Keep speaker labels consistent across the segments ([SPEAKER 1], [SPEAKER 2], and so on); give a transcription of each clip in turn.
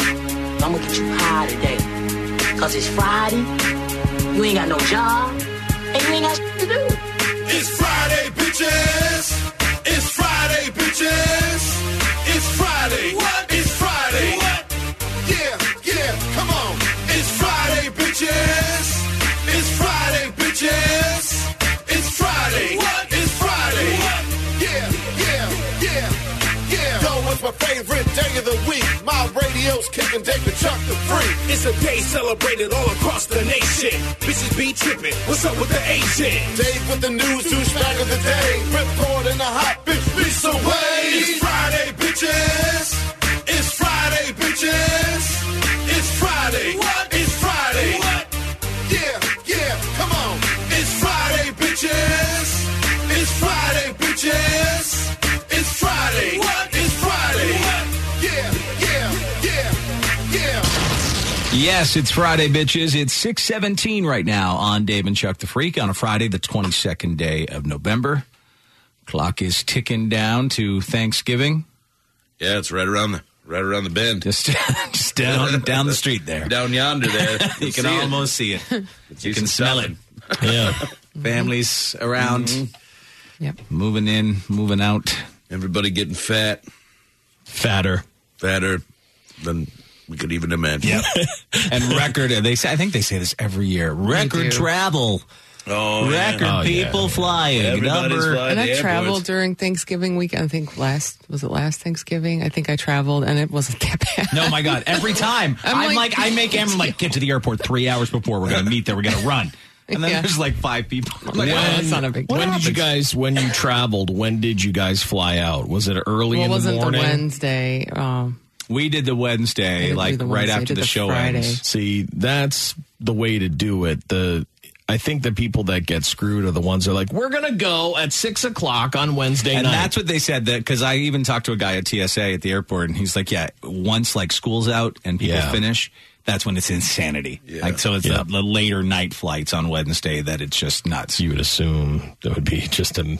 [SPEAKER 1] I'm gonna get you high today. Cause it's Friday, you ain't got no job, and you ain't got shit to do.
[SPEAKER 2] It's Friday, bitches. It's Friday, bitches. It's Friday. What? It's Friday. What? Yeah, yeah, come on. It's Friday, bitches. It's Friday, bitches. It's Friday. What? It's Friday. What? Yeah, yeah, yeah, yeah. Yo, it's my favorite day of the week. My radio's kicking, David Chuck the Freak.
[SPEAKER 3] It's a day celebrated all across the nation. Bitches be tripping. What's up with the Asian?
[SPEAKER 2] Dave with the news, douchebag of the day. Report in a hot bitch, piece away. It's Friday, bitches. It's Friday, bitches. It's Friday. What? It's Friday. What? Yeah, yeah, come on. It's Friday, bitches. It's Friday, bitches. It's Friday. What? It's Friday. What? Yeah, yeah, yeah, yeah.
[SPEAKER 4] Yes, it's Friday, bitches. It's 617 right now on Dave and Chuck the Freak on a Friday, the 22nd day of November. Clock is ticking down to Thanksgiving.
[SPEAKER 5] Yeah, it's right around the right around the bend.
[SPEAKER 4] Just, just down down the street there.
[SPEAKER 5] Down yonder there.
[SPEAKER 4] You can almost see it. You can smell it.
[SPEAKER 5] Yeah. Mm-hmm.
[SPEAKER 4] Families around.
[SPEAKER 6] Yep.
[SPEAKER 4] Moving in, moving out.
[SPEAKER 5] Everybody getting fat,
[SPEAKER 7] fatter.
[SPEAKER 5] fatter than we could even imagine. Yeah.
[SPEAKER 4] and record they say I think they say this every year.
[SPEAKER 6] do.
[SPEAKER 4] Record travel.
[SPEAKER 5] Oh, yeah.
[SPEAKER 4] record
[SPEAKER 7] Oh, yeah,
[SPEAKER 4] people
[SPEAKER 7] yeah.
[SPEAKER 4] flying.
[SPEAKER 5] Everybody's
[SPEAKER 4] Number-
[SPEAKER 5] flying
[SPEAKER 6] And
[SPEAKER 5] to
[SPEAKER 6] I traveled
[SPEAKER 5] airports.
[SPEAKER 6] during Thanksgiving week. I think last was it last Thanksgiving. I think I traveled, and it wasn't that bad.
[SPEAKER 4] No, my God. Every time. I'm,
[SPEAKER 6] I'm
[SPEAKER 4] like,
[SPEAKER 6] like-
[SPEAKER 4] I make Em like get to the airport three hours before we're going to meet there. We're going to run. And then
[SPEAKER 6] Yeah.
[SPEAKER 4] there's like five people. I'm like,
[SPEAKER 6] When-
[SPEAKER 4] "Oh,
[SPEAKER 6] that's not a big
[SPEAKER 7] When
[SPEAKER 6] deal.
[SPEAKER 7] did you guys? When you traveled? When did you guys fly out? Was it early
[SPEAKER 6] Well, it
[SPEAKER 7] in the
[SPEAKER 6] wasn't the
[SPEAKER 7] morning?
[SPEAKER 6] Wednesday. Um,
[SPEAKER 4] We did the Wednesday,
[SPEAKER 6] did
[SPEAKER 4] like
[SPEAKER 6] the
[SPEAKER 4] right
[SPEAKER 6] Wednesday. I
[SPEAKER 4] after
[SPEAKER 6] did
[SPEAKER 4] the,
[SPEAKER 6] the
[SPEAKER 4] show
[SPEAKER 6] Friday.
[SPEAKER 4] ends.
[SPEAKER 7] See, that's the way to do it. The I think the people that get screwed are the ones that are like, we're gonna go at six o'clock on Wednesday
[SPEAKER 4] And
[SPEAKER 7] night.
[SPEAKER 4] that's what they said that because I even talked to a guy at TSA at the airport, and he's like, "Yeah, once like school's out and people
[SPEAKER 7] Yeah.
[SPEAKER 4] finish, that's when it's insanity. Like, so it's
[SPEAKER 7] Yeah.
[SPEAKER 4] the, the later night flights on Wednesday that it's just nuts.
[SPEAKER 7] you would assume that would be just a,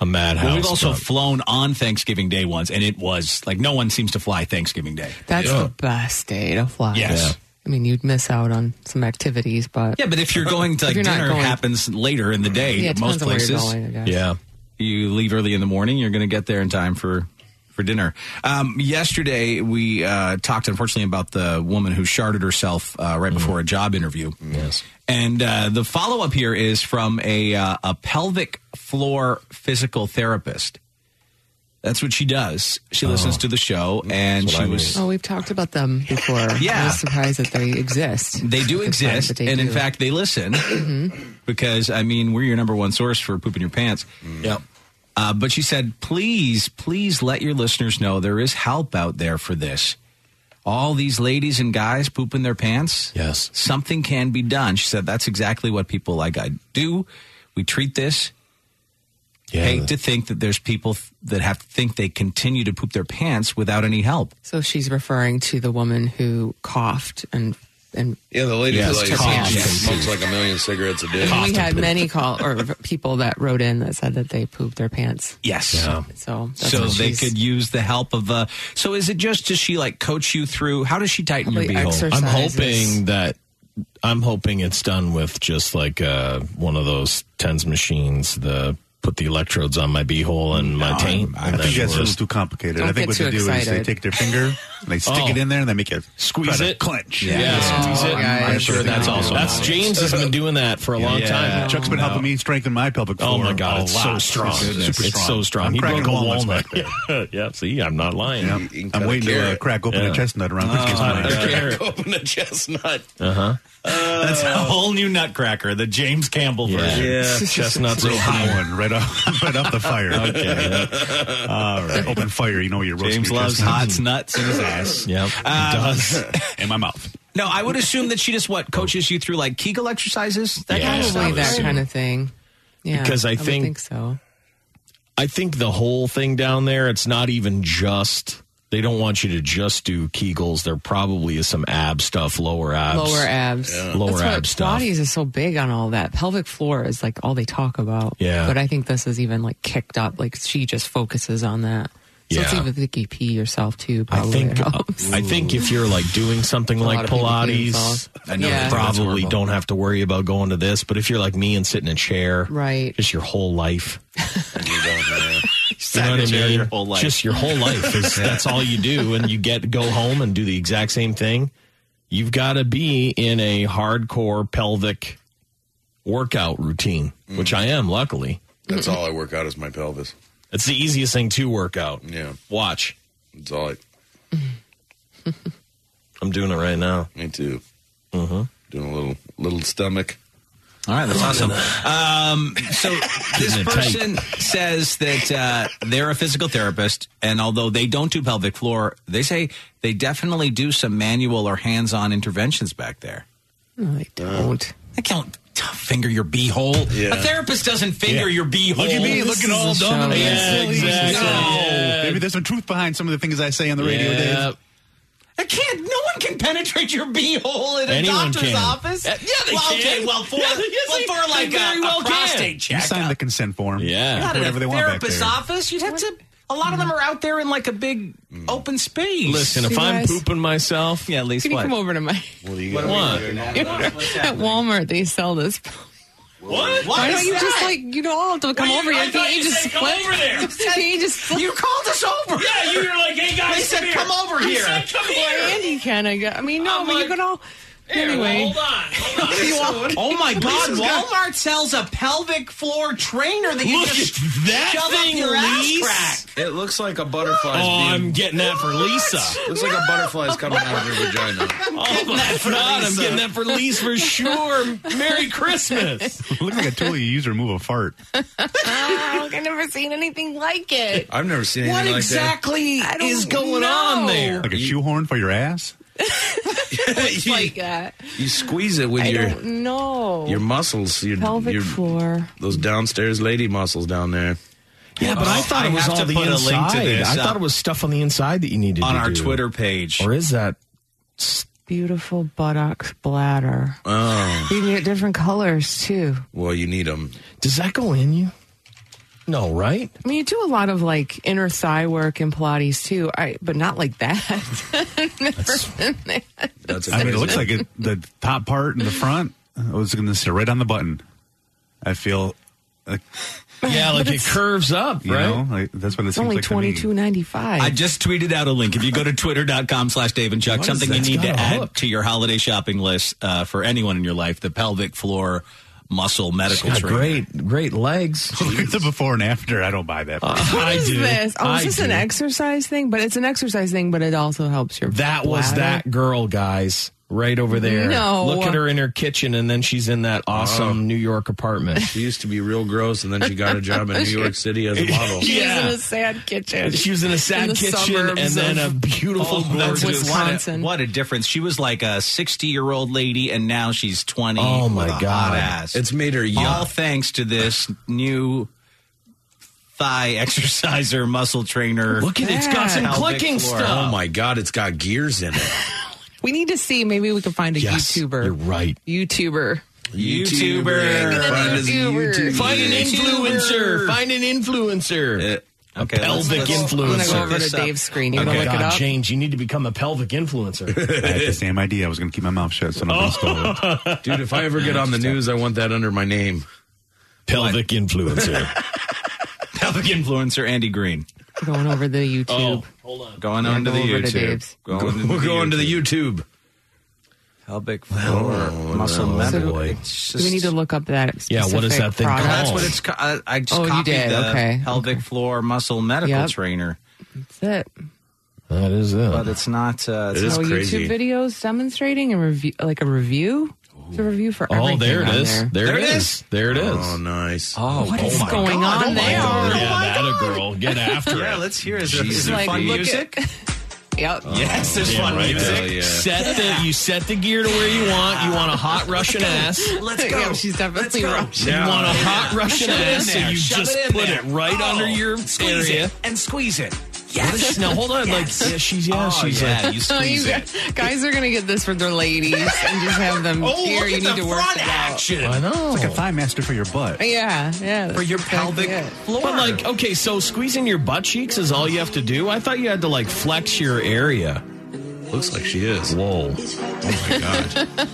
[SPEAKER 7] a madhouse.
[SPEAKER 4] Well, we've also
[SPEAKER 7] but-
[SPEAKER 4] flown on Thanksgiving Day once, and it was like no one seems to fly Thanksgiving Day.
[SPEAKER 6] that's the best day to fly.
[SPEAKER 4] Yes. Yeah.
[SPEAKER 6] I mean, you'd miss out on some activities, but
[SPEAKER 4] Yeah, but if you're going to like
[SPEAKER 6] you're not
[SPEAKER 4] dinner
[SPEAKER 6] going-
[SPEAKER 4] happens later in the day,
[SPEAKER 6] yeah, it
[SPEAKER 4] at
[SPEAKER 6] depends
[SPEAKER 4] most
[SPEAKER 6] on where
[SPEAKER 4] places.
[SPEAKER 6] you're going. I guess.
[SPEAKER 7] yeah.
[SPEAKER 4] you leave early in the morning, you're going to get there in time for for dinner. Um, yesterday, we uh, talked unfortunately about the woman who sharded herself uh, right before a job interview. Yes, and uh, the follow up here is from a uh, a pelvic floor physical therapist. That's what she does. She listens to the show, and she was.
[SPEAKER 6] Oh, we've talked about them before.
[SPEAKER 4] Yeah.
[SPEAKER 6] I was surprised that they exist.
[SPEAKER 4] They do
[SPEAKER 6] Surprised
[SPEAKER 4] exist,
[SPEAKER 6] that they
[SPEAKER 4] and in
[SPEAKER 6] do. Mm-hmm.
[SPEAKER 4] fact, they listen because I mean, we're your number one source for pooping your pants.
[SPEAKER 7] Yep.
[SPEAKER 4] Uh, but she said, please, please let your listeners know there is help out there for this. All these ladies and guys pooping their pants.
[SPEAKER 7] Yes.
[SPEAKER 4] Something can be done. She said, that's exactly what people like I do. We treat this.
[SPEAKER 7] Yeah.
[SPEAKER 4] Hate to think that there's people th- that have to think they continue to poop their pants without any help.
[SPEAKER 6] so she's referring to the woman who coughed and and
[SPEAKER 5] Yeah, the lady
[SPEAKER 7] Yeah,
[SPEAKER 5] who
[SPEAKER 7] it's
[SPEAKER 5] like
[SPEAKER 7] cough.
[SPEAKER 5] smokes like a million cigarettes a day.
[SPEAKER 6] And we had many call or people that wrote in that said that they pooped their pants.
[SPEAKER 4] Yes.
[SPEAKER 7] Yeah.
[SPEAKER 6] So that's
[SPEAKER 4] So
[SPEAKER 6] what
[SPEAKER 4] they
[SPEAKER 6] she's
[SPEAKER 4] could use the help of a. So is it just does she like coach you through? How does she tighten your
[SPEAKER 6] probably
[SPEAKER 4] beehole?
[SPEAKER 6] exercises.
[SPEAKER 7] I'm hoping that I'm hoping it's done with just like uh, one of those tens machines. The put the electrodes on my beehole and my taint.
[SPEAKER 8] I
[SPEAKER 7] and
[SPEAKER 8] think
[SPEAKER 7] then
[SPEAKER 8] that's a
[SPEAKER 7] we're-
[SPEAKER 8] little too complicated.
[SPEAKER 6] Don't
[SPEAKER 8] I think
[SPEAKER 6] get
[SPEAKER 8] what
[SPEAKER 6] too
[SPEAKER 8] they do is they
[SPEAKER 6] excited.
[SPEAKER 8] take their finger, and they stick
[SPEAKER 7] Oh.
[SPEAKER 8] it in there, and they make it
[SPEAKER 7] Squeeze
[SPEAKER 8] try to
[SPEAKER 7] it?
[SPEAKER 8] clench.
[SPEAKER 7] yeah, squeeze it.
[SPEAKER 6] guys.
[SPEAKER 7] I'm sure that's also that's James has been doing that for a long
[SPEAKER 4] Yeah.
[SPEAKER 7] time.
[SPEAKER 8] Chuck's been helping me strengthen my pelvic floor.
[SPEAKER 7] Oh my god,
[SPEAKER 8] a
[SPEAKER 7] it's
[SPEAKER 8] lot.
[SPEAKER 7] so strong.
[SPEAKER 8] It's
[SPEAKER 7] It's,
[SPEAKER 8] super strong.
[SPEAKER 7] so strong.
[SPEAKER 8] I'm
[SPEAKER 7] he
[SPEAKER 8] cracking
[SPEAKER 7] broke a
[SPEAKER 8] walnuts
[SPEAKER 7] walnut.
[SPEAKER 8] back there.
[SPEAKER 7] yeah, see, I'm not lying.
[SPEAKER 8] Yeah.
[SPEAKER 5] You can cut
[SPEAKER 8] I'm
[SPEAKER 5] a
[SPEAKER 8] waiting to uh,
[SPEAKER 5] carrot.
[SPEAKER 8] crack open
[SPEAKER 7] Yeah.
[SPEAKER 8] a chestnut around Christmas
[SPEAKER 7] Uh,
[SPEAKER 8] time.
[SPEAKER 7] okay.
[SPEAKER 5] Crack open a chestnut.
[SPEAKER 7] Uh-huh.
[SPEAKER 4] That's a whole new nutcracker, the James Campbell
[SPEAKER 7] Yeah.
[SPEAKER 4] version.
[SPEAKER 7] Chestnuts
[SPEAKER 8] Real hot one, right off, right off the fire. All right. Open fire, you know you're roasting
[SPEAKER 4] James
[SPEAKER 8] your
[SPEAKER 4] loves
[SPEAKER 8] chestnuts.
[SPEAKER 4] hot nuts in his ass.
[SPEAKER 7] Yep. he does.
[SPEAKER 8] in my mouth.
[SPEAKER 4] No, I would assume that she just what coaches you through like Kegel exercises. That
[SPEAKER 7] Yeah.
[SPEAKER 4] kind of
[SPEAKER 6] probably
[SPEAKER 4] stuff.
[SPEAKER 6] that kind of thing. Yeah,
[SPEAKER 7] Because I
[SPEAKER 6] would
[SPEAKER 7] think-
[SPEAKER 6] so.
[SPEAKER 7] I think the whole thing down there, it's not even just they don't want you to just do Kegels. There probably is some ab stuff, lower abs.
[SPEAKER 6] Lower abs,
[SPEAKER 7] Lower
[SPEAKER 6] That's
[SPEAKER 7] ab
[SPEAKER 6] what
[SPEAKER 7] stuff.
[SPEAKER 6] Pilates is so big on all that. Pelvic floor is like all they talk about.
[SPEAKER 7] Yeah.
[SPEAKER 6] but I think this is even like kicked up. Like she just focuses on that. So it's
[SPEAKER 7] Yeah.
[SPEAKER 6] even if you pee yourself too,
[SPEAKER 7] I
[SPEAKER 6] probably
[SPEAKER 7] think
[SPEAKER 6] helps.
[SPEAKER 7] I think if you're like doing something
[SPEAKER 6] a
[SPEAKER 7] like
[SPEAKER 6] lot of people pee
[SPEAKER 7] Pilates,
[SPEAKER 6] themselves. I know,
[SPEAKER 7] you
[SPEAKER 6] that's
[SPEAKER 7] probably
[SPEAKER 4] horrible.
[SPEAKER 7] don't have to worry about going to this. But if you're like me and sit in a chair,
[SPEAKER 6] Right.
[SPEAKER 7] just your whole life. You
[SPEAKER 4] in
[SPEAKER 7] know
[SPEAKER 4] a
[SPEAKER 7] what I
[SPEAKER 4] chair
[SPEAKER 7] mean?
[SPEAKER 4] your whole life.
[SPEAKER 7] Just your whole life is that's all you do, and you get go home and do the exact same thing. You've got to be in a hardcore pelvic workout routine,
[SPEAKER 4] Mm.
[SPEAKER 7] which I am. Luckily,
[SPEAKER 5] That's all I work out is my pelvis.
[SPEAKER 7] it's the easiest thing to work out.
[SPEAKER 5] Yeah.
[SPEAKER 7] Watch,
[SPEAKER 5] That's all I.
[SPEAKER 7] I'm doing it right now.
[SPEAKER 5] Me too.
[SPEAKER 4] Mm-hmm.
[SPEAKER 5] Doing a little little stomach.
[SPEAKER 4] All right, that's awesome. Um, so this
[SPEAKER 7] it tight.
[SPEAKER 4] person says that uh, they're a physical therapist, and although they don't do pelvic floor, they say they definitely do some manual or hands-on interventions back there.
[SPEAKER 6] No, I don't.
[SPEAKER 4] I can't t- finger your beehole.
[SPEAKER 5] Yeah.
[SPEAKER 4] A therapist doesn't finger
[SPEAKER 7] Yeah.
[SPEAKER 4] your beehole.
[SPEAKER 8] Look at me, looking
[SPEAKER 6] is
[SPEAKER 8] all
[SPEAKER 6] a
[SPEAKER 8] dumb.
[SPEAKER 6] show.
[SPEAKER 8] and
[SPEAKER 6] Yeah,
[SPEAKER 8] silly.
[SPEAKER 7] exactly.
[SPEAKER 8] No. Maybe there's some truth behind some of the things I say on the radio, Dave.
[SPEAKER 4] I can't. No one can penetrate your beehole in a
[SPEAKER 7] Anyone
[SPEAKER 4] doctor's
[SPEAKER 7] can.
[SPEAKER 4] office.
[SPEAKER 7] Uh, yeah, they
[SPEAKER 4] well,
[SPEAKER 7] can.
[SPEAKER 4] Okay, well, for,
[SPEAKER 7] Yeah, yes,
[SPEAKER 4] well,
[SPEAKER 7] they-
[SPEAKER 4] for
[SPEAKER 7] they
[SPEAKER 4] like
[SPEAKER 7] very
[SPEAKER 4] a,
[SPEAKER 7] well
[SPEAKER 4] a
[SPEAKER 7] can.
[SPEAKER 4] prostate
[SPEAKER 8] You
[SPEAKER 4] check.
[SPEAKER 8] sign the consent form.
[SPEAKER 7] Yeah.
[SPEAKER 4] not in
[SPEAKER 8] whatever
[SPEAKER 4] a
[SPEAKER 8] they want back
[SPEAKER 4] therapist's
[SPEAKER 8] there. Mm-hmm.
[SPEAKER 4] office. You'd have to. A lot of them are out there in like a big
[SPEAKER 8] Mm.
[SPEAKER 4] open space.
[SPEAKER 7] Listen, if
[SPEAKER 6] You
[SPEAKER 7] I'm
[SPEAKER 6] guys-
[SPEAKER 7] pooping myself,
[SPEAKER 4] yeah, at least
[SPEAKER 6] Can you
[SPEAKER 4] what?
[SPEAKER 6] come over to my
[SPEAKER 7] what?
[SPEAKER 6] at Walmart? They sell this.
[SPEAKER 7] What?
[SPEAKER 6] Why
[SPEAKER 4] is
[SPEAKER 6] don't you just
[SPEAKER 4] that?
[SPEAKER 6] like you don't have Oh, to come
[SPEAKER 7] Well, you-
[SPEAKER 6] over
[SPEAKER 7] I
[SPEAKER 6] here?
[SPEAKER 7] thought
[SPEAKER 6] Can't you
[SPEAKER 7] you
[SPEAKER 6] just
[SPEAKER 7] said
[SPEAKER 6] split?
[SPEAKER 7] come over there.
[SPEAKER 6] Can't you just split?
[SPEAKER 4] You called us over.
[SPEAKER 7] Yeah, you were like, hey guys,
[SPEAKER 4] They said,
[SPEAKER 7] here.
[SPEAKER 4] "Come over
[SPEAKER 7] I
[SPEAKER 4] here."
[SPEAKER 7] said, come
[SPEAKER 6] Well,
[SPEAKER 7] here.
[SPEAKER 6] Andy can. I guess. I mean, no,
[SPEAKER 7] I'm
[SPEAKER 6] but
[SPEAKER 7] like-
[SPEAKER 6] you can all.
[SPEAKER 7] Here,
[SPEAKER 6] anyway,
[SPEAKER 7] hold on. Hold on.
[SPEAKER 4] Oh my God! Walmart sells a pelvic floor trainer that you
[SPEAKER 7] Look
[SPEAKER 4] just
[SPEAKER 7] at that
[SPEAKER 4] shove
[SPEAKER 7] thing,
[SPEAKER 4] up your ass
[SPEAKER 7] Lise.
[SPEAKER 4] crack.
[SPEAKER 5] It looks like a butterfly's
[SPEAKER 7] Oh,
[SPEAKER 5] being-
[SPEAKER 7] I'm getting that for Lisa.
[SPEAKER 5] looks like a butterfly's coming out of your vagina.
[SPEAKER 7] Oh my god, I'm getting that for Lisa for sure. Merry Christmas.
[SPEAKER 8] Looks like I totally used to remove a fart.
[SPEAKER 6] Wow, I've never seen anything like it.
[SPEAKER 5] I've never seen
[SPEAKER 4] What
[SPEAKER 5] anything like
[SPEAKER 4] exactly
[SPEAKER 6] I don't
[SPEAKER 4] is going on
[SPEAKER 6] know.
[SPEAKER 4] there?
[SPEAKER 8] Like a shoehorn for your ass?
[SPEAKER 5] that. you,
[SPEAKER 6] Like that.
[SPEAKER 5] you squeeze it with
[SPEAKER 6] I
[SPEAKER 5] your
[SPEAKER 6] don't know.
[SPEAKER 5] your muscles, your,
[SPEAKER 6] pelvic
[SPEAKER 5] your
[SPEAKER 6] floor.
[SPEAKER 5] those downstairs lady muscles down there. Oh,
[SPEAKER 7] Yeah, but I thought
[SPEAKER 4] Oh, I
[SPEAKER 7] it was
[SPEAKER 4] have
[SPEAKER 7] all
[SPEAKER 4] to
[SPEAKER 7] the
[SPEAKER 4] put a
[SPEAKER 7] inside.
[SPEAKER 4] link to this
[SPEAKER 7] I
[SPEAKER 4] up
[SPEAKER 7] thought it was stuff on the inside that you needed
[SPEAKER 4] On
[SPEAKER 7] to
[SPEAKER 4] our
[SPEAKER 7] do.
[SPEAKER 4] Twitter page.
[SPEAKER 7] Or is that
[SPEAKER 6] Beautiful Oh, buttocks bladder.
[SPEAKER 5] Oh,
[SPEAKER 6] You can get different colors too.
[SPEAKER 5] well, you need them.
[SPEAKER 7] does that go in you? No, right?
[SPEAKER 6] I mean, you do a lot of like inner thigh work in Pilates too, I, but not like that.
[SPEAKER 5] That's
[SPEAKER 8] I mean, it
[SPEAKER 5] amazing.
[SPEAKER 8] looks like it, the top part in the front. I was going to sit right on the button. I feel,
[SPEAKER 7] Yeah, like it curves up,
[SPEAKER 8] you
[SPEAKER 7] right?
[SPEAKER 8] know, like, that's what it
[SPEAKER 6] It's
[SPEAKER 8] seems
[SPEAKER 6] only
[SPEAKER 8] like
[SPEAKER 6] twenty
[SPEAKER 8] to
[SPEAKER 6] two
[SPEAKER 8] me.
[SPEAKER 6] ninety five.
[SPEAKER 4] I just tweeted out a link. If you go to twitter.com slash Dave and Chuck,
[SPEAKER 7] What is
[SPEAKER 4] something
[SPEAKER 7] that?
[SPEAKER 4] you
[SPEAKER 7] It's
[SPEAKER 4] need to
[SPEAKER 7] got a
[SPEAKER 4] add
[SPEAKER 7] hook.
[SPEAKER 4] to your holiday shopping list uh, for anyone in your life, the pelvic floor muscle medical
[SPEAKER 7] Got
[SPEAKER 4] trainer.
[SPEAKER 7] great, great legs.
[SPEAKER 8] Look at the before and after. I don't buy that.
[SPEAKER 7] Uh, I
[SPEAKER 6] What is
[SPEAKER 7] do.
[SPEAKER 6] this? Oh,
[SPEAKER 7] I
[SPEAKER 6] is this an
[SPEAKER 7] do.
[SPEAKER 6] exercise thing? But it's an exercise thing, but it also helps your.
[SPEAKER 7] That was
[SPEAKER 6] bladder.
[SPEAKER 7] that girl, guys, right over there.
[SPEAKER 6] No.
[SPEAKER 7] Look at her in her kitchen, and then she's in that awesome New York apartment.
[SPEAKER 5] she used to be real gross, and then she got a job in New York City as a model.
[SPEAKER 6] She was
[SPEAKER 7] Yeah.
[SPEAKER 6] in a sad kitchen.
[SPEAKER 7] She was in a sad
[SPEAKER 6] the
[SPEAKER 7] kitchen, and
[SPEAKER 6] suburbs
[SPEAKER 7] then a
[SPEAKER 6] of-
[SPEAKER 7] beautiful,
[SPEAKER 4] Oh,
[SPEAKER 7] gorgeous.
[SPEAKER 4] that's just-
[SPEAKER 6] Wisconsin.
[SPEAKER 4] What a, what a difference. She was like a 60 year old lady, and now she's 20.
[SPEAKER 7] Oh, my
[SPEAKER 4] with a hot
[SPEAKER 7] God.
[SPEAKER 4] ass.
[SPEAKER 5] It's made her young.
[SPEAKER 4] all thanks to this new thigh exerciser, muscle trainer.
[SPEAKER 7] Look at it. It's got some
[SPEAKER 4] Yeah.
[SPEAKER 7] clicking
[SPEAKER 4] Pelvic floor.
[SPEAKER 7] stuff.
[SPEAKER 5] Oh my God, it's got gears in it.
[SPEAKER 6] we need to see. Maybe we can find a
[SPEAKER 7] Yes,
[SPEAKER 6] YouTuber.
[SPEAKER 7] You're right.
[SPEAKER 6] YouTuber.
[SPEAKER 4] YouTuber.
[SPEAKER 5] Find us a
[SPEAKER 6] YouTuber.
[SPEAKER 5] YouTuber.
[SPEAKER 7] Find an
[SPEAKER 4] YouTuber.
[SPEAKER 7] influencer. Find an influencer.
[SPEAKER 4] Okay, let's-
[SPEAKER 7] pelvic
[SPEAKER 6] I'm
[SPEAKER 4] let's-
[SPEAKER 6] gonna
[SPEAKER 7] influencer.
[SPEAKER 6] go
[SPEAKER 7] Look
[SPEAKER 6] over to
[SPEAKER 4] this up.
[SPEAKER 6] Dave's screen. You
[SPEAKER 7] Oh
[SPEAKER 6] want to
[SPEAKER 7] my
[SPEAKER 6] look it
[SPEAKER 7] God,
[SPEAKER 6] up?
[SPEAKER 7] James, you need to become a pelvic influencer.
[SPEAKER 8] I had the same idea. I was going to keep my mouth shut, so nobody stole it.
[SPEAKER 5] Dude, if I ever get on the news, I want that under my name.
[SPEAKER 7] pelvic influencer.
[SPEAKER 4] Pelvic influencer Andy Green.
[SPEAKER 6] Going over the YouTube.
[SPEAKER 7] oh, hold on.
[SPEAKER 4] Going
[SPEAKER 6] Yeah,
[SPEAKER 4] on to
[SPEAKER 6] go
[SPEAKER 4] the
[SPEAKER 6] over to
[SPEAKER 4] YouTube.
[SPEAKER 6] Dave's.
[SPEAKER 4] Going
[SPEAKER 5] We're
[SPEAKER 4] into
[SPEAKER 5] going to the YouTube.
[SPEAKER 4] pelvic floor
[SPEAKER 6] So
[SPEAKER 4] muscle memory.
[SPEAKER 6] do- do we need to look up that?
[SPEAKER 7] Yeah, what is
[SPEAKER 6] specific
[SPEAKER 7] that thing
[SPEAKER 6] product?
[SPEAKER 7] called?
[SPEAKER 4] That's what it's. co- I, I just
[SPEAKER 6] Oh, you
[SPEAKER 4] copied
[SPEAKER 6] did,
[SPEAKER 4] the
[SPEAKER 6] okay,
[SPEAKER 4] pelvic floor muscle medical
[SPEAKER 6] Yep.
[SPEAKER 4] trainer,
[SPEAKER 6] That's it.
[SPEAKER 7] That is it.
[SPEAKER 4] but it's not. Uh, it's
[SPEAKER 5] It is
[SPEAKER 4] not-
[SPEAKER 6] Oh,
[SPEAKER 5] crazy.
[SPEAKER 6] YouTube videos demonstrating and review, like a review. It's a review for
[SPEAKER 7] Oh,
[SPEAKER 6] everything.
[SPEAKER 7] there it
[SPEAKER 6] on
[SPEAKER 7] is.
[SPEAKER 6] There.
[SPEAKER 7] There, it is. There it is.
[SPEAKER 5] Oh, nice.
[SPEAKER 4] oh,
[SPEAKER 6] What
[SPEAKER 4] oh
[SPEAKER 6] is
[SPEAKER 4] my
[SPEAKER 6] going
[SPEAKER 4] God.
[SPEAKER 6] on there?
[SPEAKER 7] yeah, that a girl. Get after
[SPEAKER 4] Yeah,
[SPEAKER 7] it.
[SPEAKER 4] let's hear. Is there, is
[SPEAKER 5] Jesus
[SPEAKER 4] there
[SPEAKER 6] Like,
[SPEAKER 4] fun
[SPEAKER 6] look
[SPEAKER 4] music?
[SPEAKER 6] at- yep.
[SPEAKER 4] yes, there's
[SPEAKER 7] Yeah,
[SPEAKER 4] fun
[SPEAKER 7] right
[SPEAKER 4] music.
[SPEAKER 5] Hell
[SPEAKER 7] there.
[SPEAKER 5] yeah.
[SPEAKER 7] Set the you set the gear to where you want. You want a hot Russian ass.
[SPEAKER 4] Let's go.
[SPEAKER 6] Yeah, she's definitely
[SPEAKER 4] Let's go.
[SPEAKER 6] Russian.
[SPEAKER 7] You want a hot Russian
[SPEAKER 4] Shove it in
[SPEAKER 7] ass, so
[SPEAKER 4] there.
[SPEAKER 7] you
[SPEAKER 4] Shove
[SPEAKER 7] just
[SPEAKER 4] it in
[SPEAKER 7] put
[SPEAKER 4] there.
[SPEAKER 7] it right
[SPEAKER 4] Oh,
[SPEAKER 7] under your
[SPEAKER 4] squeeze
[SPEAKER 7] area.
[SPEAKER 4] it and squeeze it.
[SPEAKER 7] Yes. Now hold on. Like yeah, she's yeah, she's
[SPEAKER 4] yeah,
[SPEAKER 7] like,
[SPEAKER 4] you
[SPEAKER 6] Oh, you
[SPEAKER 4] squeeze it.
[SPEAKER 6] guys- guys are gonna get this for their ladies and just have them
[SPEAKER 4] Oh,
[SPEAKER 6] here.
[SPEAKER 4] look
[SPEAKER 6] You
[SPEAKER 4] at
[SPEAKER 6] need
[SPEAKER 4] the
[SPEAKER 6] to work
[SPEAKER 4] front
[SPEAKER 6] it out.
[SPEAKER 4] action.
[SPEAKER 7] I know.
[SPEAKER 8] It's like a thigh master for your butt.
[SPEAKER 6] Yeah, yeah.
[SPEAKER 4] For your
[SPEAKER 6] exactly
[SPEAKER 4] pelvic
[SPEAKER 6] it.
[SPEAKER 4] floor.
[SPEAKER 7] But like, okay, so squeezing your butt cheeks is all you have to do. I thought you had to like flex your area.
[SPEAKER 5] Looks like she is.
[SPEAKER 7] Whoa.
[SPEAKER 5] Oh my god.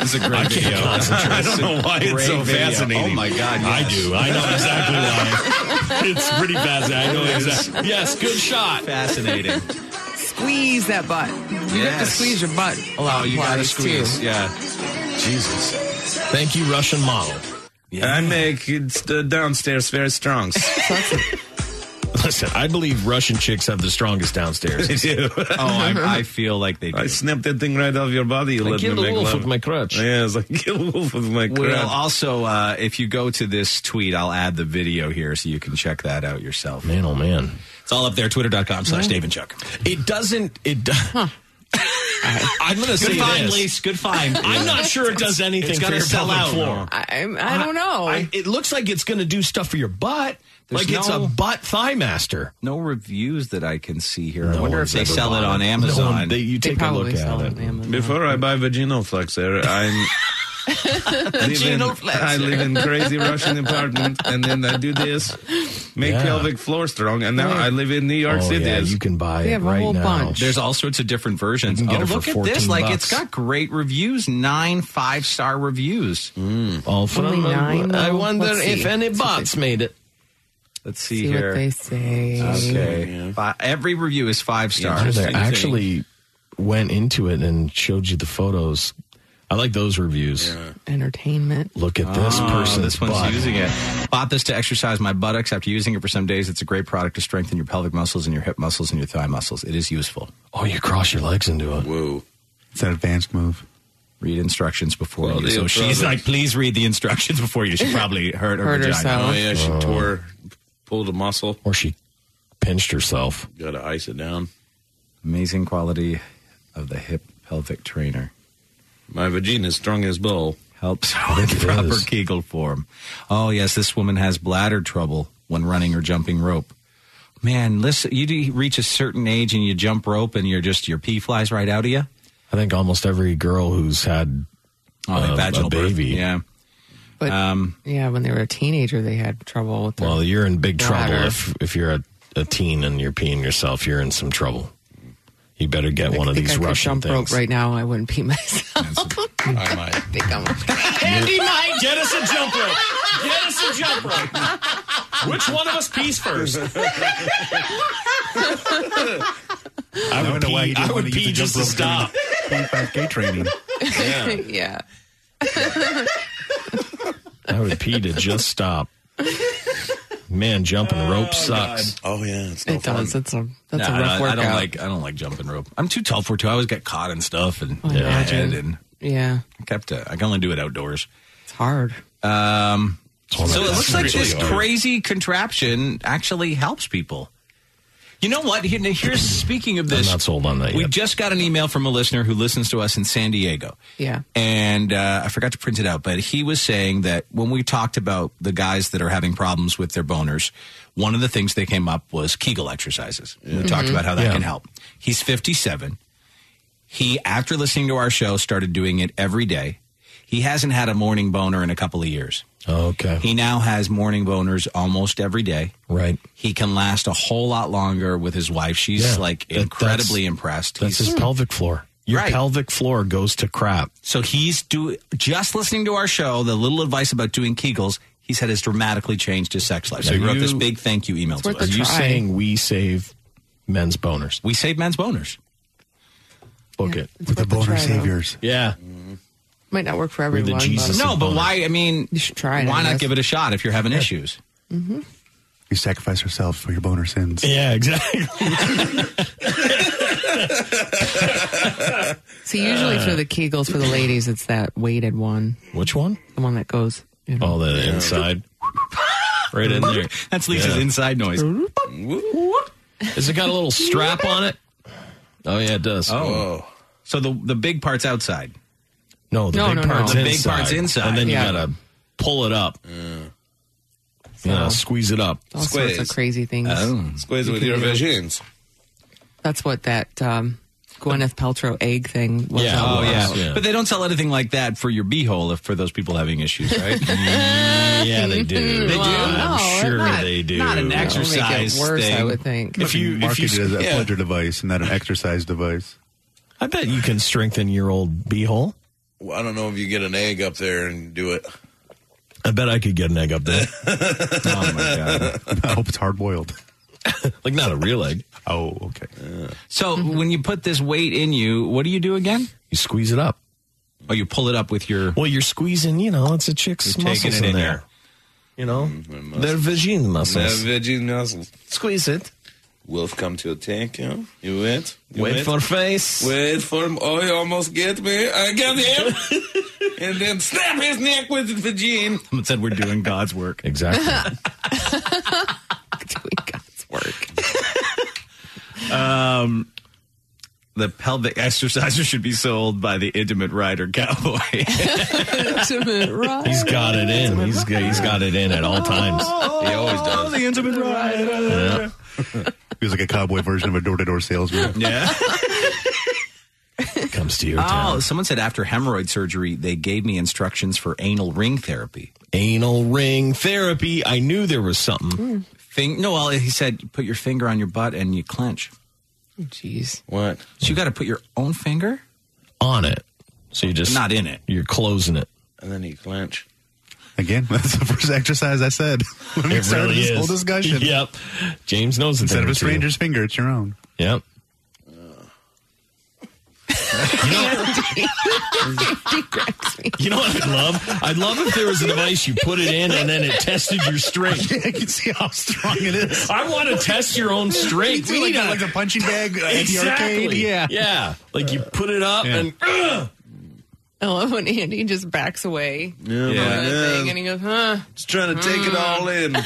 [SPEAKER 4] This is a great video.
[SPEAKER 5] I don't know why it's so fascinating.
[SPEAKER 4] Oh my God.
[SPEAKER 7] I do. I know exactly why. it's pretty fast. I know exactly. Yes, good shot.
[SPEAKER 4] Fascinating.
[SPEAKER 6] Squeeze that butt. You have to
[SPEAKER 4] Yes.
[SPEAKER 6] squeeze your butt. A lot
[SPEAKER 4] Oh, you gotta
[SPEAKER 6] wise,
[SPEAKER 4] squeeze.
[SPEAKER 6] Too.
[SPEAKER 4] Yeah.
[SPEAKER 5] Jesus.
[SPEAKER 7] Thank you, Russian model.
[SPEAKER 5] I make it uh, downstairs very strong.
[SPEAKER 7] Listen, I believe Russian chicks have the strongest downstairs.
[SPEAKER 5] I do.
[SPEAKER 4] Oh, I, I feel like they do.
[SPEAKER 5] I snapped that thing right off your body. You
[SPEAKER 7] I
[SPEAKER 5] let me
[SPEAKER 7] killed a
[SPEAKER 5] make
[SPEAKER 7] wolf
[SPEAKER 5] love.
[SPEAKER 7] with my crutch.
[SPEAKER 5] Yes, I killed a wolf with my crap.
[SPEAKER 4] Well, also, uh, if you go to this tweet, I'll add the video here so you can check that out yourself.
[SPEAKER 7] Man, oh man.
[SPEAKER 4] It's all up there, twitter.com slash
[SPEAKER 6] Mm.
[SPEAKER 4] Dave and Chuck.
[SPEAKER 7] It doesn't. It. Do- I'm going to say this.
[SPEAKER 4] Good find.
[SPEAKER 7] I'm not sure it does anything
[SPEAKER 4] It's
[SPEAKER 7] for
[SPEAKER 4] gonna
[SPEAKER 7] your
[SPEAKER 4] sell
[SPEAKER 7] pelvic
[SPEAKER 4] out.
[SPEAKER 7] floor.
[SPEAKER 6] I, I don't know.
[SPEAKER 7] I, it looks like it's going to do stuff for your butt.
[SPEAKER 4] There's
[SPEAKER 7] like it's
[SPEAKER 4] no-
[SPEAKER 7] a butt thigh master.
[SPEAKER 4] No reviews that I can see here. I
[SPEAKER 7] No
[SPEAKER 5] Oh,
[SPEAKER 4] wonder if
[SPEAKER 7] one's
[SPEAKER 4] they
[SPEAKER 7] ever
[SPEAKER 4] sell it
[SPEAKER 7] bought
[SPEAKER 4] on
[SPEAKER 7] No one-
[SPEAKER 4] Amazon.
[SPEAKER 7] they- you
[SPEAKER 6] they
[SPEAKER 7] take a
[SPEAKER 6] probably
[SPEAKER 7] look
[SPEAKER 6] sell it
[SPEAKER 7] at
[SPEAKER 6] on
[SPEAKER 7] it.
[SPEAKER 6] Amazon.
[SPEAKER 5] Before I buy vaginoflexer, I'm. live in-
[SPEAKER 6] Vaginoflexer.
[SPEAKER 5] I live in crazy Russian apartment, and then I do this, make
[SPEAKER 7] Yeah.
[SPEAKER 5] pelvic floor strong, and now I live in New York
[SPEAKER 7] Oh,
[SPEAKER 5] City.
[SPEAKER 7] yeah,
[SPEAKER 5] It's-
[SPEAKER 7] you can buy
[SPEAKER 6] They
[SPEAKER 7] it
[SPEAKER 6] have a
[SPEAKER 7] right
[SPEAKER 6] whole
[SPEAKER 7] now.
[SPEAKER 6] bunch.
[SPEAKER 4] There's all sorts of different versions.
[SPEAKER 7] You can get
[SPEAKER 4] oh,
[SPEAKER 7] it for
[SPEAKER 4] look at this!
[SPEAKER 7] 14
[SPEAKER 4] Like
[SPEAKER 7] bucks.
[SPEAKER 4] it's got great reviews, nine five star reviews.
[SPEAKER 7] All from-
[SPEAKER 6] nine,
[SPEAKER 7] I
[SPEAKER 6] though.
[SPEAKER 7] wonder
[SPEAKER 6] Let's
[SPEAKER 7] if
[SPEAKER 6] see.
[SPEAKER 7] any bots made it.
[SPEAKER 4] Let's see,
[SPEAKER 6] see
[SPEAKER 4] here.
[SPEAKER 6] what they say.
[SPEAKER 4] okay, Fi- every review is five stars.
[SPEAKER 7] They actually went into it and showed you the photos. I like those reviews.
[SPEAKER 6] Entertainment.
[SPEAKER 7] Look at this
[SPEAKER 4] Oh,
[SPEAKER 7] person.
[SPEAKER 4] this one's using it. Bought this to exercise my buttocks after using it for some days. It's a great product to strengthen your pelvic muscles and your hip muscles and your thigh muscles. It is useful.
[SPEAKER 7] Oh, you cross your legs into it.
[SPEAKER 5] Whoa.
[SPEAKER 8] It's an advanced move.
[SPEAKER 4] Read instructions before
[SPEAKER 5] Well,
[SPEAKER 4] you.
[SPEAKER 5] the
[SPEAKER 4] So she's
[SPEAKER 5] product-
[SPEAKER 4] like, please read the instructions before you. She probably hurt her
[SPEAKER 6] Hurt
[SPEAKER 4] vagina.
[SPEAKER 6] herself.
[SPEAKER 5] Oh, yeah, she tore, pulled a muscle.
[SPEAKER 7] Oh. Or she pinched herself.
[SPEAKER 5] Gotta ice it down.
[SPEAKER 4] Amazing quality of the hip pelvic trainer.
[SPEAKER 5] My vagina is strong as bull.
[SPEAKER 4] helps with
[SPEAKER 7] it
[SPEAKER 4] proper
[SPEAKER 7] is.
[SPEAKER 4] Kegel form. Oh yes, this woman has bladder trouble when running or jumping rope. Man, listen, you do reach a certain age and you jump rope and you're just your pee flies right out of you.
[SPEAKER 7] I think almost every girl who's had
[SPEAKER 4] Oh,
[SPEAKER 7] Uh,
[SPEAKER 4] vaginal
[SPEAKER 7] a
[SPEAKER 4] birth.
[SPEAKER 7] baby.
[SPEAKER 4] Yeah.
[SPEAKER 6] But
[SPEAKER 4] Um,
[SPEAKER 6] yeah, when they were a teenager, they had trouble with their
[SPEAKER 7] well, you're in big trouble
[SPEAKER 6] Water.
[SPEAKER 7] if if you're a, a teen and you're peeing yourself. You're in some trouble. You better get one
[SPEAKER 6] I
[SPEAKER 7] of
[SPEAKER 6] think
[SPEAKER 7] these
[SPEAKER 6] I could
[SPEAKER 7] Russian
[SPEAKER 6] jump rope
[SPEAKER 7] things.
[SPEAKER 6] right now. I wouldn't pee myself.
[SPEAKER 5] I might.
[SPEAKER 6] I think I'm-
[SPEAKER 7] Andy, Mike, get us a jump rope. Get us a jump rope. Which one of us pees first? I would
[SPEAKER 8] know why
[SPEAKER 7] pee,
[SPEAKER 8] you didn't
[SPEAKER 7] I would
[SPEAKER 8] wanna use
[SPEAKER 7] pee
[SPEAKER 8] the
[SPEAKER 7] just to
[SPEAKER 8] jump rope
[SPEAKER 7] stop.
[SPEAKER 8] 25K training.
[SPEAKER 6] yeah.
[SPEAKER 7] I would pee to just stop. Man, jumping rope sucks.
[SPEAKER 5] Oh, yeah. It's no
[SPEAKER 6] It does. It's a that's
[SPEAKER 4] no,
[SPEAKER 6] a rough
[SPEAKER 4] I, don't- I
[SPEAKER 6] workout.
[SPEAKER 4] don't
[SPEAKER 7] uh,
[SPEAKER 4] like I don't like jumping rope. I'm too tall for it, too. I always get caught in stuff and
[SPEAKER 6] I
[SPEAKER 4] yeah,
[SPEAKER 6] imagine.
[SPEAKER 4] and, and
[SPEAKER 6] yeah,
[SPEAKER 4] I kept uh, I can only do it outdoors. Um,
[SPEAKER 6] it's hard.
[SPEAKER 4] So it looks like this
[SPEAKER 7] really hard.
[SPEAKER 4] crazy contraption actually helps people. You know what? Here- Here's speaking of this.
[SPEAKER 7] not sold on that
[SPEAKER 4] We
[SPEAKER 7] yet.
[SPEAKER 4] just got an email from a listener who listens to us in San Diego.
[SPEAKER 6] Yeah.
[SPEAKER 4] And uh, I forgot to print it out, but he was saying that when we talked about the guys that are having problems with their boners, one of the things they came up was Kegel exercises. We talked about how that
[SPEAKER 7] Yeah.
[SPEAKER 4] can help. He's 57. He, after listening to our show, started doing it every day. He hasn't had a morning boner in a couple of years.
[SPEAKER 7] Okay.
[SPEAKER 4] He now has morning boners almost every day.
[SPEAKER 7] right.
[SPEAKER 4] He can last a whole lot longer with his wife. She's
[SPEAKER 7] Yeah.
[SPEAKER 4] like
[SPEAKER 7] That-
[SPEAKER 4] incredibly
[SPEAKER 7] that's-
[SPEAKER 4] impressed.
[SPEAKER 7] That's
[SPEAKER 4] He's-
[SPEAKER 7] his pelvic floor. Your
[SPEAKER 4] Right.
[SPEAKER 7] pelvic floor goes to crap.
[SPEAKER 4] so he's do just listening to our show. The little advice about doing Kegels. He said has dramatically changed his sex life. So he
[SPEAKER 7] Now
[SPEAKER 4] wrote
[SPEAKER 7] you-
[SPEAKER 4] this big thank you email to
[SPEAKER 6] worth
[SPEAKER 4] us.
[SPEAKER 7] Are
[SPEAKER 6] the
[SPEAKER 7] you
[SPEAKER 6] try.
[SPEAKER 7] saying we save men's boners?
[SPEAKER 4] we save men's boners.
[SPEAKER 7] Book it.
[SPEAKER 6] It's
[SPEAKER 8] With the
[SPEAKER 6] worth a try,
[SPEAKER 8] boner
[SPEAKER 6] though.
[SPEAKER 8] saviors.
[SPEAKER 7] Yeah.
[SPEAKER 6] Might not work for
[SPEAKER 7] the
[SPEAKER 6] everyone.
[SPEAKER 7] Jesus
[SPEAKER 6] but
[SPEAKER 4] No, but
[SPEAKER 7] boner.
[SPEAKER 4] why? I mean,
[SPEAKER 6] You should try it, I
[SPEAKER 4] Why not
[SPEAKER 6] guess. Mm-hmm.
[SPEAKER 4] give it a shot if you're having issues?
[SPEAKER 8] You sacrifice yourselves for your boner sins.
[SPEAKER 7] Yeah, exactly.
[SPEAKER 6] See, usually for the Kegels for the ladies, it's that weighted one,
[SPEAKER 7] Which one?
[SPEAKER 6] the one that goes. You know.
[SPEAKER 7] Oh, the inside. right in there.
[SPEAKER 4] That's Lisa's
[SPEAKER 7] Yeah.
[SPEAKER 4] inside noise.
[SPEAKER 7] Has it got a little strap on it? Oh, yeah, it does.
[SPEAKER 4] Oh, so the the big part's outside.
[SPEAKER 7] No, the
[SPEAKER 6] No,
[SPEAKER 7] big
[SPEAKER 6] no, no.
[SPEAKER 7] part's
[SPEAKER 6] The
[SPEAKER 7] inside.
[SPEAKER 4] big part's inside.
[SPEAKER 7] And then
[SPEAKER 6] Yeah.
[SPEAKER 7] you got to pull it up. you know, squeeze it up.
[SPEAKER 5] Oh.
[SPEAKER 6] all sorts of
[SPEAKER 5] Squiz.
[SPEAKER 6] crazy things.
[SPEAKER 4] Oh.
[SPEAKER 5] Squeeze
[SPEAKER 6] You
[SPEAKER 5] Oh. with
[SPEAKER 6] can
[SPEAKER 5] your
[SPEAKER 6] do.
[SPEAKER 5] visions.
[SPEAKER 6] That's what that um, Gwyneth Paltrow egg thing was.
[SPEAKER 7] Yeah.
[SPEAKER 6] all
[SPEAKER 7] Oh,
[SPEAKER 6] about.
[SPEAKER 7] yeah.
[SPEAKER 4] But they don't sell anything like that for your beehole if for those people having issues, right?
[SPEAKER 7] Yeah, they do. They do. I'm
[SPEAKER 6] no,
[SPEAKER 7] sure
[SPEAKER 6] not-
[SPEAKER 7] they do.
[SPEAKER 4] Not an
[SPEAKER 6] That would
[SPEAKER 4] exercise
[SPEAKER 6] make it worse,
[SPEAKER 4] thing.
[SPEAKER 6] I would think.
[SPEAKER 7] If you, if
[SPEAKER 8] marketed
[SPEAKER 7] you,
[SPEAKER 8] as a
[SPEAKER 5] yeah.
[SPEAKER 8] pleasure device and not an exercise device.
[SPEAKER 7] I bet you can strengthen your old beehole.
[SPEAKER 5] Well, I don't know if you get an egg up there and do it.
[SPEAKER 7] I bet I could get an egg up there.
[SPEAKER 4] Oh my god!
[SPEAKER 8] I hope it's hard boiled.
[SPEAKER 7] like not a real egg.
[SPEAKER 8] Oh, okay.
[SPEAKER 4] So when you put this weight in you, what do you do again?
[SPEAKER 7] You squeeze it up.
[SPEAKER 4] Oh, you pull it up with your.
[SPEAKER 7] Well, you're squeezing. You know, it's a chick's
[SPEAKER 4] You're taking
[SPEAKER 7] muscles
[SPEAKER 4] it in
[SPEAKER 7] there.
[SPEAKER 4] there.
[SPEAKER 7] You know, their vagine
[SPEAKER 5] That
[SPEAKER 7] muscles.
[SPEAKER 5] virgin nozzles.
[SPEAKER 7] Squeeze it.
[SPEAKER 5] Wolf come to attack you. You wait. You
[SPEAKER 7] Wait for face.
[SPEAKER 5] Wait for him. Oh, he almost get me. I got him. and then snap his neck with the virgin.
[SPEAKER 4] Someone said we're doing God's work.
[SPEAKER 7] Exactly.
[SPEAKER 6] Doing God's work.
[SPEAKER 4] Um, The pelvic exerciser should be sold by the intimate rider cowboy.
[SPEAKER 6] Intimate
[SPEAKER 7] he's
[SPEAKER 6] right.
[SPEAKER 7] got it in. He's got, he's got it in at all times.
[SPEAKER 5] He always does.
[SPEAKER 4] the intimate rider.
[SPEAKER 7] Yeah.
[SPEAKER 8] He was like a cowboy version of a door-to-door salesman.
[SPEAKER 4] Yeah.
[SPEAKER 7] Comes to your
[SPEAKER 4] Oh,
[SPEAKER 7] town.
[SPEAKER 4] someone said after hemorrhoid surgery, they gave me instructions for anal ring therapy.
[SPEAKER 7] Anal ring therapy. I knew there was something.
[SPEAKER 4] Thing, Hmm. no, well, he said, you put your finger on your butt and you clench.
[SPEAKER 6] Jeez.
[SPEAKER 5] What?
[SPEAKER 4] So you got to put your own finger,
[SPEAKER 7] on it. So you just
[SPEAKER 4] not in it.
[SPEAKER 7] You're closing it.
[SPEAKER 5] And then he clench.
[SPEAKER 8] Again, that's the first exercise I said when we
[SPEAKER 7] It
[SPEAKER 8] started
[SPEAKER 7] really
[SPEAKER 8] this
[SPEAKER 7] is.
[SPEAKER 8] whole discussion.
[SPEAKER 7] Yep. James knows the
[SPEAKER 8] Instead of
[SPEAKER 7] thing
[SPEAKER 8] a
[SPEAKER 7] or two.
[SPEAKER 8] stranger's finger, it's your own.
[SPEAKER 7] Yep. You know what I'd love? I'd love if there was a device you put it in and then it tested your strength.
[SPEAKER 8] I can see how strong it is.
[SPEAKER 7] I want to test your own strength. We
[SPEAKER 8] like,
[SPEAKER 7] need
[SPEAKER 8] a,
[SPEAKER 7] a-
[SPEAKER 8] like the punching bag uh, at the
[SPEAKER 7] exactly.
[SPEAKER 8] arcade. Yeah.
[SPEAKER 7] yeah. Like you put it up
[SPEAKER 8] Yeah.
[SPEAKER 7] and
[SPEAKER 6] I love when Andy just backs away
[SPEAKER 5] Yeah.
[SPEAKER 6] from the thing and he goes, huh?
[SPEAKER 5] Just trying to take it all in.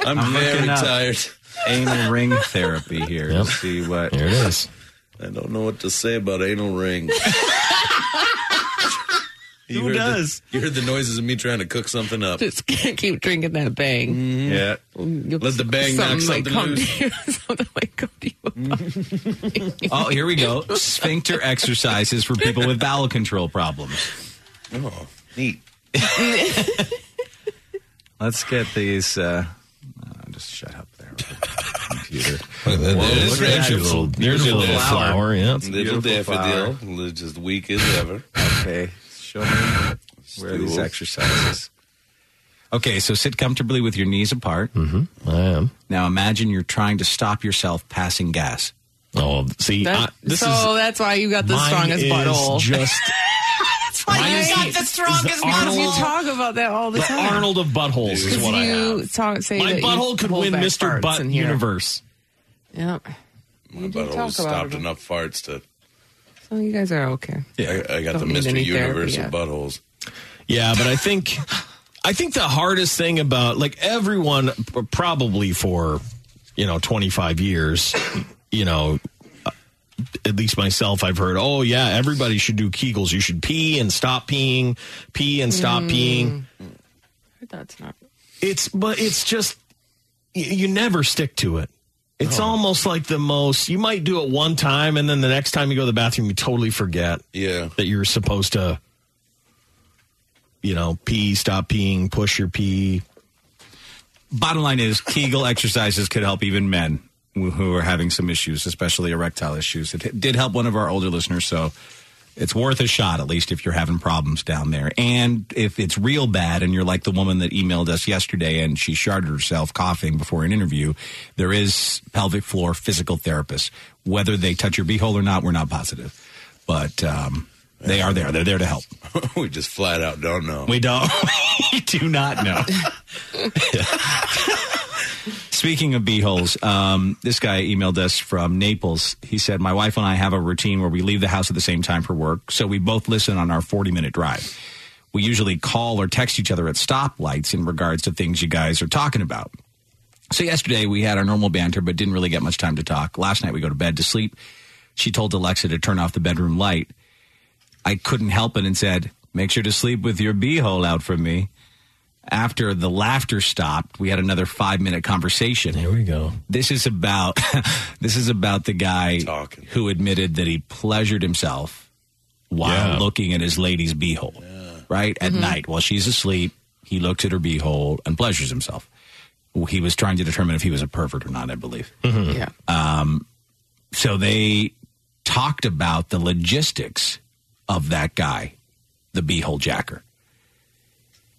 [SPEAKER 5] I'm, very
[SPEAKER 4] looking up.
[SPEAKER 5] tired.
[SPEAKER 4] Anal ring therapy here.
[SPEAKER 7] Yep.
[SPEAKER 4] See what?
[SPEAKER 7] there it is.
[SPEAKER 5] I don't know what to say about anal ring. You
[SPEAKER 7] Who
[SPEAKER 5] heard the-
[SPEAKER 7] does?
[SPEAKER 5] you heard the noises of me trying to cook something up. Mm.
[SPEAKER 6] Just can't keep drinking that bang.
[SPEAKER 4] Yeah.
[SPEAKER 6] You'll-
[SPEAKER 5] Let the bang knock
[SPEAKER 6] might
[SPEAKER 5] something
[SPEAKER 6] come
[SPEAKER 5] loose.
[SPEAKER 6] To you, something might come to you.
[SPEAKER 4] Oh, here we go. Sphincter exercises for people with bowel control problems.
[SPEAKER 5] Oh, neat.
[SPEAKER 4] Let's get these. Uh, oh, just shut up there. Computer.
[SPEAKER 5] There's
[SPEAKER 7] Look at
[SPEAKER 5] your
[SPEAKER 7] your little, there's your little flower. Yeah.
[SPEAKER 5] Little
[SPEAKER 4] Beautiful
[SPEAKER 5] daffodil, li- just weak as ever.
[SPEAKER 4] Okay. Show me where are these
[SPEAKER 5] Stool.
[SPEAKER 4] exercises. Okay, so sit comfortably with your knees apart.
[SPEAKER 7] Mm-hmm. I am.
[SPEAKER 4] Now imagine you're trying to stop yourself passing gas.
[SPEAKER 7] Oh, see, I,
[SPEAKER 6] That-
[SPEAKER 7] this
[SPEAKER 6] so
[SPEAKER 7] is
[SPEAKER 6] that's why you got the
[SPEAKER 7] mine
[SPEAKER 6] strongest
[SPEAKER 7] is
[SPEAKER 6] butthole.
[SPEAKER 7] Just Mine is the- is the
[SPEAKER 6] Because you
[SPEAKER 7] Arnold-
[SPEAKER 6] talk about that all the,
[SPEAKER 7] the
[SPEAKER 6] time.
[SPEAKER 7] Arnold of buttholes is
[SPEAKER 6] Because
[SPEAKER 7] what I
[SPEAKER 6] you
[SPEAKER 7] have.
[SPEAKER 6] talk, say
[SPEAKER 7] My
[SPEAKER 6] that you
[SPEAKER 7] butthole could
[SPEAKER 6] hold
[SPEAKER 7] win
[SPEAKER 6] back
[SPEAKER 7] Mr.
[SPEAKER 6] farts
[SPEAKER 7] Butt
[SPEAKER 6] in here.
[SPEAKER 7] Universe.
[SPEAKER 6] Yep.
[SPEAKER 5] My
[SPEAKER 6] do
[SPEAKER 5] butthole
[SPEAKER 6] talk about
[SPEAKER 5] stopped
[SPEAKER 6] it.
[SPEAKER 5] enough farts to.
[SPEAKER 6] So you guys are okay.
[SPEAKER 5] I, I got
[SPEAKER 6] Don't
[SPEAKER 5] the
[SPEAKER 6] need
[SPEAKER 5] Mr.
[SPEAKER 6] any
[SPEAKER 5] Universe
[SPEAKER 6] therapy
[SPEAKER 5] of buttholes.
[SPEAKER 7] Yeah, but I think, I think the hardest thing about like everyone p- probably for you know 25 years, you know. uh, At least myself, I've heard, oh, yeah, everybody should do Kegels. You should pee and stop peeing, pee and stop peeing.
[SPEAKER 6] That's not.
[SPEAKER 7] It's but it's just y- you never stick to it. It's almost like the most you might do it one time and then the next time you go to the bathroom you totally forget
[SPEAKER 5] Yeah.
[SPEAKER 7] that you're supposed to you know, pee, stop peeing, push your pee.
[SPEAKER 4] Bottom line is Kegel exercises could help even men who- who are having some issues, especially erectile issues. It did help one of our older listeners, so it's worth a shot at least if you're having problems down there. And if it's real bad and you're like the woman that emailed us yesterday and she sharded herself coughing before an interview, there is pelvic floor physical therapists. Whether they touch your beehole or not, we're not positive. But um, they are there. They're there to help.
[SPEAKER 5] we just flat out don't know.
[SPEAKER 4] We don't. we do not know. Speaking of beeholes, um, this guy emailed us from Naples. He said, "My wife and I have a routine where we leave the house at the same time for work, so we both listen on our 40-minute drive. We usually call or text each other at stoplights in regards to things you guys are talking about." So yesterday we had our normal banter, but didn't really get much time to talk. Last night we go to bed to sleep. She told Alexa to turn off the bedroom light. I couldn't help it and said, Make sure to sleep with your beehole out for me. After the laughter stopped, we had another five minute conversation.
[SPEAKER 7] Here we go.
[SPEAKER 4] This is about this is about the guy
[SPEAKER 5] Talking.
[SPEAKER 4] who admitted that he pleasured himself while
[SPEAKER 7] Yeah.
[SPEAKER 4] looking at his lady's beehole. Right at night while she's asleep, he looked at her beehole and pleasures himself. He was trying to determine if he was a pervert or not, I believe
[SPEAKER 7] Mm-hmm.
[SPEAKER 6] Yeah.
[SPEAKER 4] Um, so they talked about the logistics of that guy, the beehole jacker.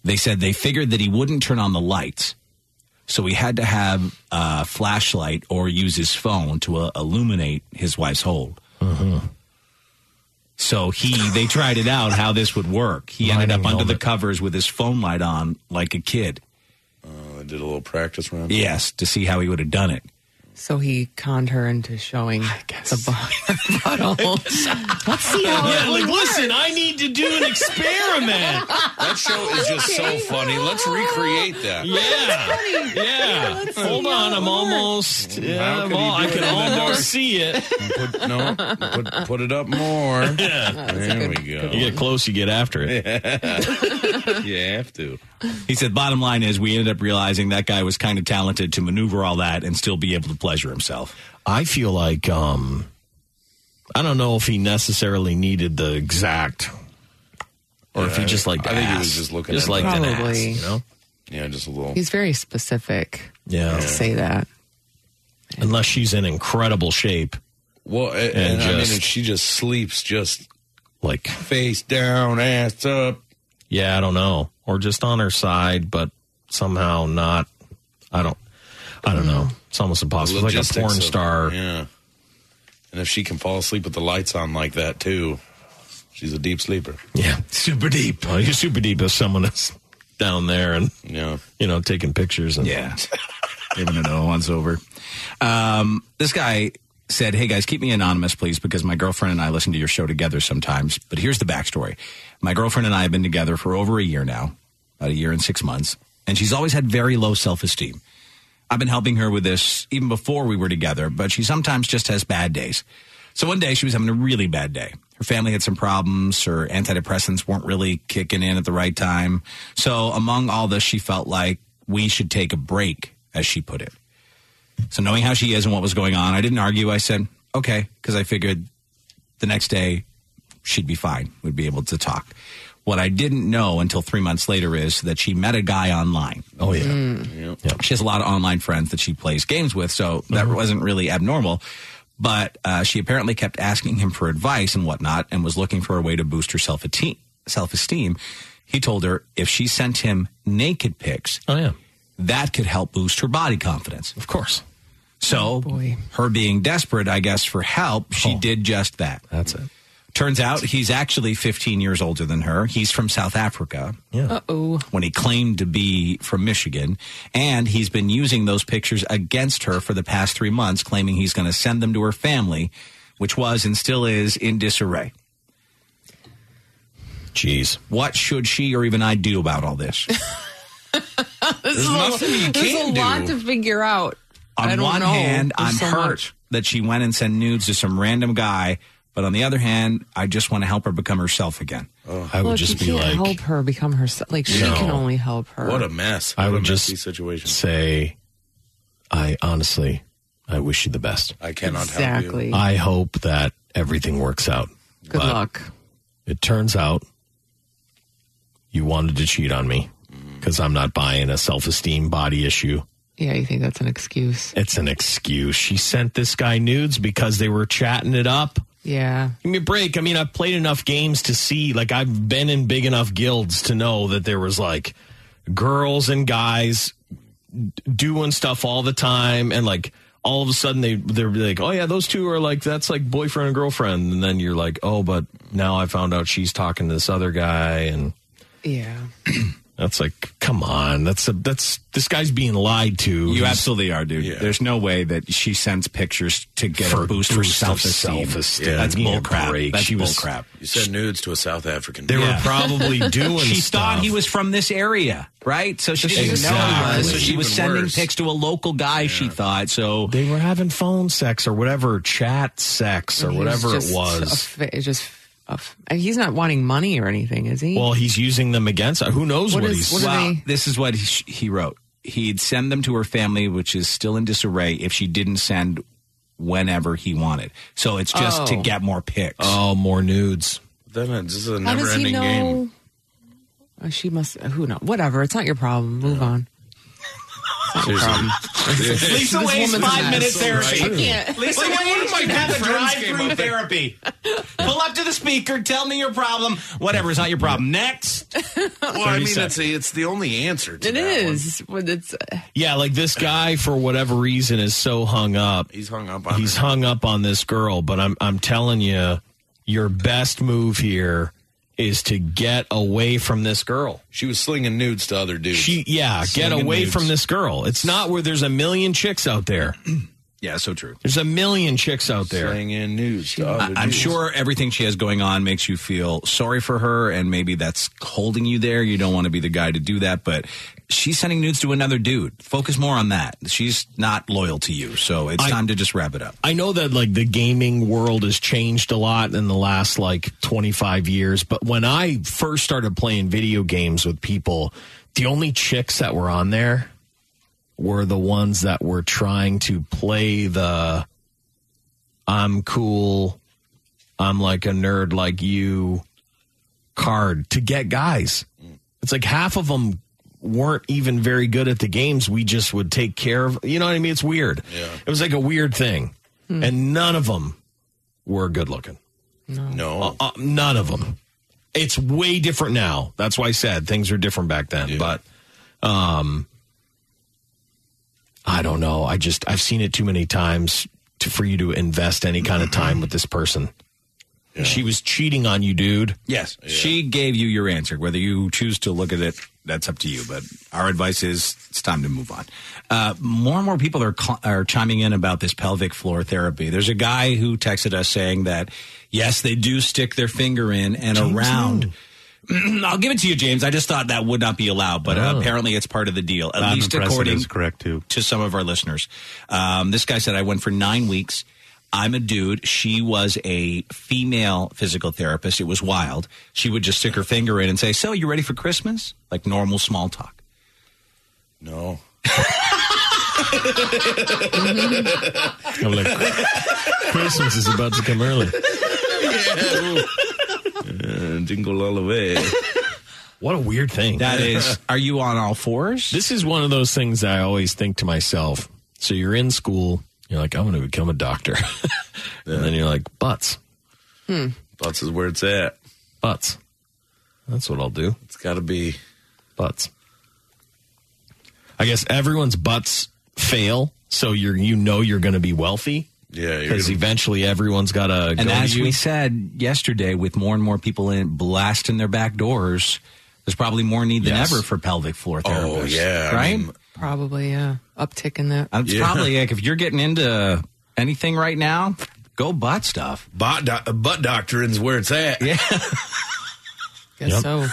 [SPEAKER 4] They said they figured that he wouldn't turn on the lights, so he had to have a flashlight or use his phone to uh, illuminate his wife's hole. So he, they tried it out how this would work. He ended up
[SPEAKER 7] Lighting
[SPEAKER 4] under the
[SPEAKER 7] helmet.
[SPEAKER 4] covers with his phone light on, like a kid.
[SPEAKER 5] I Uh, did a little practice round.
[SPEAKER 4] Yes, to see how he would have done it.
[SPEAKER 6] So he conned her into showing the butt- butthole. Let's see how
[SPEAKER 7] Yeah,
[SPEAKER 6] it
[SPEAKER 7] like
[SPEAKER 6] would work.
[SPEAKER 7] listen, I need to do an experiment.
[SPEAKER 5] That show is just so funny. Let's recreate that.
[SPEAKER 7] Yeah, yeah. Hold on, I'm almost.
[SPEAKER 5] How
[SPEAKER 7] Yeah,
[SPEAKER 5] could
[SPEAKER 7] I'm
[SPEAKER 5] he
[SPEAKER 7] all-
[SPEAKER 5] do
[SPEAKER 7] I
[SPEAKER 5] it
[SPEAKER 7] can
[SPEAKER 5] in the dark?
[SPEAKER 7] almost see it.
[SPEAKER 5] Put, no, put, put it up more. There we go.
[SPEAKER 7] You get close, you get after it.
[SPEAKER 5] You have to.
[SPEAKER 4] He said, bottom line is, we ended up realizing that guy was kind of talented to maneuver all that and still be able to pleasure himself.
[SPEAKER 7] I feel like um, I don't know if he necessarily needed the exact, or if he just liked.
[SPEAKER 5] I think he
[SPEAKER 7] ass.
[SPEAKER 5] was just looking
[SPEAKER 7] just
[SPEAKER 5] at
[SPEAKER 7] liked an ass,
[SPEAKER 6] Probably.
[SPEAKER 7] you know?
[SPEAKER 5] Yeah, just a little.
[SPEAKER 6] He's very specific
[SPEAKER 7] Yeah.
[SPEAKER 6] to say that.
[SPEAKER 7] Unless she's in incredible shape,
[SPEAKER 5] Well, and,
[SPEAKER 7] And
[SPEAKER 5] and I mean,
[SPEAKER 7] just-
[SPEAKER 5] and she just sleeps just
[SPEAKER 7] like
[SPEAKER 5] face down, ass up.
[SPEAKER 7] yeah, I don't know, or just on her side, but somehow not. I don't. I don't know. It's almost impossible. It's like a
[SPEAKER 5] Logistics
[SPEAKER 7] porn
[SPEAKER 5] of-
[SPEAKER 7] star.
[SPEAKER 5] Yeah. And if she can fall asleep with the lights on like that too, she's a deep sleeper.
[SPEAKER 7] Yeah, super deep. Well, you're super deep if someone is down there and
[SPEAKER 5] Yeah.
[SPEAKER 7] you know taking pictures and
[SPEAKER 4] Yeah. Giving it a once over. Um, this guy said, Hey guys, keep me anonymous, please, because my girlfriend and I listen to your show together sometimes. But here's the backstory my girlfriend and I have been together for over a year now, about a year and six months, and she's always had very low self esteem. I've been helping her with this even before we were together, but she sometimes just has bad days. So one day she was having a really bad day. Her family had some problems. Her antidepressants weren't really kicking in at the right time. So among all this, she felt like we should take a break, as she put it. So knowing how she is and what was going on, I didn't argue. I said, okay, because I figured the next day she'd be fine. We'd be able to talk. What I didn't know until three months later is that she met a guy online
[SPEAKER 7] oh yeah, Mm-hmm.
[SPEAKER 4] she has a lot of online friends that she plays games with, so that wasn't really abnormal. But uh, she apparently kept asking him for advice and whatnot, and was looking for a way to boost her self self esteem. He told her if she sent him naked pics,
[SPEAKER 7] oh yeah,
[SPEAKER 4] that could help boost her body confidence.
[SPEAKER 7] of course.
[SPEAKER 4] So,
[SPEAKER 6] boy.
[SPEAKER 4] her being desperate, I guess, for help, she did just that.
[SPEAKER 7] Oh. That's it.
[SPEAKER 4] Turns out he's actually 15 years older than her. He's from South Africa
[SPEAKER 7] Yeah.
[SPEAKER 6] Oh,
[SPEAKER 4] when he claimed to be from Michigan. And he's been using those pictures against her for the past three months, claiming he's going to send them to her family, which was and still is in disarray.
[SPEAKER 7] Jeez.
[SPEAKER 4] What should she or even I do about all this?
[SPEAKER 5] There's nothing you
[SPEAKER 6] there's a
[SPEAKER 5] can
[SPEAKER 6] lot
[SPEAKER 5] do.
[SPEAKER 6] to figure out.
[SPEAKER 4] On
[SPEAKER 6] I don't
[SPEAKER 4] one
[SPEAKER 6] know.
[SPEAKER 4] hand,
[SPEAKER 6] There's
[SPEAKER 4] I'm
[SPEAKER 6] so
[SPEAKER 4] hurt
[SPEAKER 6] much.
[SPEAKER 4] that she went and sent nudes to some random guy. But on the other hand, I just want to help her become herself again.
[SPEAKER 7] I would
[SPEAKER 6] Look,
[SPEAKER 7] just
[SPEAKER 6] you
[SPEAKER 7] be
[SPEAKER 6] can't
[SPEAKER 7] like,
[SPEAKER 6] help her become herself. Like she
[SPEAKER 7] No.
[SPEAKER 6] can only help her.
[SPEAKER 5] What a mess.
[SPEAKER 7] I
[SPEAKER 5] What a
[SPEAKER 7] would
[SPEAKER 5] messy
[SPEAKER 7] just
[SPEAKER 5] situation.
[SPEAKER 7] say, I honestly, I wish you the best.
[SPEAKER 5] I cannot help you.
[SPEAKER 6] exactly.
[SPEAKER 7] I hope that everything works out.
[SPEAKER 6] Good
[SPEAKER 7] but
[SPEAKER 6] luck.
[SPEAKER 7] It turns out you wanted to cheat on me
[SPEAKER 5] Mm-hmm.
[SPEAKER 7] because I'm not buying a self esteem body issue.
[SPEAKER 6] Yeah, you think that's an excuse?
[SPEAKER 7] It's an excuse. She sent this guy nudes because they were chatting it up.
[SPEAKER 6] Yeah.
[SPEAKER 7] Give me a break. I mean, I've played enough games to see, like, I've been in big enough guilds to know that there was like girls and guys d- doing stuff all the time, and like all of a sudden they they're like, oh yeah, those two are like that's like boyfriend and girlfriend, and then you're like, oh, but now I found out she's talking to this other guy, and
[SPEAKER 6] Yeah.
[SPEAKER 7] that's like, come on, that's a that's this guy's being lied to.
[SPEAKER 4] You
[SPEAKER 7] He's
[SPEAKER 4] absolutely are, dude.
[SPEAKER 5] Yeah.
[SPEAKER 4] There's no way that she sends pictures to get a boost for
[SPEAKER 7] boost of
[SPEAKER 4] self esteem.
[SPEAKER 7] self-esteem.
[SPEAKER 5] Yeah,
[SPEAKER 4] That's
[SPEAKER 7] Give me a
[SPEAKER 4] bull crap.
[SPEAKER 7] break.
[SPEAKER 4] That's
[SPEAKER 7] She
[SPEAKER 4] bull
[SPEAKER 7] was-
[SPEAKER 4] crap.
[SPEAKER 5] You sent nudes to a South African.
[SPEAKER 7] They
[SPEAKER 5] dude.
[SPEAKER 7] were probably doing.
[SPEAKER 4] she
[SPEAKER 7] stuff.
[SPEAKER 4] thought he was from this area, right? So she didn't know he
[SPEAKER 7] Exactly.
[SPEAKER 4] was. So she was
[SPEAKER 5] Even
[SPEAKER 4] sending
[SPEAKER 5] worse.
[SPEAKER 4] pics to a local guy. She thought so.
[SPEAKER 7] they were having phone sex or whatever, chat sex or
[SPEAKER 6] He was
[SPEAKER 7] whatever it
[SPEAKER 6] just
[SPEAKER 7] was.
[SPEAKER 6] a fa- just of and he's not wanting money or anything, is he?
[SPEAKER 7] Well, he's using them against. Who knows what,
[SPEAKER 6] What is-
[SPEAKER 7] he's.
[SPEAKER 6] what are
[SPEAKER 4] Well,
[SPEAKER 6] they-
[SPEAKER 4] this is what he, he wrote. He'd send them to her family, which is still in disarray, if she didn't send whenever he wanted. So it's just to
[SPEAKER 6] Oh.
[SPEAKER 4] get more pics.
[SPEAKER 7] oh, more nudes.
[SPEAKER 5] Then it's just a
[SPEAKER 6] How does he
[SPEAKER 5] never-ending
[SPEAKER 6] know?
[SPEAKER 5] game.
[SPEAKER 6] Uh, she must. Who knows? Whatever. It's not your problem. Move on.
[SPEAKER 5] Seriously.
[SPEAKER 4] Lisa
[SPEAKER 6] waits five minutes
[SPEAKER 5] therapy.
[SPEAKER 6] can't.
[SPEAKER 4] Lisa
[SPEAKER 5] Like, one of my
[SPEAKER 4] should
[SPEAKER 5] good
[SPEAKER 4] have a
[SPEAKER 5] friends came
[SPEAKER 4] drive-through
[SPEAKER 5] up there.
[SPEAKER 4] therapy. Pull up to the speaker, tell me your problem. Whatever, it's not your problem. Next.
[SPEAKER 5] Well, I mean, it's, it's the only answer to
[SPEAKER 6] It
[SPEAKER 5] that one.
[SPEAKER 6] is. When it's uh,
[SPEAKER 7] Yeah, like this guy for whatever reason is so hung up.
[SPEAKER 5] He's hung up on
[SPEAKER 7] He's
[SPEAKER 5] her.
[SPEAKER 7] hung up on this girl, but I'm I'm telling you, your best move here is to get away from this girl.
[SPEAKER 5] She was slinging nudes to other dudes.
[SPEAKER 7] She yeah, get
[SPEAKER 5] Slinging
[SPEAKER 7] away
[SPEAKER 5] nudes.
[SPEAKER 7] from this girl. It's not where there's a million chicks out there.
[SPEAKER 4] Yeah, so true.
[SPEAKER 7] There's a million chicks out there.
[SPEAKER 5] slinging nudes to
[SPEAKER 4] I-
[SPEAKER 5] other
[SPEAKER 4] I'm
[SPEAKER 5] dudes.
[SPEAKER 4] sure everything she has going on makes you feel sorry for her, and maybe that's holding you there. You don't want to be the guy to do that, but she's sending nudes to another dude. Focus more on that. She's not loyal to you, so it's
[SPEAKER 7] I-
[SPEAKER 4] time to just wrap it up.
[SPEAKER 7] I know that like the gaming world has changed a lot in the last like 25 years, but when I first started playing video games with people, the only chicks that were on there were the ones that were trying to play the I'm cool, I'm like a nerd like you card to get guys. It's like half of them weren't even very good at the games. We just would take care of, you know what I mean? It's weird.
[SPEAKER 5] Yeah.
[SPEAKER 7] It was like a weird thing. And none of them were good looking.
[SPEAKER 5] No.
[SPEAKER 7] Uh, none of them. It's way different now. That's why I said things are different back then. But um, I don't know. I just I've seen it too many times to, for you to invest any kind of time with this person. She was cheating on you, dude.
[SPEAKER 4] Yes. She gave you your answer. Whether you choose to look at it, that's up to you. But our advice is it's time to move on. Uh, more and more people are, cl- are chiming in about this pelvic floor therapy. There's a guy who texted us saying that, yes, they do stick their finger in and around. I'll give it to you, James. I just thought that would not be allowed, but uh, apparently it's part of the deal, at
[SPEAKER 8] Oh. I'm
[SPEAKER 4] least
[SPEAKER 8] impressed it
[SPEAKER 4] according
[SPEAKER 8] is correct, too.
[SPEAKER 4] to some of our listeners. Um, this guy said, I went for nine weeks. I'm a dude. She was a female physical therapist. It was wild. She would just stick her finger in and say, So, you ready for Christmas? Like normal small talk.
[SPEAKER 5] No.
[SPEAKER 7] I'm like, Christmas is about to come early.
[SPEAKER 5] Uh, jingle all the way.
[SPEAKER 7] What a weird thing.
[SPEAKER 4] That is, are you on all fours?
[SPEAKER 7] This is one of those things that I always think to myself. So you're in school, you're like, I'm going to become a doctor. and then you're like, butts,
[SPEAKER 5] Butts is where it's at.
[SPEAKER 7] butts. That's what I'll do.
[SPEAKER 5] It's got to be.
[SPEAKER 7] Butts. I guess everyone's butts fail. So you're, you know, you're going to be wealthy
[SPEAKER 5] Yeah. You're
[SPEAKER 7] because
[SPEAKER 5] gonna,
[SPEAKER 7] eventually everyone's got to
[SPEAKER 4] and
[SPEAKER 7] go
[SPEAKER 4] as
[SPEAKER 7] to you.
[SPEAKER 4] we said yesterday, with more and more people in blasting their back doors, there's probably more need than
[SPEAKER 7] Yes.
[SPEAKER 4] ever for pelvic floor therapists.
[SPEAKER 5] oh, yeah. I
[SPEAKER 4] Right?
[SPEAKER 5] mean,
[SPEAKER 6] probably yeah. Uptick in that.
[SPEAKER 4] it's probably like if you're getting into anything right now, go butt stuff.
[SPEAKER 5] bot doc- butt doctoring's where it's at. Yeah.
[SPEAKER 6] guess
[SPEAKER 7] Yep.
[SPEAKER 6] so.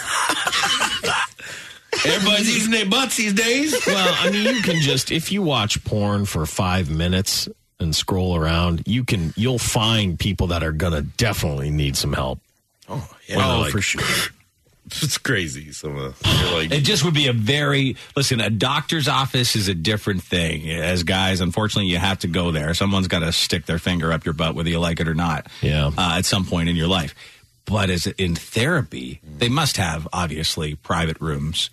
[SPEAKER 5] Everybody's using their butts these days.
[SPEAKER 7] well, I mean, you can just if you watch porn for five minutes and scroll around, you can you'll find people that are gonna definitely need some help.
[SPEAKER 5] Oh, yeah.
[SPEAKER 7] Well,
[SPEAKER 5] like,
[SPEAKER 7] for sure.
[SPEAKER 5] It's crazy. uh, Some of the, you're like,
[SPEAKER 4] It just would be a very listen. A doctor's office is a different thing. As guys, unfortunately, you have to go there. Someone's got to stick their finger up your butt, whether you like it or not.
[SPEAKER 7] Yeah.
[SPEAKER 4] Uh, at some point in your life, but as in therapy, they must have obviously private rooms.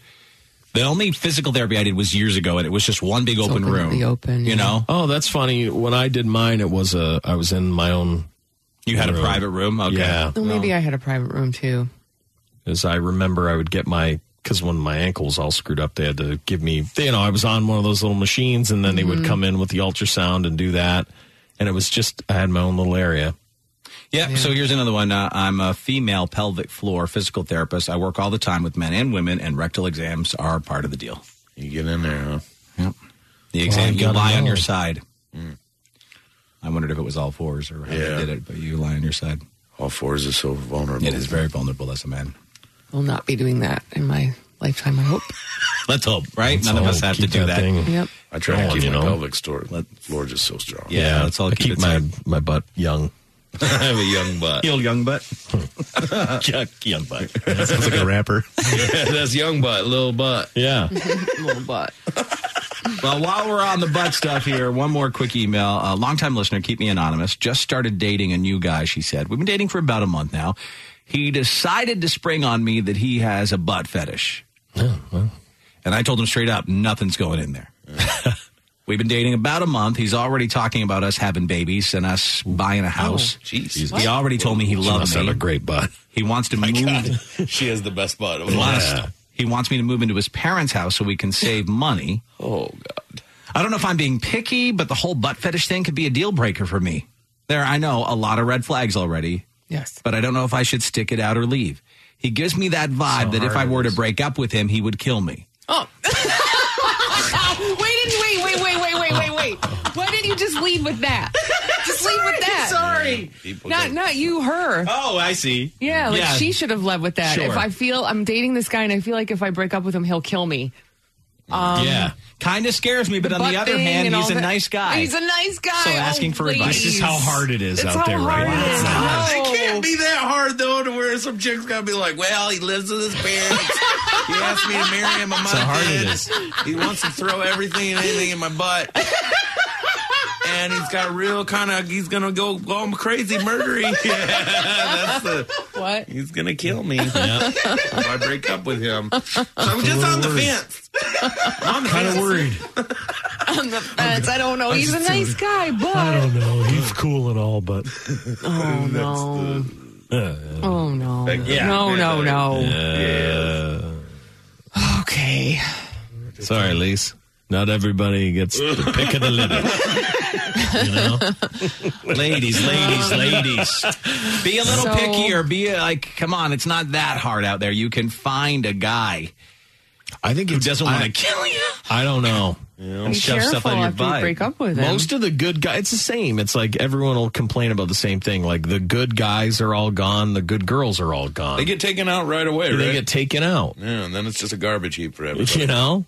[SPEAKER 4] The only physical therapy I did was years ago, and it was just one big open,
[SPEAKER 6] open to
[SPEAKER 4] room.
[SPEAKER 6] the open,
[SPEAKER 4] you
[SPEAKER 6] yeah.
[SPEAKER 4] know.
[SPEAKER 7] Oh, that's funny. When I did mine, it was a I was in my own.
[SPEAKER 4] You had a
[SPEAKER 7] Room.
[SPEAKER 4] private room. Okay.
[SPEAKER 7] Yeah,
[SPEAKER 6] Well, maybe I had a private room too.
[SPEAKER 7] as I remember, I would get my because when my ankle was all screwed up, they had to give me. they- You know, I was on one of those little machines, and then they
[SPEAKER 4] Mm-hmm.
[SPEAKER 7] would come in with the ultrasound and do that. And it was just I had my own little area.
[SPEAKER 4] Yeah. So here's another one. Uh, I'm a female pelvic floor physical therapist. I work all the time with men and women, and rectal exams are part of the deal.
[SPEAKER 5] you get in there, huh?
[SPEAKER 4] The exam,
[SPEAKER 7] I
[SPEAKER 4] you
[SPEAKER 7] gotta
[SPEAKER 4] lie on
[SPEAKER 7] know.
[SPEAKER 4] your side. I wondered if it was all fours or how
[SPEAKER 5] Mm. Yeah.
[SPEAKER 4] they did it, but you lie on your side.
[SPEAKER 5] All fours are so vulnerable.
[SPEAKER 4] It is very vulnerable as a man.
[SPEAKER 6] Will not be doing that in my lifetime. I hope.
[SPEAKER 4] Let's hope, right? None of us
[SPEAKER 7] So
[SPEAKER 4] have to
[SPEAKER 7] keep
[SPEAKER 4] do that.
[SPEAKER 7] thing.
[SPEAKER 6] Yep.
[SPEAKER 5] I try
[SPEAKER 7] Go
[SPEAKER 5] to
[SPEAKER 7] on,
[SPEAKER 5] keep
[SPEAKER 7] you
[SPEAKER 5] my
[SPEAKER 7] know.
[SPEAKER 5] pelvic store, floor just so strong.
[SPEAKER 4] Yeah,
[SPEAKER 7] Yeah,
[SPEAKER 4] let's all
[SPEAKER 7] I
[SPEAKER 4] keep
[SPEAKER 7] keep
[SPEAKER 4] it
[SPEAKER 7] my
[SPEAKER 4] safe.
[SPEAKER 7] my butt young.
[SPEAKER 5] I have a young butt.
[SPEAKER 4] Heal young butt.
[SPEAKER 7] Chuck Young Butt.
[SPEAKER 8] That sounds like a rapper.
[SPEAKER 5] That's young butt, little butt.
[SPEAKER 7] Yeah.
[SPEAKER 6] Little butt.
[SPEAKER 4] Well, while we're on the butt stuff here, one more quick email. A longtime listener, keep me anonymous, just started dating a new guy, she said. We've been dating for about a month now. He decided to spring on me that he has a butt fetish. And I told him straight up, nothing's going in there. We've been dating about a month. He's already talking about us having babies and us buying a house.
[SPEAKER 5] Jeez.
[SPEAKER 4] he already told me he
[SPEAKER 7] She must
[SPEAKER 4] loves
[SPEAKER 7] have
[SPEAKER 4] me.
[SPEAKER 7] a great butt.
[SPEAKER 4] he wants to move
[SPEAKER 5] she has the best butt of all.
[SPEAKER 4] Plus, He wants me to move into his parents' house so we can save money.
[SPEAKER 5] Oh God.
[SPEAKER 4] I don't know if I'm being picky, but the whole butt fetish thing could be a deal breaker for me. There, I know a lot of red flags already,
[SPEAKER 6] Yes.
[SPEAKER 4] but I don't know if I should stick it out or leave. He gives me that vibe that if I were to break up with him, he would kill me.
[SPEAKER 6] Oh. Wait, didn't wait, wait, wait, wait, wait, wait, wait. Why didn't you just leave with that? Just leave with that.
[SPEAKER 4] Sorry.
[SPEAKER 5] People
[SPEAKER 6] Not
[SPEAKER 5] think-
[SPEAKER 6] not you, her.
[SPEAKER 4] Oh, I see.
[SPEAKER 6] Yeah, like
[SPEAKER 4] Yeah.
[SPEAKER 6] she should have led with that.
[SPEAKER 4] Sure.
[SPEAKER 6] If I feel I'm dating this guy and I feel like if I break up with him, he'll kill me.
[SPEAKER 4] yeah. Kind of scares me, but on
[SPEAKER 6] um, Butt
[SPEAKER 4] the other
[SPEAKER 6] thing
[SPEAKER 4] hand,
[SPEAKER 6] and
[SPEAKER 4] he's
[SPEAKER 6] all
[SPEAKER 4] a
[SPEAKER 6] that-
[SPEAKER 4] nice guy.
[SPEAKER 6] He's a nice guy. oh,
[SPEAKER 4] So asking for advice.
[SPEAKER 7] This is how hard it is out there right now.
[SPEAKER 5] It
[SPEAKER 6] now.
[SPEAKER 5] can't be that hard though to where some chick's gotta be like, well, he lives with his parents. he asked me to marry him. My mom
[SPEAKER 7] hard it
[SPEAKER 5] did.
[SPEAKER 7] is.
[SPEAKER 5] He wants to throw everything and anything in my butt. And he's got real kind of. He's gonna go go crazy, murdering. That's the.
[SPEAKER 6] What?
[SPEAKER 5] He's gonna kill me if I break up with him. So I'm just on the fence. I'm on the
[SPEAKER 7] Kind of
[SPEAKER 5] fence.
[SPEAKER 7] worried.
[SPEAKER 6] On the fence. I don't know. He's a nice guy, but
[SPEAKER 7] know. He's cool and all, but
[SPEAKER 6] oh no. Oh no.
[SPEAKER 5] Yeah.
[SPEAKER 6] No, no,
[SPEAKER 7] Oh,
[SPEAKER 6] no. Okay.
[SPEAKER 7] sorry, Lise. Not everybody gets the pick of the litter. you know,
[SPEAKER 4] ladies, ladies, ladies. Be a little
[SPEAKER 6] So-
[SPEAKER 4] picky or be uh, like, come on, it's not that hard out there. You can find a guy
[SPEAKER 7] I think
[SPEAKER 4] who
[SPEAKER 7] it
[SPEAKER 4] doesn't want to kill you.
[SPEAKER 7] I don't know.
[SPEAKER 6] Be
[SPEAKER 4] Oh. shove
[SPEAKER 6] careful
[SPEAKER 4] stuff on your
[SPEAKER 6] after
[SPEAKER 4] butt.
[SPEAKER 6] you break up with him.
[SPEAKER 7] Most of the good guys, it's the same. It's like everyone will complain about the same thing. Like the good guys are all gone, the good girls are all gone.
[SPEAKER 5] They get taken out right away,
[SPEAKER 7] They
[SPEAKER 5] right?
[SPEAKER 7] get taken out.
[SPEAKER 5] yeah, and then it's just a garbage heap for everybody.
[SPEAKER 7] You know,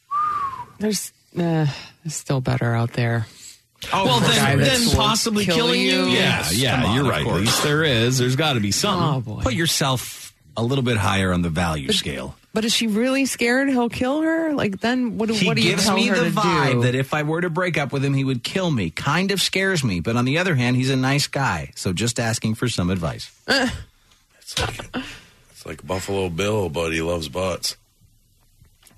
[SPEAKER 6] There's uh, there's still better out there.
[SPEAKER 4] Oh, well,
[SPEAKER 6] guy
[SPEAKER 4] then,
[SPEAKER 6] that's
[SPEAKER 4] then possibly
[SPEAKER 6] kill
[SPEAKER 4] killing you.
[SPEAKER 6] you.
[SPEAKER 7] Yeah, yeah,
[SPEAKER 4] come on,
[SPEAKER 7] you're
[SPEAKER 4] of
[SPEAKER 7] right. At
[SPEAKER 4] course.
[SPEAKER 7] least there is. There's got to be
[SPEAKER 6] Oh
[SPEAKER 7] something.
[SPEAKER 6] boy.
[SPEAKER 4] Put yourself a little bit higher on the value scale.
[SPEAKER 6] But is she really scared he'll kill her? Like then what do
[SPEAKER 4] He
[SPEAKER 6] what do you
[SPEAKER 4] gives
[SPEAKER 6] tell
[SPEAKER 4] me
[SPEAKER 6] her
[SPEAKER 4] the
[SPEAKER 6] to
[SPEAKER 4] vibe
[SPEAKER 6] do?
[SPEAKER 4] that if I were to break up with him, he would kill me. Kind of scares me, but on the other hand, he's a nice guy. So just asking for some advice.
[SPEAKER 6] Eh.
[SPEAKER 5] It's like Buffalo Bill, but he loves butts.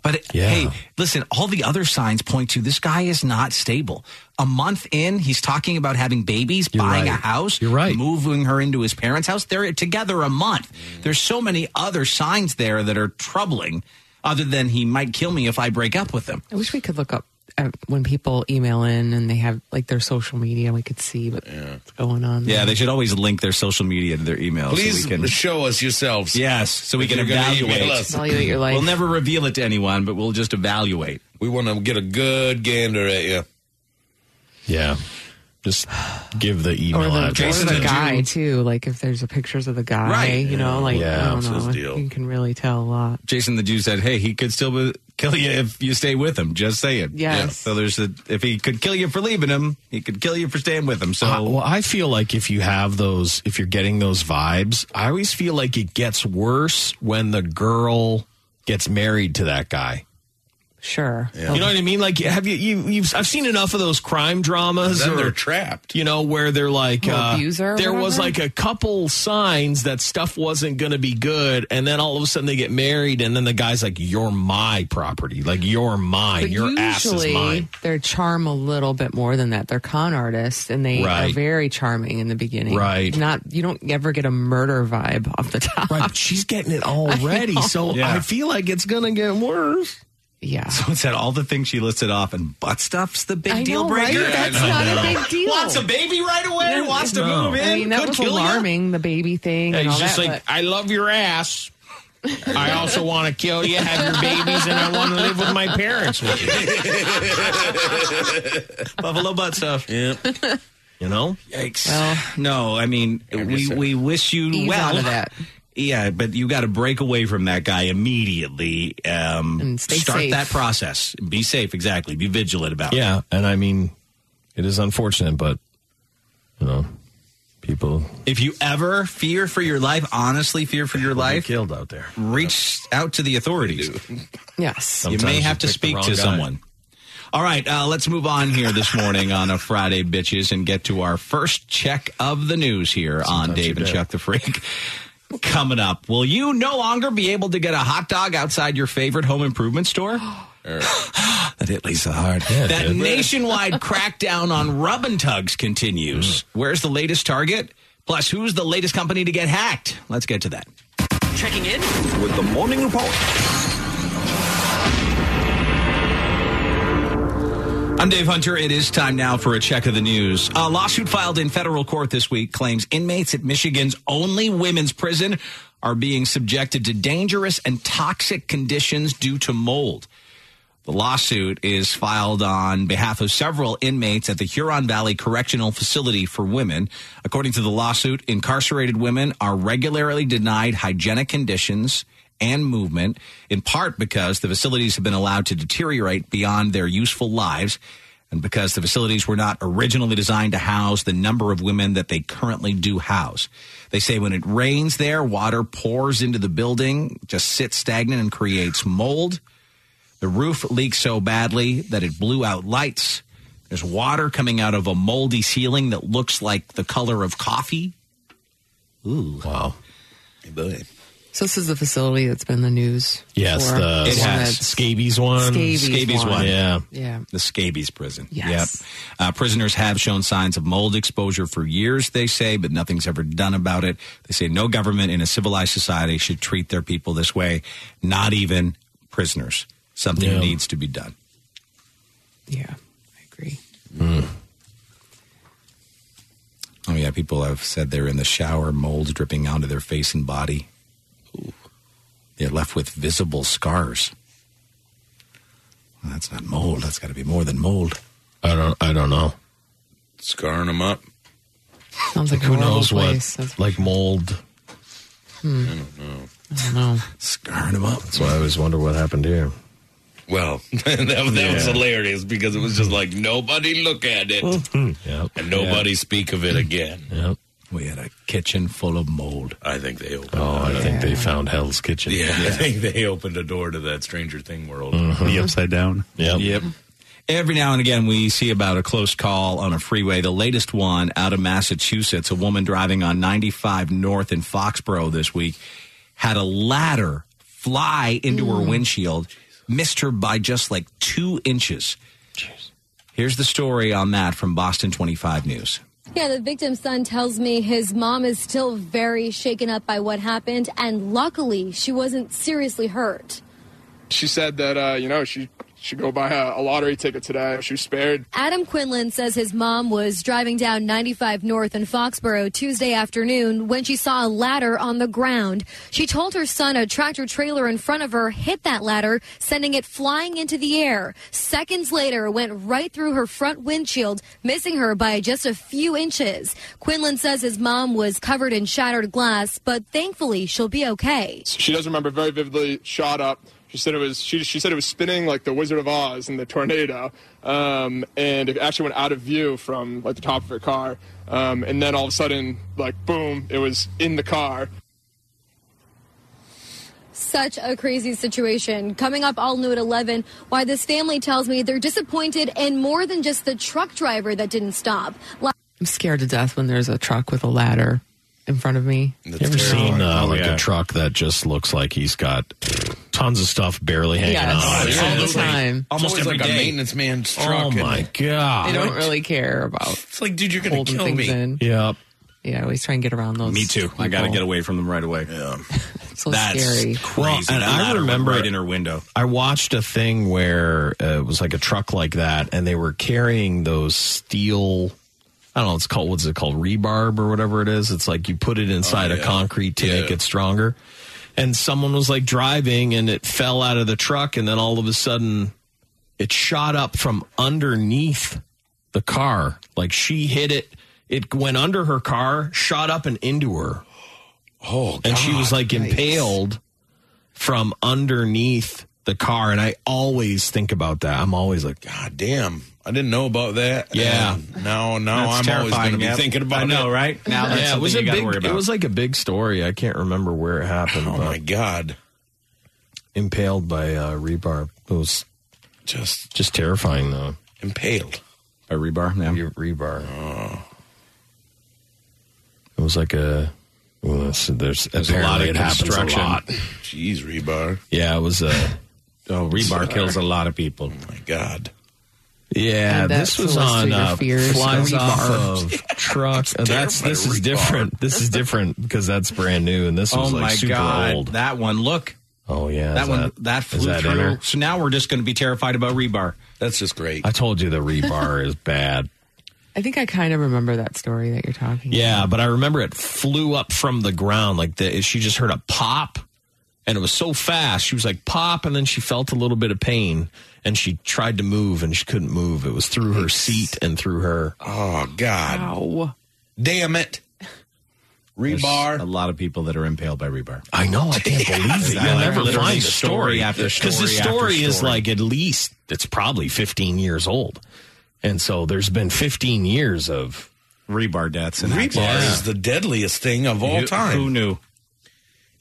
[SPEAKER 4] But
[SPEAKER 7] Yeah.
[SPEAKER 4] hey, listen, all the other signs point to this guy is not stable. A month in, he's talking about having babies, buying a
[SPEAKER 7] right.
[SPEAKER 4] house,
[SPEAKER 7] You're right.
[SPEAKER 4] moving her into his parents' house. They're together a month. There's so many other signs there that are troubling, other than he might kill me if I break up with him.
[SPEAKER 6] I wish we could look up uh, when people email in and they have like their social media, we could see what- what's going on.
[SPEAKER 4] Yeah,
[SPEAKER 6] there.
[SPEAKER 4] they should always link their social media to their emails.
[SPEAKER 5] Please
[SPEAKER 4] so we can,
[SPEAKER 5] show us yourselves.
[SPEAKER 4] yes, so we
[SPEAKER 5] If
[SPEAKER 4] can
[SPEAKER 5] you're gonna
[SPEAKER 4] evaluate.
[SPEAKER 5] email us.
[SPEAKER 6] evaluate your life.
[SPEAKER 4] We'll never reveal it to anyone, but we'll just evaluate.
[SPEAKER 5] We want to get a good gander at you.
[SPEAKER 7] Yeah, just give the
[SPEAKER 6] or
[SPEAKER 7] email
[SPEAKER 6] the, or
[SPEAKER 7] address.
[SPEAKER 4] Jason
[SPEAKER 6] the
[SPEAKER 4] and
[SPEAKER 6] guy
[SPEAKER 4] Jude.
[SPEAKER 6] too. Like if there's a pictures of the guy,
[SPEAKER 4] Right.
[SPEAKER 6] you know, like
[SPEAKER 7] Yeah,
[SPEAKER 6] I
[SPEAKER 7] it's
[SPEAKER 6] don't
[SPEAKER 5] his
[SPEAKER 6] know,
[SPEAKER 5] deal.
[SPEAKER 6] you can really tell a lot.
[SPEAKER 4] Jason the Jew said, "Hey, he could still be- kill you if you stay with him. Just saying.
[SPEAKER 6] Yes.
[SPEAKER 4] Yeah. So there's a if he could kill you for leaving him, he could kill you for staying with him. So
[SPEAKER 7] Uh, well, I feel like if you have those, if you're getting those vibes, I always feel like it gets worse when the girl gets married to that guy.
[SPEAKER 6] Sure,
[SPEAKER 7] You know what I mean? Like, have you, you you've I've seen enough of those crime dramas,
[SPEAKER 5] Then
[SPEAKER 7] or-
[SPEAKER 5] they're trapped.
[SPEAKER 7] you know, where they're like,
[SPEAKER 6] Or
[SPEAKER 7] uh,
[SPEAKER 6] abuser or
[SPEAKER 7] there was like
[SPEAKER 6] whatever?
[SPEAKER 7] a couple signs that stuff wasn't going to be good, and then all of a sudden they get married, and then the guy's like, "You're my property, like you're mine,
[SPEAKER 6] But
[SPEAKER 7] your
[SPEAKER 6] usually
[SPEAKER 7] ass is mine."
[SPEAKER 6] their charm a little bit more than that. They're con artists and they
[SPEAKER 7] Right.
[SPEAKER 6] are very charming in the beginning.
[SPEAKER 7] Right.
[SPEAKER 6] Not you don't ever get a murder vibe off the top.
[SPEAKER 7] Right, but she's getting it already, so
[SPEAKER 4] Yeah.
[SPEAKER 7] I feel like it's going to get worse.
[SPEAKER 6] Yeah.
[SPEAKER 4] someone said all the things she listed off, and butt stuff's the big
[SPEAKER 6] I
[SPEAKER 4] deal
[SPEAKER 6] know,
[SPEAKER 4] breaker.
[SPEAKER 6] right? That's not a big deal.
[SPEAKER 4] Wants a baby right away.
[SPEAKER 6] No,
[SPEAKER 4] wants to
[SPEAKER 7] no.
[SPEAKER 4] move in.
[SPEAKER 6] I mean, that
[SPEAKER 4] could
[SPEAKER 6] was
[SPEAKER 4] kill ya.
[SPEAKER 6] alarming, the baby thing.
[SPEAKER 7] Yeah,
[SPEAKER 6] and all
[SPEAKER 7] he's just
[SPEAKER 6] that,
[SPEAKER 7] like,
[SPEAKER 6] but-
[SPEAKER 7] I love your ass. I also want to kill you, have your babies, and I want to live with my parents. With you.
[SPEAKER 4] Buffalo butt stuff.
[SPEAKER 7] you know,
[SPEAKER 4] Yikes.
[SPEAKER 6] Well-
[SPEAKER 4] no, I mean, we, we wish you
[SPEAKER 6] Ease
[SPEAKER 4] well.
[SPEAKER 6] out of that.
[SPEAKER 4] Yeah, but you got to break away from that guy immediately. Um,
[SPEAKER 6] And stay
[SPEAKER 4] start
[SPEAKER 6] safe.
[SPEAKER 4] that process. Be safe, exactly. Be vigilant about it.
[SPEAKER 7] yeah, and I mean, it is unfortunate, but you know, People
[SPEAKER 4] If you ever fear for your life, honestly fear for your
[SPEAKER 7] get
[SPEAKER 4] life,
[SPEAKER 7] killed out there.
[SPEAKER 4] reach out to the authorities.
[SPEAKER 6] Yes.
[SPEAKER 4] You may
[SPEAKER 7] Sometimes
[SPEAKER 4] have to
[SPEAKER 7] you pick the
[SPEAKER 4] speak
[SPEAKER 7] wrong
[SPEAKER 4] to
[SPEAKER 7] guy.
[SPEAKER 4] someone. All right, uh, let's move on here this morning on a Friday, bitches, and get to our first check of the news here on Dave and Chuck the Freak. Coming up, will you no longer be able to get a hot dog outside your favorite home improvement store?
[SPEAKER 7] Er,
[SPEAKER 4] that hit Lisa hard. that nationwide crackdown on rub and tugs continues. Where's the latest target? Plus, who's the latest company to get hacked? Let's get to that.
[SPEAKER 9] Checking in.
[SPEAKER 10] with the morning report.
[SPEAKER 4] I'm Dave Hunter. It is time now for a check of the news. A lawsuit filed in federal court this week claims inmates at Michigan's only women's prison are being subjected to dangerous and toxic conditions due to mold. The lawsuit is filed on behalf of several inmates at the Huron Valley Correctional Facility for Women. According to the lawsuit, incarcerated women are regularly denied hygienic conditions and movement, in part because the facilities have been allowed to deteriorate beyond their useful lives and because the facilities were not originally designed to house the number of women that they currently do house. They say when it rains there, water pours into the building, just sits stagnant and creates mold. The roof leaked so badly that it blew out lights. There's water coming out of a moldy ceiling that looks like the color of coffee. Ooh. Wow.
[SPEAKER 6] So this is the facility that's been in the news.
[SPEAKER 7] Yes,
[SPEAKER 6] before.
[SPEAKER 7] the
[SPEAKER 4] It
[SPEAKER 6] one
[SPEAKER 4] has.
[SPEAKER 6] that's-
[SPEAKER 7] scabies one.
[SPEAKER 6] Scabies
[SPEAKER 4] Scabies one.
[SPEAKER 6] one.
[SPEAKER 7] Yeah.
[SPEAKER 6] Yeah.
[SPEAKER 4] The scabies prison.
[SPEAKER 6] Yes.
[SPEAKER 4] Yep. Uh, prisoners have shown signs of mold exposure for years, they say, but nothing's ever done about it. They say no government in a civilized society should treat their people this way, not even prisoners. Something
[SPEAKER 7] Yeah.
[SPEAKER 4] needs to be done.
[SPEAKER 6] Yeah. I agree.
[SPEAKER 4] Oh, yeah. People have said they're in the shower, mold dripping onto their face and body. They're left with visible scars. Well, that's not mold. That's got to be more than mold.
[SPEAKER 7] I don't. I don't know.
[SPEAKER 5] Scarring them up.
[SPEAKER 6] Sounds like,
[SPEAKER 7] Who
[SPEAKER 6] a horrible
[SPEAKER 7] knows what?
[SPEAKER 6] place. Hmm. That's-
[SPEAKER 7] Like mold.
[SPEAKER 6] I don't know.
[SPEAKER 4] Scarring them up.
[SPEAKER 7] So I always wonder what happened here.
[SPEAKER 5] Well, that, was- that was hilarious because it was just like nobody look at it
[SPEAKER 7] Yep.
[SPEAKER 5] and nobody speak of it again.
[SPEAKER 7] Yep.
[SPEAKER 4] We had a kitchen full of mold.
[SPEAKER 5] I think they opened.
[SPEAKER 7] Oh, I think they found Hell's Kitchen.
[SPEAKER 5] Yeah, I think they opened a door to that Stranger Thing world.
[SPEAKER 4] Mm-hmm.
[SPEAKER 8] The upside down.
[SPEAKER 7] Mm-hmm. Yep.
[SPEAKER 4] Every now and again, we see about a close call on a freeway. The latest one out of Massachusetts, a woman driving on 95 North in Foxborough this week had a ladder fly into her windshield, missed her by just like two inches. Here's the story on that from Boston 25 News.
[SPEAKER 11] Yeah, the victim's son tells me his mom is still very shaken up by what happened, and luckily she wasn't seriously hurt.
[SPEAKER 12] she said that uh, you know she should go buy a, a lottery ticket today. She was spared.
[SPEAKER 11] Adam Quinlan says his mom was driving down 95 North in Foxborough Tuesday afternoon when she saw a ladder on the ground. She told her son a tractor trailer in front of her hit that ladder, sending it flying into the air. Seconds later, it went right through her front windshield, missing her by just a few inches. Quinlan says his mom was covered in shattered glass, but thankfully she'll be okay.
[SPEAKER 12] She does remember very vividly. Shot up. She said it was. She, she said it was spinning like the Wizard of Oz in the tornado, um, and it actually went out of view from like the top of her car. Um, and then all of a sudden, like boom, it was in the car.
[SPEAKER 11] Such a crazy situation. Coming up all new at 11, why this family tells me they're disappointed in more than just the truck driver that didn't stop. La-
[SPEAKER 6] I'm scared to death when there's a truck with a ladder in front of me.
[SPEAKER 7] You ever seen
[SPEAKER 4] Oh,
[SPEAKER 7] uh, like a truck that just looks like he's got tons of stuff barely hanging
[SPEAKER 5] Oh,
[SPEAKER 7] out?
[SPEAKER 6] Yes. All the time.
[SPEAKER 5] Almost
[SPEAKER 4] every
[SPEAKER 5] like
[SPEAKER 4] day.
[SPEAKER 5] a maintenance man's truck.
[SPEAKER 7] Oh
[SPEAKER 5] and-
[SPEAKER 7] my
[SPEAKER 6] They
[SPEAKER 7] god!
[SPEAKER 6] don't really care about
[SPEAKER 5] It's like, dude, you're gonna
[SPEAKER 6] holding
[SPEAKER 5] kill
[SPEAKER 6] things
[SPEAKER 5] me.
[SPEAKER 6] in.
[SPEAKER 7] Yep.
[SPEAKER 6] Yeah, I always try and get around those.
[SPEAKER 4] I got to
[SPEAKER 6] people.
[SPEAKER 4] get away from them right away.
[SPEAKER 6] It's so
[SPEAKER 4] That's
[SPEAKER 6] scary.
[SPEAKER 4] crazy.
[SPEAKER 7] Well, and
[SPEAKER 4] That
[SPEAKER 7] I
[SPEAKER 4] ladder went
[SPEAKER 7] remember-
[SPEAKER 4] right in her window.
[SPEAKER 7] I watched a thing where uh, it was like a truck like that, and they were carrying those steel. I don't know. It's called what's it called? Rebarb or whatever it is. It's like you put it inside a concrete to make it stronger. And someone was like driving, and it fell out of the truck, and then all of a sudden, it shot up from underneath the car. Like she hit it. It went under her car, shot up and into her. Oh, and she was like impaled from underneath the the car, and I always think about that. I'm always like, God
[SPEAKER 5] damn, I didn't know about that.
[SPEAKER 7] Yeah.
[SPEAKER 5] And now, now
[SPEAKER 7] That's
[SPEAKER 5] I'm always going
[SPEAKER 7] terrifying,
[SPEAKER 5] to be
[SPEAKER 7] yep.
[SPEAKER 5] thinking about
[SPEAKER 7] I know,
[SPEAKER 5] it.
[SPEAKER 7] right? Now that's
[SPEAKER 5] yeah,
[SPEAKER 7] something
[SPEAKER 5] it was a
[SPEAKER 7] you gotta
[SPEAKER 5] big-
[SPEAKER 7] worry about.
[SPEAKER 5] It was
[SPEAKER 7] like a big story. I can't remember where it happened. Oh my
[SPEAKER 5] god!
[SPEAKER 7] Impaled by uh, rebar. It was
[SPEAKER 5] just
[SPEAKER 7] just terrifying though.
[SPEAKER 5] Impaled
[SPEAKER 4] by rebar. Yeah.
[SPEAKER 7] rebar. Oh. It was like a. Well, that's, there's
[SPEAKER 5] There's a lot
[SPEAKER 7] apparently
[SPEAKER 5] of
[SPEAKER 7] it happens a
[SPEAKER 5] construction.
[SPEAKER 7] lot.
[SPEAKER 5] Jeez, rebar.
[SPEAKER 7] Yeah, it was. Uh,
[SPEAKER 4] oh,
[SPEAKER 5] rebar kills a
[SPEAKER 4] lot of people.
[SPEAKER 5] Oh my God.
[SPEAKER 7] Yeah,
[SPEAKER 5] And that
[SPEAKER 7] this was on
[SPEAKER 5] solicitor
[SPEAKER 7] uh,
[SPEAKER 5] fears.
[SPEAKER 7] flies
[SPEAKER 5] Rebar.
[SPEAKER 7] off of
[SPEAKER 5] Yeah,
[SPEAKER 7] truck.
[SPEAKER 5] it's
[SPEAKER 7] Uh, that's this
[SPEAKER 5] terrifying,
[SPEAKER 7] is
[SPEAKER 5] rebar.
[SPEAKER 7] different. This is different because that's brand new, and this
[SPEAKER 4] oh
[SPEAKER 7] was like
[SPEAKER 4] my
[SPEAKER 7] super
[SPEAKER 4] god,
[SPEAKER 7] old.
[SPEAKER 4] that one! Look.
[SPEAKER 7] Oh yeah,
[SPEAKER 4] that
[SPEAKER 7] is
[SPEAKER 4] one
[SPEAKER 7] that-
[SPEAKER 4] that,
[SPEAKER 7] is
[SPEAKER 4] flew
[SPEAKER 7] that
[SPEAKER 4] through.
[SPEAKER 7] inner?
[SPEAKER 4] So now we're just going to be terrified about rebar.
[SPEAKER 5] That's just great.
[SPEAKER 7] I told you the rebar is bad.
[SPEAKER 6] I think I kind of remember that story that you're talking.
[SPEAKER 7] Yeah, but I remember it flew up from the ground like the she just heard a pop and it was so fast. She was like pop and then she felt a little bit of pain and she tried to move and she couldn't move. It was through her seat and through her.
[SPEAKER 5] Oh god. Damn it.
[SPEAKER 7] Rebar.
[SPEAKER 4] a lot of people that are impaled by rebar.
[SPEAKER 7] I know. Oh, I can't believe it. You'll never
[SPEAKER 4] Literally
[SPEAKER 7] find the
[SPEAKER 4] story
[SPEAKER 7] story
[SPEAKER 4] after
[SPEAKER 7] because the
[SPEAKER 4] story after
[SPEAKER 7] story is
[SPEAKER 4] story.
[SPEAKER 7] like at least it's probably 15 years old, and so there's been 15 years of
[SPEAKER 4] rebar deaths.
[SPEAKER 7] and
[SPEAKER 5] Rebar
[SPEAKER 7] accidents.
[SPEAKER 5] is the deadliest thing of all
[SPEAKER 4] Who-
[SPEAKER 5] time.
[SPEAKER 4] Who knew?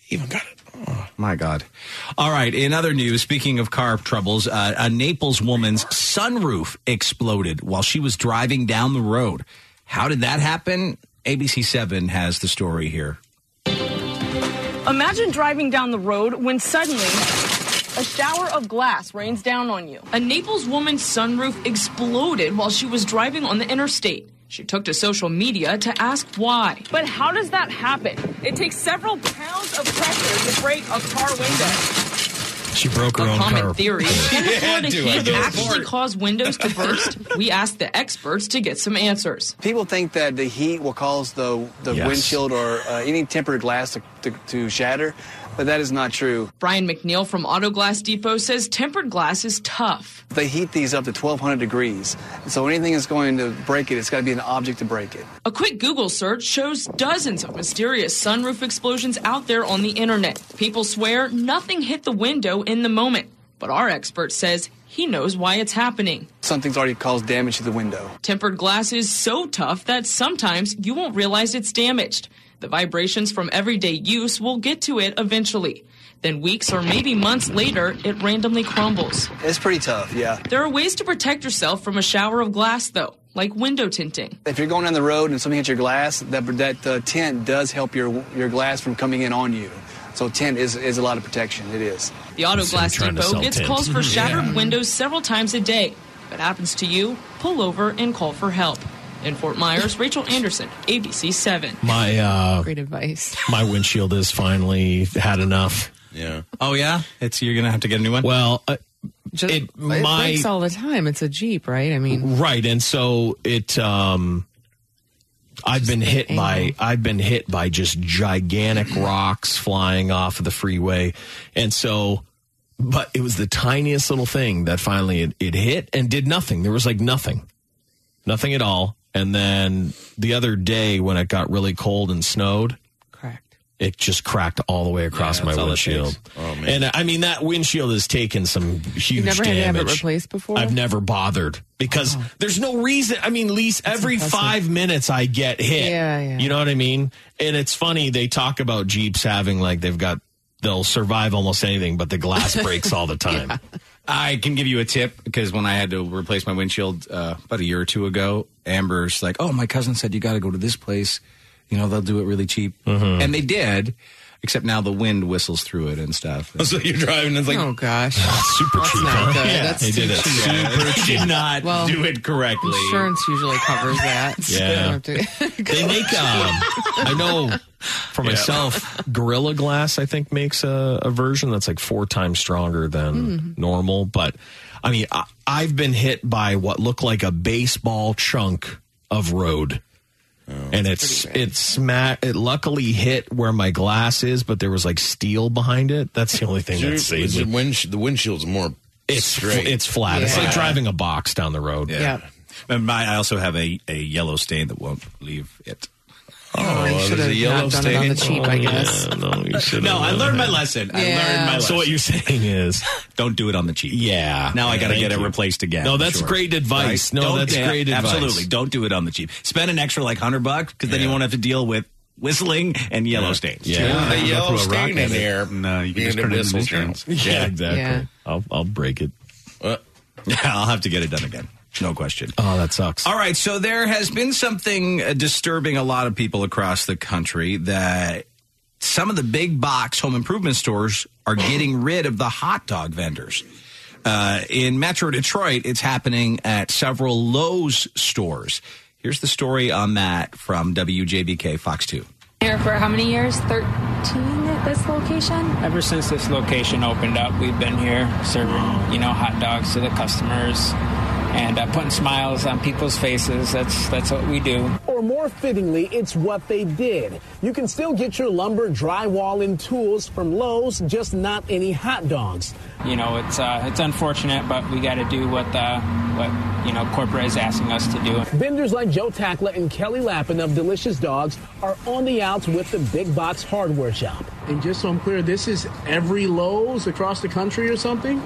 [SPEAKER 5] Even got it.
[SPEAKER 4] My God. All right. In other news, speaking of car troubles, uh, a Naples woman's sunroof exploded while she was driving down the road. How did that happen? ABC7 has the story here.
[SPEAKER 10] Imagine driving down the road when suddenly a shower of glass rains down on you. A Naples woman's sunroof exploded while she was driving on the interstate. She took to social media to ask why. But how does that happen? It takes several pounds of pressure to break a car window.
[SPEAKER 7] She broke her
[SPEAKER 10] A
[SPEAKER 7] own
[SPEAKER 10] common
[SPEAKER 7] car.
[SPEAKER 10] theory. Can the Florida
[SPEAKER 7] do I
[SPEAKER 10] heat
[SPEAKER 7] do it?
[SPEAKER 10] actually cause windows to burst? We asked the experts to get some answers.
[SPEAKER 13] People think that the heat will cause the, the
[SPEAKER 10] Yes.
[SPEAKER 13] windshield or uh, any tempered glass to, to, to shatter, but that is not true.
[SPEAKER 10] Brian McNeil from Auto Glass Depot says tempered glass is tough.
[SPEAKER 13] They heat these up to 1,200 degrees, so anything that's going to break it, it's got to be an object to break it.
[SPEAKER 10] A quick Google search shows dozens of mysterious sunroof explosions out there on the internet. People swear nothing hit the window in the moment, but our expert says he knows why it's happening.
[SPEAKER 13] Something's already caused damage to the window.
[SPEAKER 10] Tempered glass is so tough that sometimes you won't realize it's damaged. The vibrations from everyday use will get to it eventually. Then, weeks or maybe months later, it randomly crumbles.
[SPEAKER 13] It's pretty tough, yeah.
[SPEAKER 10] There are ways to protect yourself from a shower of glass, though, like window tinting.
[SPEAKER 13] If you're going down the road and something hits your glass, that, that uh, tint does help your, your glass from coming in on you. So tint is, is a lot of protection, it is.
[SPEAKER 10] The Auto
[SPEAKER 13] So
[SPEAKER 10] Glass
[SPEAKER 13] trying to
[SPEAKER 10] Depot
[SPEAKER 13] sell
[SPEAKER 10] gets
[SPEAKER 13] tint.
[SPEAKER 10] calls for
[SPEAKER 13] Yeah.
[SPEAKER 10] shattered windows several times a day. If it happens to you, pull over and call for help. In Fort Myers, Rachel Anderson, ABC 7.
[SPEAKER 7] My uh,
[SPEAKER 6] Great advice.
[SPEAKER 7] my windshield has finally had enough.
[SPEAKER 5] Yeah.
[SPEAKER 4] Oh yeah, it's you're gonna have to get a new one.
[SPEAKER 7] Well, uh,
[SPEAKER 6] Just,
[SPEAKER 7] it,
[SPEAKER 6] it
[SPEAKER 7] my
[SPEAKER 6] breaks all the time. It's a Jeep, right? I mean,
[SPEAKER 7] Right, and so it. um I've been hit by I've been hit by just gigantic rocks flying off of the freeway, and so. But it was the tiniest little thing that finally it, it hit and did nothing. There was like nothing, nothing at all. And then the other day when it got really cold and snowed,
[SPEAKER 6] cracked.
[SPEAKER 7] It just cracked all the way across
[SPEAKER 5] Yeah,
[SPEAKER 7] my
[SPEAKER 5] that's all it
[SPEAKER 7] windshield.
[SPEAKER 5] takes. Oh, man.
[SPEAKER 7] And I mean that windshield has taken some huge
[SPEAKER 6] You've never had to
[SPEAKER 7] damage.
[SPEAKER 6] have it replaced before? Oh.
[SPEAKER 7] I've never bothered because there's no reason. I mean, Lise, every five minutes I get hit.
[SPEAKER 6] Yeah, yeah.
[SPEAKER 7] You know what I mean? And it's funny they talk about Jeeps having like they've got they'll survive almost anything, but the glass breaks all the time.
[SPEAKER 4] I can give you a tip because when I had to replace my windshield uh, about a year or two ago, Amber's like, "Oh, my cousin said you got to go to this place. You know, they'll do it really cheap,"
[SPEAKER 7] Mm-hmm.
[SPEAKER 4] and they did. Except now the wind whistles through it and stuff.
[SPEAKER 5] So you're driving, it's like,
[SPEAKER 6] oh gosh,
[SPEAKER 7] super
[SPEAKER 6] cheap, not huh? good. Yeah, That's
[SPEAKER 4] they
[SPEAKER 6] they
[SPEAKER 4] did
[SPEAKER 6] did
[SPEAKER 4] it
[SPEAKER 6] too it cheap.
[SPEAKER 4] super
[SPEAKER 6] super
[SPEAKER 4] cheap.
[SPEAKER 6] cheap.
[SPEAKER 4] Did not
[SPEAKER 6] Well,
[SPEAKER 4] do it correctly.
[SPEAKER 6] insurance usually covers that.
[SPEAKER 7] Yeah.
[SPEAKER 6] You don't have to-
[SPEAKER 7] They make um, I know for
[SPEAKER 6] Yeah.
[SPEAKER 7] myself, Gorilla Glass I think makes a, a version that's like four times stronger than
[SPEAKER 14] Mhm.
[SPEAKER 7] normal. But I mean, I, I've been hit by what looked like a baseball chunk of road.
[SPEAKER 5] Oh.
[SPEAKER 7] and it's it smack it luckily hit where my glass is, but there was like steel behind it. That's the only thing that
[SPEAKER 5] Your-
[SPEAKER 7] saved
[SPEAKER 5] your
[SPEAKER 7] it.
[SPEAKER 5] windshield- the windshield's more
[SPEAKER 7] It's fl-
[SPEAKER 5] straight.
[SPEAKER 7] it's flat. It's like
[SPEAKER 5] Yeah.
[SPEAKER 7] driving a box down the road.
[SPEAKER 4] Yeah. And my, I also have a, a yellow stain that won't leave it.
[SPEAKER 6] Oh, you should have not done it on the cheap, I guess.
[SPEAKER 7] Oh, no, you should.
[SPEAKER 4] Uh, No, I learned my lesson. I
[SPEAKER 6] Yeah.
[SPEAKER 4] learned my lesson.
[SPEAKER 7] So what you're saying is,
[SPEAKER 4] don't do it on the cheap.
[SPEAKER 7] Yeah.
[SPEAKER 4] Now I got to
[SPEAKER 7] Thank
[SPEAKER 4] get it
[SPEAKER 7] you.
[SPEAKER 4] replaced again.
[SPEAKER 7] No, that's
[SPEAKER 4] Sure.
[SPEAKER 7] great advice.
[SPEAKER 4] Right?
[SPEAKER 7] No,
[SPEAKER 4] Don't-
[SPEAKER 7] that's
[SPEAKER 4] yeah,
[SPEAKER 7] great advice.
[SPEAKER 4] Absolutely, don't do it on the cheap. Spend an extra like hundred bucks because then you won't have to deal with whistling and yellow stains.
[SPEAKER 5] Yeah. The yellow stain in there.
[SPEAKER 8] No, you can
[SPEAKER 5] just
[SPEAKER 8] turn it into
[SPEAKER 5] insurance.
[SPEAKER 7] Yeah, exactly.
[SPEAKER 5] Yeah.
[SPEAKER 7] I'll I'll break it.
[SPEAKER 4] Uh, I'll have to get it done again. No question.
[SPEAKER 7] Oh, that sucks.
[SPEAKER 4] All right, so there has been something uh, disturbing a lot of people across the country that some of the big box home improvement stores are getting rid of the hot dog vendors. Uh, in Metro Detroit, it's happening at several Lowe's stores. Here's the story on that from WJBK Fox 2.
[SPEAKER 10] Here for how many years? 13 at this location?
[SPEAKER 15] Ever since this location opened up, we've been here serving, you know, hot dogs to the customers and uh, putting smiles on people's faces. That's that's what we do.
[SPEAKER 16] Or more fittingly, it's what they did. You can still get your lumber, drywall, and tools from Lowe's, just not any hot dogs.
[SPEAKER 15] You know, it's uh, it's unfortunate, but we got to do what uh, what you know corporate is asking us to do.
[SPEAKER 16] Vendors like Joe Tackla and Kelly Lappin of Delicious Dogs are on the outs with the big box hardware shop. And just so I'm clear, this is every Lowe's across the country or something?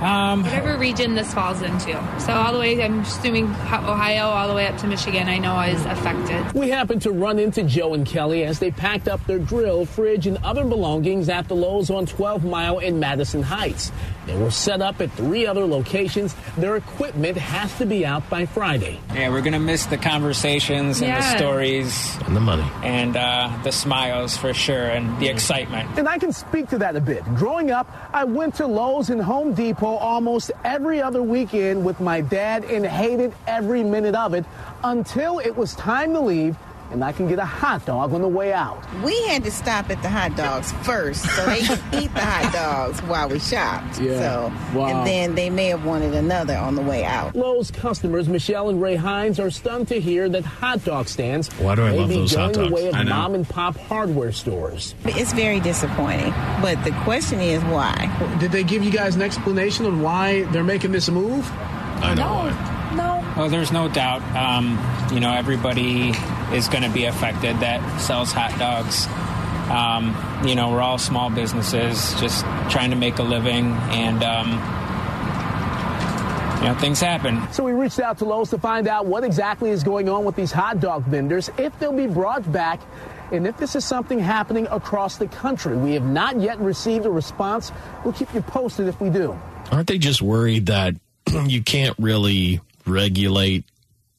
[SPEAKER 15] Um,
[SPEAKER 17] Whatever region this falls into. So, all the way, I'm assuming Ohio, all the way up to Michigan, I know is affected.
[SPEAKER 16] We happened to run into Joe and Kelly as they packed up their grill, fridge, and other belongings at the Lowe's on 12 Mile in Madison Heights. They were set up at three other locations. Their equipment has to be out by Friday.
[SPEAKER 15] Yeah, we're gonna miss the conversations and
[SPEAKER 16] Yeah.
[SPEAKER 15] the stories
[SPEAKER 7] and the money
[SPEAKER 15] and uh, the smiles for sure and the excitement.
[SPEAKER 16] And I can speak to that a bit. Growing up, I went to Lowe's and Home Depot almost every other weekend with my dad and hated every minute of it until it was time to leave and I can get a hot dog on the way out.
[SPEAKER 18] We had to stop at the hot dogs first, so they could eat the hot dogs while we shopped.
[SPEAKER 16] Yeah.
[SPEAKER 18] So,
[SPEAKER 16] Wow.
[SPEAKER 18] and then they may have wanted another on the way out.
[SPEAKER 16] Lowe's customers Michelle and Ray Hines are stunned to hear that hot dog stands
[SPEAKER 18] Why do I
[SPEAKER 16] may
[SPEAKER 18] love
[SPEAKER 16] be
[SPEAKER 18] those
[SPEAKER 16] going
[SPEAKER 18] hot
[SPEAKER 16] the way
[SPEAKER 18] dogs?
[SPEAKER 16] of
[SPEAKER 18] I know.
[SPEAKER 16] mom and pop hardware stores.
[SPEAKER 18] It's very disappointing, but the question is why?
[SPEAKER 16] Did they give you guys an explanation on why they're making this move?
[SPEAKER 15] I know.
[SPEAKER 18] No.
[SPEAKER 15] Well, there's no doubt. Um, you know, everybody is going to be affected that sells hot dogs. Um, you know, we're all small businesses just trying to make a living, and um, you know, things happen.
[SPEAKER 16] So we reached out to Lowe's to find out what exactly is going on with these hot dog vendors, if they'll be brought back, and if this is something happening across the country. We have not yet received a response. We'll keep you posted if we do.
[SPEAKER 7] Aren't they just worried that you can't really regulate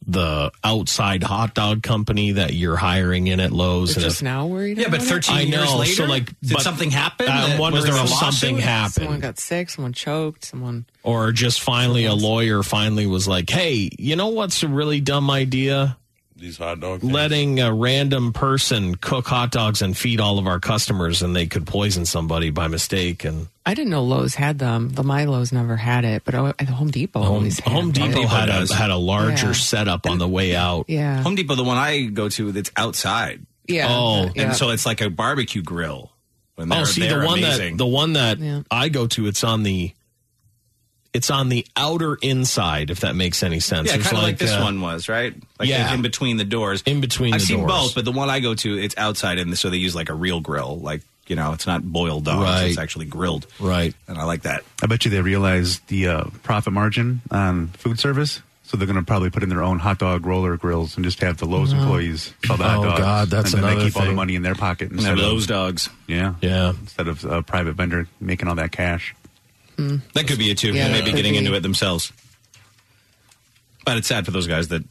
[SPEAKER 7] the outside hot dog company that you're hiring in at Lowe's?
[SPEAKER 6] They're
[SPEAKER 7] and
[SPEAKER 6] just
[SPEAKER 7] if-
[SPEAKER 6] now worried
[SPEAKER 7] Yeah, but
[SPEAKER 6] about it?
[SPEAKER 7] 13 I years know, later? so, like, Did but something happen I'm that- wondering was there a if something lawsuit? happened.
[SPEAKER 6] Someone got sick, someone choked, someone...
[SPEAKER 7] Or just finally a lawyer finally was like, hey, you know what's a really dumb idea?
[SPEAKER 5] These hot dogs.
[SPEAKER 7] Letting a random person cook hot dogs and feed all of our customers and they could poison somebody by mistake. And
[SPEAKER 6] I didn't know Lowe's had them. The My Lowe's never had it, but oh, at Home Depot always had
[SPEAKER 7] Home
[SPEAKER 6] them.
[SPEAKER 7] Depot had
[SPEAKER 4] does.
[SPEAKER 7] a, had a larger
[SPEAKER 6] Yeah.
[SPEAKER 7] setup on the way out.
[SPEAKER 6] Yeah.
[SPEAKER 4] Home Depot, the one I go to, that's outside.
[SPEAKER 6] Yeah. Oh.
[SPEAKER 4] and
[SPEAKER 6] Yeah.
[SPEAKER 4] so it's like a barbecue grill. When
[SPEAKER 7] oh,
[SPEAKER 4] they're-
[SPEAKER 7] see
[SPEAKER 4] they're
[SPEAKER 7] the one
[SPEAKER 4] amazing.
[SPEAKER 7] that the one that I go to. It's on the it's on the outer inside, if that makes any sense.
[SPEAKER 4] Yeah,
[SPEAKER 7] There's
[SPEAKER 4] kind of like, this
[SPEAKER 7] uh,
[SPEAKER 4] one was, right? Like
[SPEAKER 7] yeah.
[SPEAKER 4] in between the doors.
[SPEAKER 7] In between
[SPEAKER 4] I've
[SPEAKER 7] the
[SPEAKER 4] seen
[SPEAKER 7] doors.
[SPEAKER 4] both, but the one I go to, it's outside, and so they use like a real grill. Like, you know, it's not boiled dogs,
[SPEAKER 8] Right.
[SPEAKER 4] it's actually grilled.
[SPEAKER 7] Right.
[SPEAKER 4] And I like that.
[SPEAKER 8] I bet you they realize the uh, profit margin on food service, so they're going to probably put in their own hot dog roller grills and just have the Lowe's
[SPEAKER 7] Wow.
[SPEAKER 8] employees sell the hot
[SPEAKER 7] Mm-hmm. Oh,
[SPEAKER 8] dogs.
[SPEAKER 7] God, that's
[SPEAKER 8] and then
[SPEAKER 7] another
[SPEAKER 8] they keep all the
[SPEAKER 7] thing.
[SPEAKER 8] money in their pocket
[SPEAKER 7] And
[SPEAKER 8] instead
[SPEAKER 7] have
[SPEAKER 8] of
[SPEAKER 7] Lowe's
[SPEAKER 4] dogs.
[SPEAKER 8] Yeah,
[SPEAKER 7] yeah.
[SPEAKER 8] Instead of a private vendor making all that cash.
[SPEAKER 7] Hmm.
[SPEAKER 4] That could be it too.
[SPEAKER 8] Yeah,
[SPEAKER 4] they
[SPEAKER 8] that
[SPEAKER 4] may be
[SPEAKER 8] could
[SPEAKER 4] getting
[SPEAKER 8] be.
[SPEAKER 4] into it themselves. But it's sad for those guys that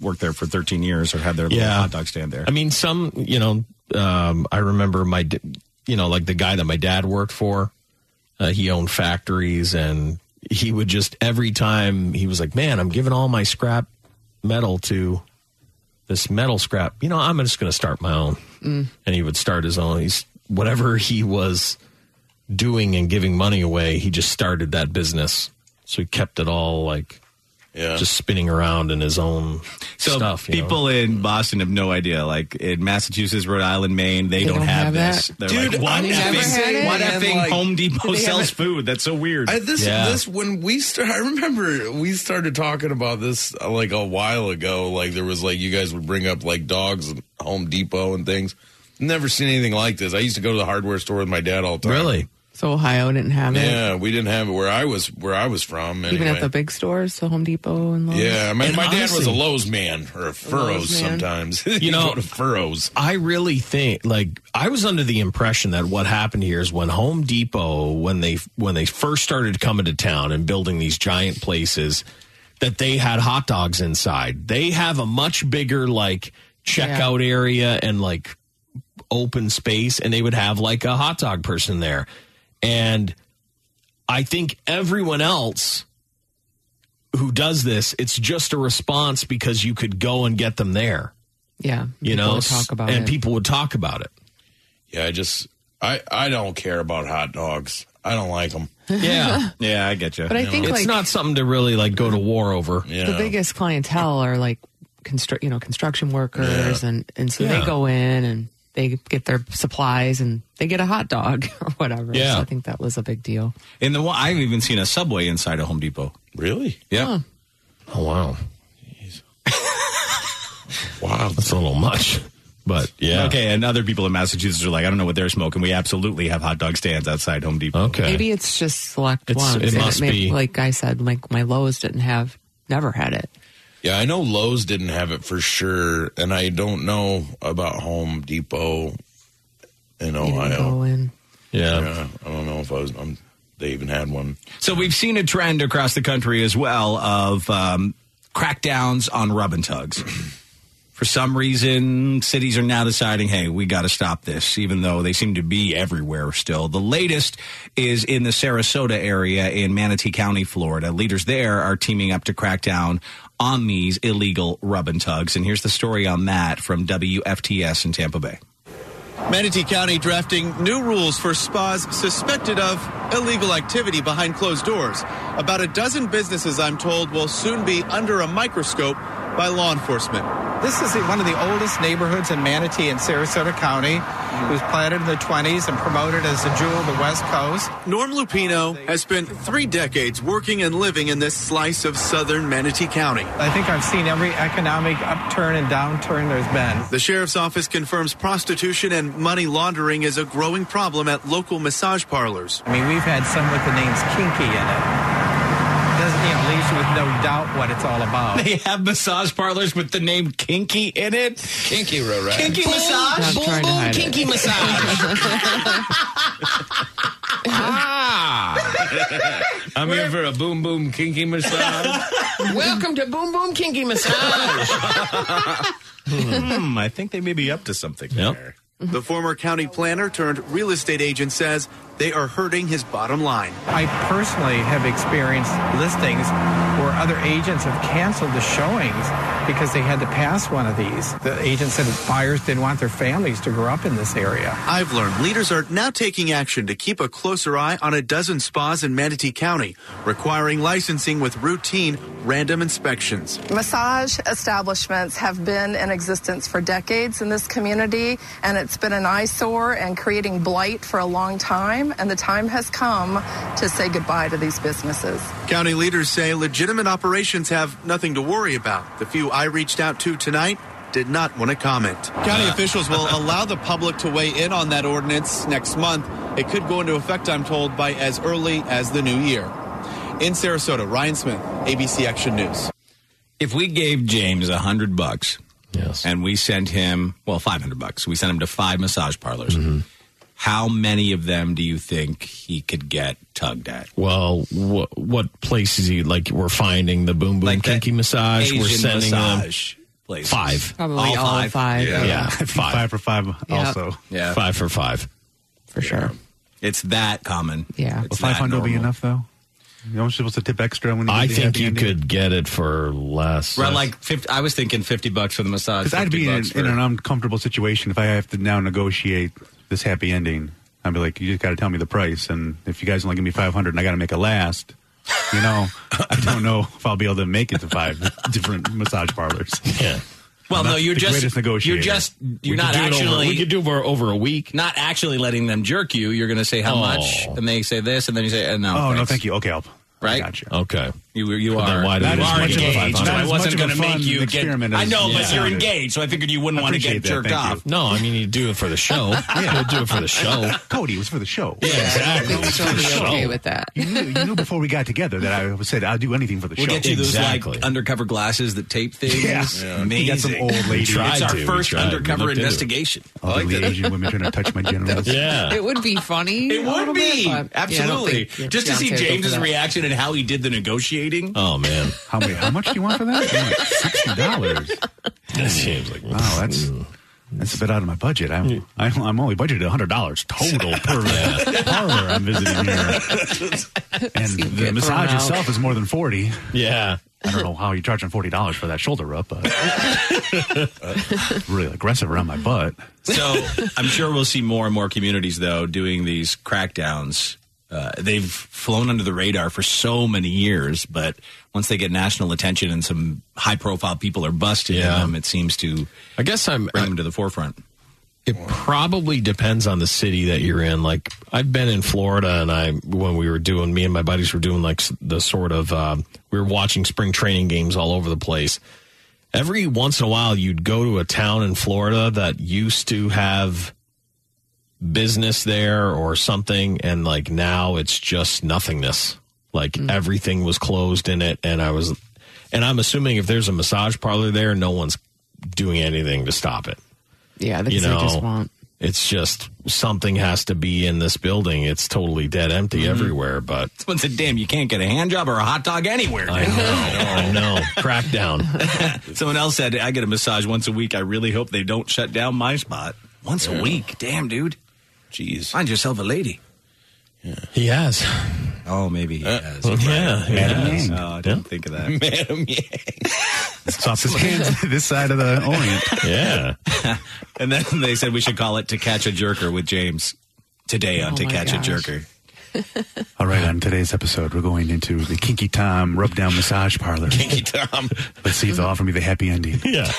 [SPEAKER 4] worked there for 13 years or had their little
[SPEAKER 7] Yeah.
[SPEAKER 4] hot dog stand there.
[SPEAKER 7] I mean, some you know, um, I remember my d- you know, like the guy that my dad worked for. Uh, he owned factories, and he would just every time he was like, "Man, I'm giving all my scrap metal to this metal scrap. You know, I'm just going to start my own."
[SPEAKER 6] Mm.
[SPEAKER 7] and he would start his own. He's whatever he was doing and giving money away. He just started that business, so he kept it all like just spinning around in his own
[SPEAKER 4] So
[SPEAKER 7] stuff. you know?
[SPEAKER 4] people in Boston have no idea. Like in Massachusetts, Rhode Island, Maine, they, don't, have, this.
[SPEAKER 5] that.
[SPEAKER 4] They're
[SPEAKER 5] Dude,
[SPEAKER 4] like, what
[SPEAKER 5] I'm never had
[SPEAKER 4] effing,
[SPEAKER 5] it.
[SPEAKER 4] what
[SPEAKER 5] And,
[SPEAKER 4] effing
[SPEAKER 5] like,
[SPEAKER 4] Home
[SPEAKER 5] they
[SPEAKER 4] Depot
[SPEAKER 5] have
[SPEAKER 4] sells
[SPEAKER 5] it-
[SPEAKER 4] food? That's so weird.
[SPEAKER 5] I, this this when we start. I remember we started talking about this uh, like a while ago. Like there was like you guys would bring up like dogs and Home Depot and things. Never seen anything like this. I used to go to the hardware store with my dad all the time. Really?
[SPEAKER 6] So Ohio didn't have it.
[SPEAKER 5] Yeah, we didn't have it where I was where I was from. Anyway.
[SPEAKER 6] Even at the big stores, so Home Depot and Lowe's.
[SPEAKER 5] yeah, I mean, my dad was
[SPEAKER 7] honestly-
[SPEAKER 5] a Lowe's man or a Furrows
[SPEAKER 7] man.
[SPEAKER 5] sometimes.
[SPEAKER 7] You
[SPEAKER 5] He'd
[SPEAKER 7] know-
[SPEAKER 5] go to Furrows.
[SPEAKER 7] I really think like I was under the impression that what happened here is when Home Depot when they when they first started coming to town and building these giant places that they had hot dogs inside. They have a much bigger like checkout area and like open space and they would have like a hot dog person there. And I think everyone else who does this, it's just a response because you could go and get them there
[SPEAKER 6] Yeah.
[SPEAKER 7] you
[SPEAKER 6] People
[SPEAKER 7] know,
[SPEAKER 6] would talk about
[SPEAKER 7] and
[SPEAKER 6] it.
[SPEAKER 7] people would talk about it.
[SPEAKER 5] Yeah, I just I I don't care about hot dogs. I don't like them.
[SPEAKER 7] Yeah.
[SPEAKER 4] yeah, I get you.
[SPEAKER 6] But I think,
[SPEAKER 7] it's
[SPEAKER 6] like-
[SPEAKER 7] not something to really like go to war over.
[SPEAKER 5] Yeah.
[SPEAKER 6] The biggest clientele are like construct, you know, construction workers,
[SPEAKER 7] Yeah.
[SPEAKER 6] and and so
[SPEAKER 7] Yeah.
[SPEAKER 6] they go in and they get their supplies and they get a hot dog or whatever.
[SPEAKER 4] Yeah.
[SPEAKER 6] So I think that was a big deal.
[SPEAKER 4] In the one- I've even seen a subway inside a Home Depot.
[SPEAKER 5] Really?
[SPEAKER 4] Yeah.
[SPEAKER 7] Oh wow.
[SPEAKER 5] wow,
[SPEAKER 7] that's a little much. But yeah.
[SPEAKER 4] Okay, and other people in Massachusetts are like, I don't know what they're smoking. We absolutely have hot dog stands outside Home Depot.
[SPEAKER 7] Okay.
[SPEAKER 6] Maybe it's just select
[SPEAKER 4] It's-
[SPEAKER 6] ones.
[SPEAKER 4] it
[SPEAKER 6] and
[SPEAKER 4] must
[SPEAKER 6] may-
[SPEAKER 4] be.
[SPEAKER 6] Like I said, like my Lowe's didn't have, never had it.
[SPEAKER 5] Yeah, I know Lowe's didn't have it for sure, and I don't know about Home Depot in Ohio.
[SPEAKER 7] Yeah.
[SPEAKER 5] I don't know if I was. Um, they even had one.
[SPEAKER 4] So we've seen a trend across the country as well of um, crackdowns on rub and tugs. For some reason, cities are now deciding, hey, we got to stop this, even though they seem to be everywhere still. The latest is in the Sarasota area in Manatee County, Florida. Leaders there are teaming up to crack down on these illegal rub and tugs. And here's the story on that from WFTS in Tampa Bay.
[SPEAKER 18] Manatee County drafting new rules for spas suspected of illegal activity behind closed doors. About a dozen businesses, I'm told, will soon be under a microscope by law enforcement.
[SPEAKER 19] This is the- one of the oldest neighborhoods in Manatee in Sarasota County. It was planted in the 20s and promoted as the jewel of the West Coast.
[SPEAKER 18] Norm Lupino has spent three decades working and living in this slice of southern Manatee County.
[SPEAKER 19] I think I've seen every economic upturn and downturn there's been.
[SPEAKER 18] The sheriff's office confirms prostitution and money laundering is a growing problem at local massage parlors.
[SPEAKER 19] I mean, we've had some with the names Kinky in it. Doesn't, you know, leaves you with no doubt what it's all about.
[SPEAKER 4] They have massage parlors with the name Kinky in it.
[SPEAKER 5] Kinky Rorette.
[SPEAKER 4] Kinky
[SPEAKER 7] Boom,
[SPEAKER 4] massage.
[SPEAKER 7] boom,
[SPEAKER 4] Boom, boom, kinky
[SPEAKER 5] ah! I'm here for a boom boom kinky massage.
[SPEAKER 2] Welcome to Boom Boom Kinky Massage.
[SPEAKER 4] hmm, I think they may be up to something
[SPEAKER 18] there. The former county planner turned real estate agent says they are hurting his bottom line.
[SPEAKER 19] I personally have experienced listings where other agents have canceled the showings because they had to pass one of these. The agent said buyers didn't want their families to grow up in this area.
[SPEAKER 18] I've learned leaders are now taking action to keep a closer eye on a dozen spas in Manatee County, requiring licensing with routine random inspections.
[SPEAKER 20] Massage establishments have been in existence for decades in this community, and it's been an eyesore and creating blight for a long time. And the time has come to say goodbye to these businesses.
[SPEAKER 18] County leaders say legitimate operations have nothing to worry about. The few I reached out to tonight did not want to comment.
[SPEAKER 21] County
[SPEAKER 18] officials will allow the public to weigh in on that ordinance next month. It could go into effect, I'm told, by as early as the new year. In Sarasota, Ryan Smith, ABC Action News.
[SPEAKER 4] If we gave James a hundred bucks, yes, and we sent him well five hundred bucks, we sent him to five massage parlors.
[SPEAKER 7] Mm-hmm.
[SPEAKER 4] How many of them do you think he could get tugged at?
[SPEAKER 7] Well, what what places you like? We're finding the boom boom kinky massage. we're
[SPEAKER 4] Asian
[SPEAKER 7] sending them-
[SPEAKER 4] massage places.
[SPEAKER 7] five.
[SPEAKER 6] Probably all five.
[SPEAKER 7] Yeah,
[SPEAKER 6] Yeah.
[SPEAKER 7] five.
[SPEAKER 8] Five for five
[SPEAKER 6] Yeah.
[SPEAKER 8] also.
[SPEAKER 4] Yeah.
[SPEAKER 7] Five for five.
[SPEAKER 6] For sure.
[SPEAKER 4] It's that common.
[SPEAKER 6] Yeah.
[SPEAKER 8] Well, 500 will be enough, though. You're only supposed to tip extra when you
[SPEAKER 7] I
[SPEAKER 8] get the
[SPEAKER 7] think
[SPEAKER 8] happy
[SPEAKER 7] you
[SPEAKER 8] ending.
[SPEAKER 7] could get it for less.
[SPEAKER 4] Right, like 50, I was thinking fifty bucks for the massage.
[SPEAKER 8] Because I'd
[SPEAKER 4] 50
[SPEAKER 8] be in,
[SPEAKER 4] Uh, bucks
[SPEAKER 8] in
[SPEAKER 4] for-
[SPEAKER 8] an uncomfortable situation if I have to now negotiate this happy ending. I'd be like, you just got to tell me the price, and if you guys only give me five hundred, and I got to make it last, you know, I don't know if I'll be able to make it to five different massage parlors.
[SPEAKER 7] Yeah.
[SPEAKER 4] Well, no, you're
[SPEAKER 8] the
[SPEAKER 4] just
[SPEAKER 8] greatest negotiator.
[SPEAKER 4] You're just
[SPEAKER 8] We
[SPEAKER 4] you're
[SPEAKER 8] could
[SPEAKER 4] not
[SPEAKER 8] do it over-
[SPEAKER 4] actually.
[SPEAKER 8] we could
[SPEAKER 7] do over over a week.
[SPEAKER 4] Not actually letting them jerk you. You're going to say how
[SPEAKER 8] Oh.
[SPEAKER 4] much, and they say this, and then you say, uh, "No,
[SPEAKER 8] Oh, no,
[SPEAKER 4] thanks.
[SPEAKER 8] thank you. Okay, I'll
[SPEAKER 4] Right?
[SPEAKER 7] Okay.
[SPEAKER 4] You you
[SPEAKER 7] Then
[SPEAKER 4] are.
[SPEAKER 7] why do
[SPEAKER 4] you
[SPEAKER 7] we
[SPEAKER 4] are
[SPEAKER 7] make it
[SPEAKER 4] engaged.
[SPEAKER 7] 500?
[SPEAKER 4] and I
[SPEAKER 7] Not as much
[SPEAKER 4] wasn't
[SPEAKER 7] of
[SPEAKER 4] going
[SPEAKER 7] a
[SPEAKER 4] to make
[SPEAKER 7] fun
[SPEAKER 4] you get.
[SPEAKER 7] experiment
[SPEAKER 4] I
[SPEAKER 7] as-
[SPEAKER 4] know, but
[SPEAKER 7] Yeah.
[SPEAKER 4] you're
[SPEAKER 7] Yeah.
[SPEAKER 4] engaged, so I figured you wouldn't want to get jerked off.
[SPEAKER 7] No, I mean you do it for the
[SPEAKER 4] Oh,
[SPEAKER 7] show. You would do it for the show.
[SPEAKER 8] Cody it was for the show.
[SPEAKER 7] Yeah, exactly.
[SPEAKER 8] It was
[SPEAKER 7] It's for the
[SPEAKER 8] show.
[SPEAKER 7] show.
[SPEAKER 6] that.
[SPEAKER 8] You knew, you knew before we got together that I said I'll do anything for the
[SPEAKER 4] We'll
[SPEAKER 8] show.
[SPEAKER 4] get you those like undercover glasses that tape things.
[SPEAKER 8] Yeah. Yeah.
[SPEAKER 4] Amazing.
[SPEAKER 8] We got some old
[SPEAKER 4] We
[SPEAKER 8] ladies.
[SPEAKER 4] tried It's our
[SPEAKER 8] to, we
[SPEAKER 4] first
[SPEAKER 8] tried. We
[SPEAKER 4] undercover
[SPEAKER 8] looked into it.
[SPEAKER 4] investigation.
[SPEAKER 8] All the
[SPEAKER 4] that.
[SPEAKER 8] Asian women trying to touch my genitals.
[SPEAKER 6] It would be funny.
[SPEAKER 4] It
[SPEAKER 6] a little
[SPEAKER 4] would
[SPEAKER 6] bit,
[SPEAKER 4] be
[SPEAKER 6] but, yeah, I don't
[SPEAKER 4] absolutely
[SPEAKER 6] think your
[SPEAKER 4] just to see
[SPEAKER 6] fiancé would go for
[SPEAKER 4] James's
[SPEAKER 6] that.
[SPEAKER 4] reaction and how he did the negotiating.
[SPEAKER 7] Oh man,
[SPEAKER 8] how many? How much do you want for that? Sixty dollars.
[SPEAKER 7] That seems like
[SPEAKER 8] wow. That's that's a bit out of my budget. I'm I'm, I'm only budgeted hundred dollars total per parlor I'm visiting here, and the
[SPEAKER 7] get
[SPEAKER 8] massage
[SPEAKER 7] thrown out.
[SPEAKER 8] itself is more than forty.
[SPEAKER 7] Yeah.
[SPEAKER 8] I don't know how you're charging forty dollars for that shoulder rub, but really aggressive around my butt.
[SPEAKER 4] So I'm sure we'll see more and more communities though doing these crackdowns. Uh, they've flown under the radar for so many years, but once they get national attention and some high-profile people are busted in them, it seems to.
[SPEAKER 7] I guess I'm
[SPEAKER 4] bring them to the forefront.
[SPEAKER 7] It probably depends on the city that you're in. Like I've been in Florida, and I when we were doing, me and my buddies were doing like s- the sort of um, we were watching spring training games all over the place. Every once in a while, you'd go to a town in Florida that used to have business there or something, and like now it's just nothingness. Like
[SPEAKER 6] Hmm.
[SPEAKER 7] everything was closed in it, and I was, and I'm assuming if there's a massage parlor there, no one's doing anything to stop it
[SPEAKER 6] Yeah, because
[SPEAKER 7] you know,
[SPEAKER 6] they just want.
[SPEAKER 7] It's just something has to be in this building. It's totally dead empty
[SPEAKER 6] Mm-hmm.
[SPEAKER 7] everywhere, but
[SPEAKER 4] Someone said, "Damn, you can't get a hand job or a hot dog anywhere." I
[SPEAKER 7] know, Oh, I know.
[SPEAKER 4] Crackdown. Someone else said, "I get a massage once a week. I really hope they don't shut down my spot once
[SPEAKER 7] Yeah.
[SPEAKER 4] a week." Damn, dude. Jeez, find yourself a lady.
[SPEAKER 7] he has.
[SPEAKER 4] Oh, maybe he has. You're
[SPEAKER 7] yeah,
[SPEAKER 4] right.
[SPEAKER 7] he
[SPEAKER 4] Madam
[SPEAKER 7] has.
[SPEAKER 4] Yang. Oh, I didn't think of that.
[SPEAKER 5] Madam Yang.
[SPEAKER 8] It's off his hands this side of the orient.
[SPEAKER 4] Yeah. and then they said we should call it To Catch a Jerker with James today on
[SPEAKER 8] Oh
[SPEAKER 4] To
[SPEAKER 8] my
[SPEAKER 4] Catch
[SPEAKER 8] gosh.
[SPEAKER 4] a Jerker.
[SPEAKER 8] All right, on today's episode, we're going into the Kinky Tom Rub Down Massage Parlor. Kinky
[SPEAKER 5] Tom.
[SPEAKER 8] Let's see if they'll offer me the happy ending.
[SPEAKER 7] Yeah.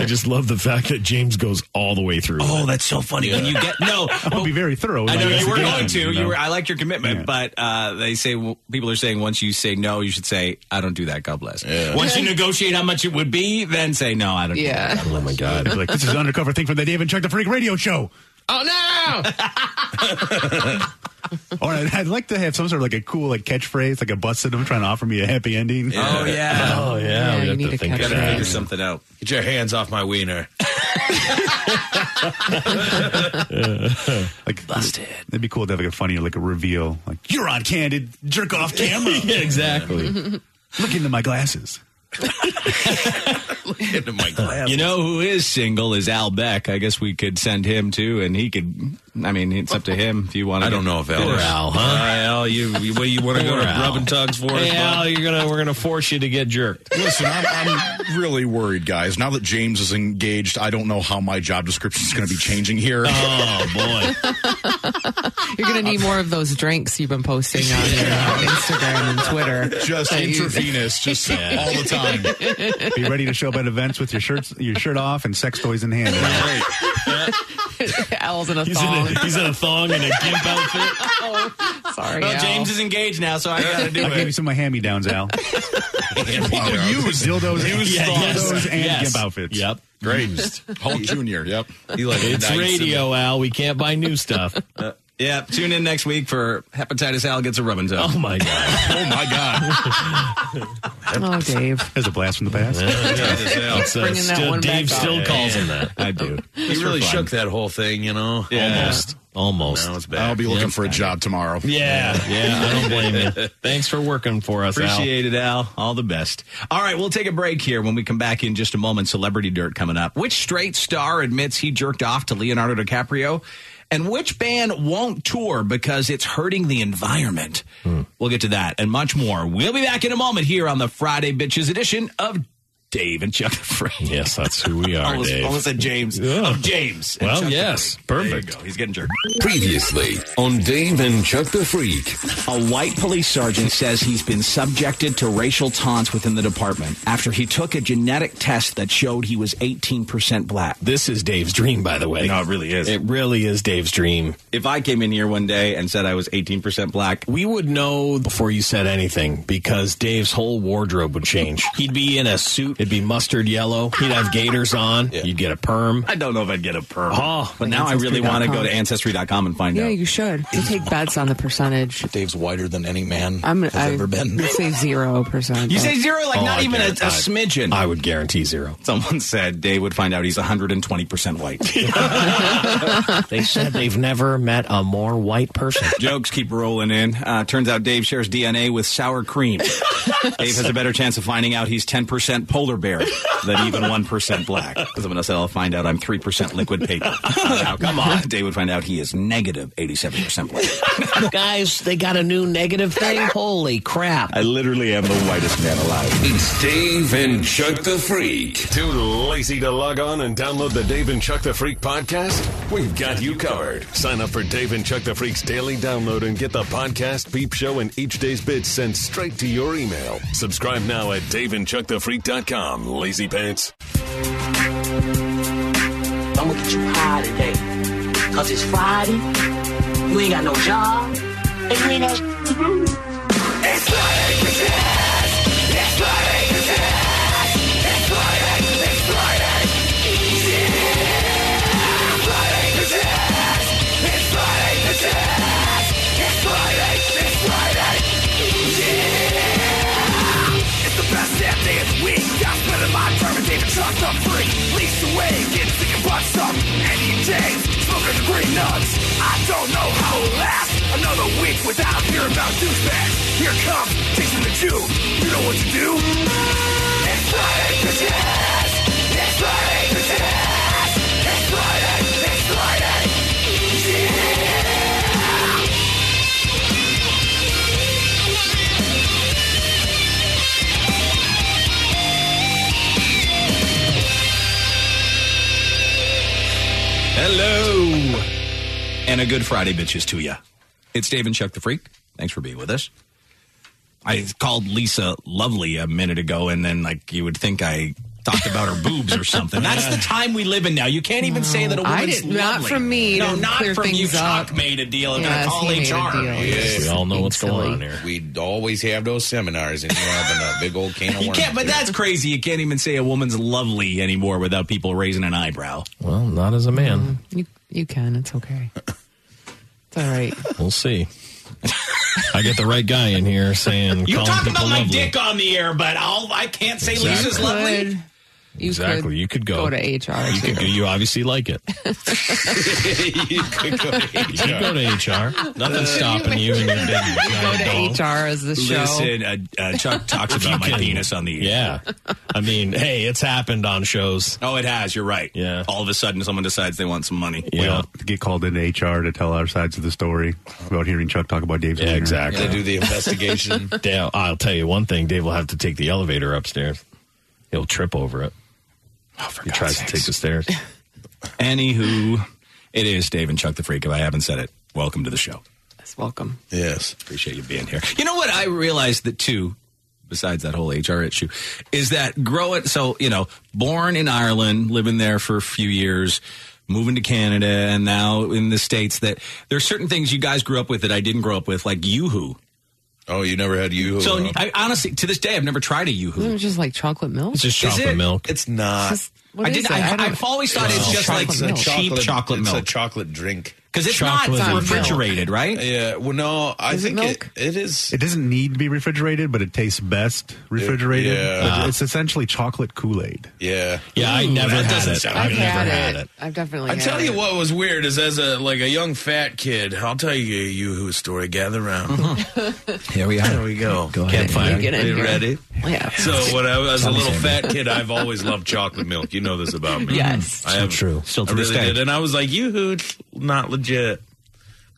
[SPEAKER 7] I just love the fact that James goes all the way through.
[SPEAKER 4] Oh, that's so funny. When you get no,
[SPEAKER 8] I'll be very thorough.
[SPEAKER 4] I know you were going to.
[SPEAKER 8] investigation,
[SPEAKER 4] You,
[SPEAKER 8] know?
[SPEAKER 4] were. I liked your commitment,
[SPEAKER 8] Yeah.
[SPEAKER 4] but uh, they say well, people are saying once you say no, you should say I don't do that. God bless. Once you negotiate how much it would be, then say no. I don't. Do that.
[SPEAKER 7] Oh my god.
[SPEAKER 8] They'd be like, this is an undercover thing from the Dave and Chuck the Freak radio show.
[SPEAKER 2] Oh no!
[SPEAKER 8] All right, I'd like to have some sort of like a cool like catchphrase, like a bus in them trying to offer me a happy ending.
[SPEAKER 4] Oh yeah.
[SPEAKER 7] Oh yeah.
[SPEAKER 8] Yeah,
[SPEAKER 7] we
[SPEAKER 8] you
[SPEAKER 7] have
[SPEAKER 8] need
[SPEAKER 7] to
[SPEAKER 8] a
[SPEAKER 7] think
[SPEAKER 8] catchphrase.
[SPEAKER 7] of
[SPEAKER 8] Gotta
[SPEAKER 7] that.
[SPEAKER 8] figure
[SPEAKER 4] something out.
[SPEAKER 5] Get your hands off my wiener.
[SPEAKER 8] like busted. That'd be cool to have like a funny like a reveal, like you're on candid, jerk off camera.
[SPEAKER 7] Yeah, exactly.
[SPEAKER 8] Look into my glasses.
[SPEAKER 5] into my
[SPEAKER 4] You know who is single is Al Beck. I guess we could send him too, and he could. I mean, it's up to him if you want to.
[SPEAKER 5] I don't know if Al-
[SPEAKER 7] Poor Al, Uh, huh?
[SPEAKER 4] Al, you, you, what, you want to go to
[SPEAKER 7] Poor Al.
[SPEAKER 4] rub and tugs for? us,
[SPEAKER 7] Hey,
[SPEAKER 4] bud?
[SPEAKER 7] Al, you're gonna we're gonna force you to get jerked.
[SPEAKER 22] Listen, I'm, I'm really worried, guys. Now that James is engaged, I don't know how my job description is going to be changing here.
[SPEAKER 7] Oh boy!
[SPEAKER 6] You're going to need more of those drinks you've been posting on your Instagram and Twitter.
[SPEAKER 22] Just
[SPEAKER 6] that you-
[SPEAKER 22] intravenous, just all the time.
[SPEAKER 8] Be ready to show up at events with your shirts, your shirt off, and sex toys in hand.
[SPEAKER 6] Al's in a
[SPEAKER 7] He's in
[SPEAKER 6] thong.
[SPEAKER 7] a, he's in a thong and a gimp outfit.
[SPEAKER 6] Oh, sorry,
[SPEAKER 4] Well,
[SPEAKER 6] Al.
[SPEAKER 4] James is engaged now, so I gotta do
[SPEAKER 8] I'll give
[SPEAKER 4] it.
[SPEAKER 8] you some of my hand me downs, Al.
[SPEAKER 22] Wow, used
[SPEAKER 8] dildos,
[SPEAKER 22] used
[SPEAKER 8] yeah,
[SPEAKER 22] thongs.
[SPEAKER 8] dildos, and gimp outfits.
[SPEAKER 7] Yep.
[SPEAKER 22] Great. Hulk Jr. Yep. He like
[SPEAKER 7] It's
[SPEAKER 22] nice.
[SPEAKER 7] radio, Al. We can't buy new stuff.
[SPEAKER 4] Uh, Yeah, tune in next week for Hepatitis Al Gets a Rub and Tug.
[SPEAKER 7] Oh, my God.
[SPEAKER 22] oh, my God.
[SPEAKER 6] Oh, Dave.
[SPEAKER 8] There's a blast from the past.
[SPEAKER 7] It's, uh, Bringing that still- one back Dave up. still calls him that.
[SPEAKER 4] I do.
[SPEAKER 5] You really shook that whole thing, you know?
[SPEAKER 7] Yeah. Almost. Almost.
[SPEAKER 5] Now it's bad.
[SPEAKER 22] I'll be looking for a job tomorrow.
[SPEAKER 7] Yeah, yeah, I don't blame you. Thanks for working for us, Al.
[SPEAKER 4] Appreciate it, Al. All the best. All right, we'll take a break here. When we come back in just a moment, celebrity dirt coming up. Which straight star admits he jerked off to Leonardo DiCaprio? And which band won't tour because it's hurting the environment?
[SPEAKER 7] Hmm.
[SPEAKER 4] We'll get to that and much more. We'll be back in a moment here on the Friday Bitches edition of Dave and Chuck and Frank.
[SPEAKER 7] Yes, that's who we are,
[SPEAKER 4] almost,
[SPEAKER 7] Dave.
[SPEAKER 4] Almost said James. Oh, James. and
[SPEAKER 7] Well,
[SPEAKER 4] Chuck and
[SPEAKER 7] yes,
[SPEAKER 4] Frank.
[SPEAKER 7] perfect.
[SPEAKER 4] There you go. He's getting jerked.
[SPEAKER 9] Previously on Dave and Chuck the Freak.
[SPEAKER 4] A white police sergeant says he's been subjected to racial taunts within the department after he took a genetic test that showed he was 18% black. This is Dave's dream, by the way. No, it really is. It really is Dave's dream. If I came in here one day and said I was 18% black,
[SPEAKER 7] We would know before you said anything because Dave's whole wardrobe would change. He'd be in a suit. It'd be mustard yellow. He'd have gaiters on. You'd get a perm.
[SPEAKER 4] I don't know if I'd get a perm.
[SPEAKER 7] Oh,
[SPEAKER 4] but now I really want to go to Ancestry.com and find
[SPEAKER 6] yeah,
[SPEAKER 4] out.
[SPEAKER 6] you should. You take bets on the percentage.
[SPEAKER 9] Dave's whiter than any man
[SPEAKER 6] I'm,
[SPEAKER 9] has
[SPEAKER 6] I
[SPEAKER 9] ever been.
[SPEAKER 6] would say zero percent.
[SPEAKER 4] You say zero, like
[SPEAKER 6] Oh,
[SPEAKER 4] not
[SPEAKER 6] I
[SPEAKER 4] even a, a
[SPEAKER 6] guarantee- I-
[SPEAKER 4] smidgen. I would guarantee zero. Someone said Dave would find out he's 120% white.
[SPEAKER 7] they said they've never met a more white person.
[SPEAKER 4] Jokes keep rolling in. Uh, turns out Dave shares DNA with sour cream. Dave has a better chance of finding out he's 10% polar bear than even 1% black. Because I'm going to say, I'll find out I'm 3% liquid paper. Now, come on. Dave would find out he is negative 87% black.
[SPEAKER 2] Guys, they got a new negative thing. Holy crap.
[SPEAKER 4] I literally am the whitest man alive.
[SPEAKER 9] It's Dave and Chuck the Freak.
[SPEAKER 1] Too lazy to log on and download the Dave and Chuck the Freak podcast? We've got you covered. Sign up for Dave and Chuck the Freak's daily download and get the podcast, peep show, and each day's bits sent straight to your email. Subscribe now at daveandchuckthefreak.com. Lazy pants.
[SPEAKER 2] I'm gonna get you high today. Cause it's Friday. You ain't got no job. And you ain't got shit to do. It's Friday, it's Friday, it's Friday, it's Friday, it's Friday, easy. Friday, it's Friday, it's Friday, it's Friday, it's Friday, easy. It's the best damn day of the week. I spend my time with David Chuck the Freak. Least away, get sick and bust up. Any days, smoking the green nuts. I don't know how it'll last. Another week without hearing about douchebags. Here comes Jason the Jew. You know what to do. It's Friday, it's yes. It's Friday, it's yes. It's Friday, it's Friday. Yeah.
[SPEAKER 4] Hello. And a good Friday, bitches, to ya. It's Dave and Chuck the Freak. Thanks for being with us. I called Lisa Lovely a minute ago, and then, like, you would think I talked about her boobs or something. That's the time we live in now. You can't even say that a
[SPEAKER 6] I
[SPEAKER 4] woman's
[SPEAKER 6] did- not
[SPEAKER 4] lovely.
[SPEAKER 6] from me
[SPEAKER 4] No,
[SPEAKER 6] to
[SPEAKER 4] not
[SPEAKER 6] clear
[SPEAKER 4] from you.
[SPEAKER 6] things up.
[SPEAKER 4] Chuck made a deal. I'm
[SPEAKER 6] Yes, he
[SPEAKER 4] going
[SPEAKER 6] made
[SPEAKER 4] to
[SPEAKER 6] a
[SPEAKER 4] call HR.
[SPEAKER 6] deal. Yes.
[SPEAKER 4] We all know what's going on
[SPEAKER 5] here. We always have those seminars, and you open a big old can of worms.
[SPEAKER 4] You can't, but that's crazy. You can't even say a woman's lovely anymore without people raising an eyebrow.
[SPEAKER 7] Well, not as a man.
[SPEAKER 6] Mm, You you can. It's okay. It's all right.
[SPEAKER 7] We'll see. I get the right guy in here saying,
[SPEAKER 4] You
[SPEAKER 7] calling
[SPEAKER 4] talk
[SPEAKER 7] people
[SPEAKER 4] about my
[SPEAKER 7] lovely.
[SPEAKER 4] dick on the air, but I'll, I can't say
[SPEAKER 7] Exactly.
[SPEAKER 4] Lisa's lovely.
[SPEAKER 6] You
[SPEAKER 7] exactly. you could go.
[SPEAKER 6] go to HR
[SPEAKER 7] You, could,
[SPEAKER 6] too.
[SPEAKER 7] go- you obviously like it.
[SPEAKER 4] you could go to
[SPEAKER 7] You could go to HR. Nothing's stopping you and your big
[SPEAKER 6] Go
[SPEAKER 7] giant
[SPEAKER 6] to
[SPEAKER 7] dong.
[SPEAKER 6] HR as Uh, the show.
[SPEAKER 4] Listen, uh, uh, Chuck talks
[SPEAKER 7] If
[SPEAKER 4] about
[SPEAKER 7] you
[SPEAKER 4] my
[SPEAKER 7] can-
[SPEAKER 4] penis on the air.
[SPEAKER 7] Yeah. I mean, hey, it's happened on shows.
[SPEAKER 4] Oh, it has. You're right. Yeah. All of a sudden, someone decides they want some money.
[SPEAKER 8] We all get called into HR to tell our sides of the story about hearing Chuck talk about Dave's. Yeah,
[SPEAKER 7] exactly. They do
[SPEAKER 5] the investigation.
[SPEAKER 7] Dale, I'll tell you one thing. Dave will have to take the elevator upstairs. He'll trip over it.
[SPEAKER 4] Oh,
[SPEAKER 7] he tries to take the stairs.
[SPEAKER 4] Anywho, it is Dave and Chuck the Freak. If I haven't said it, welcome to the show.
[SPEAKER 6] Yes, welcome.
[SPEAKER 5] Yes.
[SPEAKER 4] Appreciate you being here. You know what I realized that too, besides that whole HR issue, is that grow it. So, you know, born in Ireland, living there for a few years, moving to Canada, and now in the States, that there's certain things you guys grew up with that I didn't grow up with, like Yoo-Hoo.
[SPEAKER 5] Oh, you never had Yoo-Hoo?
[SPEAKER 4] So, I, honestly, to this day, I've never tried a Yoo-Hoo.
[SPEAKER 6] Isn't it just like chocolate milk?
[SPEAKER 5] Is it? It's not.
[SPEAKER 6] It's just- what
[SPEAKER 4] I
[SPEAKER 6] is
[SPEAKER 4] did.
[SPEAKER 6] it? I
[SPEAKER 4] I,
[SPEAKER 6] don't-
[SPEAKER 4] I've always thought it's
[SPEAKER 5] No.
[SPEAKER 4] just like
[SPEAKER 5] Chocolate milk.
[SPEAKER 4] cheap
[SPEAKER 5] Chocolate-
[SPEAKER 4] chocolate
[SPEAKER 5] it's a
[SPEAKER 4] milk.
[SPEAKER 5] chocolate drink.
[SPEAKER 4] Because it's not
[SPEAKER 5] Chocolate
[SPEAKER 4] refrigerated, right?
[SPEAKER 5] Yeah. Well, no, I think it, it is.
[SPEAKER 8] It doesn't need to be refrigerated, but it tastes best refrigerated.
[SPEAKER 5] yeah.
[SPEAKER 7] Uh-huh.
[SPEAKER 8] It's- It's essentially chocolate Kool Aid.
[SPEAKER 5] Yeah.
[SPEAKER 8] Yeah, I never had it. I've
[SPEAKER 6] I've had it. I've definitely.
[SPEAKER 5] I
[SPEAKER 6] had
[SPEAKER 5] tell
[SPEAKER 6] it.
[SPEAKER 5] you what was weird is as a like a young fat kid, I'll tell you a Yoo-Hoo story. Gather around.
[SPEAKER 4] Here we are.
[SPEAKER 5] Here we go.
[SPEAKER 4] Go
[SPEAKER 5] ahead.
[SPEAKER 4] Campfire.
[SPEAKER 5] Get in
[SPEAKER 4] Are you
[SPEAKER 5] here.
[SPEAKER 4] ready?
[SPEAKER 6] Oh, Yeah.
[SPEAKER 5] So when I was a
[SPEAKER 4] Tell me,
[SPEAKER 5] little
[SPEAKER 4] Sandy.
[SPEAKER 5] fat kid, I've always loved chocolate milk. You know this about me.
[SPEAKER 4] Yes.
[SPEAKER 5] I
[SPEAKER 4] So
[SPEAKER 5] have,
[SPEAKER 4] true. Still to
[SPEAKER 5] I
[SPEAKER 4] this
[SPEAKER 5] really
[SPEAKER 4] day.
[SPEAKER 5] did. And I was like, yoo-hoo, it's not legit.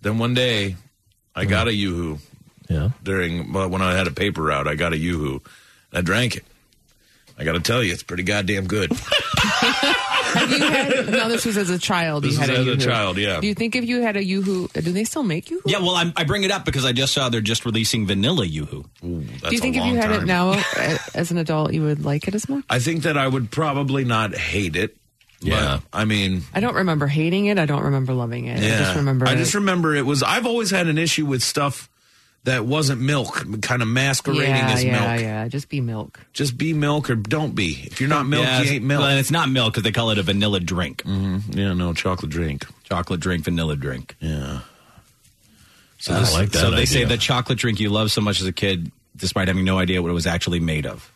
[SPEAKER 5] Then one day,
[SPEAKER 4] Mm.
[SPEAKER 5] I got a yoo-hoo.
[SPEAKER 7] Yeah.
[SPEAKER 5] During well, when I had a paper route, I got a yoo-hoo. I drank it. I got to tell you, it's pretty goddamn good.
[SPEAKER 6] Have you had? No, this was as a child.
[SPEAKER 5] This
[SPEAKER 6] you had
[SPEAKER 5] was
[SPEAKER 6] a,
[SPEAKER 5] as a
[SPEAKER 6] Yoo-hoo.
[SPEAKER 5] child, yeah.
[SPEAKER 6] Do you think if you had a YooHoo, do they still make you?
[SPEAKER 4] Yeah, well, I'm, I bring it up because I just saw they're just releasing vanilla YooHoo.
[SPEAKER 6] do you think if you had it now uh, as an adult, you would like it as much?
[SPEAKER 5] I think that I would probably not hate it. Yeah. I mean,
[SPEAKER 6] I don't remember hating it. I don't remember loving it. I just remember.
[SPEAKER 5] I
[SPEAKER 6] it.
[SPEAKER 5] just remember it was. I've always had an issue with stuff that wasn't milk, kind of masquerading
[SPEAKER 6] yeah,
[SPEAKER 5] as
[SPEAKER 6] yeah,
[SPEAKER 5] milk.
[SPEAKER 6] yeah. Just be milk.
[SPEAKER 5] Just be milk or don't be. If you're not milk,
[SPEAKER 4] Yeah,
[SPEAKER 5] you
[SPEAKER 4] it's-
[SPEAKER 5] ain't milk.
[SPEAKER 4] well, and it's not milk because they call it a vanilla drink.
[SPEAKER 5] Mm-hmm. Yeah, no, chocolate drink.
[SPEAKER 4] Chocolate drink, vanilla drink.
[SPEAKER 5] Yeah.
[SPEAKER 4] So
[SPEAKER 7] I
[SPEAKER 4] this-
[SPEAKER 7] like that
[SPEAKER 4] So they say
[SPEAKER 7] idea.
[SPEAKER 4] the chocolate drink you love so much as a kid, despite having no idea what it was actually made of.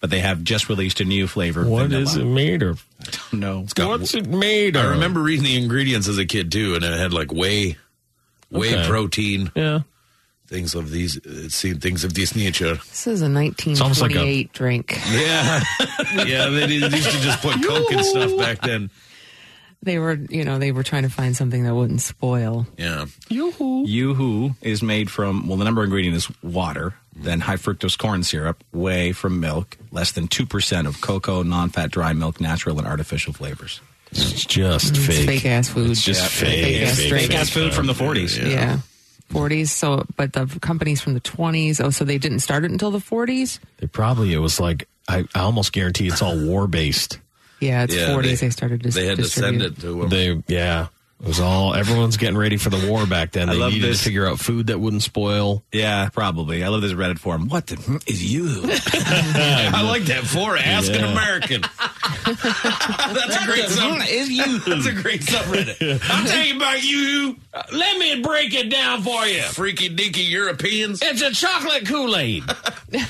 [SPEAKER 4] But they have just released a new flavor.
[SPEAKER 7] What is it made of?
[SPEAKER 4] No.
[SPEAKER 7] What's it made of?
[SPEAKER 5] I remember reading the ingredients as a kid too, and it had like whey, whey
[SPEAKER 7] Okay.
[SPEAKER 5] protein,
[SPEAKER 7] yeah,
[SPEAKER 5] things of these, uh, see, things of this nature.
[SPEAKER 6] This is a
[SPEAKER 5] almost like a-
[SPEAKER 6] 1948 drink.
[SPEAKER 5] Yeah, yeah. They did- they used to just put Coke and stuff back then.
[SPEAKER 6] They were, you know, they were trying to find something that wouldn't spoil.
[SPEAKER 5] Yeah.
[SPEAKER 4] Yoo-hoo. Yoo-hoo is made from, well, the number ingredient is water, then
[SPEAKER 5] Mm-hmm.
[SPEAKER 4] high fructose corn syrup, whey from milk, less than 2% of cocoa, non-fat dry milk, natural and artificial flavors.
[SPEAKER 7] It's just
[SPEAKER 6] It's fake. fake ass food. It's just fake, fake-ass fake, drink.
[SPEAKER 4] ass food from the 40s.
[SPEAKER 6] Yeah. 40s. So, but the companies from the 20s. Oh, so they didn't start it until the 40s.
[SPEAKER 7] They probably it was like I, I almost guarantee it's all war based.
[SPEAKER 6] Yeah, it's 40s. They, started. Dis- distribute.
[SPEAKER 5] to
[SPEAKER 7] 'em. They yeah, it was all everyone's getting ready for the war back then.
[SPEAKER 4] I
[SPEAKER 7] They
[SPEAKER 4] love
[SPEAKER 7] needed
[SPEAKER 4] this.
[SPEAKER 7] to figure out food that wouldn't spoil.
[SPEAKER 4] Yeah, probably. I love this Reddit forum. What the hmm, is you?
[SPEAKER 5] I like that for ask an
[SPEAKER 4] Yeah.
[SPEAKER 5] American. That's a great sub-
[SPEAKER 2] Is
[SPEAKER 4] you?
[SPEAKER 5] That's a great subreddit. I'm talking about you. Let me break it down for you, freaky dinky Europeans. It's a chocolate Kool Aid.
[SPEAKER 4] they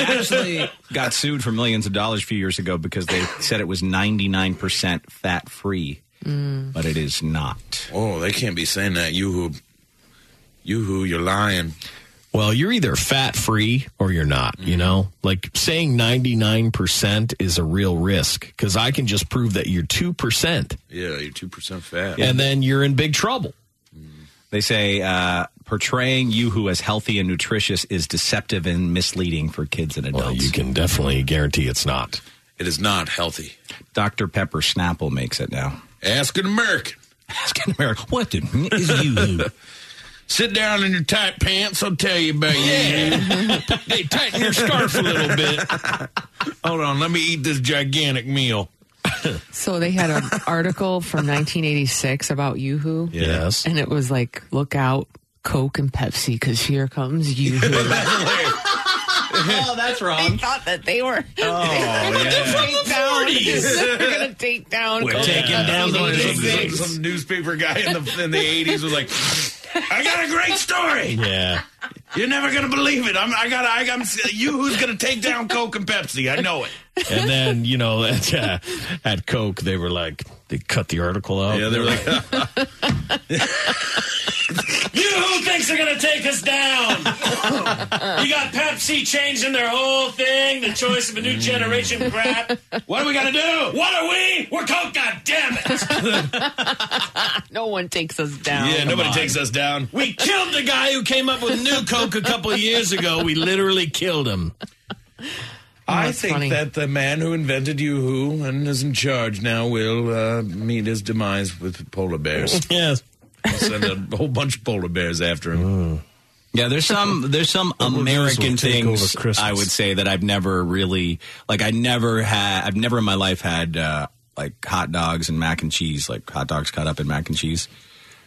[SPEAKER 4] actually got sued for millions of dollars a few years ago because they said it was 99% fat free, but it is not.
[SPEAKER 5] Oh, they can't be saying that. You who, you who, you're lying.
[SPEAKER 7] Well, you're either fat free or you're not,
[SPEAKER 4] Mm-hmm.
[SPEAKER 7] you know? Like saying 99% is a real risk because I can just prove that you're 2%.
[SPEAKER 5] Yeah, you're two percent fat.
[SPEAKER 7] And then you're in big trouble.
[SPEAKER 4] They say uh, portraying you who as healthy and nutritious is deceptive and misleading for kids and adults.
[SPEAKER 7] you can definitely guarantee it's not.
[SPEAKER 5] It is not healthy.
[SPEAKER 4] Dr. Pepper Snapple makes it now.
[SPEAKER 5] Ask an American.
[SPEAKER 4] Ask an American. What the is you?
[SPEAKER 5] Sit down in your tight pants. I'll tell you about you. hey, tighten your scarf a little bit. Hold on. Let me eat this gigantic meal.
[SPEAKER 6] So they had an article from 1986 about YooHoo.
[SPEAKER 7] Yes.
[SPEAKER 6] And it was like, look out, Coke and Pepsi, because here comes YooHoo.
[SPEAKER 4] oh, that's wrong.
[SPEAKER 6] They thought that they were.
[SPEAKER 2] Oh,
[SPEAKER 5] Oh,
[SPEAKER 6] They're going to take down. Coke and Pepsi.
[SPEAKER 5] some, some, some newspaper guy in the in the eighties was like, "I got a great story.
[SPEAKER 7] Yeah.
[SPEAKER 5] You're never gonna believe it. I'm I got I, I'm you who's gonna take down Coke and Pepsi. I know it.
[SPEAKER 7] And then, you know, at, uh, at Coke, they were like, they cut the article out.
[SPEAKER 5] Yeah, they were like,
[SPEAKER 2] You who thinks they're gonna take us down? you got Pepsi changing their whole thing, the choice of a new generation crap.
[SPEAKER 5] What are we gonna do?
[SPEAKER 2] What are we? We're Coke, goddammit!
[SPEAKER 6] no one takes us down.
[SPEAKER 5] Yeah, nobody takes us down.
[SPEAKER 7] we killed the guy who came up with New Coke a couple of years ago. We literally killed him.
[SPEAKER 5] I
[SPEAKER 6] that's
[SPEAKER 5] think
[SPEAKER 6] funny.
[SPEAKER 5] that the man who invented YooHoo and is in charge now will uh, meet his demise with polar bears.
[SPEAKER 7] yes.
[SPEAKER 5] I'll send a whole bunch of polar bears after him.
[SPEAKER 4] Yeah, there's some there's some American things I would say that I've never really like I never had I've never in my life had uh, like hot dogs and mac and cheese like hot dogs cut up in mac and cheese.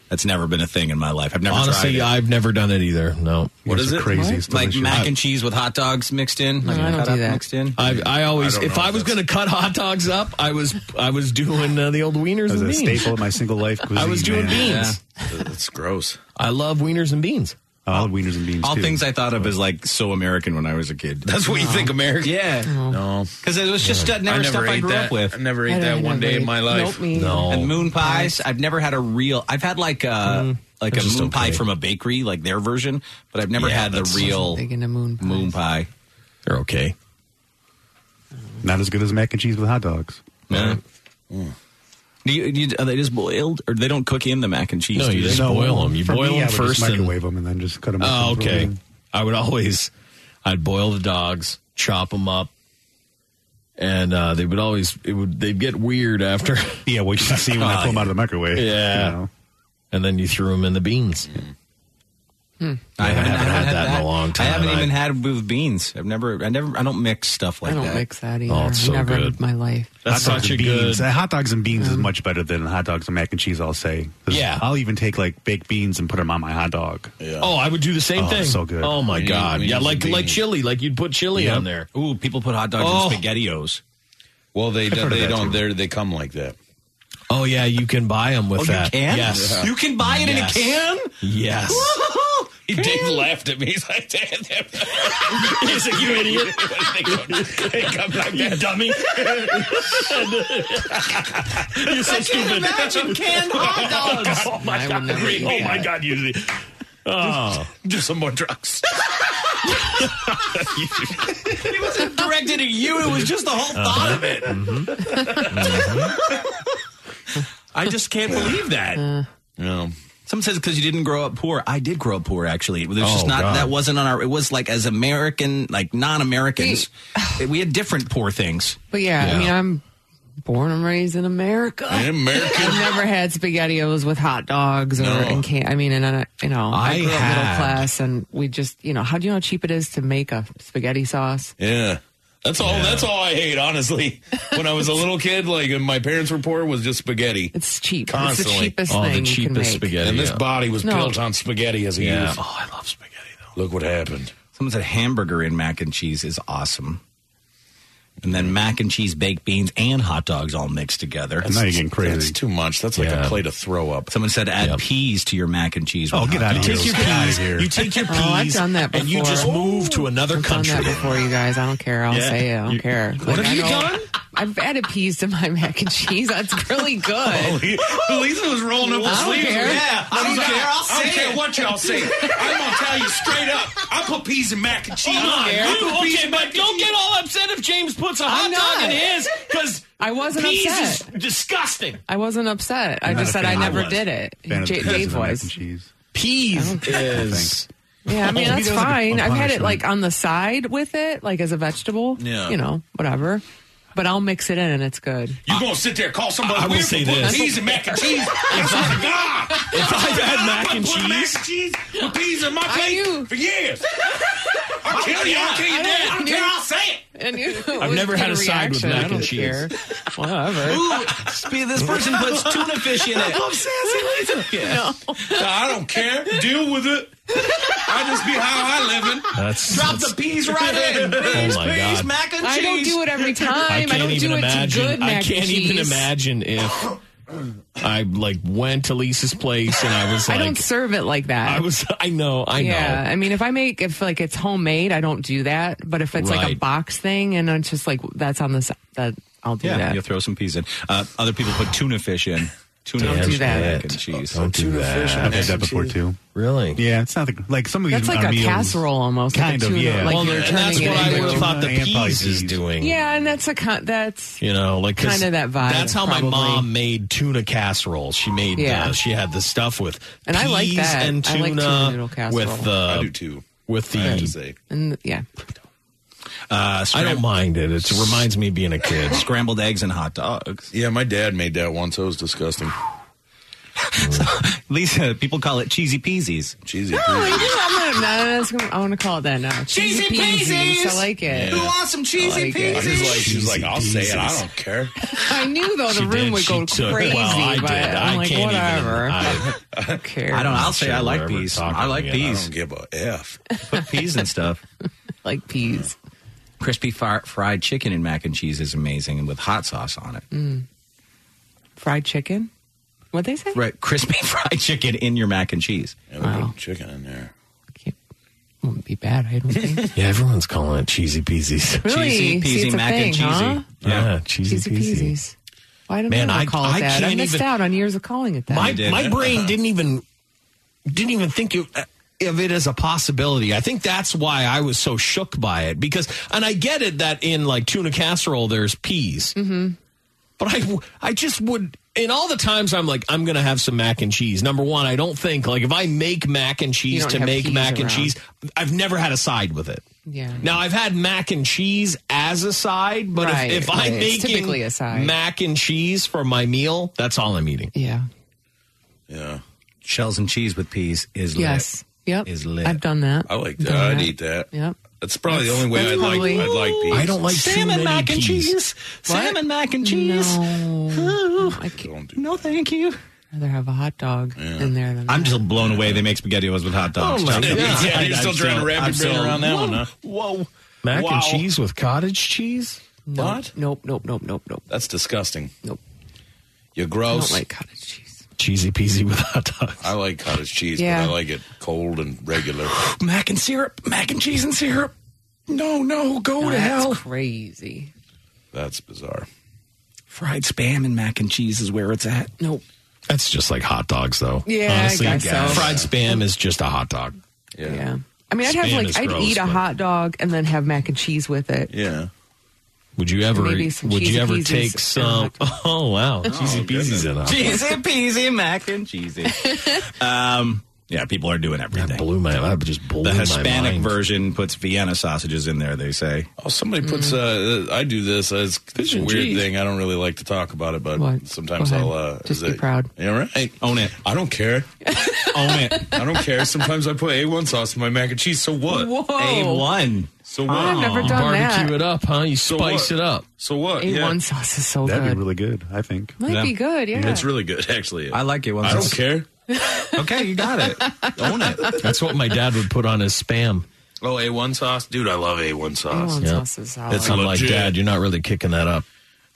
[SPEAKER 4] That's never been a thing in my life. I've never
[SPEAKER 7] Honestly,
[SPEAKER 4] tried it.
[SPEAKER 7] I've never done it either. No.
[SPEAKER 4] What
[SPEAKER 7] It's
[SPEAKER 4] is it?
[SPEAKER 7] Crazy.
[SPEAKER 4] What?
[SPEAKER 7] It's
[SPEAKER 4] Like
[SPEAKER 7] delicious.
[SPEAKER 4] mac and cheese with hot dogs mixed in. like
[SPEAKER 7] I don't
[SPEAKER 4] cut
[SPEAKER 7] do
[SPEAKER 4] up
[SPEAKER 7] that.
[SPEAKER 4] Mixed in.
[SPEAKER 7] I, I always,
[SPEAKER 4] I don't
[SPEAKER 7] if
[SPEAKER 4] know
[SPEAKER 7] I
[SPEAKER 4] if
[SPEAKER 7] was going to cut hot dogs up, I was I was doing uh, the old wieners
[SPEAKER 8] As
[SPEAKER 7] and
[SPEAKER 8] a
[SPEAKER 7] beans.
[SPEAKER 8] staple of my single life cuisine.
[SPEAKER 7] I was doing
[SPEAKER 8] man.
[SPEAKER 7] beans.
[SPEAKER 5] That's gross.
[SPEAKER 7] I love wieners and beans.
[SPEAKER 8] I love wieners and beans.
[SPEAKER 4] All
[SPEAKER 8] too.
[SPEAKER 4] things I thought of as like so American when I was a kid.
[SPEAKER 5] That's what you think, America?
[SPEAKER 4] Yeah.
[SPEAKER 5] No.
[SPEAKER 4] Because it was just uh, never,
[SPEAKER 5] I never
[SPEAKER 4] stuff I
[SPEAKER 5] ate
[SPEAKER 4] grew
[SPEAKER 5] that.
[SPEAKER 4] up with.
[SPEAKER 5] I never ate I that don't one day never in my ate- life. nope, me either.
[SPEAKER 4] no. And moon pies. I've never had a real. I've had like a like a
[SPEAKER 7] That's just
[SPEAKER 4] moon pie
[SPEAKER 7] okay.
[SPEAKER 4] from a bakery, like their version, but I've never
[SPEAKER 7] Yeah,
[SPEAKER 4] had the
[SPEAKER 7] that's-
[SPEAKER 4] real
[SPEAKER 6] Big into moon.
[SPEAKER 4] moon pie.
[SPEAKER 7] They're okay.
[SPEAKER 8] Not as good as mac and cheese with hot dogs.
[SPEAKER 4] Yeah. Do you, do you- are they just boiled, or they don't cook in the mac and cheese?
[SPEAKER 7] No,
[SPEAKER 4] do
[SPEAKER 7] you
[SPEAKER 4] they?
[SPEAKER 7] just boil them. You
[SPEAKER 8] For
[SPEAKER 7] boil
[SPEAKER 8] me, I
[SPEAKER 7] them
[SPEAKER 8] would
[SPEAKER 7] first.
[SPEAKER 8] Just
[SPEAKER 7] And,
[SPEAKER 8] microwave them and then just cut them.
[SPEAKER 7] oh, okay. I would always, I'd boil the dogs, chop them up, and uh, they would always it would they'd get weird after. Yeah, what
[SPEAKER 8] you see when I pull 'em out of the microwave,
[SPEAKER 7] Yeah,
[SPEAKER 8] you know.
[SPEAKER 7] and then you threw them in the beans.
[SPEAKER 5] Hmm.
[SPEAKER 6] Hmm.
[SPEAKER 7] I haven't, had, that, in a long time.
[SPEAKER 4] I haven't
[SPEAKER 7] I-
[SPEAKER 4] even had with beans. I've never, I never, I don't mix stuff like
[SPEAKER 6] I
[SPEAKER 4] that.
[SPEAKER 6] don't mix that either.
[SPEAKER 4] Oh, it's so
[SPEAKER 6] Never
[SPEAKER 4] good.
[SPEAKER 6] in my life.
[SPEAKER 8] Hot dogs and beans. Uh, hot dogs and beans is much better than hot dogs and mac and cheese. I'll say. 'Cause
[SPEAKER 7] uh-huh. Yeah.
[SPEAKER 8] I'll even take like baked beans and put them on my hot dog.
[SPEAKER 7] Oh, I would do the same
[SPEAKER 8] Oh,
[SPEAKER 7] thing.
[SPEAKER 8] so good.
[SPEAKER 7] Oh my
[SPEAKER 8] We need-
[SPEAKER 7] god.
[SPEAKER 8] we
[SPEAKER 7] yeah,
[SPEAKER 8] need
[SPEAKER 7] like
[SPEAKER 8] some
[SPEAKER 7] like
[SPEAKER 8] beans.
[SPEAKER 7] chili. Like you'd put chili on there.
[SPEAKER 4] Ooh, people put hot dogs
[SPEAKER 7] Oh.
[SPEAKER 4] in SpaghettiOs.
[SPEAKER 5] Well, they
[SPEAKER 7] I've heard
[SPEAKER 5] do,
[SPEAKER 7] of
[SPEAKER 5] they
[SPEAKER 7] that,
[SPEAKER 5] don't
[SPEAKER 7] too.
[SPEAKER 5] they they come like that.
[SPEAKER 7] Oh yeah, you can buy them with
[SPEAKER 5] Oh, you
[SPEAKER 7] that.
[SPEAKER 5] can?
[SPEAKER 7] Uh, Yes,
[SPEAKER 5] Yeah. You can buy it in a can?
[SPEAKER 7] Yes.
[SPEAKER 5] Dave laughed at me. He's like, "Damn, damn."
[SPEAKER 2] He's like, "You idiot."
[SPEAKER 5] They come- they come like
[SPEAKER 2] You
[SPEAKER 5] that.
[SPEAKER 2] dummy.
[SPEAKER 7] You're so stupid.
[SPEAKER 2] Oh my
[SPEAKER 7] I would
[SPEAKER 2] god.
[SPEAKER 7] never eat
[SPEAKER 2] Oh my
[SPEAKER 7] that.
[SPEAKER 2] god, you
[SPEAKER 7] Oh.
[SPEAKER 5] do some more drugs.
[SPEAKER 4] it wasn't directed at you. It was just the whole thought of it.
[SPEAKER 5] Mm-hmm.
[SPEAKER 4] I just can't believe that.
[SPEAKER 5] no.
[SPEAKER 4] Someone says because you didn't grow up poor. I did grow up poor, actually. There's
[SPEAKER 7] Oh,
[SPEAKER 4] just not
[SPEAKER 7] God.
[SPEAKER 4] that wasn't on our. It was like as American, like non-Americans, we had different poor things.
[SPEAKER 6] But yeah, I mean, I'm born and raised in America.
[SPEAKER 4] In America.
[SPEAKER 6] I've never had SpaghettiOs with hot dogs or
[SPEAKER 4] No.
[SPEAKER 6] in can. I mean, and I, you know, I,
[SPEAKER 4] I
[SPEAKER 6] grew up middle
[SPEAKER 4] had-
[SPEAKER 6] class, and we just, you know, how do you know how cheap it is to make a spaghetti sauce?
[SPEAKER 5] Yeah. That's all. That's all I hate, honestly. When I was a little kid, like and my parents' were poor, was just spaghetti.
[SPEAKER 6] It's cheap. It's the
[SPEAKER 5] Constantly.
[SPEAKER 6] cheapest Oh, the thing you can cheapest make. spaghetti,
[SPEAKER 5] And this
[SPEAKER 6] yeah.
[SPEAKER 5] body was
[SPEAKER 6] No.
[SPEAKER 5] built on spaghetti as a
[SPEAKER 4] Yeah.
[SPEAKER 5] youth.
[SPEAKER 4] Oh,
[SPEAKER 5] I love spaghetti though. Look what happened.
[SPEAKER 4] Someone said hamburger and mac and cheese is awesome. And then mac and cheese, baked beans, and hot dogs all mixed together.
[SPEAKER 5] That's- Now you're getting crazy. that's too much. That's like a plate
[SPEAKER 4] of throw up. Someone said add peas to your mac and cheese. with
[SPEAKER 7] Oh, get
[SPEAKER 4] hot
[SPEAKER 7] outta
[SPEAKER 4] dogs.
[SPEAKER 7] here.
[SPEAKER 4] You take
[SPEAKER 7] Get
[SPEAKER 4] your
[SPEAKER 7] outta
[SPEAKER 4] peas.
[SPEAKER 7] here.
[SPEAKER 4] You take your
[SPEAKER 6] Oh,
[SPEAKER 4] peas.
[SPEAKER 6] I've done that
[SPEAKER 4] And you
[SPEAKER 6] before.
[SPEAKER 4] just move to another
[SPEAKER 6] I've
[SPEAKER 4] country.
[SPEAKER 6] done that before, you guys. I don't care. I'll
[SPEAKER 4] Yeah.
[SPEAKER 6] say it. I don't
[SPEAKER 4] You-
[SPEAKER 6] care.
[SPEAKER 4] What have
[SPEAKER 6] I
[SPEAKER 4] you
[SPEAKER 6] don't-
[SPEAKER 4] done?
[SPEAKER 6] I've added peas to my mac and cheese. That's really good.
[SPEAKER 5] Lisa was rolling up her
[SPEAKER 6] I don't
[SPEAKER 5] sleeves.
[SPEAKER 6] care.
[SPEAKER 5] Yeah,
[SPEAKER 6] I don't
[SPEAKER 5] I'm not-
[SPEAKER 6] care. I'll
[SPEAKER 5] I don't
[SPEAKER 6] say
[SPEAKER 5] care
[SPEAKER 6] it.
[SPEAKER 5] what y'all say. I'm gonna tell you straight up. I put peas in mac and cheese.
[SPEAKER 7] Come on,
[SPEAKER 5] I put
[SPEAKER 7] dude.
[SPEAKER 5] peas
[SPEAKER 7] Okay,
[SPEAKER 5] in
[SPEAKER 7] but don't get all upset if James puts a hot
[SPEAKER 6] I'm
[SPEAKER 7] dog in
[SPEAKER 6] not.
[SPEAKER 7] his because
[SPEAKER 6] I wasn't
[SPEAKER 7] peas
[SPEAKER 6] upset.
[SPEAKER 7] is disgusting.
[SPEAKER 6] I wasn't upset. I
[SPEAKER 7] You're
[SPEAKER 6] just
[SPEAKER 7] not
[SPEAKER 6] said
[SPEAKER 7] a
[SPEAKER 6] I
[SPEAKER 7] fan. I
[SPEAKER 6] never
[SPEAKER 7] was.
[SPEAKER 6] did it.
[SPEAKER 7] Fan of
[SPEAKER 6] J-
[SPEAKER 7] the peas
[SPEAKER 6] Dave
[SPEAKER 7] and the mac
[SPEAKER 6] was.
[SPEAKER 7] and
[SPEAKER 8] cheese. Oh,
[SPEAKER 7] Peas is.
[SPEAKER 6] Yeah, I mean
[SPEAKER 7] Oh, he
[SPEAKER 6] that's
[SPEAKER 7] does like a-
[SPEAKER 6] fine.
[SPEAKER 7] a
[SPEAKER 6] I've had it
[SPEAKER 7] punishment.
[SPEAKER 6] like on the side with it, like as a vegetable.
[SPEAKER 7] Yeah.
[SPEAKER 6] you know, whatever. But I'll mix it in and it's good.
[SPEAKER 5] You gonna sit there and call somebody
[SPEAKER 7] I- I will
[SPEAKER 5] weird
[SPEAKER 7] say
[SPEAKER 5] for putting
[SPEAKER 7] this.
[SPEAKER 5] peas and mac and cheese? I swear to God,
[SPEAKER 7] If I've had
[SPEAKER 5] I've
[SPEAKER 7] mac
[SPEAKER 5] been
[SPEAKER 7] and
[SPEAKER 5] putting
[SPEAKER 7] cheese-
[SPEAKER 5] mac and cheese with peas in my
[SPEAKER 6] I knew.
[SPEAKER 5] plate for years. I'll kill you. I'll kill you
[SPEAKER 6] I
[SPEAKER 5] dead. I don't
[SPEAKER 6] knew-
[SPEAKER 5] care. I'll say it.
[SPEAKER 6] And you,
[SPEAKER 7] I've never had a side with mac and cheese.
[SPEAKER 6] Whatever.
[SPEAKER 4] Ooh, spe- this person puts tuna fish in it.
[SPEAKER 5] I'm sassy Lisa.
[SPEAKER 4] No.
[SPEAKER 5] I don't care. Deal with it. I just be how I living.
[SPEAKER 7] That's-
[SPEAKER 4] Drop the peas right in. Peas,
[SPEAKER 7] oh my
[SPEAKER 4] peas,
[SPEAKER 7] God.
[SPEAKER 4] mac and cheese.
[SPEAKER 6] I don't do it every time. I,
[SPEAKER 7] can't
[SPEAKER 6] don't
[SPEAKER 7] even
[SPEAKER 6] do it
[SPEAKER 7] imagine.
[SPEAKER 6] to good mac
[SPEAKER 7] I can't
[SPEAKER 6] and
[SPEAKER 7] even
[SPEAKER 6] cheese.
[SPEAKER 7] imagine if I like went to Lisa's place and I was
[SPEAKER 6] I
[SPEAKER 7] like,
[SPEAKER 6] don't serve it like that.
[SPEAKER 7] I was, I know, I know.
[SPEAKER 6] yeah, I mean, if I make if like it's homemade, I don't do that. But if it's like a
[SPEAKER 4] Right.
[SPEAKER 6] box thing and it's just like that's on the side, that I'll do
[SPEAKER 4] Yeah,
[SPEAKER 6] that.
[SPEAKER 4] you'll throw some peas in. Uh, other people put tuna fish in. Tuna
[SPEAKER 6] Don't
[SPEAKER 4] fish
[SPEAKER 6] do that.
[SPEAKER 4] mac and cheese.
[SPEAKER 7] Don't do Tuna that. fish and
[SPEAKER 8] I've
[SPEAKER 7] mac
[SPEAKER 8] had that
[SPEAKER 7] and
[SPEAKER 8] before
[SPEAKER 7] cheese.
[SPEAKER 8] too.
[SPEAKER 7] Really?
[SPEAKER 8] Yeah, it's not the, like some of these.
[SPEAKER 6] That's like
[SPEAKER 8] are
[SPEAKER 6] a
[SPEAKER 8] meals-
[SPEAKER 6] casserole almost, like
[SPEAKER 8] Kind
[SPEAKER 6] a
[SPEAKER 8] of,
[SPEAKER 6] tuna-
[SPEAKER 8] yeah.
[SPEAKER 6] like Well, you're
[SPEAKER 7] That's
[SPEAKER 6] turning
[SPEAKER 7] what
[SPEAKER 6] it
[SPEAKER 7] I
[SPEAKER 6] into
[SPEAKER 7] would
[SPEAKER 6] a
[SPEAKER 7] have thought the
[SPEAKER 8] tuna and probably
[SPEAKER 7] peas is doing.
[SPEAKER 6] Yeah, and that's a con- that's
[SPEAKER 7] You know, like 'cause
[SPEAKER 6] Kinda that vibe,
[SPEAKER 7] That's how
[SPEAKER 6] probably.
[SPEAKER 7] my mom made tuna casserole. She made,
[SPEAKER 6] Yeah.
[SPEAKER 7] uh, she had the stuff with
[SPEAKER 6] And I like
[SPEAKER 7] peas
[SPEAKER 6] that.
[SPEAKER 7] and
[SPEAKER 6] I
[SPEAKER 7] tuna,
[SPEAKER 6] like tuna noodle casserole.
[SPEAKER 7] with the
[SPEAKER 6] I
[SPEAKER 5] do too.
[SPEAKER 7] With the,
[SPEAKER 6] I have to say. and yeah.
[SPEAKER 4] Uh,
[SPEAKER 7] I don't mind it. It reminds me of being a kid.
[SPEAKER 4] Scrambled eggs and hot dogs.
[SPEAKER 5] Yeah, my dad made that once. It was disgusting.
[SPEAKER 4] Lisa, people call it cheesy peasies.
[SPEAKER 5] Cheesy
[SPEAKER 6] No, I do. I'm gonna, no, no, that's gonna, I want to call it that now.
[SPEAKER 2] Cheesy peasies.
[SPEAKER 6] I like it.
[SPEAKER 2] Who wants some cheesy
[SPEAKER 6] I like it.
[SPEAKER 5] I just like, she's like, I'll say it. I don't care.
[SPEAKER 6] I knew though the
[SPEAKER 5] She
[SPEAKER 6] room
[SPEAKER 5] did.
[SPEAKER 6] would
[SPEAKER 5] She
[SPEAKER 6] go
[SPEAKER 5] took-
[SPEAKER 6] crazy,
[SPEAKER 5] well, I
[SPEAKER 6] but
[SPEAKER 5] did.
[SPEAKER 6] I'm
[SPEAKER 5] I
[SPEAKER 6] like,
[SPEAKER 5] can't even-
[SPEAKER 6] whatever.
[SPEAKER 5] I-
[SPEAKER 6] don't care.
[SPEAKER 4] I don't. I'll say I like
[SPEAKER 5] Whatever
[SPEAKER 4] peas.
[SPEAKER 5] talking
[SPEAKER 4] I like
[SPEAKER 5] again, I
[SPEAKER 4] peas.
[SPEAKER 5] don't give a f.
[SPEAKER 4] Put peas and stuff.
[SPEAKER 6] like peas.
[SPEAKER 4] Crispy far- fried chicken and mac and cheese is amazing, and with hot sauce on it.
[SPEAKER 6] Mm. Fried chicken. What they say?
[SPEAKER 4] Right, crispy fried chicken in your mac and cheese.
[SPEAKER 5] Yeah, we put chicken in there.
[SPEAKER 6] Wouldn't be bad. I don't think.
[SPEAKER 7] Yeah, everyone's calling it cheesy peasies.
[SPEAKER 6] Really?
[SPEAKER 7] Cheesy
[SPEAKER 6] Cheesy See, peasy, it's a mac and thing, cheesy. huh?
[SPEAKER 7] Yeah, cheesy,
[SPEAKER 6] Cheesy
[SPEAKER 7] peasy.
[SPEAKER 6] peasies. Why don't
[SPEAKER 7] Man,
[SPEAKER 6] I
[SPEAKER 7] I-
[SPEAKER 6] ever call it
[SPEAKER 7] I
[SPEAKER 6] that? I
[SPEAKER 7] can't
[SPEAKER 6] missed
[SPEAKER 7] even-
[SPEAKER 6] out on years of calling it that.
[SPEAKER 7] My, my brain didn't even didn't even think of, of it as a possibility. I think that's why I was so shook by it because, and I get it that in like tuna casserole there's peas,
[SPEAKER 6] Mm-hmm.
[SPEAKER 7] but I I just would in all the times I'm like, I'm gonna have some mac and cheese. Number one, I don't think like if I make mac and
[SPEAKER 6] You
[SPEAKER 7] cheese
[SPEAKER 6] don't
[SPEAKER 7] to
[SPEAKER 6] have
[SPEAKER 7] make
[SPEAKER 6] peas
[SPEAKER 7] mac and
[SPEAKER 6] around.
[SPEAKER 7] cheese, I've never had a side with it.
[SPEAKER 6] Yeah.
[SPEAKER 7] Now I've had mac and cheese as a side, but
[SPEAKER 6] Right,
[SPEAKER 7] if, if
[SPEAKER 6] right.
[SPEAKER 7] I'm
[SPEAKER 6] It's
[SPEAKER 7] making
[SPEAKER 6] typically a side.
[SPEAKER 7] mac and cheese for my meal, that's all I'm eating.
[SPEAKER 6] Yeah.
[SPEAKER 5] Yeah.
[SPEAKER 4] Shells and cheese with peas is lit.
[SPEAKER 6] Yes. Yep.
[SPEAKER 4] Is lit.
[SPEAKER 6] I've done that.
[SPEAKER 5] I like
[SPEAKER 6] Done
[SPEAKER 5] that. I'd
[SPEAKER 6] that.
[SPEAKER 5] eat that.
[SPEAKER 6] Yep.
[SPEAKER 5] That's probably the only way
[SPEAKER 6] That's
[SPEAKER 5] I'd like.
[SPEAKER 6] probably-
[SPEAKER 5] I'd like peas.
[SPEAKER 4] I don't like
[SPEAKER 6] Salmon
[SPEAKER 4] too many
[SPEAKER 6] mac and
[SPEAKER 4] peas.
[SPEAKER 6] cheese.
[SPEAKER 4] Salmon mac and cheese.
[SPEAKER 6] No, I c-
[SPEAKER 4] no thank you.
[SPEAKER 6] I'd rather have a hot dog in there than
[SPEAKER 4] I'm just blown away they make spaghettios with hot dogs.
[SPEAKER 6] Oh, my
[SPEAKER 4] Chuck.
[SPEAKER 6] God.
[SPEAKER 7] Yeah, you're
[SPEAKER 4] I'm
[SPEAKER 7] still trying to wrap
[SPEAKER 4] I'm
[SPEAKER 7] your brain
[SPEAKER 4] still-
[SPEAKER 7] around that one, huh?
[SPEAKER 5] Whoa.
[SPEAKER 7] Mac
[SPEAKER 5] Wow.
[SPEAKER 7] and cheese with cottage cheese?
[SPEAKER 6] No. What? Nope, nope, nope, nope, nope.
[SPEAKER 5] That's disgusting.
[SPEAKER 6] Nope.
[SPEAKER 5] You're gross.
[SPEAKER 6] I don't like cottage cheese.
[SPEAKER 7] Cheesy peasy with hot dogs.
[SPEAKER 5] I like cottage cheese,
[SPEAKER 6] Yeah.
[SPEAKER 5] but I like it cold and regular.
[SPEAKER 4] Mac and syrup. Mac and cheese and syrup. No, no, go
[SPEAKER 6] No,
[SPEAKER 4] to
[SPEAKER 6] that's
[SPEAKER 4] Oh, hell.
[SPEAKER 6] Crazy.
[SPEAKER 5] That's bizarre.
[SPEAKER 4] Fried spam and mac and cheese is where it's at.
[SPEAKER 6] Nope.
[SPEAKER 7] That's just like hot dogs, though.
[SPEAKER 6] Yeah, I
[SPEAKER 7] honestly,
[SPEAKER 6] guess so.
[SPEAKER 7] fried spam is just a hot dog.
[SPEAKER 5] Yeah,
[SPEAKER 6] I mean, I'd have
[SPEAKER 7] Spam
[SPEAKER 6] like
[SPEAKER 7] is
[SPEAKER 6] I'd
[SPEAKER 7] gross,
[SPEAKER 6] eat a
[SPEAKER 7] but-
[SPEAKER 6] hot dog and then have mac and cheese with it.
[SPEAKER 5] yeah.
[SPEAKER 7] Would you ever?
[SPEAKER 6] Maybe some
[SPEAKER 7] Would
[SPEAKER 6] cheesy
[SPEAKER 7] you ever
[SPEAKER 6] peas
[SPEAKER 7] take
[SPEAKER 6] and
[SPEAKER 7] some? Oh wow, cheesy peasies in a hot dog.
[SPEAKER 4] Cheesy peasy mac and cheesy. um, yeah, people are doing everything. That
[SPEAKER 7] blew my. That just blew
[SPEAKER 4] the
[SPEAKER 5] my
[SPEAKER 4] Hispanic
[SPEAKER 5] mind.
[SPEAKER 4] version puts Vienna sausages in there. They say.
[SPEAKER 5] Oh, somebody puts. Uh, I do this. uh, It's, it's a
[SPEAKER 4] and
[SPEAKER 5] weird
[SPEAKER 4] cheese.
[SPEAKER 5] thing. I don't really like to talk about it, but
[SPEAKER 4] What?
[SPEAKER 5] sometimes
[SPEAKER 4] Go ahead.
[SPEAKER 5] I'll. Uh, is
[SPEAKER 4] Just be
[SPEAKER 5] it-
[SPEAKER 4] proud.
[SPEAKER 5] Yeah, right.
[SPEAKER 4] Own it.
[SPEAKER 5] I don't care.
[SPEAKER 4] Own it.
[SPEAKER 5] I don't care. Sometimes I put A1 sauce in my mac and cheese. So what?
[SPEAKER 6] Whoa.
[SPEAKER 4] A1.
[SPEAKER 5] So
[SPEAKER 6] Oh,
[SPEAKER 5] what?
[SPEAKER 6] I've never done
[SPEAKER 7] Barbecue
[SPEAKER 6] that.
[SPEAKER 7] it up, huh? You
[SPEAKER 5] So
[SPEAKER 7] spice
[SPEAKER 5] what?
[SPEAKER 7] it up.
[SPEAKER 5] So what?
[SPEAKER 6] A1 sauce is so
[SPEAKER 8] That'd
[SPEAKER 6] good.
[SPEAKER 8] be really good, I think.
[SPEAKER 6] Might be good, yeah.
[SPEAKER 5] It's really good, actually.
[SPEAKER 4] I like it.
[SPEAKER 5] I don't care.
[SPEAKER 4] okay, you got it. Own it.
[SPEAKER 7] That's what my dad would put on his spam.
[SPEAKER 5] Oh, A1 sauce? Dude, I love A1 sauce.
[SPEAKER 6] A1 Yeah. sauce is solid.
[SPEAKER 5] It's
[SPEAKER 7] I'm like,
[SPEAKER 5] legit.
[SPEAKER 7] Dad, you're not really kicking that up.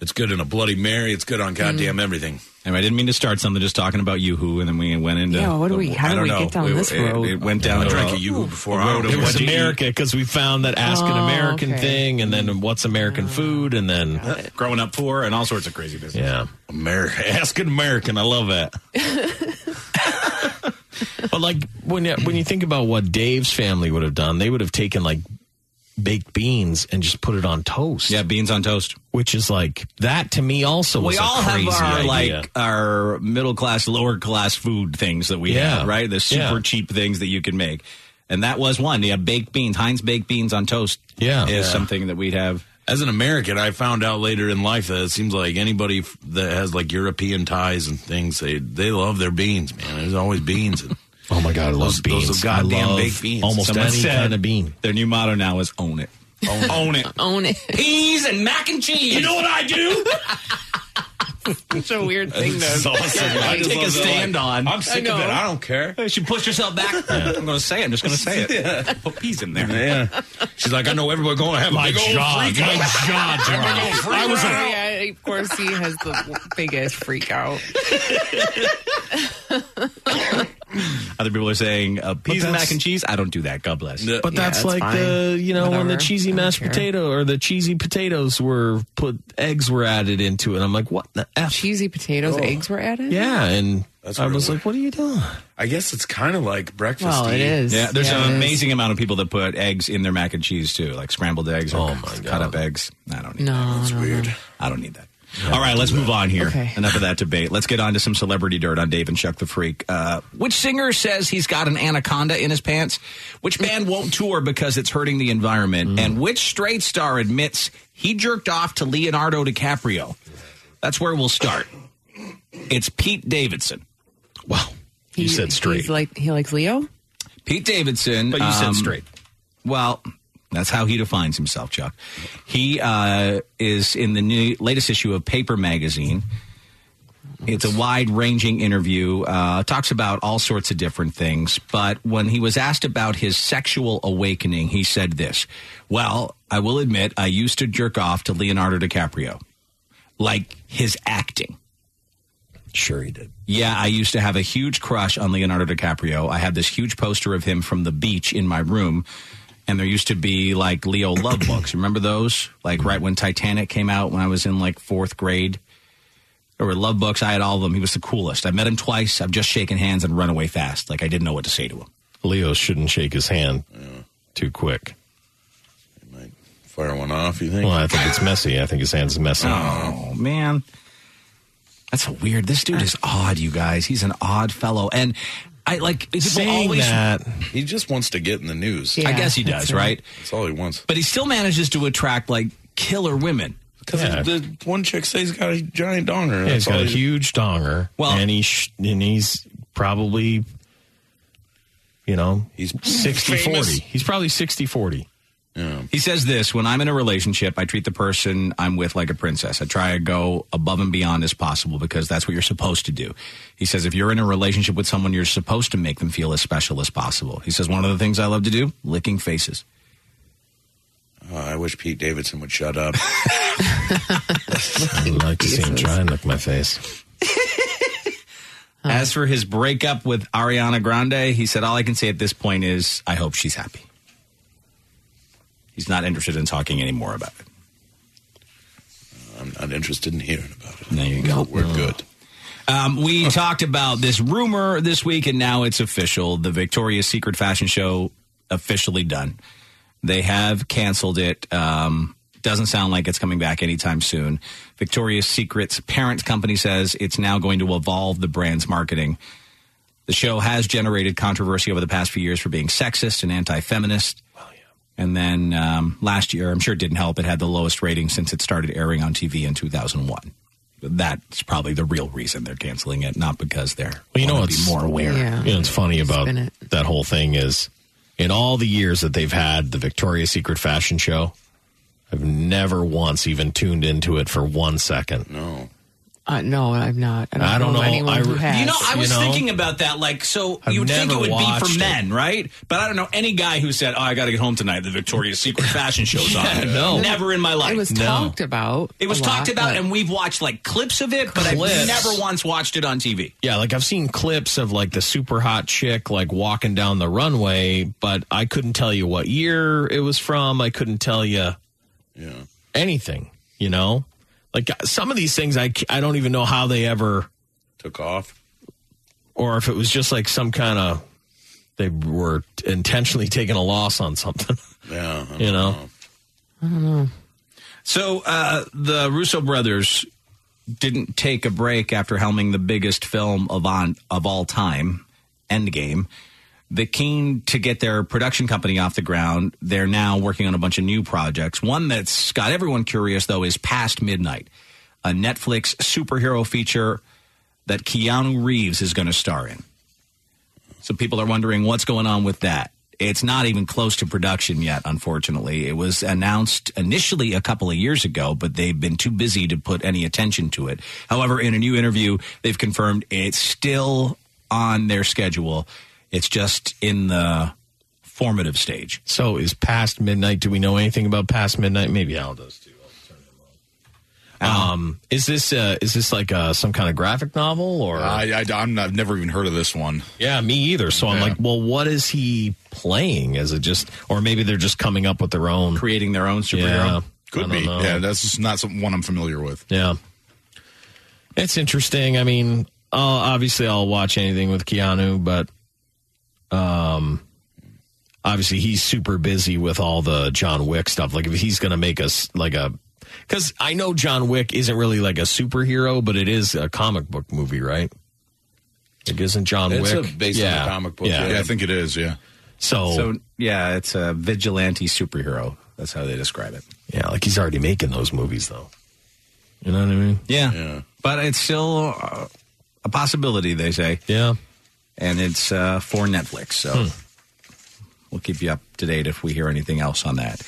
[SPEAKER 5] It's good in a Bloody Mary. It's good on goddamn
[SPEAKER 6] Mm.
[SPEAKER 5] everything.
[SPEAKER 4] And I didn't mean to start something just talking about YooHoo, and then we went into.
[SPEAKER 6] Yeah, what do we-
[SPEAKER 4] the-
[SPEAKER 6] how
[SPEAKER 4] I
[SPEAKER 6] did
[SPEAKER 4] don't
[SPEAKER 6] we
[SPEAKER 4] know.
[SPEAKER 6] get down
[SPEAKER 4] We-
[SPEAKER 6] this
[SPEAKER 4] it-
[SPEAKER 6] road?
[SPEAKER 4] It, went down.
[SPEAKER 5] I
[SPEAKER 4] the
[SPEAKER 5] drank
[SPEAKER 4] road.
[SPEAKER 5] a YooHoo before. I
[SPEAKER 4] road
[SPEAKER 5] ordered
[SPEAKER 4] of
[SPEAKER 7] It was
[SPEAKER 4] what you eat.
[SPEAKER 7] America because we found that ask an
[SPEAKER 4] Oh,
[SPEAKER 7] American
[SPEAKER 4] okay.
[SPEAKER 7] thing, and then what's American
[SPEAKER 6] Mm.
[SPEAKER 7] food, and then
[SPEAKER 4] growing up poor, and all sorts of crazy business.
[SPEAKER 7] yeah,
[SPEAKER 5] America, ask an American. I love that.
[SPEAKER 7] But like when you, when you think about what Dave's family would have done, they would have taken like baked beans and just put it on toast. Yeah,
[SPEAKER 4] beans on toast,
[SPEAKER 7] which is like that to me also.
[SPEAKER 4] we
[SPEAKER 7] was a
[SPEAKER 4] all have
[SPEAKER 7] crazy
[SPEAKER 4] our
[SPEAKER 7] idea.
[SPEAKER 4] like our middle class, lower class food things that we
[SPEAKER 7] Yeah.
[SPEAKER 4] have, right? The super
[SPEAKER 7] Yeah.
[SPEAKER 4] cheap things that you can make, and that was one. Yeah, baked beans, Heinz baked beans on toast.
[SPEAKER 7] Yeah,
[SPEAKER 4] is something that we'd have.
[SPEAKER 5] As an American, I found out later in life that it seems like anybody f- that has like European ties and things, they they love their beans, man. There's always beans. And
[SPEAKER 7] oh my god, I love
[SPEAKER 5] those,
[SPEAKER 7] beans.
[SPEAKER 5] Those are goddamn
[SPEAKER 7] I love
[SPEAKER 5] baked beans.
[SPEAKER 7] Almost
[SPEAKER 5] Someone
[SPEAKER 7] any
[SPEAKER 5] said
[SPEAKER 7] kind of bean.
[SPEAKER 4] Their new motto now is own it. Own it. own it.
[SPEAKER 6] Own it.
[SPEAKER 4] Peas and mac and cheese. You know what I do?
[SPEAKER 6] It's a weird thing
[SPEAKER 4] This is
[SPEAKER 6] though.
[SPEAKER 4] awesome.
[SPEAKER 6] Yeah,
[SPEAKER 4] I
[SPEAKER 6] like,
[SPEAKER 4] take
[SPEAKER 6] love
[SPEAKER 4] a
[SPEAKER 6] that, like,
[SPEAKER 4] stand on.
[SPEAKER 5] I'm sick of it. I don't care.
[SPEAKER 4] She pushed herself back. I'm going to say it. I'm just going to say it. Put peas in there.
[SPEAKER 5] Yeah. She's like, I know everybody going to have
[SPEAKER 4] My
[SPEAKER 5] a big
[SPEAKER 4] jaw,
[SPEAKER 5] old freak
[SPEAKER 4] my
[SPEAKER 5] out.
[SPEAKER 4] jaw
[SPEAKER 5] Everybody gonna freak out.
[SPEAKER 6] Yeah, of course he has the biggest freak out.
[SPEAKER 4] Other people are saying uh, peas and
[SPEAKER 7] that's-
[SPEAKER 4] mac and cheese. I don't do that. God bless.
[SPEAKER 7] But that's like the you know when the cheesy mashed potato or the cheesy potatoes were put eggs were added into it. I'm like, what the f? Oh.
[SPEAKER 6] Cheesy potatoes, eggs were added.
[SPEAKER 7] Yeah, and
[SPEAKER 5] That's
[SPEAKER 7] I
[SPEAKER 5] really
[SPEAKER 7] was
[SPEAKER 5] weird.
[SPEAKER 7] like, what are you doing?
[SPEAKER 5] I guess it's kind of like breakfast.
[SPEAKER 6] Well, it is.
[SPEAKER 4] Yeah, there's
[SPEAKER 6] Yeah, it
[SPEAKER 4] an
[SPEAKER 6] is.
[SPEAKER 4] amazing amount of people that put eggs in their mac and cheese too, like scrambled eggs or cut up eggs. I don't need
[SPEAKER 6] No,
[SPEAKER 4] that. Oh, That's
[SPEAKER 6] no,
[SPEAKER 4] weird. I don't need that. All right, let's move on here.
[SPEAKER 6] Okay.
[SPEAKER 4] Enough of that debate. Let's get on to some celebrity dirt on Dave and Chuck the Freak. Uh, which singer says he's got an anaconda in his pants? Which band won't tour because it's hurting the environment? And which straight star admits he jerked off to Leonardo DiCaprio? That's where we'll start. It's Pete Davidson. Wow.
[SPEAKER 6] He- He's like he likes Leo.
[SPEAKER 4] Pete Davidson. um,
[SPEAKER 6] But you said straight.
[SPEAKER 4] Well, that's how he defines himself, Chuck. He uh, is in the new, latest issue of Paper Magazine. It's a wide ranging interview, uh, talks about all sorts of different things. But when he was asked about his sexual awakening, he said this Well, I will admit, I used to jerk off to Leonardo DiCaprio, like his acting.
[SPEAKER 7] Sure, he did.
[SPEAKER 4] Yeah, I used to have a huge crush on Leonardo DiCaprio. I had this huge poster of him from the beach in my room. And there used to be like Leo love books. Remember those? Like right when Titanic came out when I was in like fourth grade. There were love books. I had all of them. He was the coolest. I met him twice. I've just shaken hands and run away fast. Like I didn't know what to say to him.
[SPEAKER 7] Leo shouldn't shake his hand too quick.
[SPEAKER 5] Fire one off, you think?
[SPEAKER 7] Well, I think it's messy. I think his hand's messy.
[SPEAKER 4] Oh man. Oh, That's so weird. This dude is odd, you guys. He's an odd fellow. And I like people always
[SPEAKER 5] He just wants to get in the news.
[SPEAKER 4] I guess he does, right?
[SPEAKER 5] That's all he wants.
[SPEAKER 4] But he still manages to attract like killer women.
[SPEAKER 5] Because the one chick says he's got a giant donger.
[SPEAKER 7] Yeah,
[SPEAKER 5] That's
[SPEAKER 7] he's got
[SPEAKER 5] all
[SPEAKER 7] a
[SPEAKER 5] he-
[SPEAKER 7] huge donger. Well, and he's sh- and he's probably, you know,
[SPEAKER 5] he's
[SPEAKER 7] 60
[SPEAKER 4] famous.
[SPEAKER 7] 40. He's probably 60 40.
[SPEAKER 4] He says this when I'm in a relationship, I treat the person I'm with like a princess. I try to go above and beyond as possible because that's what you're supposed to do. He says, if you're in a relationship with someone, you're supposed to make them feel as special as possible. He says, one of the things I love to do, licking faces.
[SPEAKER 5] Oh, I wish Pete Davidson would shut up.
[SPEAKER 7] I like to see him try and lick my face.
[SPEAKER 4] As for his breakup with Ariana Grande, he said, all I can say at this point is, I hope she's happy. He's not interested in talking anymore about it.
[SPEAKER 5] I'm not interested in hearing about it.
[SPEAKER 4] There you go.
[SPEAKER 5] We're good.
[SPEAKER 4] Um, we talked about this rumor this week, and now it's official. The Victoria's Secret fashion show officially done. They have canceled it. Um, doesn't sound like it's coming back anytime soon. Victoria's Secret's parent company says it's now going to evolve the brand's marketing. The show has generated controversy over the past few years for being sexist and anti feminist. And then um, last year, I'm sure it didn't help, it had the lowest rating since it started airing on TV in 2001. That's probably the real reason they're canceling it, not because they're
[SPEAKER 7] Well, you know
[SPEAKER 4] wanna
[SPEAKER 7] what's
[SPEAKER 4] be more aware.
[SPEAKER 7] You know, it's funny about that whole thing is in all the years that they've had the Victoria's Secret fashion show, I've never once even tuned into it for one second.
[SPEAKER 5] No.
[SPEAKER 6] Uh, no, I'm not. I don't,
[SPEAKER 7] I don't
[SPEAKER 6] know,
[SPEAKER 7] know.
[SPEAKER 6] of anyone
[SPEAKER 7] I
[SPEAKER 6] who
[SPEAKER 7] re-
[SPEAKER 6] has.
[SPEAKER 4] You know, I was
[SPEAKER 7] You know?
[SPEAKER 4] thinking about that. Like, so
[SPEAKER 7] I've
[SPEAKER 4] you would think it
[SPEAKER 7] never
[SPEAKER 4] would be
[SPEAKER 7] watched
[SPEAKER 4] for
[SPEAKER 7] it.
[SPEAKER 4] men, right? But I don't know any guy who said, "Oh, I got to get home tonight. The Victoria's Secret fashion show's
[SPEAKER 7] Yeah,
[SPEAKER 4] on."
[SPEAKER 7] no.
[SPEAKER 4] never in my life.
[SPEAKER 6] It was talked about.
[SPEAKER 4] It was
[SPEAKER 6] a
[SPEAKER 4] talked
[SPEAKER 6] lot,
[SPEAKER 4] about,
[SPEAKER 6] but-
[SPEAKER 4] and we've watched like clips of it, but I've
[SPEAKER 7] Clips.
[SPEAKER 4] never once watched it on TV.
[SPEAKER 7] Yeah, like I've seen clips of like the super hot chick like walking down the runway, but I couldn't tell you what year it was from. I couldn't tell you
[SPEAKER 5] Yeah.
[SPEAKER 7] anything, you know? Like some of these things I c- I don't even know how they ever
[SPEAKER 5] took off
[SPEAKER 7] or if it was just like some kind of they were intentionally taking a loss on something.
[SPEAKER 5] Yeah,
[SPEAKER 7] you know.
[SPEAKER 6] I don't know.
[SPEAKER 4] So uh, the Russo brothers didn't take a break after helming the biggest film of on of all time, Endgame. They keen to get their production company off the ground. They're now working on a bunch of new projects. One that's got everyone curious though is Past Midnight, a Netflix superhero feature that Keanu Reeves is going to star in. So people are wondering what's going on with that. It's not even close to production yet, unfortunately. It was announced initially a couple of years ago, but they've been too busy to put any attention to it. However, in a new interview, they've confirmed it's still on their schedule. It's just in the formative stage.
[SPEAKER 7] So is past midnight? Do we know anything about past midnight? Maybe Al does too. I'll turn him on. Um, is this uh, is this like uh, some kind of graphic novel or?
[SPEAKER 22] I, I, am not, I've never even heard of this one.
[SPEAKER 7] yeah, me either. So I'm like, well, what is he playing? Is it just, or maybe they're just coming up with their own,
[SPEAKER 4] creating their own
[SPEAKER 7] Yeah, I
[SPEAKER 22] Could
[SPEAKER 7] don't
[SPEAKER 22] be.
[SPEAKER 7] know.
[SPEAKER 22] Yeah, that's just not some, one I'm familiar with.
[SPEAKER 7] Yeah. It's interesting. I mean, I'll, obviously, I'll watch anything with Keanu, but um, obviously, he's super busy with all the John Wick stuff. Like, if he's going to make us like a, because I know John Wick isn't really like a superhero, but it is a comic book movie, right? Like, isn't John
[SPEAKER 4] It's
[SPEAKER 7] Wick
[SPEAKER 4] a- based on a comic book, yeah. Yeah, I think
[SPEAKER 22] it is. Yeah.
[SPEAKER 7] So,
[SPEAKER 4] So, yeah, it's a vigilante superhero. That's how they describe it.
[SPEAKER 7] yeah, like he's already making those movies though. You know what I mean?
[SPEAKER 4] Yeah. But it's still uh, a possibility, they say.
[SPEAKER 7] Yeah. Hmm.
[SPEAKER 4] And it's uh, for Netflix. So we'll keep you up to date if we hear anything else on that.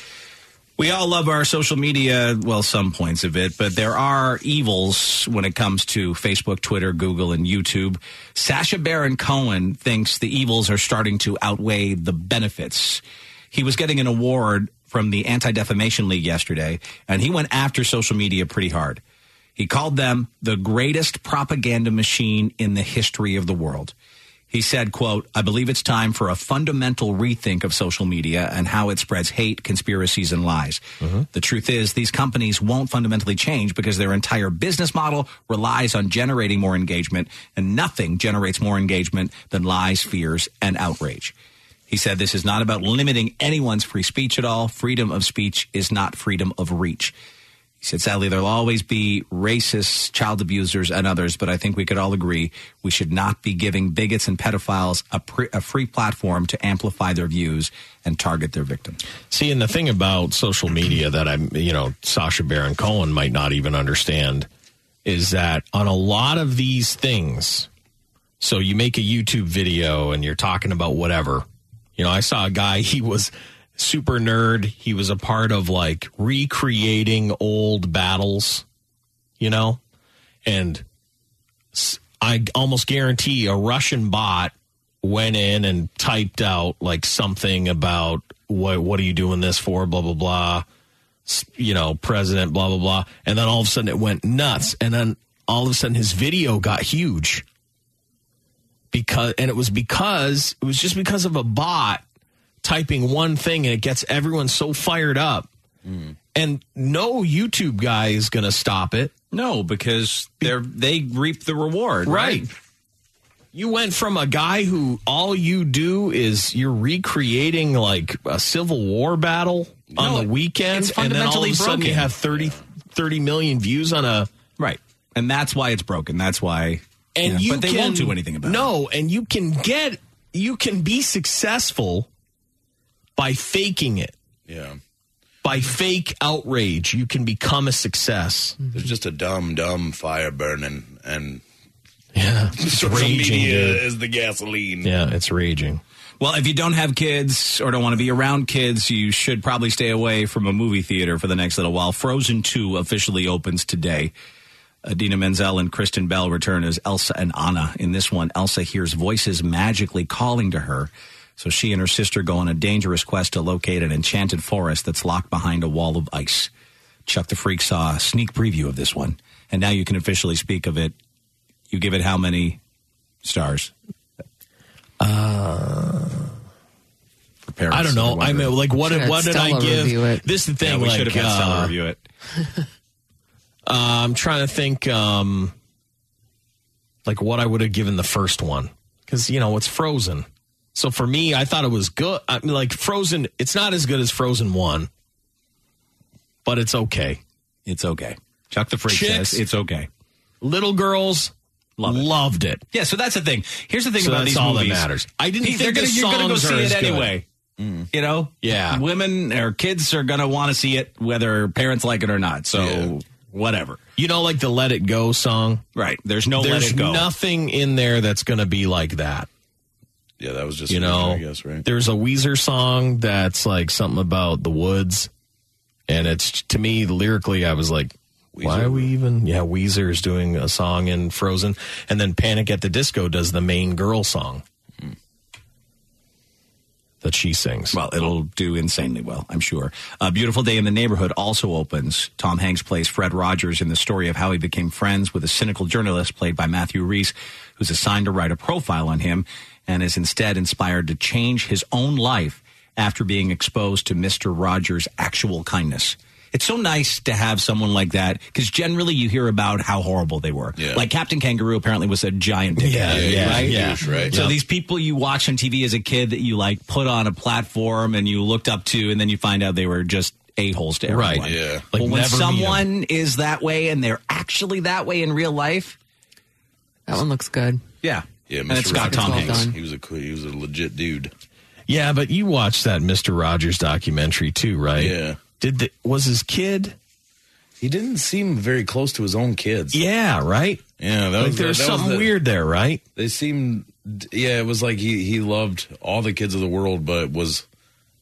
[SPEAKER 4] We all love our social media, well, some points of it, but there are evils when it comes to Facebook, Twitter, Google, and YouTube. Sasha Baron Cohen thinks the evils are starting to outweigh the benefits. He was getting an award from the Anti Defamation League yesterday, and he went after social media pretty hard. He called them the greatest propaganda machine in the history of the world. He said, quote, I believe it's time for a fundamental rethink of social media and how it spreads hate, conspiracies, and lies. The truth is, these companies won't fundamentally change because their entire business model relies on generating more engagement, and nothing generates more engagement than lies, fears, and outrage. He said, This is not about limiting anyone's free speech at all. Freedom of speech is not freedom of reach. He said, sadly, there'll always be racists, child abusers, and others, but I think we could all agree we should not be giving bigots and pedophiles a, pre- a free platform to amplify their views and target their victims.
[SPEAKER 7] See, and the thing about social media that I'm, you know, Sasha Baron Cohen might not even understand is that on a lot of these things, so you make a YouTube video and you're talking about whatever. You know, I saw a guy, he was super nerd. He was a part of like recreating old battles, you know? And s- I almost guarantee a Russian bot went in and typed out like something about what what are you doing this for blah blah blah S- you know president blah blah blah and then all of a sudden it went nuts and then all of a sudden his video got huge because and it was because it was just because of a bot typing one thing and it gets everyone so fired up
[SPEAKER 4] Hmm.
[SPEAKER 7] and no youtube guy is going to stop it
[SPEAKER 4] no because they're they reap the reward
[SPEAKER 7] right you went from a guy who all you do is you're recreating like a civil war battle on the weekends
[SPEAKER 4] it's
[SPEAKER 7] and then all of
[SPEAKER 4] fundamentally
[SPEAKER 7] a sudden you
[SPEAKER 4] broken.
[SPEAKER 7] have 30, 30 million views on a
[SPEAKER 4] right and that's why it's broken that's why
[SPEAKER 7] and
[SPEAKER 4] Yeah,
[SPEAKER 7] you
[SPEAKER 4] but they
[SPEAKER 7] can,
[SPEAKER 4] won't do anything about
[SPEAKER 7] no and you can get you can be successful by faking it
[SPEAKER 5] Yeah.
[SPEAKER 7] by fake outrage you can become a success
[SPEAKER 5] There's just a dumb, dumb fire burning, and
[SPEAKER 7] yeah,
[SPEAKER 5] social
[SPEAKER 7] raging,
[SPEAKER 5] media
[SPEAKER 7] dude.
[SPEAKER 5] is the gasoline.
[SPEAKER 7] yeah it's raging
[SPEAKER 4] Well, if you don't have kids or don't want to be around kids, you should probably stay away from a movie theater for the next little while. Frozen 2 officially opens today. Adina Menzel and Kristen Bell return as Elsa and Anna. In this one, Elsa hears voices magically calling to her. So she and her sister go on a dangerous quest to locate an enchanted forest that's locked behind a wall of ice. Chuck the Freak saw a sneak preview of this one. And now you can officially speak of it. You give it how many stars?
[SPEAKER 7] uh
[SPEAKER 4] Prepare
[SPEAKER 7] I
[SPEAKER 4] us.
[SPEAKER 7] don't know. I mean, like, what?
[SPEAKER 4] Should've
[SPEAKER 7] What did I
[SPEAKER 4] Stella review
[SPEAKER 7] give?
[SPEAKER 4] it.
[SPEAKER 7] This is the
[SPEAKER 4] Yeah,
[SPEAKER 7] thing.
[SPEAKER 4] we
[SPEAKER 7] like,
[SPEAKER 4] should've had Stella
[SPEAKER 7] uh,
[SPEAKER 4] review it.
[SPEAKER 7] uh, I'm trying to think, um, like, what I would have given the first one because you know it's Frozen. So for me, I thought it was good. I mean, like Frozen, it's not as good as Frozen One, but it's okay.
[SPEAKER 4] It's okay. Chuck the Freak
[SPEAKER 7] Chicks,
[SPEAKER 4] says it's okay.
[SPEAKER 7] Little girls loved it.
[SPEAKER 4] Yeah, so that's the thing. Here's the thing
[SPEAKER 7] So
[SPEAKER 4] about
[SPEAKER 7] that's
[SPEAKER 4] these
[SPEAKER 7] all that
[SPEAKER 4] movies.
[SPEAKER 7] matters. I didn't
[SPEAKER 4] They're
[SPEAKER 7] think
[SPEAKER 4] gonna,
[SPEAKER 7] the
[SPEAKER 4] you're gonna go
[SPEAKER 7] songs are
[SPEAKER 4] see it
[SPEAKER 7] as good. Mm.
[SPEAKER 4] anyway. You know,
[SPEAKER 7] Yeah.
[SPEAKER 4] women or kids are gonna want to see it whether parents like it or not. So whatever.
[SPEAKER 7] You know, like the Let It Go song.
[SPEAKER 4] Right. There's no Let
[SPEAKER 7] There's
[SPEAKER 4] It Go.
[SPEAKER 7] nothing in there that's going to be like that.
[SPEAKER 5] Yeah, that was just
[SPEAKER 7] you
[SPEAKER 5] an intro,
[SPEAKER 7] know.
[SPEAKER 5] I guess, right?
[SPEAKER 7] There's a Weezer song that's like something about the woods, and it's to me lyrically, I was like, why are we even? Yeah, Weezer is doing a song in Frozen, and then Panic at the Disco does the main girl song that she sings.
[SPEAKER 4] Well, it'll do insanely well, I'm sure. A Beautiful Day in the Neighborhood also opens. Tom Hanks plays Fred Rogers in the story of how he became friends with a cynical journalist played by Matthew Reese, who's assigned to write a profile on him and is instead inspired to change his own life after being exposed to Mr. Rogers' actual kindness. It's so nice to have someone like that because generally you hear about how horrible they were. Like Captain Kangaroo apparently was a giant dickhead,
[SPEAKER 7] Yeah, yeah,
[SPEAKER 4] right?
[SPEAKER 7] yeah. Douche, right.
[SPEAKER 4] So
[SPEAKER 7] Yep.
[SPEAKER 4] these people you watch on TV as a kid that you like put on a platform and you looked up to, and then you find out they were just a holes to everyone.
[SPEAKER 7] Right. Yeah.
[SPEAKER 4] But
[SPEAKER 7] Like,
[SPEAKER 4] when
[SPEAKER 7] never meet 'em.
[SPEAKER 4] someone is that way and they're actually that way in real life,
[SPEAKER 6] That one looks good.
[SPEAKER 4] yeah,
[SPEAKER 5] yeah.
[SPEAKER 4] And
[SPEAKER 5] Mr.
[SPEAKER 4] it's got
[SPEAKER 5] Rogers,
[SPEAKER 4] Tom
[SPEAKER 5] he was-
[SPEAKER 4] Hanks.
[SPEAKER 5] He was a cool- he was a legit dude.
[SPEAKER 7] Yeah, but you watched that Mister Rogers documentary too, right?
[SPEAKER 5] Yeah.
[SPEAKER 7] Did the was his kid?
[SPEAKER 5] He didn't seem very close to his own kids.
[SPEAKER 7] Yeah, right.
[SPEAKER 5] Yeah, that
[SPEAKER 7] like
[SPEAKER 5] was the-
[SPEAKER 7] there's
[SPEAKER 5] that was
[SPEAKER 7] something
[SPEAKER 5] the-
[SPEAKER 7] weird there, right?
[SPEAKER 5] They seemed, yeah, it was like he he loved all the kids of the world, but was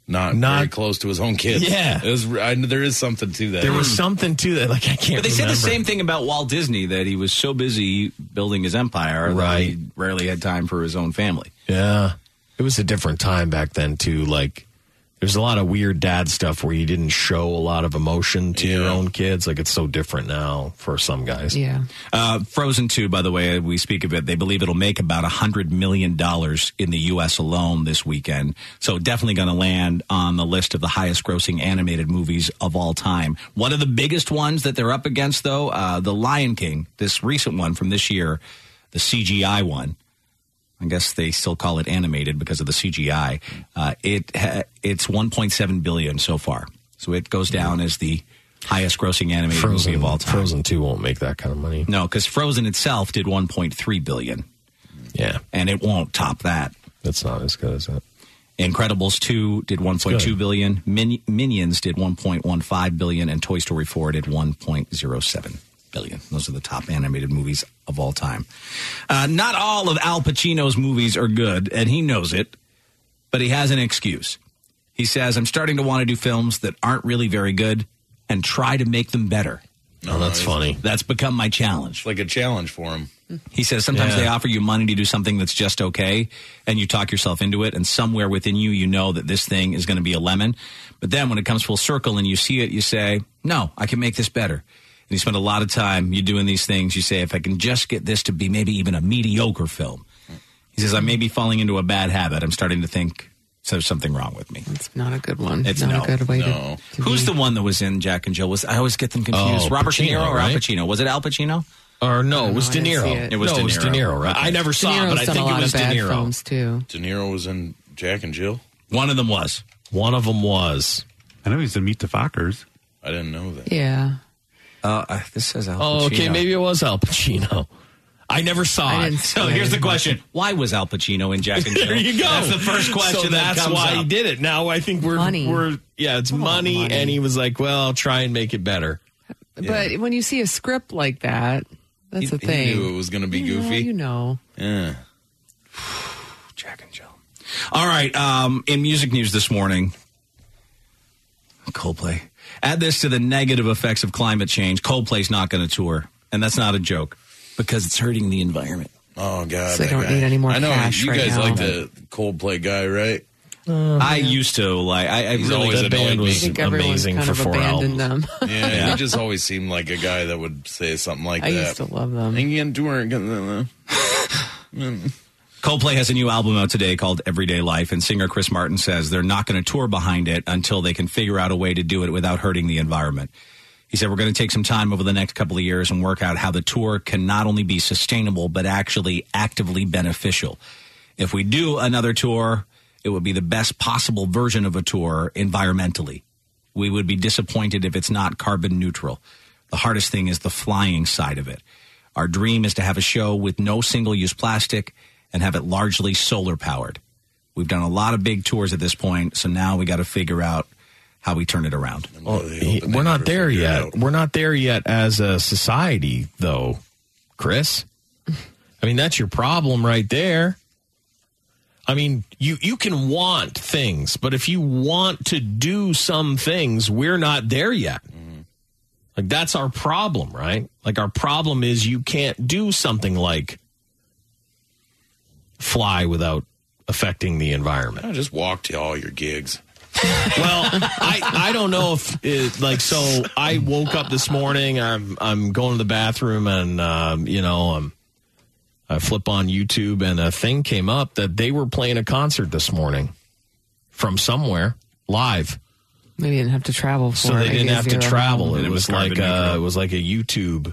[SPEAKER 5] not, very close to his own kids.
[SPEAKER 7] Yeah.
[SPEAKER 5] it was. I, there is something to that.
[SPEAKER 7] There was something to that. Like I can't.
[SPEAKER 4] But they said the
[SPEAKER 7] remember.
[SPEAKER 4] same thing about Walt Disney that he was so busy building his empire that he rarely had time for his own family.
[SPEAKER 7] Yeah. It was a different time back then too. Like there's a lot of weird dad stuff where you didn't show a lot of emotion to your own kids. Like it's so different now for some guys.
[SPEAKER 6] Yeah.
[SPEAKER 4] Uh, Frozen 2, by the way, uh, we speak of it. They believe it'll make about $100 million in the U.S. alone this weekend. So definitely going to land on the list of the highest grossing animated movies of all time. One of the biggest ones that they're up against, though, uh, The Lion King, this recent one from this year, the CGI one. I guess they still call it animated because of the CGI. Uh, it ha- it's 1.7 billion so far, so it goes down as the highest grossing animated
[SPEAKER 7] Frozen-
[SPEAKER 4] movie of all time.
[SPEAKER 7] Frozen 2 won't make that kind of money.
[SPEAKER 4] No, because Frozen itself did 1.3 billion.
[SPEAKER 7] Yeah,
[SPEAKER 4] and it won't top that.
[SPEAKER 7] That's not as good as that.
[SPEAKER 4] Incredibles 2 did 1.2
[SPEAKER 7] good.
[SPEAKER 4] billion, Min- Minions did 1.15 billion and Toy Story 4 did 1.07 billion. Those are the top animated movies of all time. Uh, not all of Al Pacino's movies are good and he knows it, but he has an excuse. He says, "I'm starting to want to do films that aren't really very good and try to make them better."
[SPEAKER 7] No, Oh, that's funny.
[SPEAKER 4] That's become my challenge.
[SPEAKER 5] It's like a challenge for him.
[SPEAKER 4] He says sometimes
[SPEAKER 5] Yeah.
[SPEAKER 4] they offer you money to do something that's just okay, and you talk yourself into it, and somewhere within you, you know that this thing is going to be a lemon. But then when it comes full circle and you see it, you say, No, I can make this better. And you spend a lot of time you doing these things. You say, If I can just get this to be maybe even a mediocre film. He says, I may be falling into a bad habit. I'm starting to think so there's something wrong with me. It's
[SPEAKER 6] not a good one.
[SPEAKER 4] It's
[SPEAKER 6] Not a
[SPEAKER 4] no,
[SPEAKER 6] good way to-
[SPEAKER 4] no. Who's the one that was in Jack and Jill? Was I always get them confused?
[SPEAKER 7] Oh,
[SPEAKER 4] Robert De
[SPEAKER 7] Pacino,
[SPEAKER 4] Niro or Al
[SPEAKER 7] right?
[SPEAKER 4] Pacino? Was it Al Pacino?
[SPEAKER 7] Or no, it was
[SPEAKER 4] I
[SPEAKER 7] De
[SPEAKER 4] didn't see
[SPEAKER 7] Niro.
[SPEAKER 4] it. It was
[SPEAKER 7] no,
[SPEAKER 4] De
[SPEAKER 7] it was De
[SPEAKER 4] Niro.
[SPEAKER 7] Niro, right?
[SPEAKER 4] Okay.
[SPEAKER 7] I never saw it, but I think it was De Niro.
[SPEAKER 6] too.
[SPEAKER 5] De Niro was in Jack and Jill.
[SPEAKER 4] One of them was.
[SPEAKER 7] One of them was.
[SPEAKER 8] I know he's in Meet the Fockers.
[SPEAKER 5] I didn't know that.
[SPEAKER 6] Yeah.
[SPEAKER 4] Uh, I- this says Al
[SPEAKER 7] Oh, okay,
[SPEAKER 4] Pacino.
[SPEAKER 7] maybe it was Al Pacino. I never saw
[SPEAKER 4] I
[SPEAKER 7] it.
[SPEAKER 4] didn't see
[SPEAKER 7] so
[SPEAKER 4] it.
[SPEAKER 7] here's the question:
[SPEAKER 4] Why was Al Pacino in Jack and Jill?
[SPEAKER 7] there you go.
[SPEAKER 4] That's the first question.
[SPEAKER 7] So
[SPEAKER 4] that
[SPEAKER 7] that's
[SPEAKER 4] comes
[SPEAKER 7] why he
[SPEAKER 4] up.
[SPEAKER 7] did it. Now I think we're
[SPEAKER 6] Money.
[SPEAKER 7] we're yeah, it's money, and he was like, "Well, I'll try and make it better."
[SPEAKER 6] But when you see a script like that, that's the
[SPEAKER 5] He-
[SPEAKER 6] thing.
[SPEAKER 5] He knew it was going to be
[SPEAKER 6] You know,
[SPEAKER 5] goofy.
[SPEAKER 6] you know.
[SPEAKER 5] Yeah.
[SPEAKER 4] All right. Um, in music news this morning, Coldplay. Add this to the negative effects of climate change. Coldplay's not going to tour, and that's not a joke because it's hurting the environment.
[SPEAKER 5] Oh God!
[SPEAKER 4] So they
[SPEAKER 5] that
[SPEAKER 4] don't
[SPEAKER 5] guy.
[SPEAKER 4] need any more
[SPEAKER 5] I know
[SPEAKER 4] cash
[SPEAKER 5] you
[SPEAKER 4] right
[SPEAKER 5] guys
[SPEAKER 4] now.
[SPEAKER 5] like the Coldplay guy, right? Uh,
[SPEAKER 4] I used to like. I, I
[SPEAKER 5] He's
[SPEAKER 4] really
[SPEAKER 5] always
[SPEAKER 4] that
[SPEAKER 5] annoyed
[SPEAKER 4] band
[SPEAKER 5] me.
[SPEAKER 4] was
[SPEAKER 5] I think everyone's
[SPEAKER 4] amazing
[SPEAKER 5] kind
[SPEAKER 4] for
[SPEAKER 5] of
[SPEAKER 4] four albums.
[SPEAKER 5] abandoned
[SPEAKER 6] them.
[SPEAKER 5] Yeah,
[SPEAKER 4] Yeah.
[SPEAKER 5] he just always seemed like a guy that would say something like
[SPEAKER 4] I
[SPEAKER 5] that.
[SPEAKER 4] used to
[SPEAKER 6] love them.
[SPEAKER 5] And you can do it again.
[SPEAKER 4] Coldplay has a new album out today called Everyday Life, and singer Chris Martin says they're not going to tour behind it until they can figure out a way to do it without hurting the environment. He said, We're going to take some time over the next couple of years and work out how the tour can not only be sustainable, but actually actively beneficial. If we do another tour, it would be the best possible version of a tour environmentally. We would be disappointed if it's not carbon neutral. The hardest thing is the flying side of it. Our dream is to have a show with no single use plastic and have it largely solar powered. We've done a lot of big tours at this point, so now we got to figure out how we turn it around.
[SPEAKER 7] Oh, He- we're not there yet. We're not there yet as a society, though, Chris. I mean, that's your problem right there. I mean, you you can want things, but if you want to do some things, we're not there yet.
[SPEAKER 5] Mm-hmm.
[SPEAKER 7] Like that's our problem, right? Like our problem is you can't do something like fly without affecting the environment.
[SPEAKER 5] I just walk to all your gigs.
[SPEAKER 7] Well, I, I don't know if it, like so. I woke up this morning. I'm I'm going to the bathroom, and um, you know, um, I flip on YouTube, and a thing came up that they were playing a concert this morning from somewhere live.
[SPEAKER 6] Maybe you didn't have to travel for
[SPEAKER 7] So
[SPEAKER 6] it.
[SPEAKER 7] they didn't
[SPEAKER 6] Maybe
[SPEAKER 7] have to
[SPEAKER 6] zero.
[SPEAKER 7] travel. It, was, like uh, it was like a YouTube.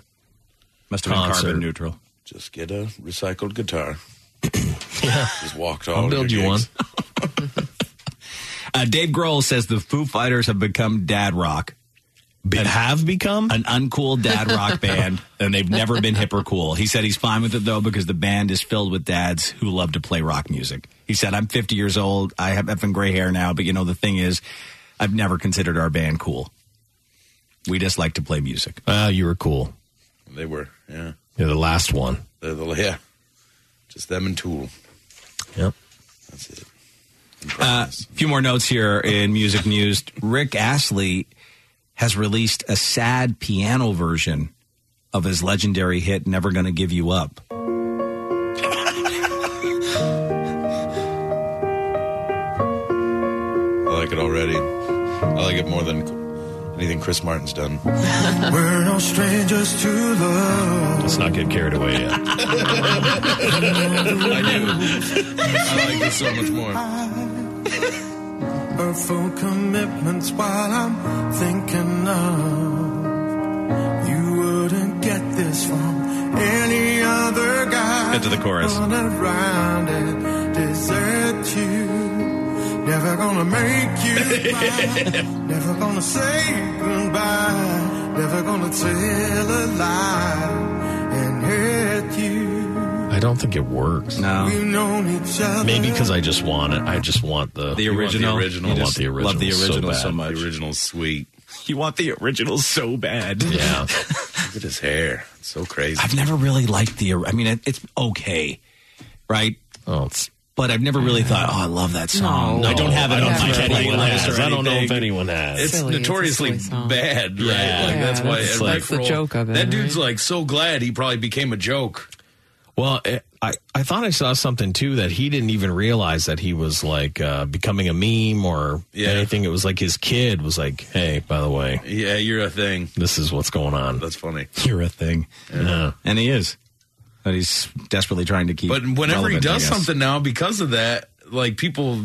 [SPEAKER 4] Must
[SPEAKER 5] have been carbon
[SPEAKER 4] neutral.
[SPEAKER 5] Just get a recycled guitar. Just walk to all
[SPEAKER 4] I'll
[SPEAKER 5] your
[SPEAKER 4] build you
[SPEAKER 5] gigs.
[SPEAKER 4] one. Uh, Dave Grohl says the Foo Fighters have become dad rock.
[SPEAKER 7] have become
[SPEAKER 4] an uncool dad rock band, and they've never been hip or cool. He said he's fine with it though because the band is filled with dads who love to play rock music. He said, "I'm 50 years old. I have effing gray hair now, but you know the thing is, I've never considered our band cool. We just like to play music."
[SPEAKER 7] Well, Ah, you were cool.
[SPEAKER 5] They were, yeah.
[SPEAKER 7] You're the last one.
[SPEAKER 5] They're the yeah. Just them and Tool.
[SPEAKER 7] Yep.
[SPEAKER 4] Uh, a few more notes here in music news. Rick Astley has released a sad piano version of his legendary hit "Never Gonna Give You Up."
[SPEAKER 5] I like it already. I like it more than anything Chris Martin's done.
[SPEAKER 2] We're no strangers to love.
[SPEAKER 7] Let's not get carried away yet.
[SPEAKER 5] I do. I like this so much more.
[SPEAKER 2] Our full commitments while I'm thinking of. You wouldn't get this from any other guy.
[SPEAKER 4] Get to the chorus.
[SPEAKER 2] Run around and desert you. Never gonna make you mine. Never gonna say goodbye.
[SPEAKER 11] Never gonna tell a lie and hurt you.
[SPEAKER 7] I don't think it works.
[SPEAKER 11] We've known each other.
[SPEAKER 7] Maybe because I just want it. I just want the
[SPEAKER 4] The original?
[SPEAKER 7] I want the original.
[SPEAKER 4] You
[SPEAKER 7] I want
[SPEAKER 4] just
[SPEAKER 7] the original.
[SPEAKER 4] love the original
[SPEAKER 7] bad.
[SPEAKER 4] so much. The
[SPEAKER 5] original's sweet.
[SPEAKER 4] You want the original so bad. Yeah.
[SPEAKER 5] Look at his hair. It's so crazy.
[SPEAKER 4] I've never really liked the. I mean, it, it's okay, right? Oh, it's. But I've never really thought, oh, I love that song.
[SPEAKER 7] No, I don't have it
[SPEAKER 4] I
[SPEAKER 7] on
[SPEAKER 4] don't
[SPEAKER 7] my
[SPEAKER 4] think
[SPEAKER 7] anyone
[SPEAKER 4] anyone
[SPEAKER 7] has.
[SPEAKER 4] has or
[SPEAKER 7] I don't know if
[SPEAKER 4] anything.
[SPEAKER 7] anyone has.
[SPEAKER 5] It's notoriously
[SPEAKER 7] Yeah.
[SPEAKER 5] bad, right? like
[SPEAKER 7] Yeah,
[SPEAKER 5] that's why
[SPEAKER 7] that's
[SPEAKER 5] every
[SPEAKER 7] like- That's the
[SPEAKER 5] role-
[SPEAKER 7] joke of it,
[SPEAKER 5] That dude's like so glad he probably became a joke.
[SPEAKER 7] Well, eh, I, I thought I saw something too that he didn't even realize that he was like uh, becoming a meme or anything. It was like his kid was like, "Hey, by the way,
[SPEAKER 5] yeah, you're a thing.
[SPEAKER 7] This is what's going on."
[SPEAKER 5] That's funny.
[SPEAKER 4] You're a thing.
[SPEAKER 7] Yeah.
[SPEAKER 4] And he is. But he's desperately trying to keep.
[SPEAKER 5] But whenever
[SPEAKER 4] relevant,
[SPEAKER 5] he
[SPEAKER 4] I
[SPEAKER 5] does
[SPEAKER 4] guess.
[SPEAKER 5] something now, because of that, like people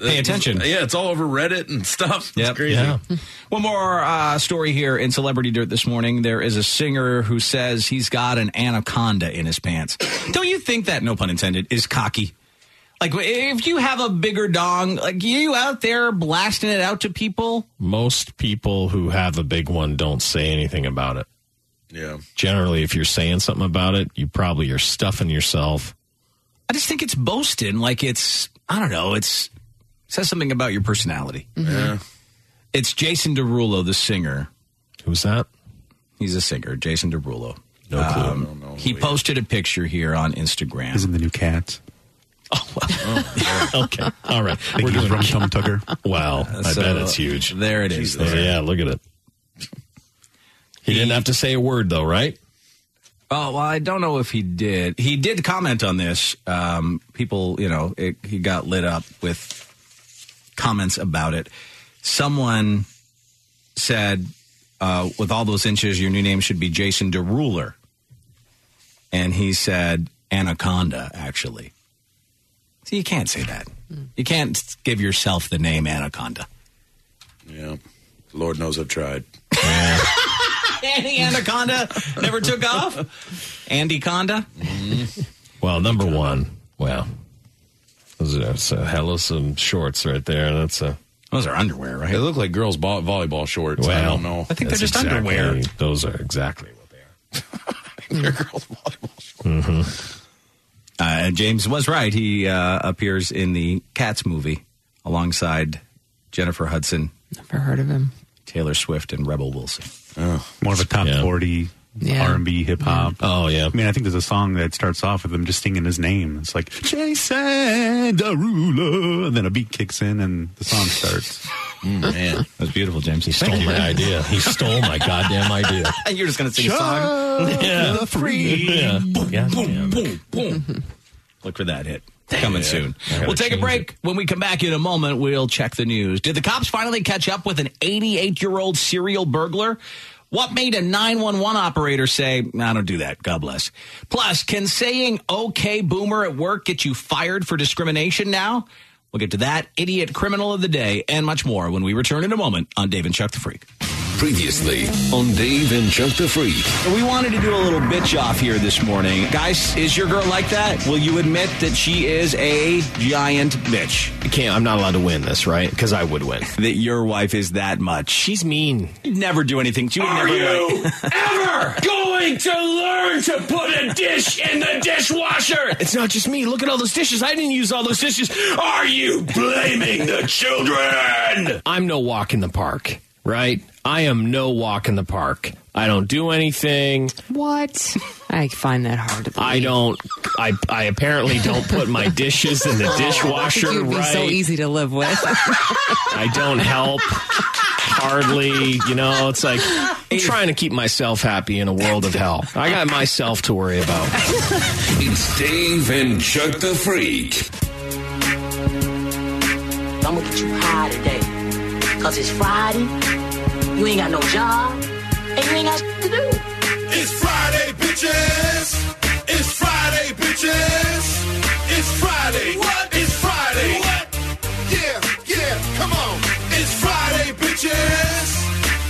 [SPEAKER 4] Pay attention.
[SPEAKER 5] Yeah, it's all over Reddit and stuff. It's
[SPEAKER 4] Yep,
[SPEAKER 5] crazy.
[SPEAKER 4] yeah. One more uh, story here in Celebrity Dirt this morning. There is a singer who says he's got an anaconda in his pants. Don't you think that, no pun intended, is cocky? Like, if you have a bigger dong, like you out there blasting it out to people,
[SPEAKER 7] Most people who have a big one don't say anything about it.
[SPEAKER 5] Yeah.
[SPEAKER 7] Generally, if you're saying something about it, you probably are stuffing yourself.
[SPEAKER 4] I just think it's boasting. Like, it's, I don't know, it's says something about your personality.
[SPEAKER 5] Yeah.
[SPEAKER 4] It's Jason Derulo, the singer.
[SPEAKER 7] Who's that?
[SPEAKER 4] He's a singer, Jason Derulo.
[SPEAKER 7] No
[SPEAKER 4] clue. he posted a picture here on Instagram. Oh,
[SPEAKER 8] Isn't the new cats?
[SPEAKER 7] okay. All right.
[SPEAKER 8] We're doing Rum Tum Tugger.
[SPEAKER 7] Wow. I
[SPEAKER 4] So,
[SPEAKER 7] bet it's huge.
[SPEAKER 4] There it is.
[SPEAKER 7] Yeah, yeah, look at it. He, didn't have to say a word, though, right?
[SPEAKER 4] Oh well, I don't know if he did. He did comment on this. Um, people, you know, it, he got lit up with comments about it. Someone said, uh, "With all those inches, your new name should be Jason Deruler," and he said, "Anaconda." Actually, so you can't say that. You can't give yourself the name Anaconda.
[SPEAKER 5] Yeah. Lord knows I've tried.
[SPEAKER 4] Andy Anaconda never took off. Andy Conda.
[SPEAKER 5] Mm-hmm.
[SPEAKER 7] Well, number one. Wow. Those are that's a hell of some shorts right there. That's a.
[SPEAKER 4] Those are underwear, right?
[SPEAKER 5] They look like girls' ball, volleyball shorts.
[SPEAKER 7] Well,
[SPEAKER 5] I don't know.
[SPEAKER 7] I think they're just underwear. Those are exactly what
[SPEAKER 5] they are. they're girls' volleyball
[SPEAKER 4] Mm-hmm. Uh, James was right. He uh, appears in the Cats movie alongside Jennifer Hudson. Never heard of him. Taylor Swift and Rebel Wilson.
[SPEAKER 8] More of a top forty
[SPEAKER 4] Yeah.
[SPEAKER 8] R and B hip hop.
[SPEAKER 7] Oh yeah.
[SPEAKER 8] I mean, I think there's a song that starts off with him just singing his name. It's like Jason Derulo, and then a beat kicks in and the song starts.
[SPEAKER 5] Mm,
[SPEAKER 4] man, that was beautiful, James. He
[SPEAKER 7] stole my idea. He stole my goddamn idea.
[SPEAKER 4] And you're just going to
[SPEAKER 7] sing a song? Yeah.
[SPEAKER 4] The free.
[SPEAKER 7] Yeah.
[SPEAKER 4] Boom,
[SPEAKER 7] Yeah.
[SPEAKER 4] boom, boom, boom. Look for that hit. Coming
[SPEAKER 7] Yeah.
[SPEAKER 4] soon.
[SPEAKER 7] I gotta
[SPEAKER 4] We'll take a
[SPEAKER 7] change
[SPEAKER 4] break. When we come back in a moment, we'll check the news. Did the cops finally catch up with an 88 year old serial burglar? What made a 911 operator say, I don't do that? God bless. Plus, can saying okay, boomer at work get you fired for discrimination now? We'll get to that idiot criminal of the day and much more when we return in a moment on Dave and Chuck the Freak.
[SPEAKER 9] Previously on Dave and Chuck the Freak.
[SPEAKER 4] We wanted to do a little bitch off here this morning. Guys, is your girl like that? Will you admit that she is a giant bitch?
[SPEAKER 7] I can't. I'm not allowed to win this, right? Because I would win.
[SPEAKER 4] That your wife is that much. Uh, She's mean. You'd never do anything. She would
[SPEAKER 2] Are
[SPEAKER 4] never like-
[SPEAKER 2] you ever going to learn to put a dish in the dishwasher?
[SPEAKER 7] It's not just me. Look at all those dishes. I didn't use all those dishes.
[SPEAKER 2] Are you blaming the children?
[SPEAKER 7] I'm no walk in the park, right? I am no walk in the park. I don't do anything.
[SPEAKER 6] What? I find that hard to believe.
[SPEAKER 7] I don't. I I apparently don't put my dishes in the
[SPEAKER 6] Oh,
[SPEAKER 7] dishwasher.
[SPEAKER 6] I think you'd be
[SPEAKER 7] right.
[SPEAKER 6] so easy to live with.
[SPEAKER 7] I don't help hardly. You know, it's like I'm trying to keep myself happy in a world of hell. I got myself to worry about.
[SPEAKER 9] It's Dave and Chuck the Freak.
[SPEAKER 12] I'm gonna get you high today. Cause it's Friday, you ain't got no job, and you ain't got shit to do.
[SPEAKER 21] It's Friday, bitches. It's Friday, bitches. It's Friday. What? It's Friday. What? Yeah, yeah, come on. It's Friday, bitches.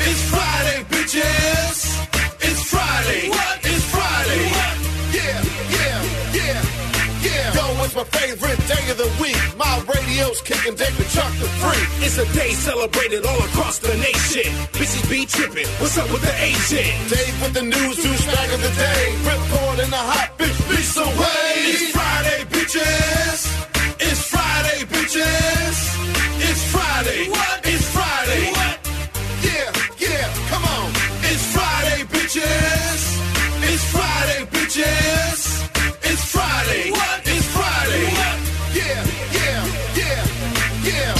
[SPEAKER 21] It's Friday, bitches. It's Friday. What? It's Friday. What? Yeah, yeah, yeah, yeah. Yo, it's It's my favorite day of the week. My radio's kicking David Chuck the Freak.
[SPEAKER 10] It's a day celebrated all across the nation. Bitches be tripping. What's up with the Asian?
[SPEAKER 21] Dave with the news, douchebag of the day. Report in the hot bitch, bitch away. It's Friday, bitches. It's Friday, bitches. It's Friday. What? It's Friday. What? Yeah, yeah, come on. It's Friday, bitches. It's Friday, bitches. It's Friday. What? It's Friday. What? Yeah, yeah, yeah, yeah.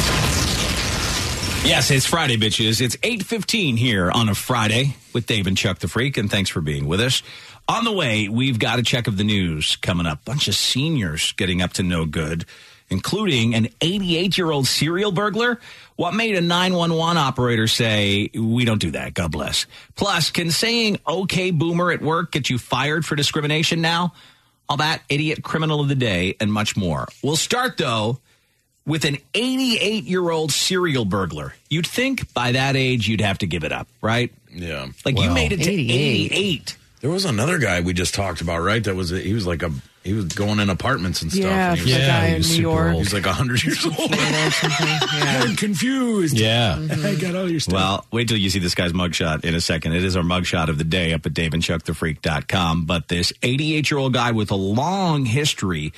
[SPEAKER 4] Yes, it's Friday, bitches. It's 8.15 here on a Friday with Dave and Chuck the Freak, and thanks for being with us. On the way, we've got a check of the news coming up. Bunch of seniors getting up to no good, including an 88-year-old serial burglar. What made a 911 operator say, we don't do that, God bless. Plus, can saying okay boomer at work get you fired for discrimination now? All that, idiot criminal of the day, and much more. We'll start, though, with an 88 year old serial burglar. You'd think by that age you'd have to give it up, right?
[SPEAKER 5] Yeah.
[SPEAKER 4] Like you made it to 88.
[SPEAKER 5] There was another guy we just talked about, right? That was he was like a he was going in apartments and stuff.
[SPEAKER 6] Yeah,
[SPEAKER 5] and he was,
[SPEAKER 6] a guy in New York.
[SPEAKER 5] He's like hundred years old.
[SPEAKER 6] I'm
[SPEAKER 22] confused.
[SPEAKER 4] Yeah.
[SPEAKER 5] Mm-hmm.
[SPEAKER 22] I got all your stuff.
[SPEAKER 4] Well, wait till you see this guy's mugshot in a second. It is our mugshot of the day up at daveandchuckthefreak.com. But this 88 year old guy with a long history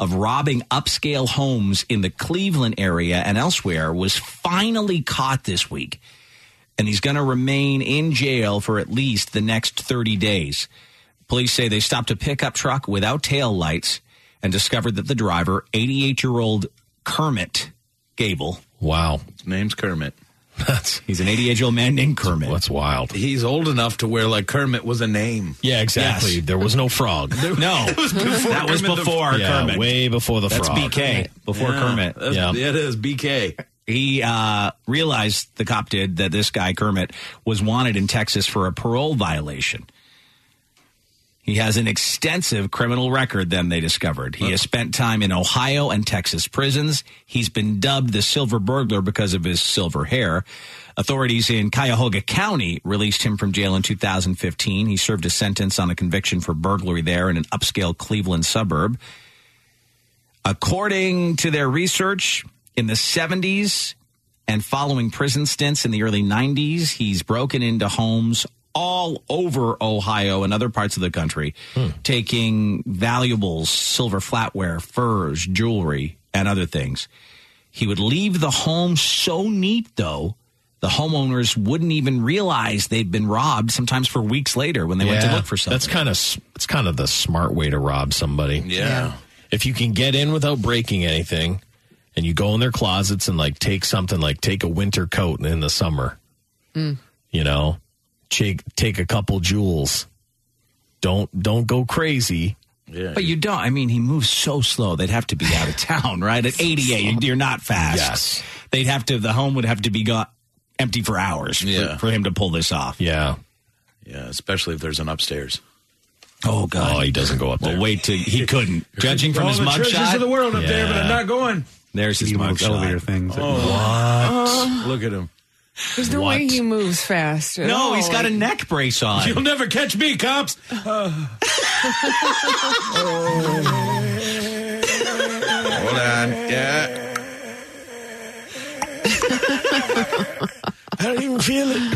[SPEAKER 4] of robbing upscale homes in the Cleveland area and elsewhere was finally caught this week. And he's going to remain in jail for at least the next 30 days. Police say they stopped a pickup truck without tail lights and discovered that the driver, 88 year old Kermit Gable.
[SPEAKER 7] Wow.
[SPEAKER 5] His name's Kermit.
[SPEAKER 7] That's
[SPEAKER 4] he's an 88 year old man named Kermit.
[SPEAKER 7] That's wild.
[SPEAKER 5] He's old enough to where like Kermit was a name.
[SPEAKER 7] Yeah, exactly.
[SPEAKER 5] Yes.
[SPEAKER 7] There was no frog.
[SPEAKER 4] No,
[SPEAKER 5] It was before
[SPEAKER 4] that was
[SPEAKER 5] Kermit the-
[SPEAKER 4] before
[SPEAKER 7] Yeah,
[SPEAKER 4] Kermit.
[SPEAKER 7] way before the
[SPEAKER 4] That's
[SPEAKER 7] frog.
[SPEAKER 4] BK. Before
[SPEAKER 5] Yeah,
[SPEAKER 4] Kermit.
[SPEAKER 5] that's- Yeah, it is BK.
[SPEAKER 4] He uh, realized the cop did that this guy Kermit was wanted in Texas for a parole violation. He has an extensive criminal record, then they discovered. He has spent time in Ohio and Texas prisons. He's been dubbed the Silver Burglar because of his silver hair. Authorities in Cuyahoga County released him from jail in 2015. He served a sentence on a conviction for burglary there in an upscale Cleveland suburb. According to their research, in the 70s and following prison stints in the early 90s, he's broken into homes all over Ohio and other parts of the country, taking valuables, silver flatware, furs, jewelry, and other things. He would leave the home so neat, though, the homeowners wouldn't even realize they'd been robbed sometimes for weeks later when they went to
[SPEAKER 7] Yeah.
[SPEAKER 4] look for something.
[SPEAKER 7] That's kind of it's kind of the smart way to rob somebody.
[SPEAKER 5] Yeah.
[SPEAKER 7] If you can get in without breaking anything and you go in their closets and like take something like take a winter coat in the summer,
[SPEAKER 6] Mm.
[SPEAKER 7] you know, take take a couple jewels. Don't don't go crazy.
[SPEAKER 5] Yeah.
[SPEAKER 4] But you don't. I mean, he moves so slow. They'd have to be out of town, right? At 88, you're not fast.
[SPEAKER 7] Yes.
[SPEAKER 4] They'd have to, the home would have to be got empty for hours for-
[SPEAKER 5] Yeah.
[SPEAKER 4] for, him to pull this off.
[SPEAKER 7] Yeah.
[SPEAKER 5] Yeah, especially if there's an upstairs.
[SPEAKER 4] Oh, God.
[SPEAKER 7] Oh, he doesn't go up there.
[SPEAKER 4] Well, wait till he couldn't. Judging from
[SPEAKER 7] All
[SPEAKER 4] his
[SPEAKER 7] the treasures
[SPEAKER 4] mugshot.
[SPEAKER 7] of the world up there, but I'm not
[SPEAKER 4] going. There's his mugshot.
[SPEAKER 8] elevator things.
[SPEAKER 6] Oh.
[SPEAKER 5] Look at him.
[SPEAKER 6] There's no way he moves fast. at
[SPEAKER 4] No,
[SPEAKER 6] all.
[SPEAKER 4] he's got a neck brace on.
[SPEAKER 6] You'll
[SPEAKER 4] never catch me, cops.
[SPEAKER 5] Hold on. Yeah.
[SPEAKER 2] I don't even feel it.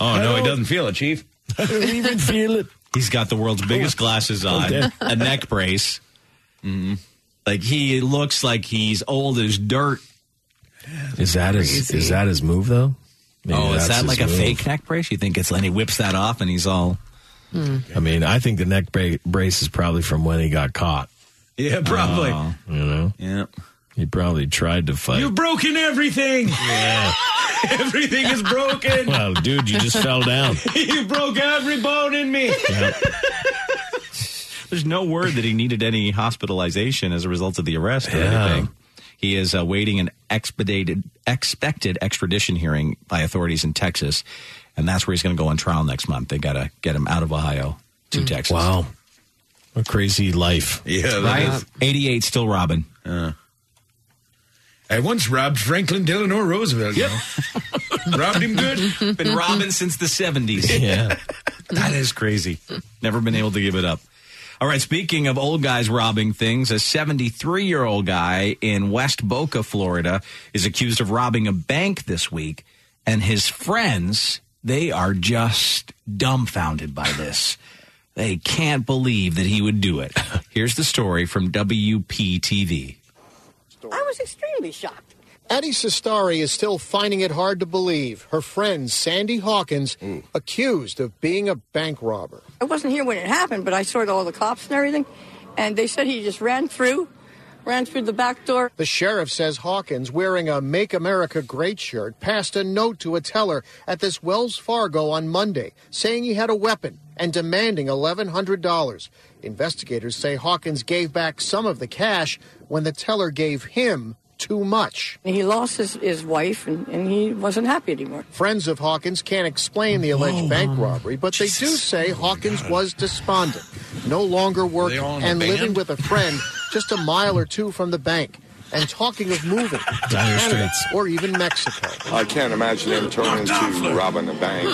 [SPEAKER 5] Oh no, he doesn't feel it, Chief.
[SPEAKER 2] I don't even feel it.
[SPEAKER 4] He's got the world's biggest glasses on, Mm-hmm.
[SPEAKER 2] damn.
[SPEAKER 4] a neck brace. Like he looks like he's old as dirt.
[SPEAKER 7] Is that his is that his move though? Maybe
[SPEAKER 4] oh, is
[SPEAKER 7] that's
[SPEAKER 4] that
[SPEAKER 7] his
[SPEAKER 4] like a
[SPEAKER 7] move.
[SPEAKER 4] fake neck brace? You think it's and he whips that off and he's all
[SPEAKER 6] Hmm.
[SPEAKER 7] I mean, I think the neck bra- brace is probably from when he got caught.
[SPEAKER 5] Yeah, probably.
[SPEAKER 7] You know?
[SPEAKER 5] Yeah.
[SPEAKER 7] He probably tried to fight.
[SPEAKER 2] You've broken everything.
[SPEAKER 7] yeah.
[SPEAKER 2] Everything is broken.
[SPEAKER 7] Well, dude, you just fell down.
[SPEAKER 2] you broke every bone in me.
[SPEAKER 4] There's no word that he needed any hospitalization as a result of the arrest or
[SPEAKER 7] Yeah.
[SPEAKER 4] anything. He is awaiting an expedited, expected extradition hearing by authorities in Texas, and that's where he's going to go on trial next month. They got to get him out of Ohio to Texas.
[SPEAKER 7] Hmm. Wow. A crazy life.
[SPEAKER 5] Yeah, that
[SPEAKER 4] right.
[SPEAKER 5] is- Uh.
[SPEAKER 4] Eighty-eight, still robbing.
[SPEAKER 5] I once robbed Franklin Delano Roosevelt. Yep. robbed him good.
[SPEAKER 4] Been robbing since the seventies.
[SPEAKER 7] Yeah.
[SPEAKER 4] That is crazy. Never been able to give it up. All right, speaking of old guys robbing things, a 73 year old guy in West Boca, Florida, is accused of robbing a bank this week, and his friends, they are just dumbfounded by this. They can't believe that he would do it. Here's the story from WPTV.
[SPEAKER 13] I was extremely shocked. Addie Sestari is still finding it hard to believe her friend Sandy Hawkins accused of being a bank robber.
[SPEAKER 14] I wasn't here when it happened, but I saw all the cops and everything, and they said he just ran through, ran through the back door.
[SPEAKER 13] The sheriff says Hawkins, wearing a Make America Great shirt, passed a note to a teller at this Wells Fargo on Monday saying he had a weapon and demanding $1,100. Investigators say Hawkins gave back some of the cash when the teller gave him too much.
[SPEAKER 14] He lost his, his wife, and, and he wasn't happy anymore.
[SPEAKER 13] Friends of Hawkins can't explain the alleged
[SPEAKER 23] Oh,
[SPEAKER 13] bank robbery, but they do say Hawkins was despondent, no longer working, in a and living band? with a friend just a mile or two from the bank, and talking of moving to
[SPEAKER 23] Dire
[SPEAKER 13] Canada or even Mexico.
[SPEAKER 23] I can't imagine him turning to robbing a bank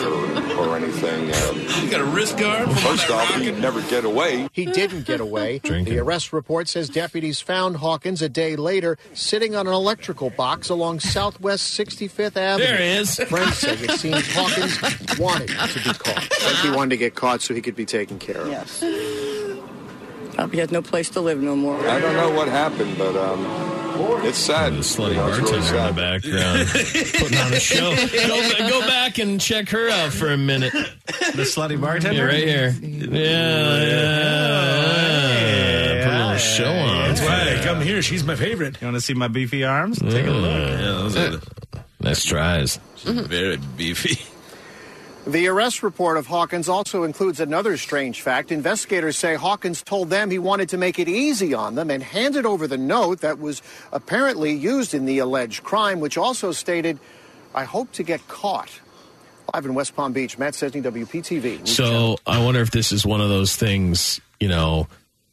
[SPEAKER 23] or, or anything. Uh, you got a wrist guard? First off, he'd never get away.
[SPEAKER 13] He didn't get away. The arrest report says deputies found Hawkins a day later sitting on an electrical box along Southwest 65th Avenue.
[SPEAKER 23] There he is.
[SPEAKER 13] Friends say it seems Hawkins wanted to be caught.
[SPEAKER 14] He wanted to get caught so he could be taken care of. Yes. Probably had no place to live no more.
[SPEAKER 23] I don't know what happened, but um, it's sad.
[SPEAKER 7] slutty bartender in the background putting on a show. Go, go back and check her out for a minute. The
[SPEAKER 4] slutty bartender,
[SPEAKER 7] yeah, right here. Yeah, yeah. Put a little show on.
[SPEAKER 24] That's why I come here. She's my favorite.
[SPEAKER 4] You want to see my beefy arms? Take a
[SPEAKER 7] look. nice tries.
[SPEAKER 5] Very beefy.
[SPEAKER 13] The arrest report of Hawkins also includes another strange fact. Investigators say Hawkins told them he wanted to make it easy on them and handed over the note that was apparently used in the alleged crime, which also stated, I hope to get caught. Live in West Palm Beach, Matt Sesney, WPTV. News
[SPEAKER 7] So I wonder if this is one of those things, you know,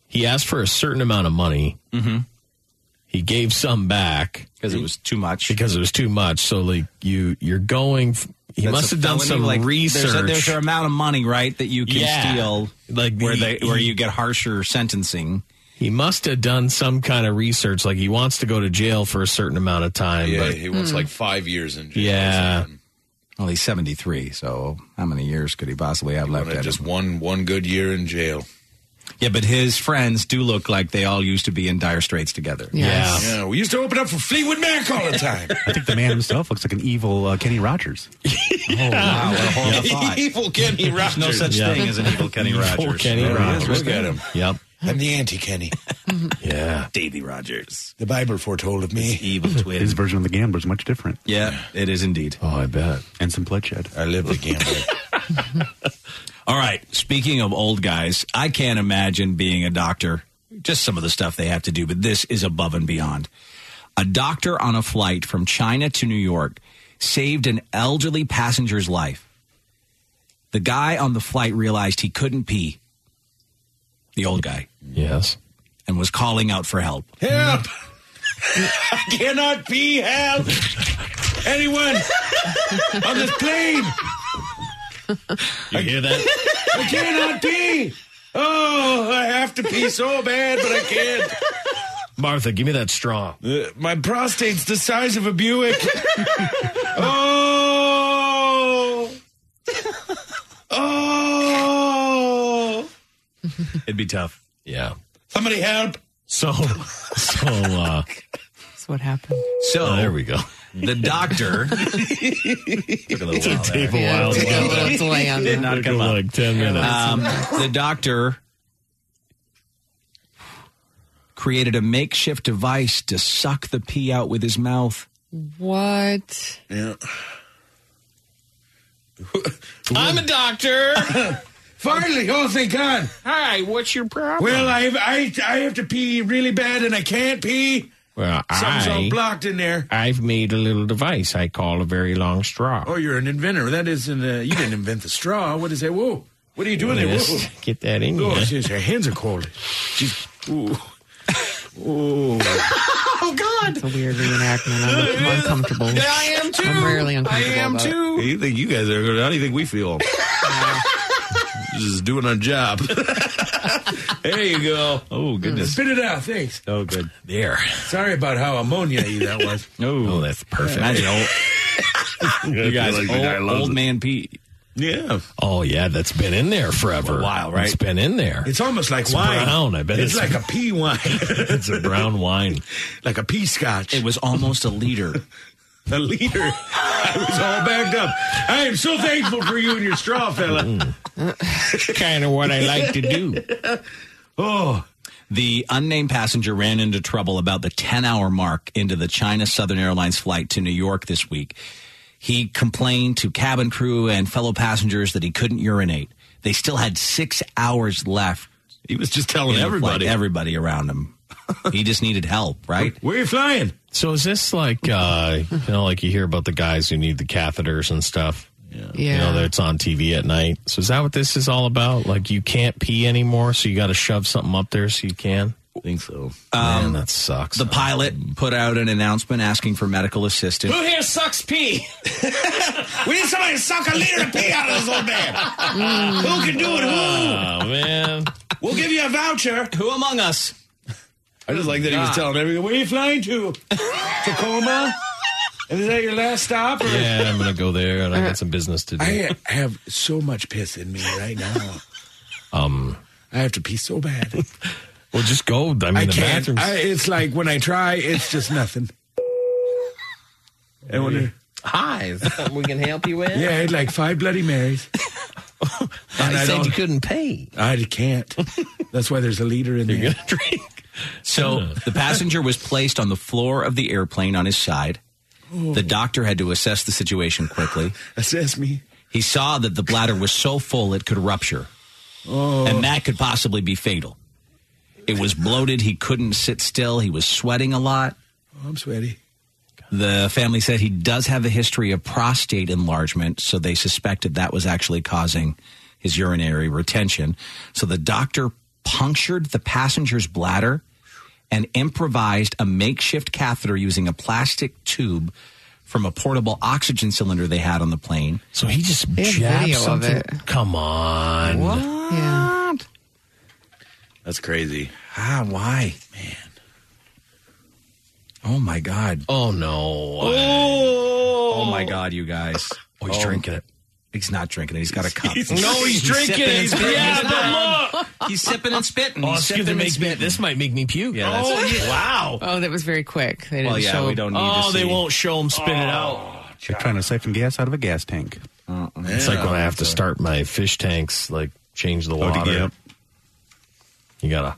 [SPEAKER 7] he asked for a certain amount of money. Mm-hmm. He gave some back because
[SPEAKER 4] it was too much.
[SPEAKER 7] Because it was too much. So like you, you're going. f- He
[SPEAKER 4] That's
[SPEAKER 7] must
[SPEAKER 4] a
[SPEAKER 7] have done
[SPEAKER 4] felony,
[SPEAKER 7] some
[SPEAKER 4] like,
[SPEAKER 7] research.
[SPEAKER 4] There's, a, there's an amount of money, right, that you can
[SPEAKER 7] Yeah.
[SPEAKER 4] steal,
[SPEAKER 7] like
[SPEAKER 4] where
[SPEAKER 7] he-
[SPEAKER 4] they where
[SPEAKER 7] he-
[SPEAKER 4] you get harsher sentencing.
[SPEAKER 7] he must have done some kind of research. Like he wants to go to jail for a certain amount of time.
[SPEAKER 5] Yeah,
[SPEAKER 7] but
[SPEAKER 5] he wants like five years in jail.
[SPEAKER 7] Yeah.
[SPEAKER 4] Well, he's 73, so how many years could he possibly have left? At just
[SPEAKER 5] one one good year in jail.
[SPEAKER 4] Yeah, but his friends do look like they all used to be in dire straits together.
[SPEAKER 5] Yeah. We used to open up for Fleetwood Mac all the time.
[SPEAKER 8] I think the man himself looks like an evil uh, Kenny Rogers.
[SPEAKER 4] Oh, wow, what a horrible
[SPEAKER 5] Yeah.
[SPEAKER 4] thought.
[SPEAKER 5] Evil Kenny
[SPEAKER 4] There's no
[SPEAKER 5] Rogers.
[SPEAKER 4] such
[SPEAKER 5] Yeah.
[SPEAKER 4] thing as an evil Kenny
[SPEAKER 5] Evil
[SPEAKER 4] Rogers.
[SPEAKER 5] Kenny
[SPEAKER 4] There he is.
[SPEAKER 5] Rogers. Look at him.
[SPEAKER 7] Yep.
[SPEAKER 5] I'm the anti Kenny.
[SPEAKER 7] yeah.
[SPEAKER 4] Davy Rogers.
[SPEAKER 5] The Bible foretold of me.
[SPEAKER 4] evil twin.
[SPEAKER 8] His version of the gambler is much different.
[SPEAKER 4] Yeah, it is indeed.
[SPEAKER 7] Oh, I bet.
[SPEAKER 8] And some bloodshed.
[SPEAKER 5] I live the gambler.
[SPEAKER 4] All right. Speaking of old guys, I can't imagine being a doctor. Just some of the stuff they have to do, but this is above and beyond. A doctor on a flight from China to New York saved an elderly passenger's life. The guy on the flight realized he couldn't pee. The old guy.
[SPEAKER 7] Yes.
[SPEAKER 4] And was calling out for help.
[SPEAKER 5] Help! I cannot be help. Anyone on this plane?
[SPEAKER 7] You hear that?
[SPEAKER 5] I cannot pee. Oh, I have to pee so bad, but I can't.
[SPEAKER 7] Martha, give me that straw.
[SPEAKER 5] my prostate's the size of a Buick. oh. Oh.
[SPEAKER 4] It'd be tough.
[SPEAKER 7] Yeah.
[SPEAKER 5] Somebody help.
[SPEAKER 7] So, so, uh,
[SPEAKER 6] That's what happened.
[SPEAKER 4] So
[SPEAKER 5] Oh,
[SPEAKER 7] there we go.
[SPEAKER 4] The doctor took a little
[SPEAKER 7] It
[SPEAKER 4] while there.
[SPEAKER 7] took a Yeah, while. it took a little
[SPEAKER 6] delay on
[SPEAKER 4] Did
[SPEAKER 6] that.
[SPEAKER 4] not
[SPEAKER 6] Took
[SPEAKER 4] come up.
[SPEAKER 7] like 10 minutes.
[SPEAKER 4] Um, the doctor created a makeshift device to suck the pee out with his mouth.
[SPEAKER 6] What?
[SPEAKER 5] Yeah.
[SPEAKER 7] I'm a doctor.
[SPEAKER 5] Finally, oh thank God!
[SPEAKER 7] Hi, what's your problem?
[SPEAKER 5] Well, I have, I I have to pee really bad and I can't pee.
[SPEAKER 7] Well,
[SPEAKER 5] Something's all
[SPEAKER 7] I,
[SPEAKER 5] blocked in there.
[SPEAKER 7] I've made a little device I call a very long straw.
[SPEAKER 5] Oh, you're an inventor. That isn't. Uh, you didn't invent the straw. What is that? Whoa! What are you doing there? Whoa.
[SPEAKER 7] Just Get that in
[SPEAKER 5] Oh,
[SPEAKER 7] you.
[SPEAKER 5] she's, her hands are cold. She's ooh, ooh.
[SPEAKER 6] Oh God! It's a weird reenactment. I'm, I'm uncomfortable. Yeah,
[SPEAKER 5] I am too.
[SPEAKER 6] I'm really uncomfortable. about it.
[SPEAKER 5] You think you guys are? How do you think we feel? Just doing our job. There you go.
[SPEAKER 7] Oh goodness.
[SPEAKER 5] Spit it out. Thanks.
[SPEAKER 7] Oh good.
[SPEAKER 5] There. Sorry about how ammonia y that was.
[SPEAKER 7] oh, that's perfect.
[SPEAKER 5] Imagine
[SPEAKER 7] you guys,
[SPEAKER 5] Like
[SPEAKER 7] old,
[SPEAKER 5] the guy loves
[SPEAKER 7] old
[SPEAKER 5] it.
[SPEAKER 7] man Pete.
[SPEAKER 5] Yeah.
[SPEAKER 7] Oh yeah, that's been in there forever.
[SPEAKER 5] A while, right?
[SPEAKER 7] It's been in there.
[SPEAKER 5] It's almost like
[SPEAKER 7] It's
[SPEAKER 5] wine.
[SPEAKER 7] brown. I bet
[SPEAKER 5] it's,
[SPEAKER 7] it's-
[SPEAKER 5] like a pea wine. it's
[SPEAKER 7] a brown wine,
[SPEAKER 5] like a pea scotch. It
[SPEAKER 4] was almost a liter.
[SPEAKER 5] a liter. I was all backed up. I am so thankful for you and your straw, fella.
[SPEAKER 7] kind of Mm. what
[SPEAKER 5] I like to
[SPEAKER 7] do.
[SPEAKER 5] Oh.
[SPEAKER 4] The unnamed passenger ran into trouble about the 10 hour mark into the China Southern Airlines flight to New York this week. He complained to cabin crew and fellow passengers that he couldn't urinate. They still had six hours left.
[SPEAKER 5] He was just telling
[SPEAKER 7] everybody.
[SPEAKER 4] everybody around him. he just needed help, right?
[SPEAKER 5] Where are you flying?
[SPEAKER 7] So is this like uh you know, like you hear about the guys who need the catheters and stuff? Yeah. You know, that's on TV at night. So is that what this is all about? Like you can't pee anymore, so you gotta shove something up there so you can? I think so.
[SPEAKER 4] Um,
[SPEAKER 7] Man, that sucks.
[SPEAKER 4] The pilot put out an announcement asking for medical assistance.
[SPEAKER 5] Who
[SPEAKER 7] here sucks pee?
[SPEAKER 5] we need somebody to suck a liter of pee out of this old man. Who can do it? Who?
[SPEAKER 7] Oh man.
[SPEAKER 5] We'll give you a voucher. Ah.
[SPEAKER 4] Who among us?
[SPEAKER 5] I just like that he was
[SPEAKER 7] God.
[SPEAKER 5] telling everyone, where are you flying to? Tacoma? Is that your last stop? Or?
[SPEAKER 7] Yeah, I'm gonna go there and I got some business to do.
[SPEAKER 5] I have so much piss in me right now.
[SPEAKER 7] um
[SPEAKER 5] I have to pee so bad.
[SPEAKER 7] Well just go. I mean
[SPEAKER 5] I
[SPEAKER 7] the
[SPEAKER 5] can't.
[SPEAKER 7] bathrooms.
[SPEAKER 5] I, it's like when I try, it's just nothing. And when
[SPEAKER 7] Hi, is that something we can help you with?
[SPEAKER 5] yeah, I had like five Bloody Marys. And I, don't-
[SPEAKER 7] couldn't pay.
[SPEAKER 5] I can't. That's why there's a leader in there.
[SPEAKER 4] So the passenger was placed on the floor of the airplane on his side. The doctor had to assess the situation quickly.
[SPEAKER 5] Oh. assess me.
[SPEAKER 4] He saw that the bladder was so full it could rupture,
[SPEAKER 5] Oh.
[SPEAKER 4] and that could possibly be fatal. It was bloated. He couldn't sit still. He was sweating a lot.
[SPEAKER 6] Oh,
[SPEAKER 5] I'm sweaty.
[SPEAKER 4] The family said he does have a history of prostate enlargement, so they suspected that was actually causing his urinary retention. So the doctor punctured the passenger's bladder and improvised a makeshift catheter using a plastic tube from a portable oxygen cylinder they had on the plane.
[SPEAKER 7] So he just
[SPEAKER 6] They have jabs video of something- it.
[SPEAKER 7] Come on.
[SPEAKER 6] Yeah.
[SPEAKER 5] That's crazy.
[SPEAKER 4] Ah, why? Man. Oh my God.
[SPEAKER 7] Oh no.
[SPEAKER 5] Oh,
[SPEAKER 4] oh my God, you guys. Oh, he's drinking it. He's not drinking it. He's got a cup.
[SPEAKER 7] no, he's drinking.
[SPEAKER 4] sipping and
[SPEAKER 7] He's,
[SPEAKER 4] spitting.
[SPEAKER 7] yeah,
[SPEAKER 4] He's
[SPEAKER 7] but look.
[SPEAKER 4] He's sipping and spitting.
[SPEAKER 7] Oh,
[SPEAKER 4] He's
[SPEAKER 7] it's
[SPEAKER 4] sipping
[SPEAKER 7] gonna make
[SPEAKER 4] and
[SPEAKER 7] me, this might make me puke.
[SPEAKER 4] Yeah, that's-
[SPEAKER 7] oh, yeah. wow.
[SPEAKER 6] Oh, that was very quick. They didn't
[SPEAKER 4] Well, yeah,
[SPEAKER 6] show.
[SPEAKER 4] we don't need
[SPEAKER 7] oh,
[SPEAKER 4] to
[SPEAKER 7] they
[SPEAKER 4] see.
[SPEAKER 7] won't show him spit it out.
[SPEAKER 8] They're trying to siphon gas out of a gas tank.
[SPEAKER 7] It's like when I have to start my fish tanks, like change the
[SPEAKER 8] Oh, to
[SPEAKER 7] water.
[SPEAKER 8] get up.
[SPEAKER 7] You gotta.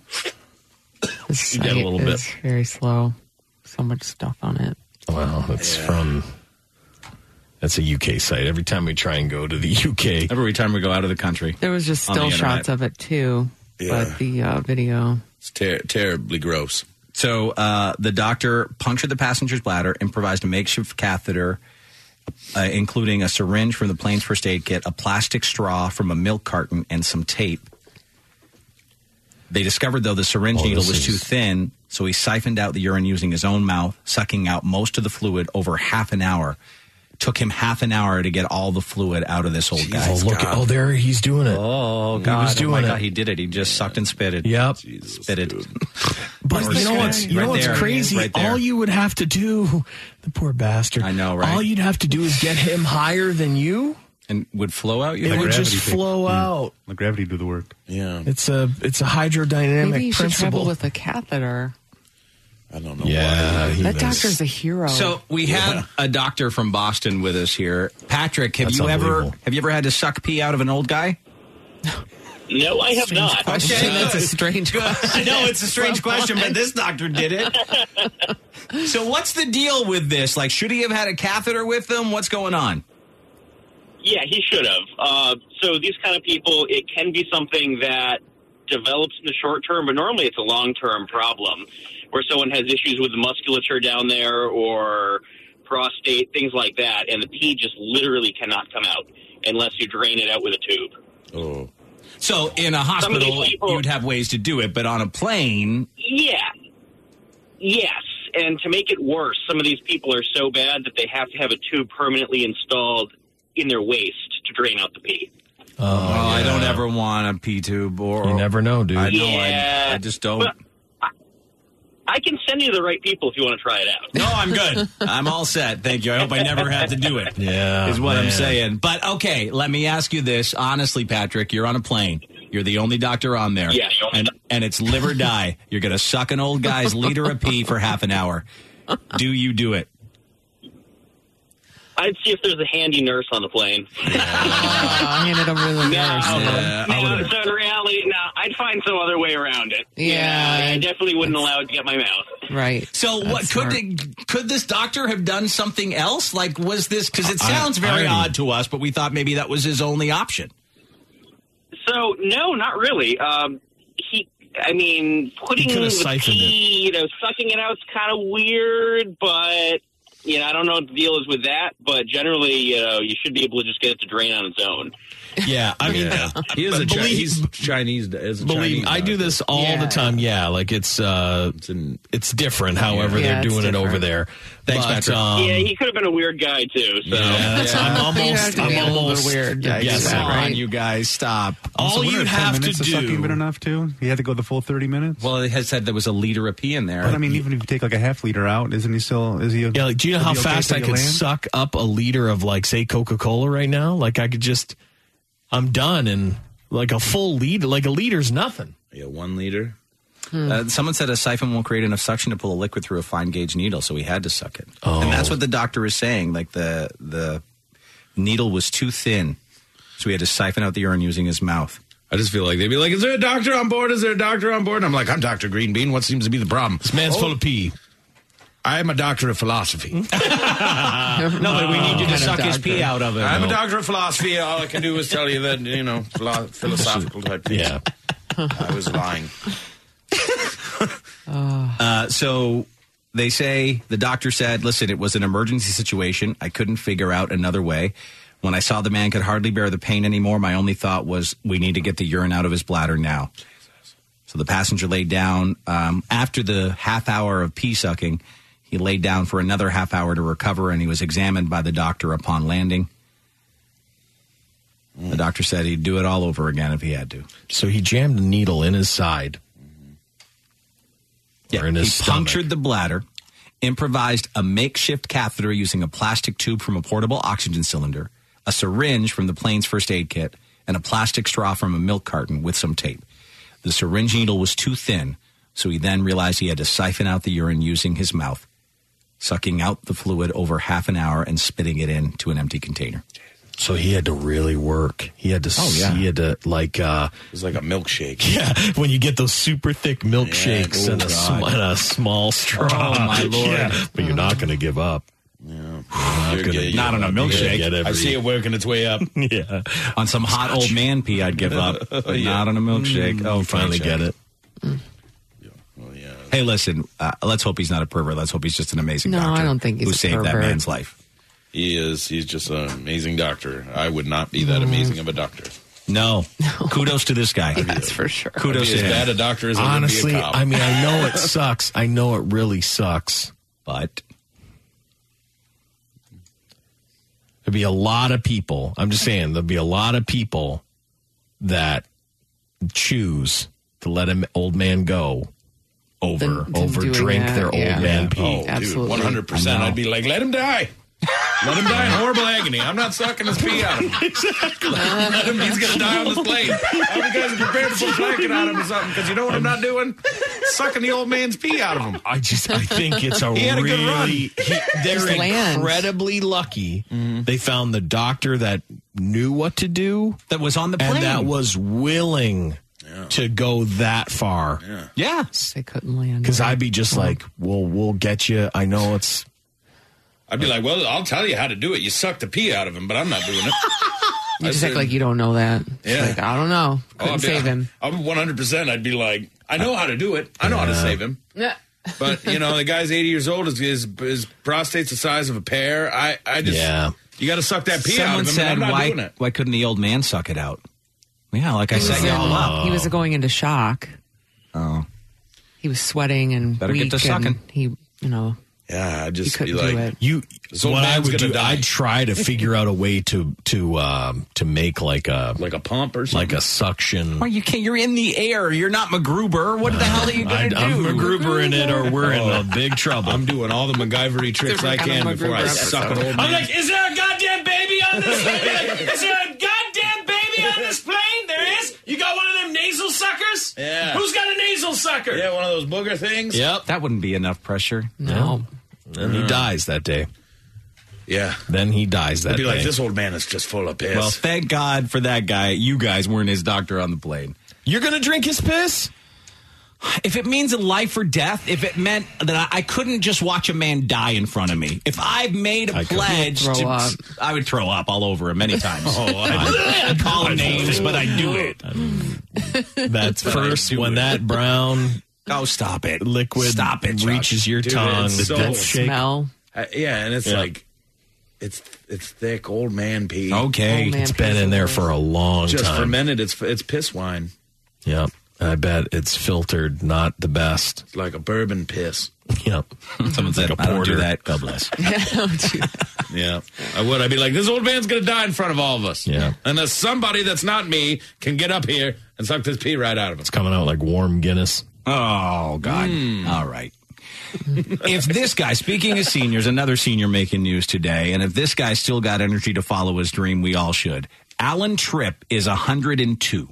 [SPEAKER 6] This
[SPEAKER 7] you get a
[SPEAKER 6] site
[SPEAKER 7] little bit.
[SPEAKER 6] is Very slow. So much stuff on it.
[SPEAKER 7] Wow, that's from. That's a UK site. Every time we try and go to the UK,
[SPEAKER 4] every time we go out of the country,
[SPEAKER 6] There was just
[SPEAKER 7] On the
[SPEAKER 6] still shots of it too,
[SPEAKER 4] Yeah.
[SPEAKER 6] but the uh, video.
[SPEAKER 25] It's ter- terribly gross.
[SPEAKER 4] So uh, the doctor punctured the passenger's bladder, improvised a makeshift catheter, uh, including a syringe from the plane's first aid kit, a plastic straw from a milk carton, and some tape. They discovered, though, the syringe
[SPEAKER 7] Oh,
[SPEAKER 4] needle
[SPEAKER 7] this
[SPEAKER 4] was too
[SPEAKER 7] is-
[SPEAKER 4] thin, so he siphoned out the urine using his own mouth, sucking out most of the fluid over half an hour. Took him half an hour to get all the fluid out of this old guy.
[SPEAKER 7] oh look! Oh, there he's doing it.
[SPEAKER 4] Oh
[SPEAKER 7] He
[SPEAKER 4] God!
[SPEAKER 7] was
[SPEAKER 4] oh my
[SPEAKER 7] doing
[SPEAKER 4] God!
[SPEAKER 7] it.
[SPEAKER 4] He did it. He just sucked and spitted.
[SPEAKER 7] Yep.
[SPEAKER 4] spitted.
[SPEAKER 7] But
[SPEAKER 4] Or
[SPEAKER 7] you know
[SPEAKER 4] spit.
[SPEAKER 7] what's you
[SPEAKER 4] Right
[SPEAKER 7] know what's
[SPEAKER 4] there.
[SPEAKER 7] crazy?
[SPEAKER 4] Right there.
[SPEAKER 7] all you would have to do, the poor bastard. I know,
[SPEAKER 4] right?
[SPEAKER 7] All you'd have to do is get him higher than you.
[SPEAKER 4] and would flow out. You
[SPEAKER 7] It
[SPEAKER 4] think?
[SPEAKER 7] would just flow out.
[SPEAKER 8] Let gravity do the work.
[SPEAKER 25] Yeah.
[SPEAKER 7] It's a it's a hydrodynamic
[SPEAKER 6] Maybe you should travel
[SPEAKER 7] principle.
[SPEAKER 6] with a catheter.
[SPEAKER 25] I don't
[SPEAKER 7] know. Yeah, he
[SPEAKER 6] that
[SPEAKER 7] knows.
[SPEAKER 6] doctor's a hero.
[SPEAKER 4] So we have a doctor from Boston with us here, Patrick. Have
[SPEAKER 7] That's
[SPEAKER 4] you ever
[SPEAKER 7] unbelievable.
[SPEAKER 4] have you ever had to suck pee out of an old guy?
[SPEAKER 26] No, I have not.
[SPEAKER 4] Okay, that's a
[SPEAKER 6] strange
[SPEAKER 4] question. I know it's a strange question, but this doctor did it. so what's the deal with this? Like, should he have had a catheter with them? What's going on?
[SPEAKER 26] Yeah, he should have. Uh, so these kind of people, it can be something that develops in the short term, but normally it's a long term problem where someone has issues with the musculature down there or prostate, things like that, and the pee just literally cannot come out unless you drain it out with a tube.
[SPEAKER 25] Oh.
[SPEAKER 4] So in a hospital, you'd have ways to do it, but on a plane,
[SPEAKER 26] Yeah. Yes. And to make it worse, some of these people are so bad that they have to have a tube permanently installed in their waist to drain out the pee.
[SPEAKER 4] Oh, I don't ever want a P tube or
[SPEAKER 7] You never know, dude.
[SPEAKER 4] I know.
[SPEAKER 26] Yeah.
[SPEAKER 4] I, I just don't.
[SPEAKER 26] But I can send you the right people if you want to try it out.
[SPEAKER 4] No, I'm good. I'm all set. Thank you. I hope I never have to do it.
[SPEAKER 7] Yeah.
[SPEAKER 4] is what I'm
[SPEAKER 7] man.
[SPEAKER 4] saying. But okay, let me ask you this honestly, Patrick. You're on a plane. You're the only doctor on there.
[SPEAKER 26] Yeah, the only
[SPEAKER 4] and and it's live or die. You're gonna suck an old guy's liter of pee for half an hour. Do you do it?
[SPEAKER 26] I'd see if there's a handy nurse on the plane.
[SPEAKER 6] I handed over to the nurse.
[SPEAKER 26] No, so in reality, no, I'd find some other way around it.
[SPEAKER 6] Yeah,
[SPEAKER 26] I definitely wouldn't allow it to get my mouth.
[SPEAKER 6] Right.
[SPEAKER 4] So what could they, could this doctor have done something else? Like was this because it sounds very odd to us, but we thought maybe that was his only option.
[SPEAKER 26] So no, not really. Um, he, I mean, putting
[SPEAKER 4] He could
[SPEAKER 26] the
[SPEAKER 4] have siphoned
[SPEAKER 26] pee, you know, sucking it out is kind of weird, but you know, I don't know what the deal is with that. But generally, you know, you should be able to just get it to drain on its own.
[SPEAKER 7] Yeah, I mean,
[SPEAKER 4] he is
[SPEAKER 26] a Chi-
[SPEAKER 4] he's
[SPEAKER 7] Chinese.
[SPEAKER 4] a
[SPEAKER 7] believe
[SPEAKER 4] Chinese
[SPEAKER 7] I do this all
[SPEAKER 4] Yeah.
[SPEAKER 7] the time. Yeah, like it's uh, it's, different. However,
[SPEAKER 26] Yeah,
[SPEAKER 7] they're
[SPEAKER 26] it's
[SPEAKER 7] doing it over
[SPEAKER 26] different.
[SPEAKER 7] there. Thanks, but, um,
[SPEAKER 26] yeah, he could have been a weird guy too. So
[SPEAKER 7] that's- I'm almost, I'm almost
[SPEAKER 4] Yes,
[SPEAKER 7] yes,
[SPEAKER 4] come on, you guys, stop.
[SPEAKER 8] Also,
[SPEAKER 4] All
[SPEAKER 8] wouldn't 10
[SPEAKER 4] you have to
[SPEAKER 8] minutes of sucking been
[SPEAKER 4] do.
[SPEAKER 8] enough too. You had to go the full thirty minutes.
[SPEAKER 4] Well, it has said there was a liter of pee in there.
[SPEAKER 8] But I mean, even if you take like a half liter out, isn't he still? Is he?
[SPEAKER 7] Yeah, like, do you know how fast I could suck up a liter of like say Coca Cola right now? Like I could just, I'm done, and like a full liter, like a liter's nothing.
[SPEAKER 4] Yeah, one liter. Uh, someone said a siphon won't create enough suction to pull a liquid through a fine gauge needle, so we had to suck it. Oh. And that's what the doctor is saying. Like the the needle was too thin, so we had to siphon out the urine using his mouth.
[SPEAKER 5] I just feel like they'd be like, "Is there a doctor on board? Is there a doctor on board?" And I'm like, "I'm Doctor Greenbean. What seems to be the problem? This
[SPEAKER 7] man's full of pee.
[SPEAKER 5] I am a doctor of philosophy. no,
[SPEAKER 4] but we need you to suck his pee out of it.
[SPEAKER 5] I'm a doctor of philosophy. All I can do is tell you that you know philo- philosophical type things.
[SPEAKER 7] Yeah,
[SPEAKER 5] I was lying.
[SPEAKER 4] Uh, so they say the doctor said, "Listen, it was an emergency situation. I couldn't figure out another way. When I saw the man could hardly bear the pain anymore, my only thought was, we need to get the urine out of his bladder now." So the passenger laid down. Um, after the half hour of pee sucking, he laid down for another half hour to recover, and he was examined by the doctor upon landing. The doctor said he'd do it all over again if he had to.
[SPEAKER 7] So he jammed a needle in his side.
[SPEAKER 4] Yeah,
[SPEAKER 7] in his
[SPEAKER 4] he
[SPEAKER 7] stomach.
[SPEAKER 4] punctured the bladder, improvised a makeshift catheter using a plastic tube from a portable oxygen cylinder, a syringe from the plane's first aid kit, and a plastic straw from a milk carton with some tape. The syringe needle was too thin, so he then realized he had to siphon out the urine using his mouth, sucking out the fluid over half an hour and spitting it into an empty container.
[SPEAKER 7] So he had to really work. He had to.
[SPEAKER 4] Oh, yeah.
[SPEAKER 7] He had to like. uh
[SPEAKER 5] It was like a milkshake.
[SPEAKER 7] Yeah, when you get those super thick milkshakes
[SPEAKER 5] Yeah,
[SPEAKER 7] and,
[SPEAKER 5] oh,
[SPEAKER 7] a sm-
[SPEAKER 5] God.
[SPEAKER 7] and a small straw.
[SPEAKER 5] Oh, my Lord.
[SPEAKER 7] Yeah, but you're not going to give up. Yeah,
[SPEAKER 5] You're gonna-
[SPEAKER 4] Not on a
[SPEAKER 5] you're gonna
[SPEAKER 4] milkshake.
[SPEAKER 5] get every- I see it working its way up.
[SPEAKER 7] yeah,
[SPEAKER 4] On some hot old man pee, I'd give up, but
[SPEAKER 5] Yeah.
[SPEAKER 4] not on a milkshake.
[SPEAKER 5] Mm,
[SPEAKER 4] oh,
[SPEAKER 5] you finally
[SPEAKER 4] milkshake.
[SPEAKER 5] get it.
[SPEAKER 4] Hey, listen. Uh, let's hope he's not a pervert. Let's hope he's just an amazing
[SPEAKER 6] No,
[SPEAKER 4] doctor.
[SPEAKER 6] I don't think he's
[SPEAKER 4] who
[SPEAKER 6] a
[SPEAKER 4] saved that
[SPEAKER 6] pervert.
[SPEAKER 4] man's life.
[SPEAKER 5] He is. He's just an amazing doctor. I would not be that amazing of a doctor.
[SPEAKER 4] No. Kudos to this guy.
[SPEAKER 6] That's for sure.
[SPEAKER 5] Kudos
[SPEAKER 7] to
[SPEAKER 5] as
[SPEAKER 7] him.
[SPEAKER 5] bad a doctor as I would be
[SPEAKER 7] Honestly,
[SPEAKER 5] a cop.
[SPEAKER 7] I mean, I know it sucks. I know it really sucks.
[SPEAKER 4] But
[SPEAKER 7] there'd be a lot of people. I'm just saying, there'll be a lot of people that choose to let an old man go over
[SPEAKER 5] Than- than
[SPEAKER 7] over
[SPEAKER 5] doing
[SPEAKER 7] drink
[SPEAKER 5] that,
[SPEAKER 7] their old
[SPEAKER 5] yeah.
[SPEAKER 7] man
[SPEAKER 5] Yeah.
[SPEAKER 7] pee.
[SPEAKER 5] Oh, dude, Absolutely. 100%. I'd be like, let him die. Let him die in horrible agony. I'm not sucking his pee out of him. Exactly. Let him, he's going to die on this plane. All you guys are prepared to put a blanket on him or something because you know what I'm not doing? Sucking the old man's pee out of him.
[SPEAKER 7] I just, I think it's a
[SPEAKER 5] he had a
[SPEAKER 7] really.
[SPEAKER 5] good run.
[SPEAKER 7] he- they're
[SPEAKER 5] Just Mm-hmm. land.
[SPEAKER 7] incredibly lucky. They found the doctor that knew what to do,
[SPEAKER 4] that was on the
[SPEAKER 7] and
[SPEAKER 4] plane.
[SPEAKER 7] that was willing to go that far. Yeah,
[SPEAKER 6] They couldn't land.
[SPEAKER 7] Because I'd be just like, "Well, we'll get you." I know it's
[SPEAKER 5] I'd be like, well, I'll tell you how to do it. You suck the pee out of him, but I'm not doing it.
[SPEAKER 6] You
[SPEAKER 5] I
[SPEAKER 6] just act
[SPEAKER 5] said-
[SPEAKER 6] like you don't know that. It's
[SPEAKER 5] Yeah.
[SPEAKER 6] like, I don't know.
[SPEAKER 5] Oh,
[SPEAKER 6] Couldn't
[SPEAKER 5] I'd be-
[SPEAKER 6] save him.
[SPEAKER 5] I'm 100%. I'd be like, I know how to do it. I know how to save him. But you know, the guy's eighty years old. His his, his prostate's the size of a pear. I I just
[SPEAKER 4] Yeah.
[SPEAKER 5] You got to suck that pee out of
[SPEAKER 4] Someone
[SPEAKER 5] him. and
[SPEAKER 4] said,
[SPEAKER 5] I'm not
[SPEAKER 4] why,
[SPEAKER 5] doing it.
[SPEAKER 4] why couldn't the old man suck it out? Yeah, like I
[SPEAKER 6] He
[SPEAKER 4] set
[SPEAKER 6] was
[SPEAKER 4] you
[SPEAKER 6] in-
[SPEAKER 4] all up.
[SPEAKER 6] He was going into shock.
[SPEAKER 4] Oh.
[SPEAKER 6] He was sweating and
[SPEAKER 4] Better get
[SPEAKER 6] weak
[SPEAKER 4] to
[SPEAKER 6] and
[SPEAKER 4] sucking.
[SPEAKER 6] He, you know,
[SPEAKER 5] Yeah, I'd just be
[SPEAKER 7] do
[SPEAKER 5] like,
[SPEAKER 7] it. you.
[SPEAKER 5] This old
[SPEAKER 7] what I
[SPEAKER 5] man's
[SPEAKER 7] would
[SPEAKER 5] gonna
[SPEAKER 7] do,
[SPEAKER 5] die.
[SPEAKER 7] I'd try to figure out a way to to um, to make like a
[SPEAKER 5] like a pump or
[SPEAKER 7] something, like a suction.
[SPEAKER 4] Well, you can't. You're in the air. You're not MacGruber. What the hell are you
[SPEAKER 7] I-
[SPEAKER 4] going to do?
[SPEAKER 7] I'm MacGruber in it, or we're in
[SPEAKER 4] Oh.
[SPEAKER 7] a big trouble. I'm
[SPEAKER 5] doing all the MacGyvery tricks I can before I suck an old
[SPEAKER 7] I'm
[SPEAKER 5] man.
[SPEAKER 7] like,
[SPEAKER 24] Is there a goddamn baby on this plane? Is there a goddamn baby on this plane? There is. You got one of them nasal suckers?
[SPEAKER 5] Yeah.
[SPEAKER 24] Who's got a nasal sucker?
[SPEAKER 5] Yeah, one of those booger things.
[SPEAKER 7] Yep.
[SPEAKER 4] That wouldn't be enough pressure. Mm.
[SPEAKER 7] No. And he
[SPEAKER 5] No.
[SPEAKER 7] dies that day.
[SPEAKER 5] Yeah.
[SPEAKER 7] Then he dies that
[SPEAKER 5] I'd be
[SPEAKER 7] day.
[SPEAKER 5] like, this old man is just full of piss.
[SPEAKER 4] Well, thank God for that guy. You guys weren't his doctor on the plane.
[SPEAKER 7] You're going to drink his piss?
[SPEAKER 4] If it means a life or death, if it meant that I, I couldn't just watch a man die in front of me, if I've made a pledge
[SPEAKER 7] Throw
[SPEAKER 4] to,
[SPEAKER 7] up.
[SPEAKER 4] I would throw up all over him many times.
[SPEAKER 7] Oh, I-
[SPEAKER 4] I, would call him
[SPEAKER 7] I don't
[SPEAKER 4] names,
[SPEAKER 7] think-
[SPEAKER 4] but I do it.
[SPEAKER 7] That
[SPEAKER 4] But I
[SPEAKER 7] first,
[SPEAKER 4] do
[SPEAKER 7] when
[SPEAKER 4] it.
[SPEAKER 7] that brown.
[SPEAKER 4] Oh, stop it.
[SPEAKER 7] Liquid
[SPEAKER 4] Stop it, Chuck.
[SPEAKER 7] reaches your
[SPEAKER 5] Dude,
[SPEAKER 7] tongue.
[SPEAKER 5] it's
[SPEAKER 7] The
[SPEAKER 5] so-
[SPEAKER 7] death shake.
[SPEAKER 5] Uh, yeah, and it's
[SPEAKER 7] Yeah.
[SPEAKER 5] like, it's it's thick old man pee.
[SPEAKER 7] Okay. it's been in there for a long
[SPEAKER 5] just
[SPEAKER 7] time.
[SPEAKER 5] fermented. It's it's piss wine.
[SPEAKER 7] Yep. I bet it's filtered, not the best.
[SPEAKER 5] It's like a bourbon piss.
[SPEAKER 7] Yep.
[SPEAKER 4] Someone
[SPEAKER 7] said,
[SPEAKER 5] "I don't do that."
[SPEAKER 7] God bless.
[SPEAKER 5] Yeah, I would. I'd be like, this old man's gonna die in front of all of us.
[SPEAKER 7] Yeah.
[SPEAKER 5] unless somebody that's not me can get up here and suck this pee right out of him. It's
[SPEAKER 7] coming out like warm Guinness. Mm.
[SPEAKER 4] Oh God! All right. if this guy, speaking of seniors, another senior making news today, and if this guy still got energy to follow his dream, we all should. Alan Tripp is 102.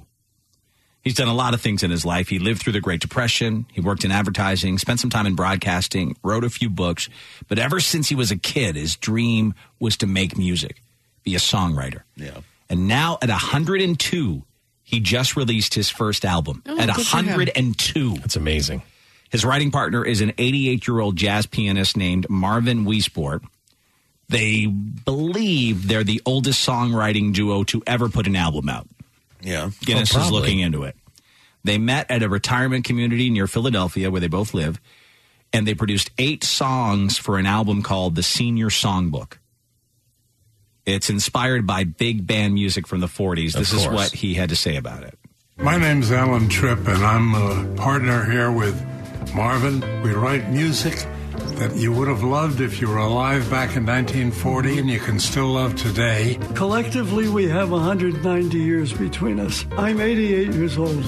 [SPEAKER 4] He's done a lot of things in his life. He lived through the Great Depression. He worked in advertising, spent some time in broadcasting, wrote a few books. But ever since he was a kid, his dream was to make music, be a songwriter.
[SPEAKER 5] Yeah.
[SPEAKER 4] And now at 102, he just released his first album.
[SPEAKER 7] Oh,
[SPEAKER 4] at
[SPEAKER 7] good for him.
[SPEAKER 4] 102.
[SPEAKER 7] That's amazing.
[SPEAKER 4] His writing partner is an 88 year old jazz pianist named Marvin Wiesport. They believe they're the oldest songwriting duo to ever put an album out.
[SPEAKER 5] Yeah.
[SPEAKER 4] Guinness is looking into it. They met at a retirement community near Philadelphia where they both live, and they produced eight songs for an album called The Senior Songbook. It's inspired by big band music from the 40s.
[SPEAKER 17] Of
[SPEAKER 4] This is
[SPEAKER 17] course.
[SPEAKER 4] what he had to say about it.
[SPEAKER 17] My name's Alan Tripp, and I'm a partner here with Marvin. We write music that you would have loved if you were alive back in 1940 and you can still love today.
[SPEAKER 27] Collectively, we have 190 years between us. I'm 88 years old.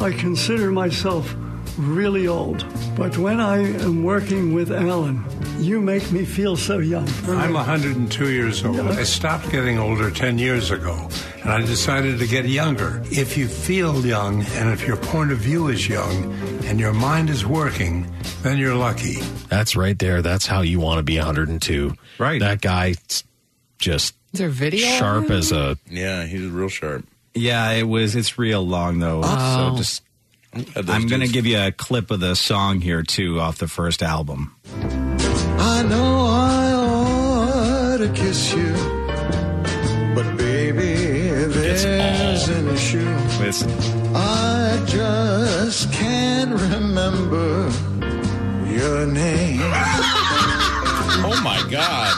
[SPEAKER 27] I consider myself really old. But when I am working with Alan, you make me feel so young.
[SPEAKER 17] I'm 102 years old. I stopped getting older 10 years ago, and I decided to get younger. If you feel young, and if your point of view is young, and your mind is working, then you're lucky.
[SPEAKER 7] That's right there. That's how you want to be 102. Right. That guy s- just
[SPEAKER 6] Is there a video? of
[SPEAKER 7] sharp
[SPEAKER 6] him?
[SPEAKER 7] as a.
[SPEAKER 5] Yeah, he's real sharp.
[SPEAKER 4] Yeah, it was. It's real long though.
[SPEAKER 6] Oh.
[SPEAKER 4] So just, I'm going to give you a clip of the song here too, off the first album.
[SPEAKER 11] I know I ought to kiss you, but baby, there's an issue. I just can't remember your name.
[SPEAKER 5] oh my god!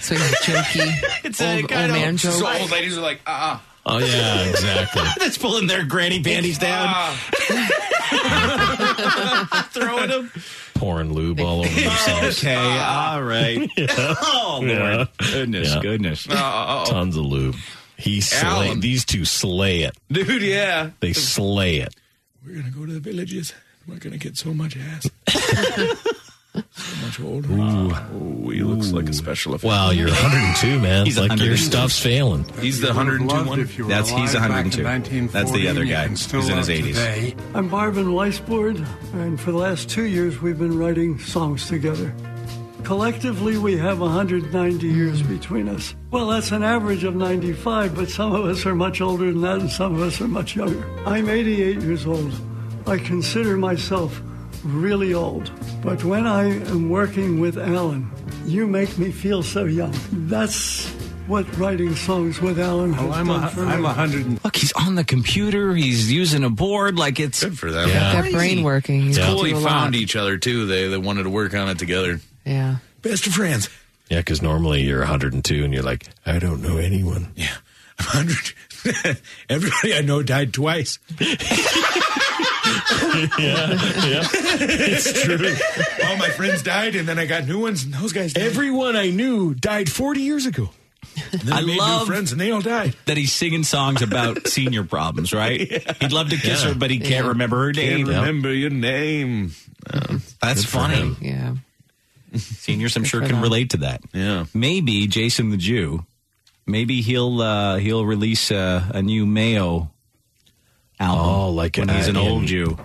[SPEAKER 6] So he's jokey.
[SPEAKER 24] It's
[SPEAKER 6] old, old man joke.
[SPEAKER 5] So old ladies are like, uh.
[SPEAKER 7] Oh yeah, exactly.
[SPEAKER 4] That's pulling their granny panties down.
[SPEAKER 5] Ah.
[SPEAKER 4] Throwing them.
[SPEAKER 7] pouring lube all over themselves.
[SPEAKER 4] okay, all right. Oh, Lord.
[SPEAKER 7] Goodness,
[SPEAKER 4] goodness.
[SPEAKER 7] Tons of lube. He slay,
[SPEAKER 5] Alan.
[SPEAKER 7] these two slay it.
[SPEAKER 5] Dude, yeah.
[SPEAKER 7] They slay it.
[SPEAKER 5] We're gonna go to the villages. We're gonna get so much ass. so much old. Oh, he looks like a special effect.
[SPEAKER 7] Wow, you're 102, man.
[SPEAKER 5] He's
[SPEAKER 7] like your
[SPEAKER 5] 102.
[SPEAKER 7] stuff's failing.
[SPEAKER 5] He's the 102 one.
[SPEAKER 4] That's he's 102. That's the other guy. He's in his 80s.
[SPEAKER 27] I'm Marvin Weisbord, and for the last two years, we've been writing songs together. Collectively, we have 190 years between us. Well, that's an average of 95, but some of us are much older than that, and some of us are much younger. I'm 88 years old. I consider myself really old. But when I am working with Alan, you make me feel so young. That's what writing songs with Alan
[SPEAKER 5] Oh,
[SPEAKER 27] has done for me.
[SPEAKER 4] Look, he's on the computer. He's using a board. Like it's good
[SPEAKER 5] for them.
[SPEAKER 6] Got that brain working.
[SPEAKER 5] It's
[SPEAKER 6] He's
[SPEAKER 5] cool.
[SPEAKER 6] gonna
[SPEAKER 5] They
[SPEAKER 6] do a
[SPEAKER 5] found
[SPEAKER 6] lot.
[SPEAKER 5] each other too. They they wanted to work on it together.
[SPEAKER 6] Yeah.
[SPEAKER 5] Best of friends.
[SPEAKER 7] Yeah, because normally you're 102 and you're like, I don't know anyone.
[SPEAKER 5] Yeah, I'm 100. Everybody I know died twice.
[SPEAKER 7] yeah, yeah.
[SPEAKER 16] It's true. All my friends died, and then I got new ones, and those guys died.
[SPEAKER 7] Everyone I knew died 40 years ago.
[SPEAKER 16] Then I, made new friends, and they all died.
[SPEAKER 4] that he's singing songs about senior problems, right? He'd love to kiss
[SPEAKER 16] Yeah.
[SPEAKER 4] her, but he can't
[SPEAKER 16] Yeah.
[SPEAKER 4] remember her name.
[SPEAKER 5] Can't remember your name.
[SPEAKER 4] That's
[SPEAKER 5] Good for
[SPEAKER 4] funny.
[SPEAKER 5] him.
[SPEAKER 6] Yeah.
[SPEAKER 4] Seniors, I'm sure,
[SPEAKER 6] for
[SPEAKER 4] can
[SPEAKER 6] them.
[SPEAKER 4] relate to that. Yeah. Maybe Jason the Jew. Maybe he'll uh, he'll release uh, a new Mayo album. Oh, like when he's an
[SPEAKER 7] uh,
[SPEAKER 4] old
[SPEAKER 7] in-
[SPEAKER 4] Jew.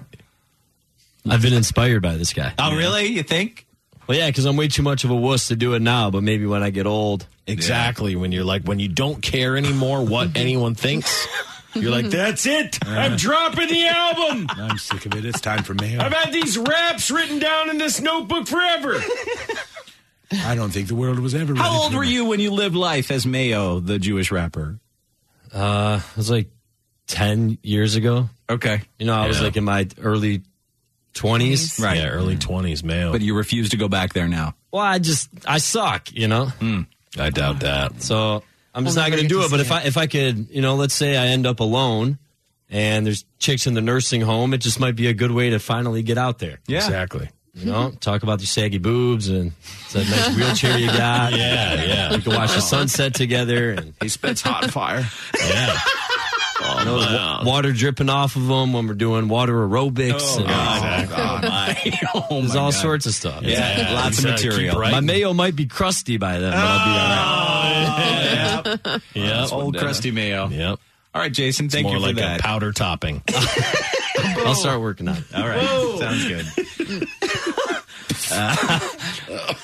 [SPEAKER 7] I've been inspired by this guy.
[SPEAKER 4] Oh, really? You think?
[SPEAKER 7] Well, yeah, because I'm way too much of a wuss to do it now, but maybe when I get old. Exactly. When you're like, when you don't care anymore what anyone thinks, you're like, that's it.
[SPEAKER 16] Uh-huh.
[SPEAKER 7] I'm dropping the album.
[SPEAKER 16] I'm sick of it. It's time for mail.
[SPEAKER 7] I've
[SPEAKER 16] had these raps written down in this notebook forever.
[SPEAKER 4] I don't think the world was ever. How old were you when you lived life as Mayo, the Jewish rapper?
[SPEAKER 7] Uh, it was like 10 years ago.
[SPEAKER 4] Okay.
[SPEAKER 7] You know, I was
[SPEAKER 4] Yeah.
[SPEAKER 7] like in my early Mm. 20s.
[SPEAKER 4] Right.
[SPEAKER 7] Yeah, early 20s, man.
[SPEAKER 4] But you refuse to go back there now.
[SPEAKER 7] Well, I just I suck, you know.
[SPEAKER 16] Hmm.
[SPEAKER 7] I doubt that. So I'm just
[SPEAKER 4] We'll
[SPEAKER 7] not
[SPEAKER 4] never
[SPEAKER 7] going to
[SPEAKER 4] get
[SPEAKER 7] do
[SPEAKER 4] to
[SPEAKER 7] it. But
[SPEAKER 4] see
[SPEAKER 7] if I if I could, you know, let's say I end up alone and there's chicks in the nursing home, it just might be a good way to finally get out there.
[SPEAKER 16] Yeah. Hmm.
[SPEAKER 7] exactly. You know, talk about your saggy boobs and that nice wheelchair you got.
[SPEAKER 16] Yeah, yeah.
[SPEAKER 7] We can watch the sunset together. And
[SPEAKER 16] he spits hot fire.
[SPEAKER 7] Yeah. You know, wa- water dripping off of them when we're doing water aerobics. and,
[SPEAKER 16] God. Oh, God.
[SPEAKER 4] Oh,
[SPEAKER 7] There's all sorts of stuff.
[SPEAKER 16] Yeah, Yeah, lots of exactly. Keep material.
[SPEAKER 7] My
[SPEAKER 16] writing.
[SPEAKER 7] mayo might be crusty by then, but I'll be all right.
[SPEAKER 4] Oh, Yeah, old crusty mayo.
[SPEAKER 7] Yep.
[SPEAKER 4] All right, Jason.
[SPEAKER 7] It's
[SPEAKER 4] Thank
[SPEAKER 7] more
[SPEAKER 4] you for
[SPEAKER 7] like a
[SPEAKER 4] that.
[SPEAKER 7] powder topping. I'll start working on it.
[SPEAKER 4] All right,
[SPEAKER 7] Whoa.
[SPEAKER 4] sounds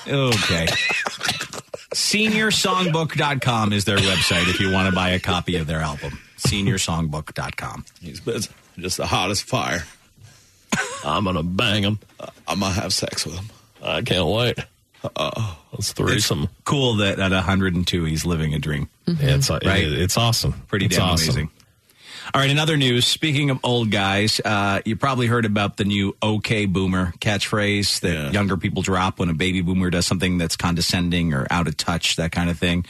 [SPEAKER 4] good. Uh, okay. Seniorsongbook.com is their website if you want to buy a copy of their album. Seniorsongbook.com.
[SPEAKER 5] He's busy. Just the hottest fire. I'm gonna bang him. I'm gonna have sex with him.
[SPEAKER 7] I can't wait.
[SPEAKER 5] Uh,
[SPEAKER 7] let's threesome.
[SPEAKER 4] Cool that at 102 he's living a dream.
[SPEAKER 7] Yeah, it's uh, it- it's awesome.
[SPEAKER 4] Pretty
[SPEAKER 7] It's
[SPEAKER 4] damn
[SPEAKER 7] awesome.
[SPEAKER 4] amazing. All right, in other news, speaking of old guys, uh, you probably heard about the new OK Boomer catchphrase that younger people drop when a baby boomer does something that's condescending or out of touch, that kind of thing.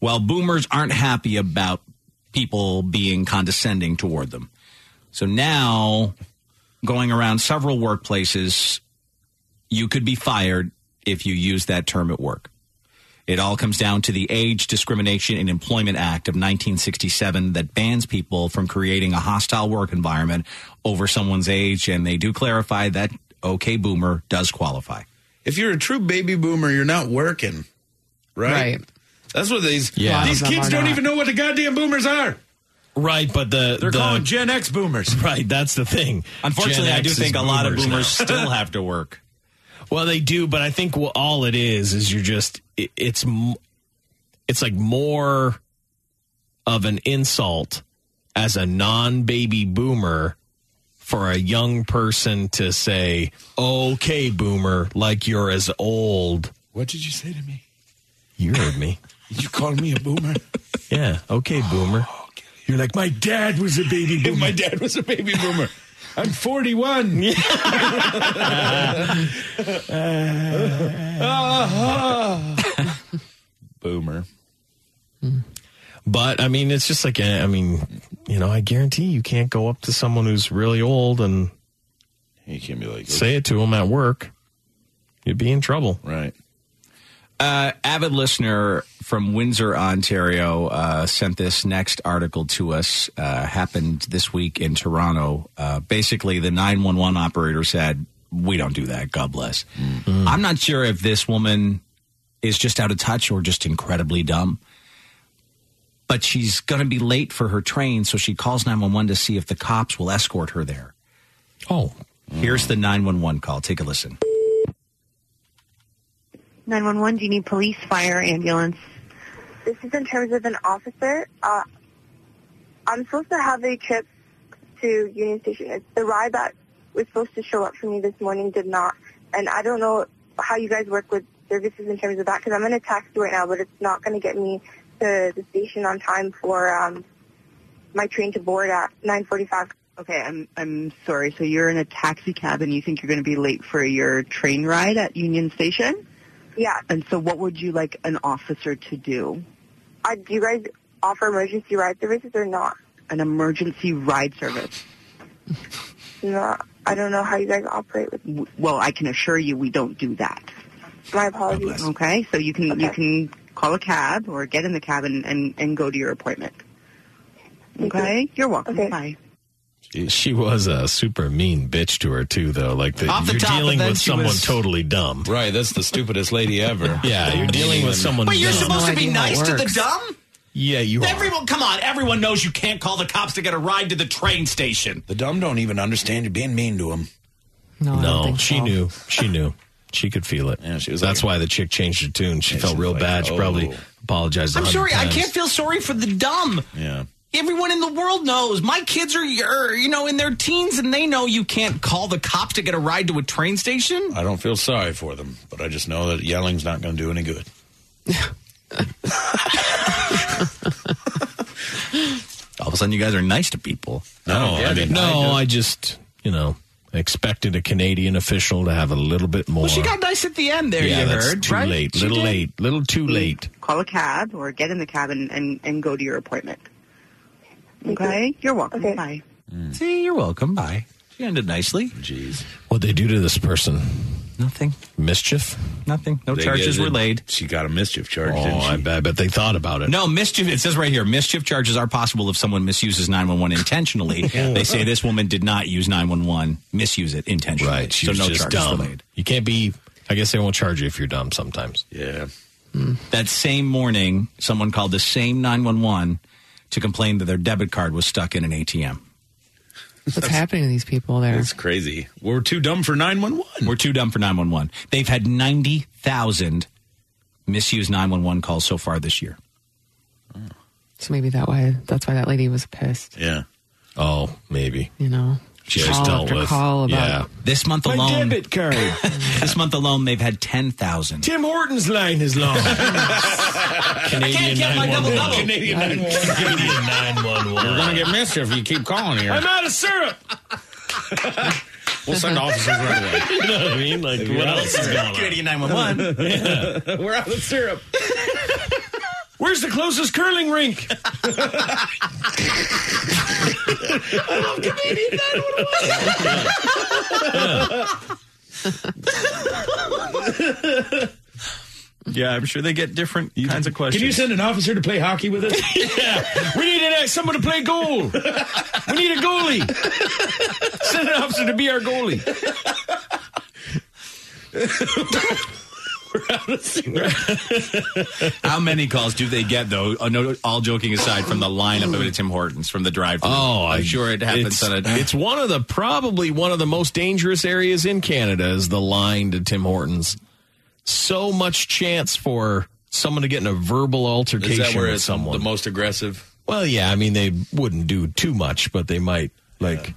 [SPEAKER 4] Well, boomers aren't happy about people being condescending toward them. So now, going around several workplaces, you could be fired if you use that term at work. It all comes down to the Age Discrimination in Employment Act of 1967 that bans people from creating a hostile work environment over someone's age. And they do clarify that OK Boomer does qualify.
[SPEAKER 5] If you're a true baby boomer, you're not working, right?
[SPEAKER 6] Right.
[SPEAKER 5] That's what these
[SPEAKER 7] Yeah. A lot of
[SPEAKER 5] these
[SPEAKER 7] them
[SPEAKER 5] kids
[SPEAKER 7] are
[SPEAKER 5] don't
[SPEAKER 7] not.
[SPEAKER 5] even know what the goddamn boomers are.
[SPEAKER 7] Right, but the
[SPEAKER 5] They're calling
[SPEAKER 7] Gen X boomers. Right, that's the thing.
[SPEAKER 4] Unfortunately,
[SPEAKER 7] Gen
[SPEAKER 4] I do
[SPEAKER 7] X is
[SPEAKER 4] think a lot of
[SPEAKER 7] now.
[SPEAKER 4] boomers still have to work.
[SPEAKER 7] Well, they do, but I think wh- all it is is you're just it, it's m- it's like more of an insult as a non-baby boomer for a young person to say, "Okay, boomer, like you're as old."
[SPEAKER 16] What did you say to me?
[SPEAKER 7] You heard me.
[SPEAKER 16] You called me a boomer.
[SPEAKER 7] yeah, okay, boomer.
[SPEAKER 5] Oh,
[SPEAKER 16] You're like my dad was a baby boomer. my dad was a baby boomer. I'm 41.
[SPEAKER 7] Uh-huh.
[SPEAKER 5] Boomer.
[SPEAKER 7] But I mean, it's just like eh, I mean, you know, I guarantee you can't go up to someone who's really old and
[SPEAKER 5] you can't be like
[SPEAKER 7] say it to them at work. You'd be in trouble,
[SPEAKER 5] right?
[SPEAKER 4] Uh, avid listener from Windsor, Ontario, uh, sent this next article to us. Uh, happened this week in Toronto. Uh, basically, the 911 operator said, We don't do that. God bless. I'm not sure if this woman is just out of touch or just incredibly dumb. But she's going to be late for her train, so she calls 911 to see if the cops will escort her there.
[SPEAKER 7] Oh.
[SPEAKER 4] Here's the 911 call. Take a listen.
[SPEAKER 18] 911, do you need police, fire, ambulance? This is in terms of an officer. Uh, I'm supposed to have a trip to Union Station. The ride that was supposed to show up for me this morning did not. And I don't know how you guys work with services in terms of that because I'm in a taxi right now, but it's not going to get me to the station on time for um, my train to board at 945.
[SPEAKER 19] Okay, I'm I'm sorry. So you're in a taxi cab and you think you're going to be late for your train ride at Union Station?
[SPEAKER 18] Yeah.
[SPEAKER 19] And so what would you like an officer to do?
[SPEAKER 18] Uh, do you guys offer emergency ride services or not?
[SPEAKER 19] An emergency ride service.
[SPEAKER 18] Not I don't know how you guys operate with.
[SPEAKER 19] W- Well, I can assure you we don't do that.
[SPEAKER 18] My apologies.
[SPEAKER 19] Okay, so you can you can call a cab or get in the cab and, and, and go to your appointment. Okay, you're welcome. Bye.
[SPEAKER 7] She was a super mean bitch to her too, though. Like the,
[SPEAKER 19] Off the
[SPEAKER 7] you're
[SPEAKER 19] top, but
[SPEAKER 7] dealing
[SPEAKER 19] then
[SPEAKER 7] with
[SPEAKER 19] she
[SPEAKER 7] someone
[SPEAKER 19] was-
[SPEAKER 7] totally dumb.
[SPEAKER 5] Right, that's the stupidest lady ever.
[SPEAKER 7] Yeah, you're dealing with someone.
[SPEAKER 5] But
[SPEAKER 7] dumb.
[SPEAKER 4] dumb?
[SPEAKER 7] Yeah, you are.
[SPEAKER 4] Everyone, come on. Everyone knows you can't call the cops to get a ride to the train station.
[SPEAKER 9] The dumb don't even understand you're being mean to them.
[SPEAKER 7] No,
[SPEAKER 9] I don't think
[SPEAKER 7] she
[SPEAKER 9] so.
[SPEAKER 7] knew. She knew. She could feel it. Yeah, she was That's why the chick changed her tune. She felt real bad. She probably apologized. a
[SPEAKER 4] I'm
[SPEAKER 7] hundred
[SPEAKER 4] sorry, I
[SPEAKER 7] times.
[SPEAKER 4] can't feel sorry for the dumb.
[SPEAKER 7] Yeah.
[SPEAKER 4] Everyone in the world knows. My kids are, are, you know, in their teens, and they know you can't call the cops to get a ride to a train station.
[SPEAKER 5] I don't feel sorry for them, but I just know that yelling's not going to do any good.
[SPEAKER 4] All of a sudden, you guys are nice to people.
[SPEAKER 7] No, I, mean, no, I just you know expected a Canadian official to have a little bit more.
[SPEAKER 4] Well, she got nice at the end there.
[SPEAKER 7] yeah,
[SPEAKER 4] you
[SPEAKER 7] that's
[SPEAKER 4] heard,
[SPEAKER 7] too
[SPEAKER 4] right?
[SPEAKER 7] late.
[SPEAKER 4] She
[SPEAKER 7] little
[SPEAKER 4] did.
[SPEAKER 7] late. Little too late.
[SPEAKER 19] Call a cab or get in the cab and, and, and go to your appointment. Okay, you're welcome. Bye.
[SPEAKER 4] See, you're welcome. Bye. She ended nicely.
[SPEAKER 5] Jeez.
[SPEAKER 7] What'd they do to this person?
[SPEAKER 4] Nothing.
[SPEAKER 7] Mischief?
[SPEAKER 4] Nothing. No
[SPEAKER 7] They
[SPEAKER 4] charges
[SPEAKER 7] get it.
[SPEAKER 4] were laid.
[SPEAKER 5] She got a mischief charge.
[SPEAKER 7] Oh,
[SPEAKER 4] didn't she?
[SPEAKER 7] I bet, I bet they thought about it.
[SPEAKER 4] No, mischief. It says right here mischief charges are possible if someone misuses 911 intentionally.
[SPEAKER 7] Yeah.
[SPEAKER 4] They say this woman did not use 911, misuse it intentionally.
[SPEAKER 7] Right. She
[SPEAKER 4] so
[SPEAKER 7] was
[SPEAKER 4] no
[SPEAKER 7] just
[SPEAKER 4] charges
[SPEAKER 7] dumb.
[SPEAKER 4] were laid.
[SPEAKER 7] You can't be. I guess they won't charge you if you're dumb sometimes.
[SPEAKER 5] Yeah.
[SPEAKER 4] That same morning, someone called the same 911 to complain that their debit card was stuck in an ATM.
[SPEAKER 6] What's happening to these people there?
[SPEAKER 5] It's crazy. We're too dumb for 911.
[SPEAKER 4] We're too dumb for 911. They've had 90,000 misused 911 calls so far this year.
[SPEAKER 6] So maybe that why that's why that lady was pissed.
[SPEAKER 5] Yeah.
[SPEAKER 7] Oh, maybe.
[SPEAKER 6] You know, call after call about
[SPEAKER 4] This month
[SPEAKER 6] My
[SPEAKER 4] alone.
[SPEAKER 6] debit
[SPEAKER 7] card.
[SPEAKER 4] this month alone, they've had 10,000.
[SPEAKER 7] Tim Horton's line is long.
[SPEAKER 4] I can't get my double double.
[SPEAKER 7] Canadian 911. Canadian 911.
[SPEAKER 9] You're going to get mischief if you keep calling here.
[SPEAKER 16] I'm out of syrup.
[SPEAKER 9] We'll send officers right away.
[SPEAKER 7] you know what I mean? Like,
[SPEAKER 9] You're
[SPEAKER 7] what
[SPEAKER 9] out of
[SPEAKER 7] else is
[SPEAKER 9] syrup.
[SPEAKER 7] going on?
[SPEAKER 9] Canadian
[SPEAKER 16] 911.
[SPEAKER 7] Yeah.
[SPEAKER 16] We're out of syrup. Where's the closest curling rink?
[SPEAKER 2] I love Canadian 911.
[SPEAKER 4] Yeah, I'm sure they get different kinds of questions.
[SPEAKER 16] Can you send an officer to play hockey with us? yeah. We need an, uh, someone to play goal. We need a goalie. Send an officer to be our goalie.
[SPEAKER 4] How many calls do they get though? Uh, no, all joking aside, from the lineup of Tim Hortons from the drive-thru.
[SPEAKER 7] Oh,
[SPEAKER 4] I'm sure it happens
[SPEAKER 7] It's,
[SPEAKER 4] on a.
[SPEAKER 7] it's one of the probably one of the most dangerous areas in Canada is the line to Tim Hortons. So much chance for someone to get in a verbal
[SPEAKER 5] Is
[SPEAKER 7] altercation
[SPEAKER 5] that where
[SPEAKER 7] with
[SPEAKER 5] it's
[SPEAKER 7] someone.
[SPEAKER 5] the most aggressive?
[SPEAKER 7] well, yeah, I mean they wouldn't do too much, but they might like.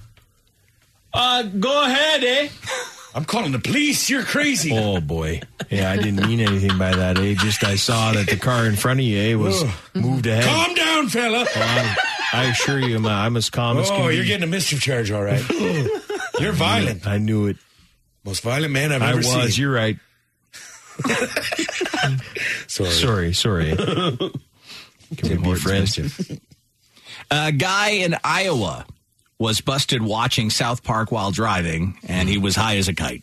[SPEAKER 7] Uh, go ahead, eh?
[SPEAKER 9] I'm calling the police. You're crazy.
[SPEAKER 7] Oh boy. Yeah, I didn't mean anything by that, eh? Just I saw that the car in front of you eh, was moved ahead.
[SPEAKER 9] Calm down, fella.
[SPEAKER 7] Well, I'm- I assure you, I'm, I'm as calm as
[SPEAKER 9] Oh,
[SPEAKER 7] can be.
[SPEAKER 9] you're getting a mischief charge, all right. You're violent.
[SPEAKER 7] I knew it.
[SPEAKER 9] Most violent man I've
[SPEAKER 7] I
[SPEAKER 9] ever
[SPEAKER 7] was.
[SPEAKER 9] seen.
[SPEAKER 7] You're right. sorry, sorry. Can we be friends?
[SPEAKER 4] A guy in Iowa was busted watching South Park while driving, and he was high as a kite.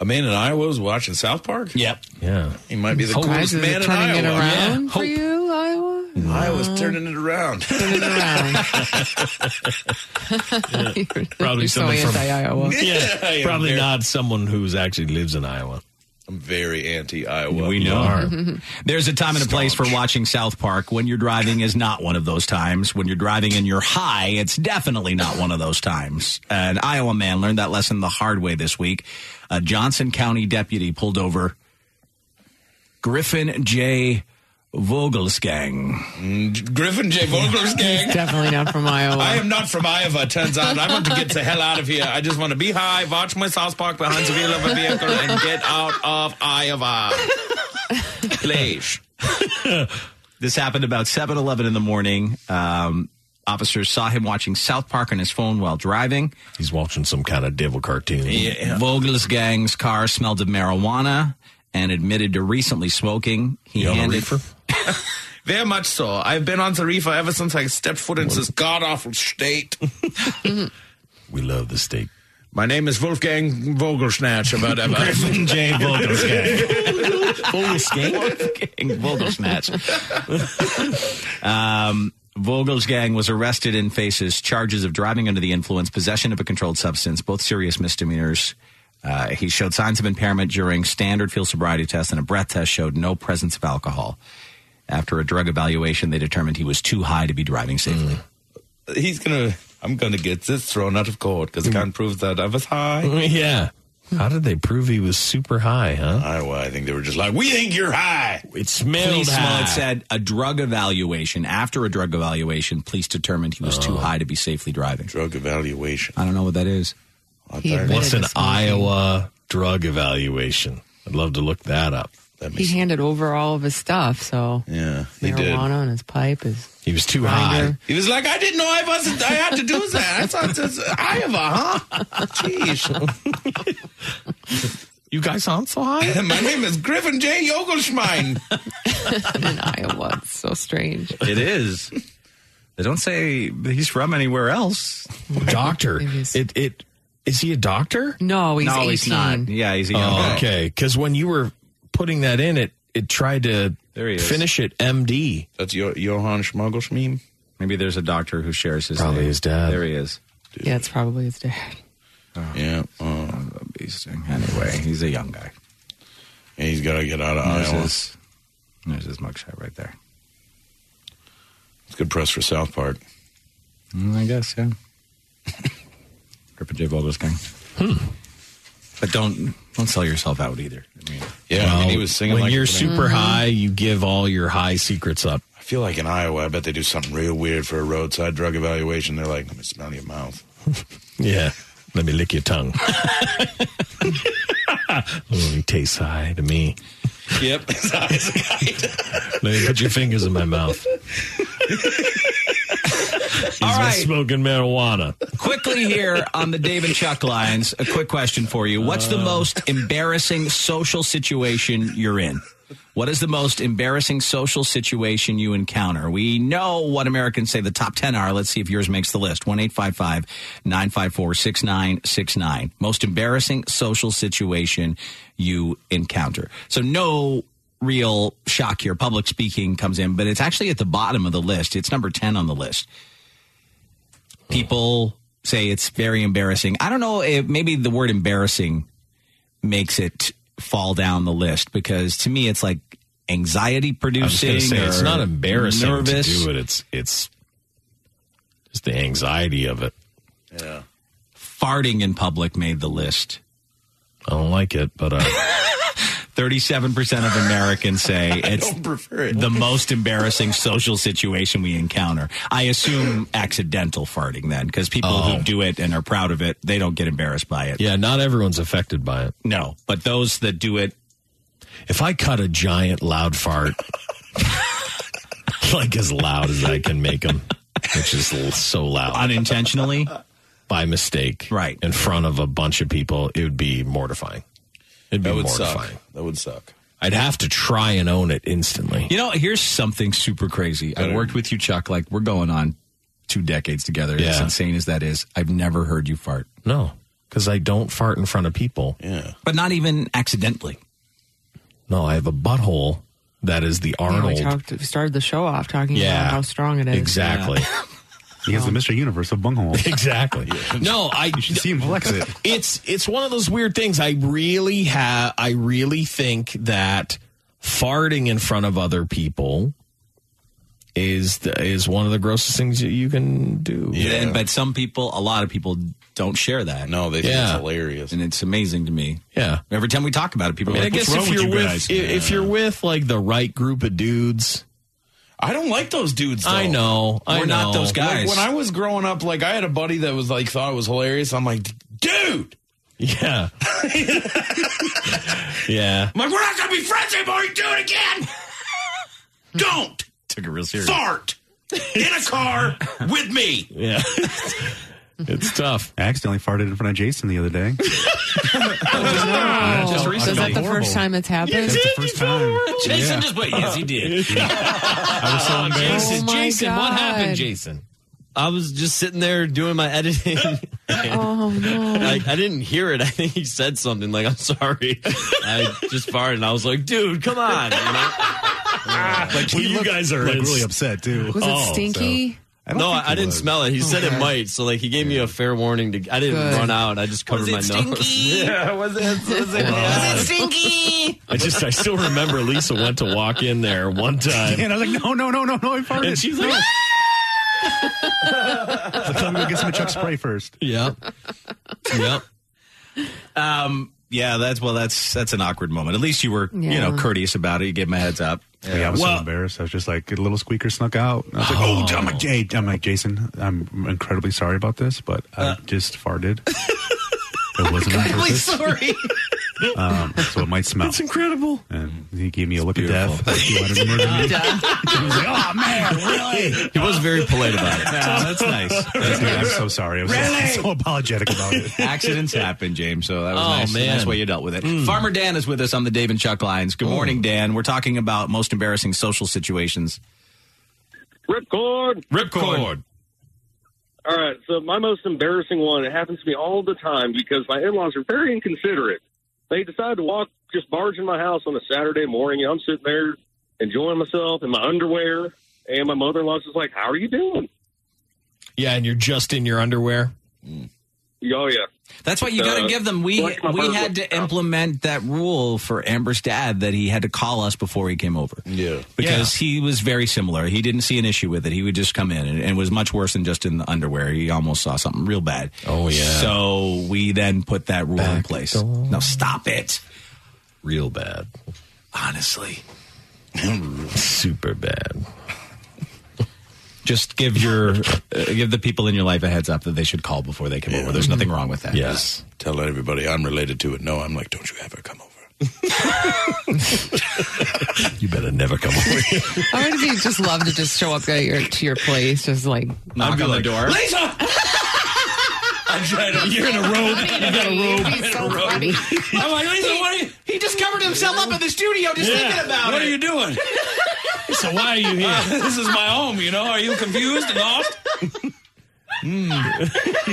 [SPEAKER 5] A man in Iowa was watching South Park?
[SPEAKER 4] Yep.
[SPEAKER 7] Yeah.
[SPEAKER 5] He might be the
[SPEAKER 4] Hope.
[SPEAKER 5] coolest
[SPEAKER 4] Guys, is it
[SPEAKER 5] man in
[SPEAKER 4] turning
[SPEAKER 5] Iowa.
[SPEAKER 4] it around
[SPEAKER 5] Yeah.
[SPEAKER 6] for you, Iowa.
[SPEAKER 5] Iowa's turning it around. Turning it
[SPEAKER 6] around.
[SPEAKER 7] Probably
[SPEAKER 6] You're so
[SPEAKER 7] someone from
[SPEAKER 6] anti-Iowa.
[SPEAKER 7] Yeah,
[SPEAKER 5] I am
[SPEAKER 7] probably
[SPEAKER 5] very-
[SPEAKER 7] not someone who's actually lives in Iowa.
[SPEAKER 5] I'm very anti Iowa.
[SPEAKER 4] We know. There's a time and a place for watching South Park. When you're driving is not one of those times. When you're driving and you're high, it's definitely not one of those times. An Iowa man learned that lesson the hard way this week. A Johnson County deputy pulled over Griffin J. Vogelsgang.
[SPEAKER 5] Mm, Griffin J. Vogelsgang.
[SPEAKER 6] Definitely not from Iowa.
[SPEAKER 5] I am not from Iowa, it turns out. I want to get the hell out of here. I just want to be high, watch my South Park behind the wheel of a vehicle, and get out of Iowa. Please.
[SPEAKER 4] This happened about 7 11 in the morning. Um, officers saw him watching South Park on his phone while driving.
[SPEAKER 7] He's watching some kind of devil cartoon.
[SPEAKER 4] Vogel's gang's car smelled of marijuana and admitted to recently smoking. He
[SPEAKER 5] You on a
[SPEAKER 4] handed.
[SPEAKER 5] reefer? Very much so. I've been on the reefer ever since I stepped foot into this god awful state.
[SPEAKER 7] We love the state.
[SPEAKER 16] My name is Wolfgang Vogelschnatch. About about
[SPEAKER 4] Griffin J.
[SPEAKER 16] Vogelschnatch.
[SPEAKER 4] Wolfgang Vogelsnatch. Um, Vogelsgang was arrested and faces charges of driving under the influence, possession of a controlled substance, both serious misdemeanors. Uh, he showed signs of impairment during standard field sobriety tests, and a breath test showed no presence of alcohol. After a drug evaluation, they determined he was too high to be driving safely.
[SPEAKER 7] Mm.
[SPEAKER 5] He's gonna. I'm gonna get this thrown out of court because I can't prove that I was high.
[SPEAKER 7] Yeah. How did they prove he was super high, huh?
[SPEAKER 5] I, well, I think they were just like, we think you're high.
[SPEAKER 7] It
[SPEAKER 4] Police
[SPEAKER 7] smells
[SPEAKER 4] smell- it said a drug evaluation. After a drug evaluation, police determined he was too
[SPEAKER 7] Oh.
[SPEAKER 4] high to be safely driving.
[SPEAKER 5] Drug evaluation.
[SPEAKER 4] I don't know what that is.
[SPEAKER 6] He admitted
[SPEAKER 7] What's an
[SPEAKER 6] to smoking.
[SPEAKER 7] Iowa drug evaluation? I'd love to look that up.
[SPEAKER 6] He handed over all of his stuff, so
[SPEAKER 7] Yeah,
[SPEAKER 6] marijuana and his pipe is.
[SPEAKER 7] He was too
[SPEAKER 6] Grinder.
[SPEAKER 7] high.
[SPEAKER 5] He was like, I didn't know I wasn't. I had to do that. I thought this Iowa, huh? Jeez.
[SPEAKER 7] you guys aren't so high.
[SPEAKER 5] My name is Griffin J. Yogelschmein.
[SPEAKER 6] in Iowa. It's so strange.
[SPEAKER 4] It is. They don't say he's from anywhere else.
[SPEAKER 7] Doctor. It it is he a doctor? Oh,
[SPEAKER 6] No,
[SPEAKER 4] he's No, he's 18. not. Yeah, he's a young guy.
[SPEAKER 7] Okay, because when you were putting that in, it it tried to
[SPEAKER 4] There he is.
[SPEAKER 7] finish it MD.
[SPEAKER 5] That's Yo- Johann Schmuggleschmiem.
[SPEAKER 4] Maybe there's a doctor who shares his
[SPEAKER 7] Probably
[SPEAKER 4] name.
[SPEAKER 7] his dad.
[SPEAKER 4] There he is.
[SPEAKER 6] Yeah, it's probably his dad.
[SPEAKER 5] Yeah. uh,
[SPEAKER 4] Anyway, he's a young guy.
[SPEAKER 5] And he's got to get out of
[SPEAKER 4] There's
[SPEAKER 5] Iowa.
[SPEAKER 4] his- there's his mugshot right there.
[SPEAKER 5] It's good press for South Park.
[SPEAKER 4] Mm, I guess, yeah. Griffin J. Vogelsgang. But don't don't sell yourself out either.
[SPEAKER 5] Yeah, I mean, he was singing
[SPEAKER 7] When
[SPEAKER 5] like
[SPEAKER 7] you're
[SPEAKER 5] a thing.
[SPEAKER 7] super high, you give all your high secrets up.
[SPEAKER 5] I feel like in Iowa, I bet they do something real weird for a roadside drug evaluation. They're like, let me smell your mouth.
[SPEAKER 7] Yeah. Let me lick your tongue. oh, you taste high to me.
[SPEAKER 5] Yep.
[SPEAKER 7] Let me put your fingers in my mouth. He's been smoking marijuana.
[SPEAKER 4] Quickly here on the Dave and Chuck lines, a quick question for you. What's the most embarrassing social situation you're in? What is the most embarrassing social situation you encounter? We know what Americans say the top 10 are. Let's see if yours makes the list. 1 954 6969. Most embarrassing social situation you encounter. So, no real shock here. Public speaking comes in, but it's actually at the bottom of the list. It's number 10 on the list people say it's very embarrassing. I don't know if maybe the word embarrassing makes it fall down the list because to me it's like anxiety
[SPEAKER 7] I was
[SPEAKER 4] producing.
[SPEAKER 7] gonna say, it's
[SPEAKER 4] or
[SPEAKER 7] not embarrassing
[SPEAKER 4] Nervous.
[SPEAKER 7] to do it. It's it's just the anxiety of it.
[SPEAKER 5] Yeah.
[SPEAKER 4] Farting in public made the list.
[SPEAKER 7] I don't like it, but uh,
[SPEAKER 4] 37% of Americans say it's
[SPEAKER 5] prefer
[SPEAKER 4] the most embarrassing social situation we encounter. I assume accidental farting then, because people
[SPEAKER 7] Oh.
[SPEAKER 4] who do it and are proud of it, they don't get embarrassed by it.
[SPEAKER 7] Yeah, not everyone's affected by it.
[SPEAKER 4] No, but those that do it.
[SPEAKER 7] If I cut a giant loud fart, like as loud as I can make them, which is l- so loud.
[SPEAKER 4] Unintentionally?
[SPEAKER 7] By mistake. Right. In front of a bunch of people, it would be mortifying. It'd be
[SPEAKER 5] That would suck.
[SPEAKER 7] mortifying.
[SPEAKER 5] That would suck.
[SPEAKER 7] I'd have to try and own it instantly.
[SPEAKER 4] You know, here's something super crazy. I worked with you, Chuck. Like we're going on two decades together. As
[SPEAKER 7] Yeah.
[SPEAKER 4] insane as that is, I've never heard you fart,
[SPEAKER 7] No, because I don't fart in front of people.
[SPEAKER 5] Yeah.
[SPEAKER 4] but not even accidentally.
[SPEAKER 7] No, I have a butthole that is the
[SPEAKER 6] Yeah, we
[SPEAKER 7] Arnold.
[SPEAKER 6] talked, we started the show off talking
[SPEAKER 7] Yeah.
[SPEAKER 6] about how strong it is.
[SPEAKER 7] Exactly.
[SPEAKER 8] He is the Mr. Universe of bunghole.
[SPEAKER 7] exactly. No, I
[SPEAKER 8] You should see him flex it.
[SPEAKER 7] It's it's one of those weird things. I really have. I really think that farting in front of other people is the, is one of the grossest things that you can do.
[SPEAKER 4] And- but some people, a lot of people, don't share that.
[SPEAKER 5] No, they
[SPEAKER 7] think it's Yeah.
[SPEAKER 5] hilarious,
[SPEAKER 4] and it's amazing to me.
[SPEAKER 7] Yeah.
[SPEAKER 4] Every time we talk about it,
[SPEAKER 7] I
[SPEAKER 4] people
[SPEAKER 7] mean,
[SPEAKER 4] are
[SPEAKER 7] I
[SPEAKER 4] like,
[SPEAKER 7] guess
[SPEAKER 4] "What's
[SPEAKER 7] if
[SPEAKER 4] wrong
[SPEAKER 7] you're
[SPEAKER 4] with you
[SPEAKER 7] with
[SPEAKER 4] guys?"
[SPEAKER 7] i- if you're with like the right group of dudes,
[SPEAKER 5] I don't like those dudes. Though.
[SPEAKER 7] I know, I
[SPEAKER 5] We're not
[SPEAKER 7] know.
[SPEAKER 5] those guys.
[SPEAKER 7] Like,
[SPEAKER 5] when I was growing up, like I had a buddy that was like thought it was hilarious. I'm like, dude,
[SPEAKER 7] yeah, yeah.
[SPEAKER 5] I'm like we're not gonna be friends anymore. You do it again. don't
[SPEAKER 4] took it real serious.
[SPEAKER 5] fart in a car with me.
[SPEAKER 7] Yeah. it's tough.
[SPEAKER 8] I accidentally farted in front of Jason the other day.
[SPEAKER 6] Wow. Is
[SPEAKER 8] Just recently.
[SPEAKER 6] that the
[SPEAKER 8] Horrible.
[SPEAKER 6] first time it's happened?
[SPEAKER 8] That's the first time.
[SPEAKER 16] Jason
[SPEAKER 8] Yeah.
[SPEAKER 16] just went, yes, he did.
[SPEAKER 8] I was so
[SPEAKER 16] Oh,
[SPEAKER 5] Uh,
[SPEAKER 8] embarrassed.
[SPEAKER 16] Jason,
[SPEAKER 6] Oh, my
[SPEAKER 16] Jason, what
[SPEAKER 6] God.
[SPEAKER 16] happened, Jason?
[SPEAKER 7] I was just sitting there doing my editing.
[SPEAKER 6] oh no!
[SPEAKER 7] Like I didn't hear it. I think he said something like, "I'm sorry." I just farted, and I was like, "Dude, come on!" You know? like
[SPEAKER 8] He
[SPEAKER 7] you
[SPEAKER 8] looked,
[SPEAKER 7] guys are
[SPEAKER 8] like,
[SPEAKER 7] ins-
[SPEAKER 8] really upset too.
[SPEAKER 7] Was it
[SPEAKER 8] Oh, so-
[SPEAKER 6] stinky? Oh,
[SPEAKER 8] I don't
[SPEAKER 7] no,
[SPEAKER 8] think
[SPEAKER 7] I, I
[SPEAKER 8] it
[SPEAKER 7] didn't
[SPEAKER 8] was.
[SPEAKER 7] smell it. He said
[SPEAKER 8] Okay.
[SPEAKER 7] it might, so like he gave me a fair warning. To I didn't
[SPEAKER 5] Good.
[SPEAKER 7] run out. I just covered
[SPEAKER 5] Was
[SPEAKER 7] my
[SPEAKER 5] it
[SPEAKER 7] nose.
[SPEAKER 5] stinky?
[SPEAKER 7] Yeah.
[SPEAKER 5] was it, was it, was it stinky?
[SPEAKER 7] I just I still remember Lisa went to walk in there one time.
[SPEAKER 8] And I was like, no, no, no, no, no, I farted.
[SPEAKER 7] And she's like,
[SPEAKER 8] no. I was like, let me go get some of Chuck's spray first.
[SPEAKER 7] Yeah. yep.
[SPEAKER 4] Um, yeah, that's well, that's that's an awkward moment. At least you were, you
[SPEAKER 8] Yeah.
[SPEAKER 4] know, courteous about it. You gave him a heads up.
[SPEAKER 8] Yeah, I was so
[SPEAKER 4] well,
[SPEAKER 8] embarrassed. I was just like, a little squeaker snuck out. And I was like, oh, I'm, like, Jay. I'm like, Jason, I'm incredibly sorry about this, but I just farted. it wasn't on purpose.
[SPEAKER 5] sorry.
[SPEAKER 8] Um, so it might smell.
[SPEAKER 5] That's incredible.
[SPEAKER 8] And he gave me a look of death. Like he wanted to murder me.
[SPEAKER 5] he was like, oh, man, really?
[SPEAKER 4] He was very polite about it. that's nice.
[SPEAKER 8] That's nice. I'm so sorry. I'm so- I'm so, apologetic about it.
[SPEAKER 4] Accidents happen, James. So that was
[SPEAKER 8] Oh,
[SPEAKER 4] nice.
[SPEAKER 8] man.
[SPEAKER 4] That's why you dealt with it.
[SPEAKER 8] Hmm.
[SPEAKER 4] Farmer Dan is with us on the Dave and Chuck lines. Good morning, Dan. We're talking about most embarrassing social situations.
[SPEAKER 24] Ripcord.
[SPEAKER 4] Ripcord.
[SPEAKER 24] All right. So my most embarrassing one, it happens to me all the time because my in-laws are very inconsiderate. They decide to walk, just barge in my house on a Saturday morning. And I'm sitting there enjoying myself in my underwear. And my mother-in-law's just like, how are you doing?
[SPEAKER 7] Yeah, and you're just in your underwear.
[SPEAKER 24] Oh, yeah.
[SPEAKER 4] That's why you got
[SPEAKER 24] uh,
[SPEAKER 4] to give them. We we had to implement that rule for Amber's dad that he had to call us before he came over.
[SPEAKER 28] Yeah,
[SPEAKER 4] because he was very similar. He didn't see an issue with it. He would just come in and, and it was much worse than just in the underwear. He almost saw something real bad. Oh yeah. So we then put that rule in place. No, stop it.
[SPEAKER 7] Real bad.
[SPEAKER 4] Honestly.
[SPEAKER 7] Super bad.
[SPEAKER 4] Just give your uh, give the people in your life a heads up that they should call before they come over. There's nothing wrong with that.
[SPEAKER 28] Yes. Tell everybody I'm related to it. No, I'm like, don't you ever come over. you better never come over.
[SPEAKER 6] I would be just love to just show up at your to your place, just like
[SPEAKER 4] knock on the door.
[SPEAKER 6] Lisa,
[SPEAKER 5] I'm trying to. You're in a robe. You got a robe. I'm like, Lisa, what are you?
[SPEAKER 4] He just covered himself up in the studio
[SPEAKER 5] just thinking about
[SPEAKER 22] what
[SPEAKER 5] it.
[SPEAKER 22] are you doing?
[SPEAKER 5] So why are you here? this is my home. You know? Are you confused and lost?
[SPEAKER 7] Hmm.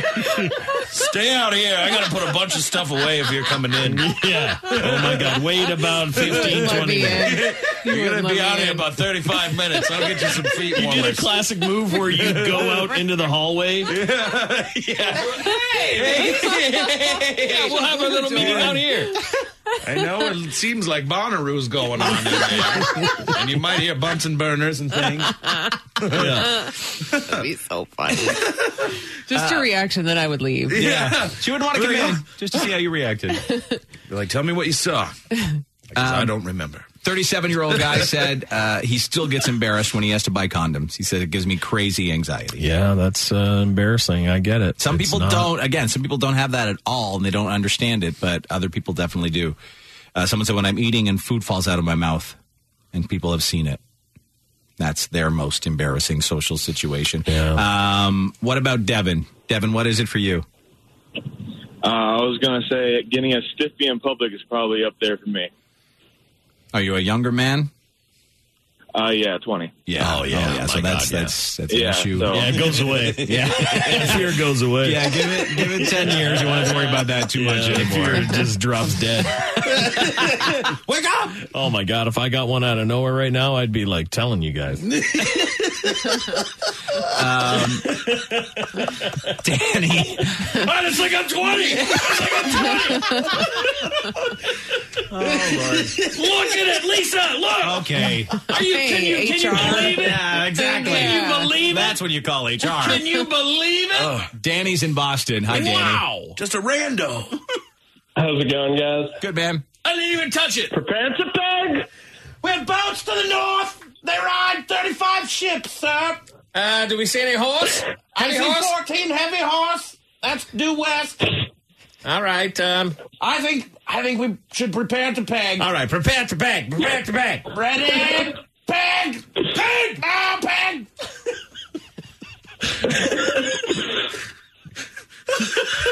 [SPEAKER 5] Stay out here. I got to put a bunch of stuff away if you're coming in. Yeah.
[SPEAKER 7] Oh my God. Wait about 15, 20 minutes.
[SPEAKER 5] You're going to be
[SPEAKER 7] let
[SPEAKER 5] out here about 35 minutes. I'll get you some feet
[SPEAKER 7] You
[SPEAKER 5] warmers.
[SPEAKER 7] did a classic move where you go out into the hallway.
[SPEAKER 5] yeah. Hey, hey,
[SPEAKER 7] Yeah, we'll have our little meeting out here.
[SPEAKER 28] I know it seems like Bonnaroo's going on in there. and you might hear Bunsen burners and things.
[SPEAKER 6] Yeah. That'd be so funny. just your reaction, then I would leave.
[SPEAKER 4] She would want to come in just to see how you reacted.
[SPEAKER 28] They're like, tell me what you saw. I don't remember.
[SPEAKER 4] 37 year old guy said uh, he still gets embarrassed when he has to buy condoms. He said it gives me crazy anxiety.
[SPEAKER 7] Yeah, that's uh, embarrassing. I get it.
[SPEAKER 4] Some people don't, again, some people don't have that at all and they don't understand it, but other people definitely do. Uh, someone said, when I'm eating and food falls out of my mouth, and people have seen it. That's their most embarrassing social situation. Um, what about Devin? Devin, what is it for you?
[SPEAKER 29] Uh, I was going to say getting a stiffy in public is probably up there for me.
[SPEAKER 4] Are you a younger man?
[SPEAKER 29] Uh, yeah, 20.
[SPEAKER 4] Yeah. Oh, yeah. so that's, that's, that's
[SPEAKER 29] Yeah,
[SPEAKER 4] an issue.
[SPEAKER 29] so- Yeah, it goes
[SPEAKER 7] away.
[SPEAKER 4] yeah.
[SPEAKER 7] Fear goes away.
[SPEAKER 4] Yeah, give it give it ten years. You won't have to worry about that too much anymore.
[SPEAKER 7] Fear just drops dead.
[SPEAKER 4] Wake up!
[SPEAKER 7] Oh my God! If I got one out of nowhere right now, I'd be like telling you guys.
[SPEAKER 4] Um, Danny.
[SPEAKER 5] Man, it's like I'm 20. It's like I'm 20.
[SPEAKER 28] Oh,
[SPEAKER 5] Look at it, Lisa. Look.
[SPEAKER 4] Okay.
[SPEAKER 5] Are you, can you, can you believe it?
[SPEAKER 4] Yeah, exactly.
[SPEAKER 5] Can you believe it?
[SPEAKER 4] That's what you call HR.
[SPEAKER 5] Can you believe it?
[SPEAKER 4] Ugh. Danny's in Boston. Hi, Danny.
[SPEAKER 5] Wow. Just a rando.
[SPEAKER 29] How's it going, guys?
[SPEAKER 4] Good, man.
[SPEAKER 5] I didn't even touch it.
[SPEAKER 29] Prepare to peg.
[SPEAKER 5] We had boats to the north. They ride 35 ships, sir. Uh, do we see any horse?
[SPEAKER 22] I see
[SPEAKER 5] 14 heavy horse. That's due west. All right. Um, I think I think we should prepare to peg. All right, prepare to peg. Prepare to peg. Ready? Peg. Peg.
[SPEAKER 2] Oh,
[SPEAKER 5] Ah, peg.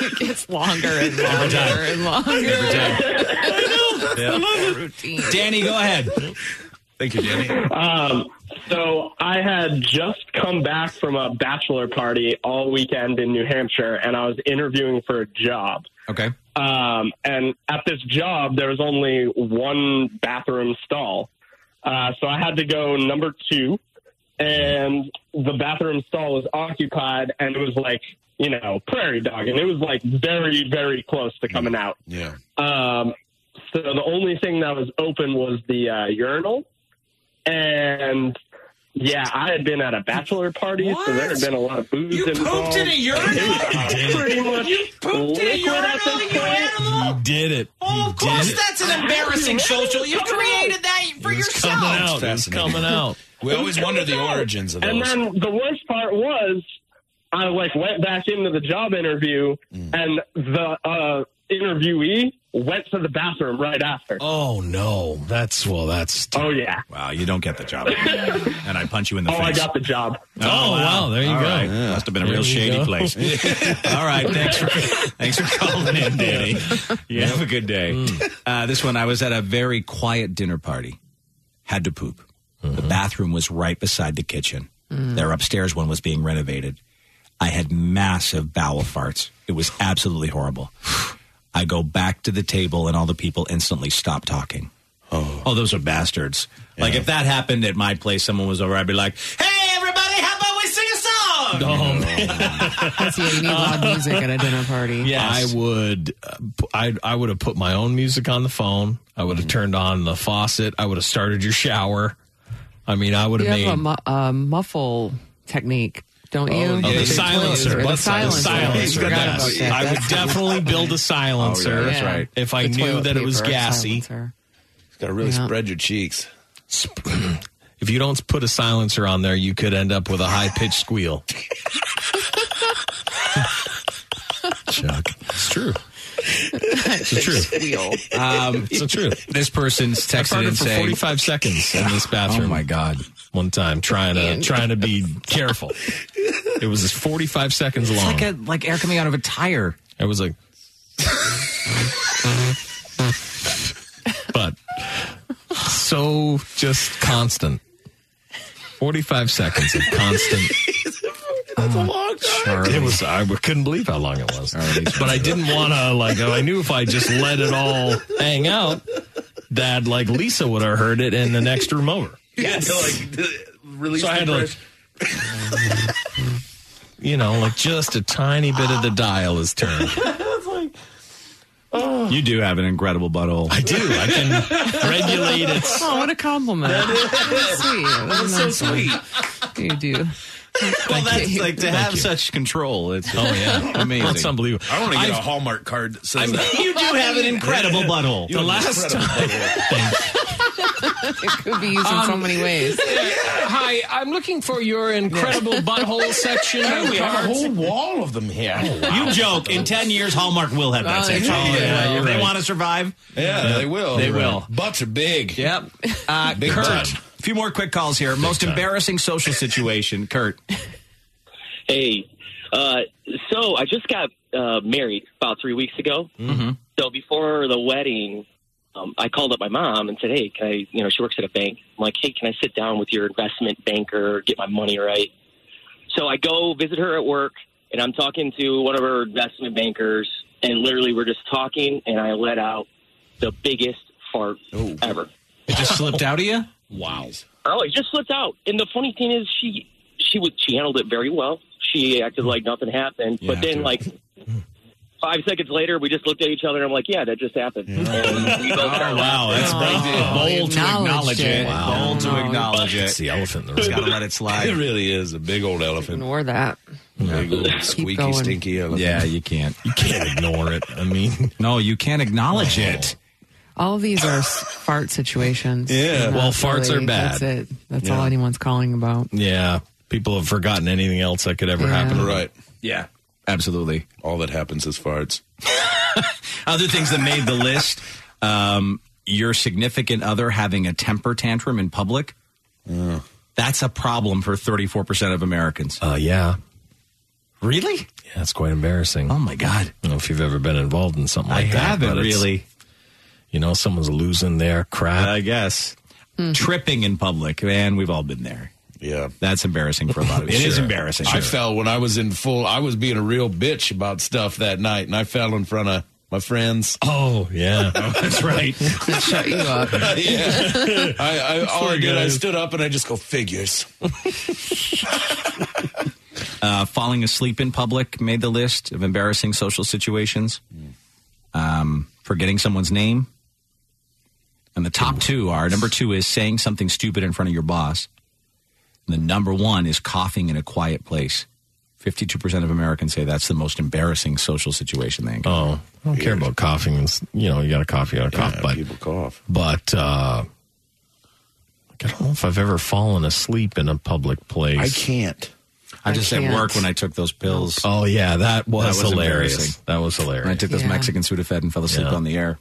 [SPEAKER 6] it gets longer and longer and longer.
[SPEAKER 4] Every time.
[SPEAKER 6] I know.
[SPEAKER 4] Danny, go ahead. Thank you, Danny.
[SPEAKER 24] Um, so I had just come back from a bachelor party all weekend in New Hampshire, and I was interviewing for a job.
[SPEAKER 4] Okay.
[SPEAKER 24] Um, and at this job, there was only one bathroom stall. Uh, so I had to go number two, and the bathroom stall was occupied, and it was like, you know, prairie dog, and it was like very, very close to coming out.
[SPEAKER 5] Yeah.
[SPEAKER 24] Um, so the only thing that was open was the uh, urinal, and yeah, I had been at a bachelor party, so there had been a lot of booze you involved.
[SPEAKER 26] in a urinal?
[SPEAKER 24] pretty much you
[SPEAKER 26] Pooped in a urinal, you animal!
[SPEAKER 7] Did it.
[SPEAKER 26] Oh, of course, that's an embarrassing social. You created that for yourself.
[SPEAKER 5] It's
[SPEAKER 7] coming out.
[SPEAKER 5] We always wonder the origins of those.
[SPEAKER 24] And then the worst part was, I like went back into the job interview,
[SPEAKER 5] Mm.
[SPEAKER 24] and the uh, interviewee went to the bathroom right after.
[SPEAKER 7] Oh no, that's well, that's.
[SPEAKER 24] Oh yeah.
[SPEAKER 4] Wow, you don't get the job. and I punch you in the
[SPEAKER 24] Oh,
[SPEAKER 4] face.
[SPEAKER 24] I got the job.
[SPEAKER 4] Oh, wow. There you go. Must have been a
[SPEAKER 7] There
[SPEAKER 4] real
[SPEAKER 7] you
[SPEAKER 4] shady
[SPEAKER 7] go.
[SPEAKER 4] place. All right. Thanks for thanks for calling in, Danny. You Have a good day.
[SPEAKER 7] Mm.
[SPEAKER 4] Uh, this one, I was at a very quiet dinner party. Had to poop. The
[SPEAKER 7] Mm-hmm.
[SPEAKER 4] bathroom was right beside the kitchen.
[SPEAKER 30] Mm.
[SPEAKER 4] Their upstairs one was being renovated. I had massive bowel farts. It was absolutely horrible. I go back to the table, and all the people instantly stop talking. Oh, those are bastards. Like, if that happened at my place, someone was over, I'd be like,
[SPEAKER 26] Hey, everybody, how about we sing a song?
[SPEAKER 7] Oh,
[SPEAKER 6] you need loud music at a dinner party.
[SPEAKER 7] I would, uh, p- I I would have put my own music on the phone. I
[SPEAKER 5] Mm-hmm.
[SPEAKER 7] would have turned on the faucet. I would have started your shower. I mean, I would
[SPEAKER 6] You
[SPEAKER 7] have
[SPEAKER 6] have
[SPEAKER 7] made
[SPEAKER 6] a mu- a muffle technique, don't you?
[SPEAKER 7] Oh,
[SPEAKER 6] With
[SPEAKER 7] the
[SPEAKER 6] your
[SPEAKER 7] silencer.
[SPEAKER 6] toys, or The
[SPEAKER 7] Butt
[SPEAKER 6] silencer.
[SPEAKER 7] silencer.
[SPEAKER 6] I forgot about
[SPEAKER 7] Yes.
[SPEAKER 6] that.
[SPEAKER 7] I would
[SPEAKER 6] That's-
[SPEAKER 7] definitely build a silencer.
[SPEAKER 5] that's Yeah. right.
[SPEAKER 7] If I
[SPEAKER 5] The
[SPEAKER 7] knew
[SPEAKER 5] toilet
[SPEAKER 7] that it was
[SPEAKER 5] paper
[SPEAKER 7] gassy.
[SPEAKER 6] silencer.
[SPEAKER 5] Got to really spread your cheeks.
[SPEAKER 7] If you don't put a silencer on there, you could end up with a high pitched squeal. Chuck, it's true.
[SPEAKER 4] It's the truth. Um,
[SPEAKER 7] it's the truth.
[SPEAKER 4] This person's
[SPEAKER 7] I
[SPEAKER 4] texted
[SPEAKER 7] farted
[SPEAKER 4] in
[SPEAKER 7] for
[SPEAKER 4] saying,
[SPEAKER 7] 45 seconds in this bathroom.
[SPEAKER 4] Oh, my God.
[SPEAKER 7] One time, trying to trying to be careful. It was 45 seconds
[SPEAKER 4] It's
[SPEAKER 7] long.
[SPEAKER 4] like a, like air coming out of a tire.
[SPEAKER 7] I was like, but so just constant. 45 seconds of constant. Oh, That's a long time. It was. I couldn't believe how long it was. But I didn't want to. Like I knew if I just let it all hang out, that like Lisa would have heard it in the next room over.
[SPEAKER 5] You had to like release
[SPEAKER 7] So I
[SPEAKER 5] the
[SPEAKER 7] had to, like,
[SPEAKER 5] pressure.
[SPEAKER 7] You know, like just a tiny bit of the dial is turned.
[SPEAKER 4] You do have an incredible butthole.
[SPEAKER 7] I do. I can regulate its.
[SPEAKER 6] Oh, what a compliment.
[SPEAKER 4] That is-
[SPEAKER 6] That's sweet.
[SPEAKER 4] That's so
[SPEAKER 6] That's nice one. You do.
[SPEAKER 4] Well, that's like to
[SPEAKER 7] Thank
[SPEAKER 4] have
[SPEAKER 7] you.
[SPEAKER 4] such control. It's
[SPEAKER 7] Oh, yeah.
[SPEAKER 4] amazing.
[SPEAKER 7] That's unbelievable.
[SPEAKER 5] I want to get a
[SPEAKER 7] I've-
[SPEAKER 5] Hallmark card that says
[SPEAKER 7] I mean,
[SPEAKER 5] that.
[SPEAKER 7] you do have an incredible butthole.
[SPEAKER 5] You
[SPEAKER 7] The
[SPEAKER 5] have an
[SPEAKER 7] last
[SPEAKER 5] incredible butthole.
[SPEAKER 6] it could be used in so
[SPEAKER 7] Um,
[SPEAKER 6] many ways.
[SPEAKER 7] Hi, I'm looking for your incredible butthole section.
[SPEAKER 5] Hey, we have
[SPEAKER 7] cards.
[SPEAKER 5] a whole wall of them here.
[SPEAKER 4] You joke. In ten years, Hallmark will have that
[SPEAKER 7] Oh,
[SPEAKER 4] section.
[SPEAKER 7] yeah, Oh, yeah, yeah, you're
[SPEAKER 4] If they
[SPEAKER 7] right.
[SPEAKER 4] want to survive.
[SPEAKER 5] Yeah, they will.
[SPEAKER 4] They
[SPEAKER 5] You're
[SPEAKER 4] will.
[SPEAKER 5] right. Butts are big.
[SPEAKER 4] Yep. Uh,
[SPEAKER 5] Big
[SPEAKER 4] Kurt,
[SPEAKER 5] time.
[SPEAKER 4] a few more quick calls here. Most embarrassing social situation, Kurt.
[SPEAKER 21] Hey, uh, so I just got uh, married about three weeks ago. So before the wedding, um, I called up my mom and said, "Hey, can I? You know, she works at a bank. I'm like, hey, can I sit down with your investment banker, get my money right?" So I go visit her at work, and I'm talking to one of her investment bankers, and literally we're just talking, and I let out the biggest fart ever.
[SPEAKER 4] It just slipped out of you.
[SPEAKER 7] Wow.
[SPEAKER 21] Oh, it just slipped out. And the funny thing is, she she would she handled it very well. She acted like nothing happened. but then, like five seconds later, we just looked at each other. and I'm like, "Yeah, that just happened." And we both
[SPEAKER 7] Oh,
[SPEAKER 21] started
[SPEAKER 4] wow,
[SPEAKER 21] laughing.
[SPEAKER 4] that's
[SPEAKER 5] Oh,
[SPEAKER 4] brave. Bold to acknowledge it.
[SPEAKER 21] Wow.
[SPEAKER 4] Bold to acknowledge it.
[SPEAKER 7] It's the elephant in the
[SPEAKER 4] Just
[SPEAKER 7] room.
[SPEAKER 4] gotta let it slide.
[SPEAKER 5] It really is a big old elephant.
[SPEAKER 6] Ignore that.
[SPEAKER 5] Big old squeaky,
[SPEAKER 6] going.
[SPEAKER 5] stinky elephant.
[SPEAKER 4] Yeah, you can't.
[SPEAKER 7] You can't ignore it. I mean,
[SPEAKER 4] no, you can't acknowledge it.
[SPEAKER 6] All of these are s- fart situations.
[SPEAKER 7] Yeah.
[SPEAKER 6] They're
[SPEAKER 7] Well,
[SPEAKER 6] not
[SPEAKER 7] farts are bad.
[SPEAKER 6] That's it. That's
[SPEAKER 7] Yeah.
[SPEAKER 6] all anyone's calling about.
[SPEAKER 7] Yeah. People have forgotten anything else that could ever
[SPEAKER 6] Yeah.
[SPEAKER 7] happen.
[SPEAKER 5] Right.
[SPEAKER 4] Yeah. Absolutely.
[SPEAKER 5] All that happens is farts.
[SPEAKER 4] Other things that made the list: um, your significant other having a temper tantrum in public. That's a problem for thirty-four percent of Americans.
[SPEAKER 7] Uh, yeah.
[SPEAKER 4] Really?
[SPEAKER 7] Yeah, it's quite embarrassing. Oh
[SPEAKER 4] my god!
[SPEAKER 7] I don't know if you've ever been involved in something
[SPEAKER 4] I
[SPEAKER 7] like that.
[SPEAKER 4] haven't
[SPEAKER 7] but it's-
[SPEAKER 4] really.
[SPEAKER 7] You know, someone's losing their crap.
[SPEAKER 4] I guess. tripping in public, and we've all been there.
[SPEAKER 5] Yeah,
[SPEAKER 4] that's embarrassing for a lot of. It is
[SPEAKER 5] Sure.
[SPEAKER 4] embarrassing.
[SPEAKER 5] I fell when I was in full. I was being a real bitch about stuff that night, and I fell in front of my friends.
[SPEAKER 7] Oh yeah,
[SPEAKER 4] that's right.
[SPEAKER 5] Shut you up. yeah. I, I, all
[SPEAKER 4] Poor
[SPEAKER 5] I did, I
[SPEAKER 4] guys.
[SPEAKER 5] stood up and I just go figures.
[SPEAKER 4] Uh, falling asleep in public made the list of embarrassing social situations. Um, forgetting someone's name. And the top two are number two is saying something stupid in front of your boss. And the number one is coughing in a quiet place. 52% of Americans say that's the most embarrassing social situation they encounter.
[SPEAKER 7] Oh, I don't care about coughing. It's, you know, you got to cough, you got to cough. But people
[SPEAKER 5] cough.
[SPEAKER 7] But uh, I don't know if I've ever fallen asleep in a public place.
[SPEAKER 4] I can't. I just at work when I took those pills.
[SPEAKER 7] Oh yeah, that was,
[SPEAKER 4] That was
[SPEAKER 7] hilarious.
[SPEAKER 4] embarrassing.
[SPEAKER 7] That was hilarious.
[SPEAKER 4] When I took those
[SPEAKER 7] Yeah.
[SPEAKER 4] Mexican Sudafed and fell asleep
[SPEAKER 7] Yeah.
[SPEAKER 4] on the air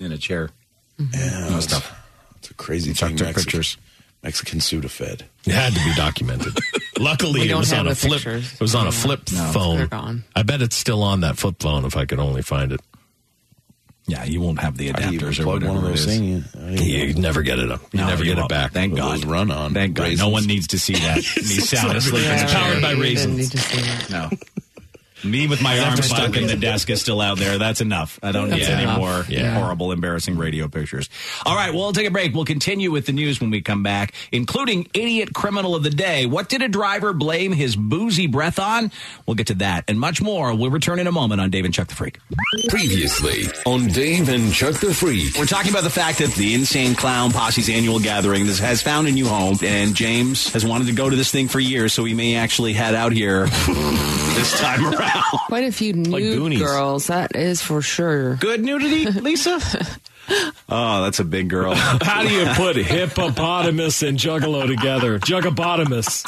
[SPEAKER 4] in a chair.
[SPEAKER 5] Yeah,
[SPEAKER 4] that was tough.
[SPEAKER 5] It's a crazy
[SPEAKER 4] Chuck
[SPEAKER 5] thing.
[SPEAKER 4] took
[SPEAKER 5] Mexican,
[SPEAKER 4] pictures.
[SPEAKER 5] Mexican Sudafed.
[SPEAKER 7] It had to be documented.
[SPEAKER 5] We
[SPEAKER 7] Luckily, it
[SPEAKER 5] don't
[SPEAKER 7] was
[SPEAKER 5] have
[SPEAKER 7] on a
[SPEAKER 5] the
[SPEAKER 7] flip.
[SPEAKER 5] pictures.
[SPEAKER 7] It was on
[SPEAKER 5] No.
[SPEAKER 7] a flip
[SPEAKER 5] No, they're
[SPEAKER 7] phone.
[SPEAKER 5] gone.
[SPEAKER 7] I bet it's still on that flip phone. If I could only find it.
[SPEAKER 4] Yeah, you won't have the
[SPEAKER 7] adapters
[SPEAKER 5] or plug whatever one of it those is. in?
[SPEAKER 7] You never get it up. You
[SPEAKER 4] No,
[SPEAKER 7] never
[SPEAKER 4] you
[SPEAKER 7] get it
[SPEAKER 4] won't.
[SPEAKER 7] back.
[SPEAKER 4] Thank God.
[SPEAKER 5] run on.
[SPEAKER 4] Thank God. No
[SPEAKER 7] raisins.
[SPEAKER 4] one needs to see that. Me sound asleep. in a chair.
[SPEAKER 7] Powered by raisins.
[SPEAKER 4] No. Me with my
[SPEAKER 7] Except
[SPEAKER 4] arm
[SPEAKER 7] for
[SPEAKER 4] stuck in
[SPEAKER 7] Spider-Man.
[SPEAKER 4] the desk is still out there. That's enough. I don't need
[SPEAKER 7] That's
[SPEAKER 4] any
[SPEAKER 7] enough.
[SPEAKER 4] more
[SPEAKER 7] Yeah.
[SPEAKER 4] horrible, embarrassing radio pictures. All right, well, we'll take a break. We'll continue with the news when we come back, including idiot criminal of the day. What did a driver blame his boozy breath on? We'll get to that and much more. We'll return in a moment on Dave and Chuck the Freak.
[SPEAKER 14] Previously on Dave and Chuck the Freak.
[SPEAKER 4] We're talking about the fact that the Insane Clown Posse's annual gathering this has found a new home, and James has wanted to go to this thing for years, so we may actually head out here this time around.
[SPEAKER 6] Quite a few nude
[SPEAKER 4] Goonies.
[SPEAKER 6] girls, that is for sure.
[SPEAKER 4] Good nudity, Lisa? Oh, that's a big girl.
[SPEAKER 20] How do you put hippopotamus and juggalo together? Juggabotamus.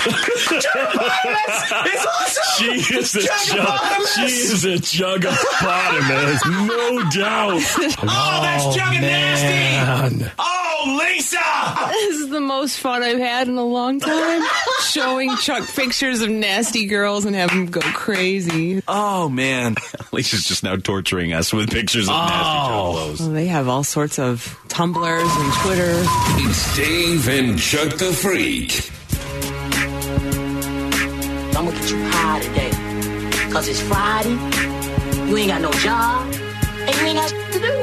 [SPEAKER 2] It's awesome!
[SPEAKER 20] She is a jug.
[SPEAKER 2] Juggabotamus!
[SPEAKER 20] She is a jugabotamus, no doubt.
[SPEAKER 2] Oh, that's jugga nasty!
[SPEAKER 4] Oh, Lisa!
[SPEAKER 6] This is the most fun I've had in a long time. Showing Chuck pictures of nasty girls and having him go crazy.
[SPEAKER 4] Oh man, Lisa's just now torturing us with pictures of nasty juggalos.
[SPEAKER 6] Oh. Well, they have all sorts of tumblers and Twitter.
[SPEAKER 14] It's Dave and Chuck the Freak.
[SPEAKER 1] I'm gonna get you high today. Cause it's Friday, you ain't got no job, and you ain't got shit to do.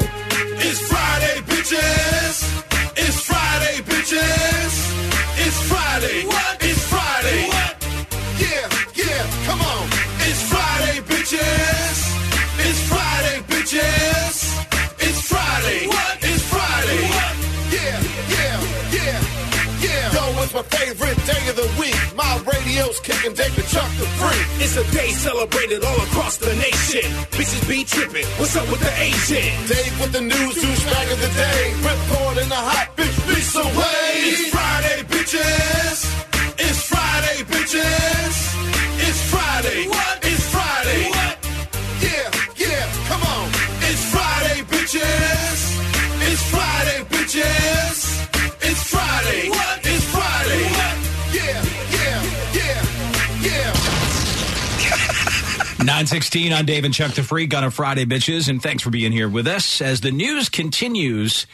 [SPEAKER 2] It's Friday, bitches! It's Friday, bitches! It's Friday! What? It's Friday! What? Yeah, yeah, come on! It's Friday, bitches! It's Friday, bitches! It's Friday! What? It's Friday! What? Yeah, yeah, yeah, yeah! Yo, it's my favorite day of the week. My radio's kicking, Dave the Chuck the Freak.
[SPEAKER 23] It's a day celebrated all across the nation. Bitches be tripping. What's up with the Asian?
[SPEAKER 2] Dave with the news, douchebag of the day. Ripcord in the hot bitch, bitch away. It's Friday, bitches. It's Friday, bitches. It's Friday. What? It's Friday. What? Yeah, yeah, come on. It's Friday, bitches. It's Friday, bitches. It's Friday. What? It's Friday. What? Yeah, yeah, yeah, yeah.
[SPEAKER 4] 916 on Dave and Chuck the Freak on a Friday, bitches, and thanks for being here with us. As the news continues,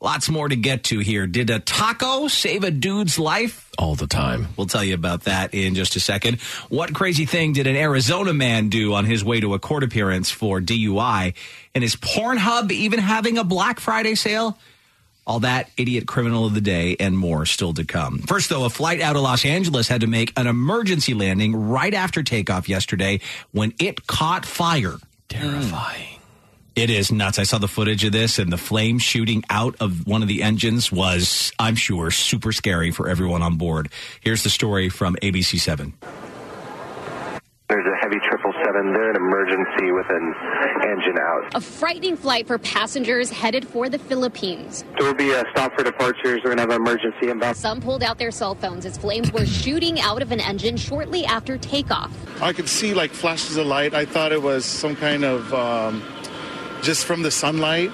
[SPEAKER 4] lots more to get to here. Did a taco save a dude's life?
[SPEAKER 7] All the time.
[SPEAKER 4] We'll tell you about that in just a second. What crazy thing did an Arizona man do on his way to a court appearance for DUI? And is Pornhub even having a Black Friday sale? All that idiot criminal of the day and more still to come. First, though, a flight out of Los Angeles had to make an emergency landing right after takeoff yesterday when it caught fire. Terrifying. It is nuts. I saw the footage of this, and the flame shooting out of one of the engines was, I'm sure, super scary for everyone on board. Here's the story from ABC7.
[SPEAKER 28] There's a heavy 777. They're an emergency with an engine out.
[SPEAKER 31] A frightening flight for passengers headed for the Philippines.
[SPEAKER 28] There will be a stop for departures. We're going to have an emergency inbound.
[SPEAKER 31] Some pulled out their cell phones as flames were shooting out of an engine shortly after takeoff.
[SPEAKER 32] I could see like flashes of light. I thought it was some kind of um, just from the sunlight.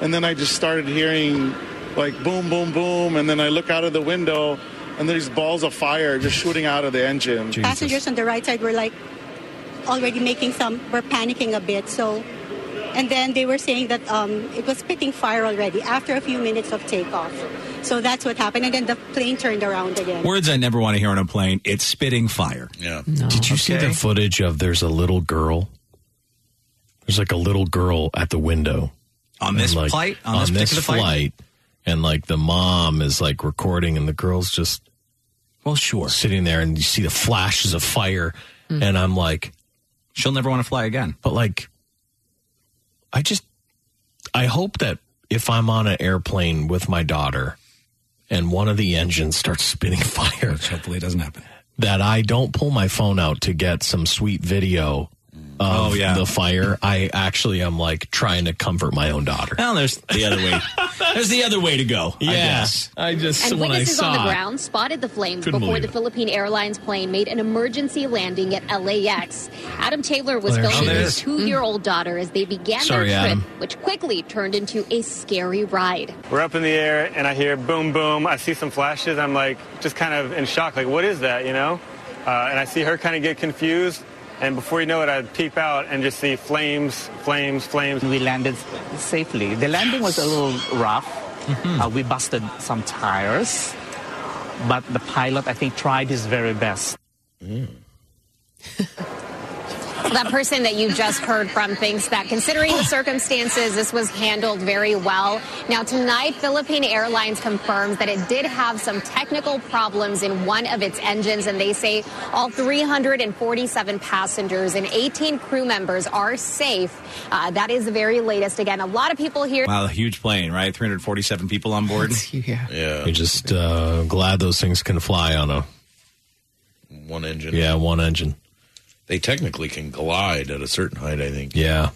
[SPEAKER 32] And then I just started hearing like boom, boom, boom. And then I look out of the window and there's balls of fire just shooting out of the engine.
[SPEAKER 33] Passengers on the right side were like already making some, were panicking a bit. So
[SPEAKER 11] And then they were saying that um, it was spitting fire already after a few minutes of takeoff. So that's what happened. And then the plane turned around again.
[SPEAKER 4] Words I never want to hear on a plane. It's spitting fire.
[SPEAKER 5] Yeah.
[SPEAKER 7] Did you see the footage of there's a little girl? There's like a little girl at the window
[SPEAKER 4] On
[SPEAKER 7] And,
[SPEAKER 4] this
[SPEAKER 7] like,
[SPEAKER 4] flight? On this particular flight?
[SPEAKER 7] and like the mom is like recording, and the girl's just
[SPEAKER 4] well, sure, Mm.
[SPEAKER 7] sitting there, and you see the flashes of fire, and I'm like,
[SPEAKER 4] she'll never want to fly again.
[SPEAKER 7] But like, I just, I hope that if I'm on an airplane with my daughter, and one of the engines starts spitting fire,
[SPEAKER 4] hopefully it doesn't happen.
[SPEAKER 7] That I don't pull my phone out to get some sweet video of
[SPEAKER 4] Oh, yeah.
[SPEAKER 7] the fire. I actually am like trying to comfort my own daughter.
[SPEAKER 4] Well, there's the other way.
[SPEAKER 7] there's the other way to go.
[SPEAKER 4] I
[SPEAKER 7] Yes, I, just
[SPEAKER 31] and
[SPEAKER 7] when I
[SPEAKER 31] witnesses
[SPEAKER 7] saw
[SPEAKER 31] on the
[SPEAKER 7] it-
[SPEAKER 31] ground spotted the flames
[SPEAKER 7] Couldn't
[SPEAKER 31] before
[SPEAKER 7] believe
[SPEAKER 31] the Philippine Airlines plane made an emergency landing at LAX. Adam Taylor was
[SPEAKER 7] There
[SPEAKER 31] filming
[SPEAKER 7] she
[SPEAKER 31] his
[SPEAKER 7] is.
[SPEAKER 31] two-year-old daughter as they began
[SPEAKER 13] Sorry,
[SPEAKER 31] their trip,
[SPEAKER 13] Adam.
[SPEAKER 31] which quickly turned into a scary ride.
[SPEAKER 13] We're up in the air and I hear boom, boom. I see some flashes. I'm like, just kind of in shock, like, what is that, you know? Uh, and I see her kind of get confused. And before you know it, I peep out and just see flames, flames, flames.
[SPEAKER 26] We landed safely. The landing was a little rough. Uh, we busted some tires, but the pilot, I think, tried his very best.
[SPEAKER 31] That person that you just heard from thinks that considering the circumstances, this was handled very well. Now, tonight, Philippine Airlines confirms that it did have some technical problems in one of its engines, and they say all 347 passengers and 18 crew members are safe. Uh, that is the very latest. Again, a lot of people here.
[SPEAKER 4] Wow, a huge plane, right? 347 people on board.
[SPEAKER 31] yeah.
[SPEAKER 5] Yeah.
[SPEAKER 7] You're just uh, glad those things can fly on a
[SPEAKER 5] One engine.
[SPEAKER 7] yeah one engine.
[SPEAKER 5] They technically can glide at a certain height, I think.
[SPEAKER 7] Yeah.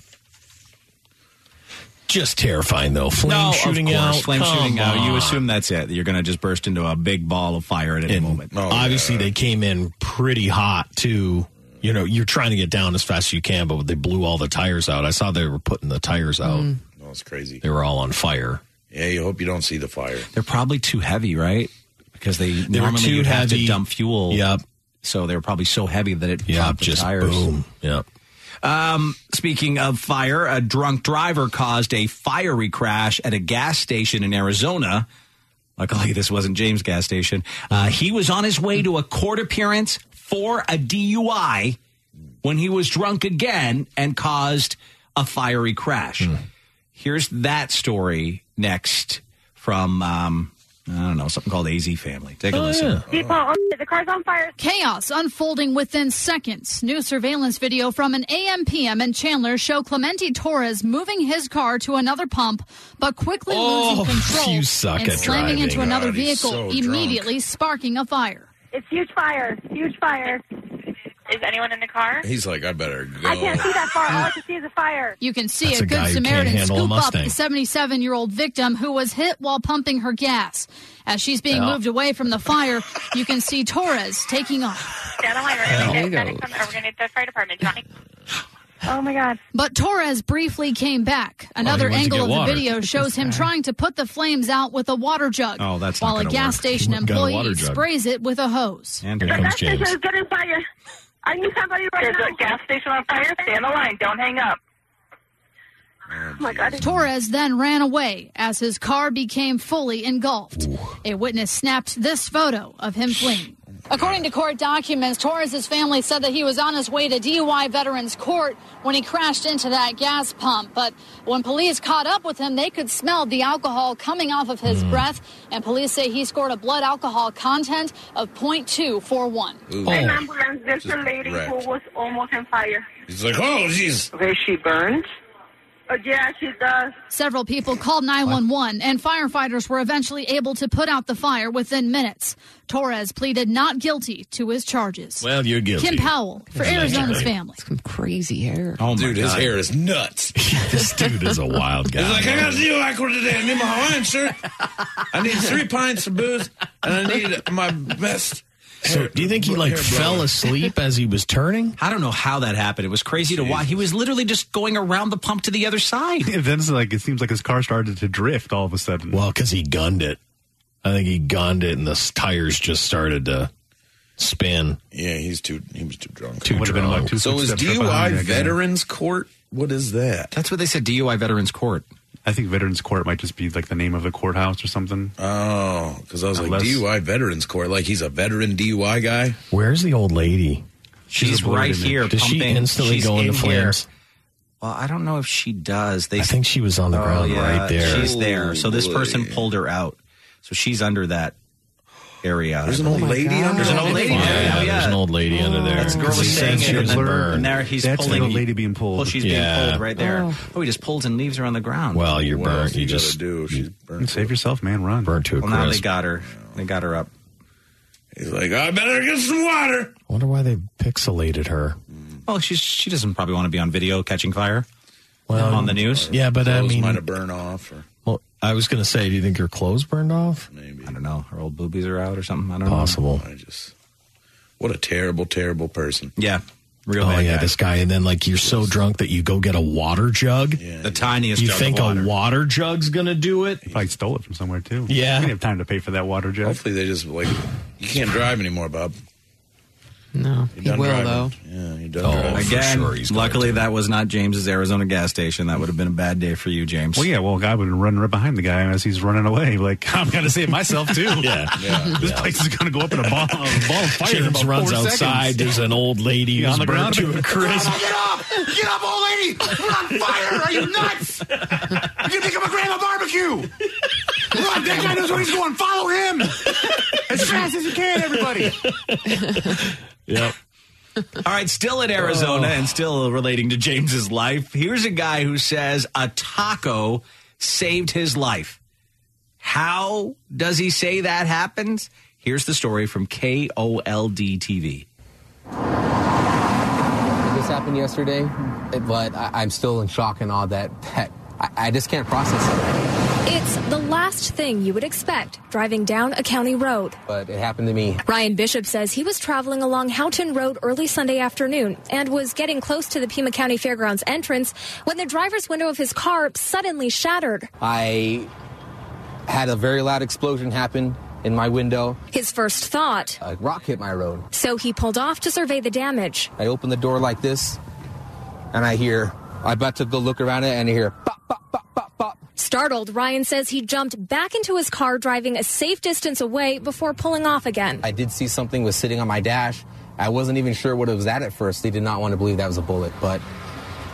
[SPEAKER 7] Just terrifying though. Flame
[SPEAKER 4] no,
[SPEAKER 7] shooting
[SPEAKER 4] of course,
[SPEAKER 7] out.
[SPEAKER 4] Flame
[SPEAKER 7] Come
[SPEAKER 4] shooting out. You
[SPEAKER 7] on.
[SPEAKER 4] assume that's it. that You're going to just burst into a big ball of fire at any moment.
[SPEAKER 5] Oh,
[SPEAKER 7] Obviously, they came in pretty hot too. You know, you're trying to get down as fast as you can, but they blew all the tires out. I saw they were putting the tires out.
[SPEAKER 8] Mm.
[SPEAKER 5] No, it's Oh, crazy.
[SPEAKER 7] They were all on fire.
[SPEAKER 5] Yeah, you hope you don't see the fire.
[SPEAKER 4] They're probably too heavy, right? Because they,
[SPEAKER 7] They were
[SPEAKER 4] normally
[SPEAKER 7] too
[SPEAKER 4] you'd have to
[SPEAKER 7] heavy.
[SPEAKER 4] dump fuel.
[SPEAKER 7] Yep.
[SPEAKER 4] So they were probably so heavy that it popped the
[SPEAKER 7] just
[SPEAKER 4] tires.
[SPEAKER 7] boom. Yep.
[SPEAKER 4] Um, speaking of fire, a drunk driver caused a fiery crash at a gas station in Arizona. Luckily, this wasn't James' gas station. Uh, he was on his way to a court appearance for a DUI when he was drunk again and caused a fiery crash.
[SPEAKER 7] Hmm.
[SPEAKER 4] Here's that story next from, um, I don't know, something called AZ Family. Take
[SPEAKER 7] Oh,
[SPEAKER 4] a listen.
[SPEAKER 17] Default, oh, shit, the car's on fire. Chaos unfolding within seconds. New surveillance video from an AM PM in Chandler show Clemente Torres moving his car to another pump, but quickly
[SPEAKER 7] Oh,
[SPEAKER 17] losing control
[SPEAKER 7] you suck
[SPEAKER 17] and
[SPEAKER 7] at
[SPEAKER 17] slamming
[SPEAKER 7] driving.
[SPEAKER 17] into another
[SPEAKER 7] God, he's
[SPEAKER 17] vehicle,
[SPEAKER 7] so drunk.
[SPEAKER 17] immediately sparking a fire.
[SPEAKER 27] It's huge fire. Huge fire. Is anyone in the car?
[SPEAKER 5] He's like, I better go.
[SPEAKER 27] I can't see that far. All I can see is a fire.
[SPEAKER 17] You can see
[SPEAKER 5] That's
[SPEAKER 17] a,
[SPEAKER 5] a
[SPEAKER 17] good
[SPEAKER 5] guy who can't
[SPEAKER 17] Samaritan
[SPEAKER 5] handle a
[SPEAKER 17] scoop up
[SPEAKER 5] Mustang.
[SPEAKER 17] the 77 year old victim who was hit while pumping her gas. As she's being Yeah. moved away from the fire, you can see Torres taking off.
[SPEAKER 27] Down the line, we're
[SPEAKER 17] There
[SPEAKER 27] going
[SPEAKER 17] you
[SPEAKER 27] to get medics on- or we're gonna get the fire department, Johnny. Oh my God.
[SPEAKER 17] But Torres briefly came back. Another went Oh, to angle get of the water. video shows him trying to put the flames out with a water jug. Oh, that's not While a gonna gas work. station Got a water employee jug. sprays it with a hose.
[SPEAKER 4] And
[SPEAKER 17] here comes James.
[SPEAKER 27] is getting fire. I need somebody right There's now. There's a gas station on fire. Stay on the line. Don't hang up. Oh
[SPEAKER 17] Torres then ran away as his car became fully engulfed. A witness snapped this photo of him fleeing. According to court documents, Torres's family said that he was on his way to DUI Veterans Court when he crashed into that gas pump. But when police caught up with him, they could smell the alcohol coming off of his breath. And police say he scored a blood alcohol content of 0.241.
[SPEAKER 21] Oh.
[SPEAKER 27] An ambulance. There's a lady
[SPEAKER 5] wrecked.
[SPEAKER 27] who was almost in fire.
[SPEAKER 5] He's like, oh, jeez.
[SPEAKER 27] Is she burned? Uh, yeah, she does.
[SPEAKER 17] Several people called 911, and firefighters were eventually able to put out the fire within minutes. Torres pleaded not guilty to his charges.
[SPEAKER 7] Well, you're guilty.
[SPEAKER 17] Kim Powell for
[SPEAKER 7] That's
[SPEAKER 17] Arizona's
[SPEAKER 7] right.
[SPEAKER 17] family.
[SPEAKER 6] Crazy hair.
[SPEAKER 4] Oh,
[SPEAKER 5] Dude, his hair is nuts.
[SPEAKER 7] this dude is a wild guy.
[SPEAKER 5] He's like, I got to do aqua today. I need my Hawaiian shirt. I need three pints of booze, and I need my best.
[SPEAKER 7] So, do you think he like
[SPEAKER 4] hair
[SPEAKER 7] fell
[SPEAKER 4] blower.
[SPEAKER 7] asleep as he was turning?
[SPEAKER 4] I don't know how that happened. It was crazy to watch. He was literally just going around the pump to the other side.
[SPEAKER 8] then it's like it seems like his car started to drift all of a sudden.
[SPEAKER 7] Well, because he gunned it. I think he gunned it, and the s- tires just started to spin.
[SPEAKER 5] Yeah, he's too. He was too drunk.
[SPEAKER 7] Too
[SPEAKER 8] Would've been
[SPEAKER 7] drunk.
[SPEAKER 8] about two
[SPEAKER 5] So is
[SPEAKER 8] footsteps up behind
[SPEAKER 5] DUI
[SPEAKER 8] that guy.
[SPEAKER 5] Veterans Court What is that?
[SPEAKER 4] That's what they said. DUI Veterans Court.
[SPEAKER 8] I think Veterans Court might just be like the name of the courthouse or something.
[SPEAKER 5] Oh, because I was
[SPEAKER 8] Unless-
[SPEAKER 5] like DUI Veterans Court, like he's a veteran DUI guy.
[SPEAKER 7] Where's the old lady?
[SPEAKER 4] She's right here.
[SPEAKER 7] Does she
[SPEAKER 4] pumping.
[SPEAKER 7] instantly
[SPEAKER 4] She's
[SPEAKER 7] go into
[SPEAKER 4] in
[SPEAKER 7] flames?
[SPEAKER 4] Here. Well, I don't know if she does. They
[SPEAKER 7] I think she was on the
[SPEAKER 4] Oh,
[SPEAKER 7] ground
[SPEAKER 4] yeah,
[SPEAKER 7] right there.
[SPEAKER 4] She's there. So this person pulled her out. So she's under that area.
[SPEAKER 7] There's
[SPEAKER 4] I
[SPEAKER 7] an old
[SPEAKER 4] believe.
[SPEAKER 7] lady under
[SPEAKER 4] There's an
[SPEAKER 7] there?
[SPEAKER 4] old lady.
[SPEAKER 7] Yeah,
[SPEAKER 4] under there. Oh,
[SPEAKER 7] there's an old lady under there.
[SPEAKER 4] That's a girl
[SPEAKER 7] Because he
[SPEAKER 4] who's saying
[SPEAKER 7] said she
[SPEAKER 4] it, and,
[SPEAKER 7] was
[SPEAKER 4] then,
[SPEAKER 7] burned.
[SPEAKER 4] and there he's
[SPEAKER 7] That's
[SPEAKER 4] pulling.
[SPEAKER 7] the lady being pulled.
[SPEAKER 4] Well, she's
[SPEAKER 7] Yeah.
[SPEAKER 4] being pulled right there.
[SPEAKER 7] Oh.
[SPEAKER 4] Oh. he just pulls and leaves her on the ground.
[SPEAKER 7] Well, you're
[SPEAKER 4] What else
[SPEAKER 7] burnt. You,
[SPEAKER 4] you gotta
[SPEAKER 7] just
[SPEAKER 5] do.
[SPEAKER 8] Save yourself, man. Run.
[SPEAKER 7] Burnt to a
[SPEAKER 4] Well, now they
[SPEAKER 7] crisp.
[SPEAKER 4] got her. They got her up.
[SPEAKER 5] He's like, I better get some water.
[SPEAKER 7] I wonder why they pixelated her.
[SPEAKER 4] Well, Oh, she's she doesn't probably want to be on video catching fire.
[SPEAKER 7] Well,
[SPEAKER 4] on the news.
[SPEAKER 7] yeah, but I mean,
[SPEAKER 5] burned off.
[SPEAKER 7] well, I was going to say, do you think her clothes burned off?
[SPEAKER 4] I don't know. Her old boobies are out or something. I don't
[SPEAKER 7] Possible.
[SPEAKER 4] know.
[SPEAKER 5] I just what a terrible, terrible person.
[SPEAKER 4] Yeah, real.
[SPEAKER 7] oh
[SPEAKER 4] bad
[SPEAKER 7] yeah,
[SPEAKER 4] guy.
[SPEAKER 7] this guy, and then like you're so drunk that you go get a water jug.
[SPEAKER 4] the tiniest.
[SPEAKER 7] You
[SPEAKER 4] jug of
[SPEAKER 7] think
[SPEAKER 4] water.
[SPEAKER 7] a water jug's going to do it?
[SPEAKER 8] Probably stole it from somewhere too.
[SPEAKER 7] Yeah.
[SPEAKER 8] we didn't have time to pay for that water jet.
[SPEAKER 5] Hopefully, they just like you can't drive anymore, Bob.
[SPEAKER 6] No,
[SPEAKER 5] You're done driving. Yeah, you're
[SPEAKER 8] Oh,
[SPEAKER 5] done driving.
[SPEAKER 4] Again, luckily that was not James's Arizona gas station. That would have been a bad day for you, James.
[SPEAKER 8] Well, yeah. Well, a guy would run right behind the guy as he's running away. Like I'm gonna save myself too.
[SPEAKER 7] Yeah. Yeah.
[SPEAKER 8] This place is gonna go up in a ball, a ball of fire. in
[SPEAKER 7] James
[SPEAKER 8] about
[SPEAKER 7] runs
[SPEAKER 8] four
[SPEAKER 7] outside.
[SPEAKER 8] seconds.
[SPEAKER 7] There's an old lady
[SPEAKER 8] Yeah, on
[SPEAKER 7] who's
[SPEAKER 8] the
[SPEAKER 7] burnt
[SPEAKER 8] ground.
[SPEAKER 7] to a crisp.
[SPEAKER 23] Get up! Get up, old lady! We're on fire! Are you nuts? You're gonna pick up a grandma barbecue! Look, that guy knows where he's going. Follow him! As fast as you can, everybody!
[SPEAKER 7] Yep.
[SPEAKER 4] All right, still in
[SPEAKER 8] Oh.
[SPEAKER 4] Arizona and still relating to James's life. Here's a guy who says a taco saved his life. How does he say that happens? Here's the story from KOLD TV.
[SPEAKER 9] This happened yesterday, but I, I'm still in shock and awe that, that I, I just can't process it.
[SPEAKER 22] It's the last thing you would expect driving down a county road.
[SPEAKER 9] But it happened to me.
[SPEAKER 22] Ryan Bishop says he was traveling along Houghton Road early Sunday afternoon and was getting close to the Pima County Fairgrounds entrance when the driver's window of his car suddenly shattered.
[SPEAKER 9] I had a very loud explosion happen in my window.
[SPEAKER 22] His first thought.
[SPEAKER 9] A rock hit my road.
[SPEAKER 22] So he pulled off to survey the damage.
[SPEAKER 9] I open the door like this, and I hear, I'm about to go look around it, and I hear, pop.
[SPEAKER 22] Startled, Ryan says he jumped back into his car, driving a safe distance away before pulling off again.
[SPEAKER 9] I did see something was sitting on my dash. I wasn't even sure what it was at at first. They did not want to believe that was a bullet, but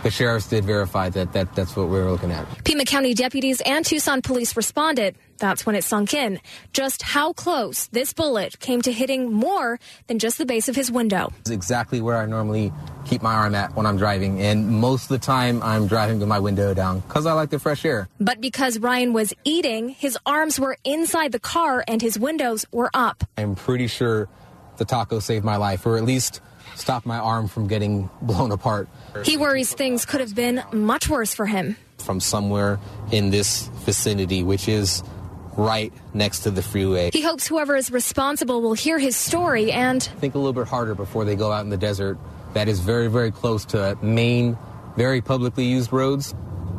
[SPEAKER 9] the sheriffs did verify that, that that's what we were looking at.
[SPEAKER 22] Pima County deputies and Tucson police responded. That's when it sunk in just how close this bullet came to hitting more than just the base of his window.
[SPEAKER 9] It's exactly where I normally keep my arm at when I'm driving, and most of the time I'm driving with my window down because I like the fresh air.
[SPEAKER 22] But because Ryan was eating, his arms were inside the car and his windows were up.
[SPEAKER 9] I'm pretty sure the taco saved my life, or at least stopped my arm from getting blown apart
[SPEAKER 22] He worries things could have been much worse for him.
[SPEAKER 9] from somewhere in this vicinity, which is right next to the freeway.
[SPEAKER 22] He hopes whoever is responsible will hear his story and
[SPEAKER 9] think a little bit harder before they go out in the desert that is very, very close to main, very publicly used roads.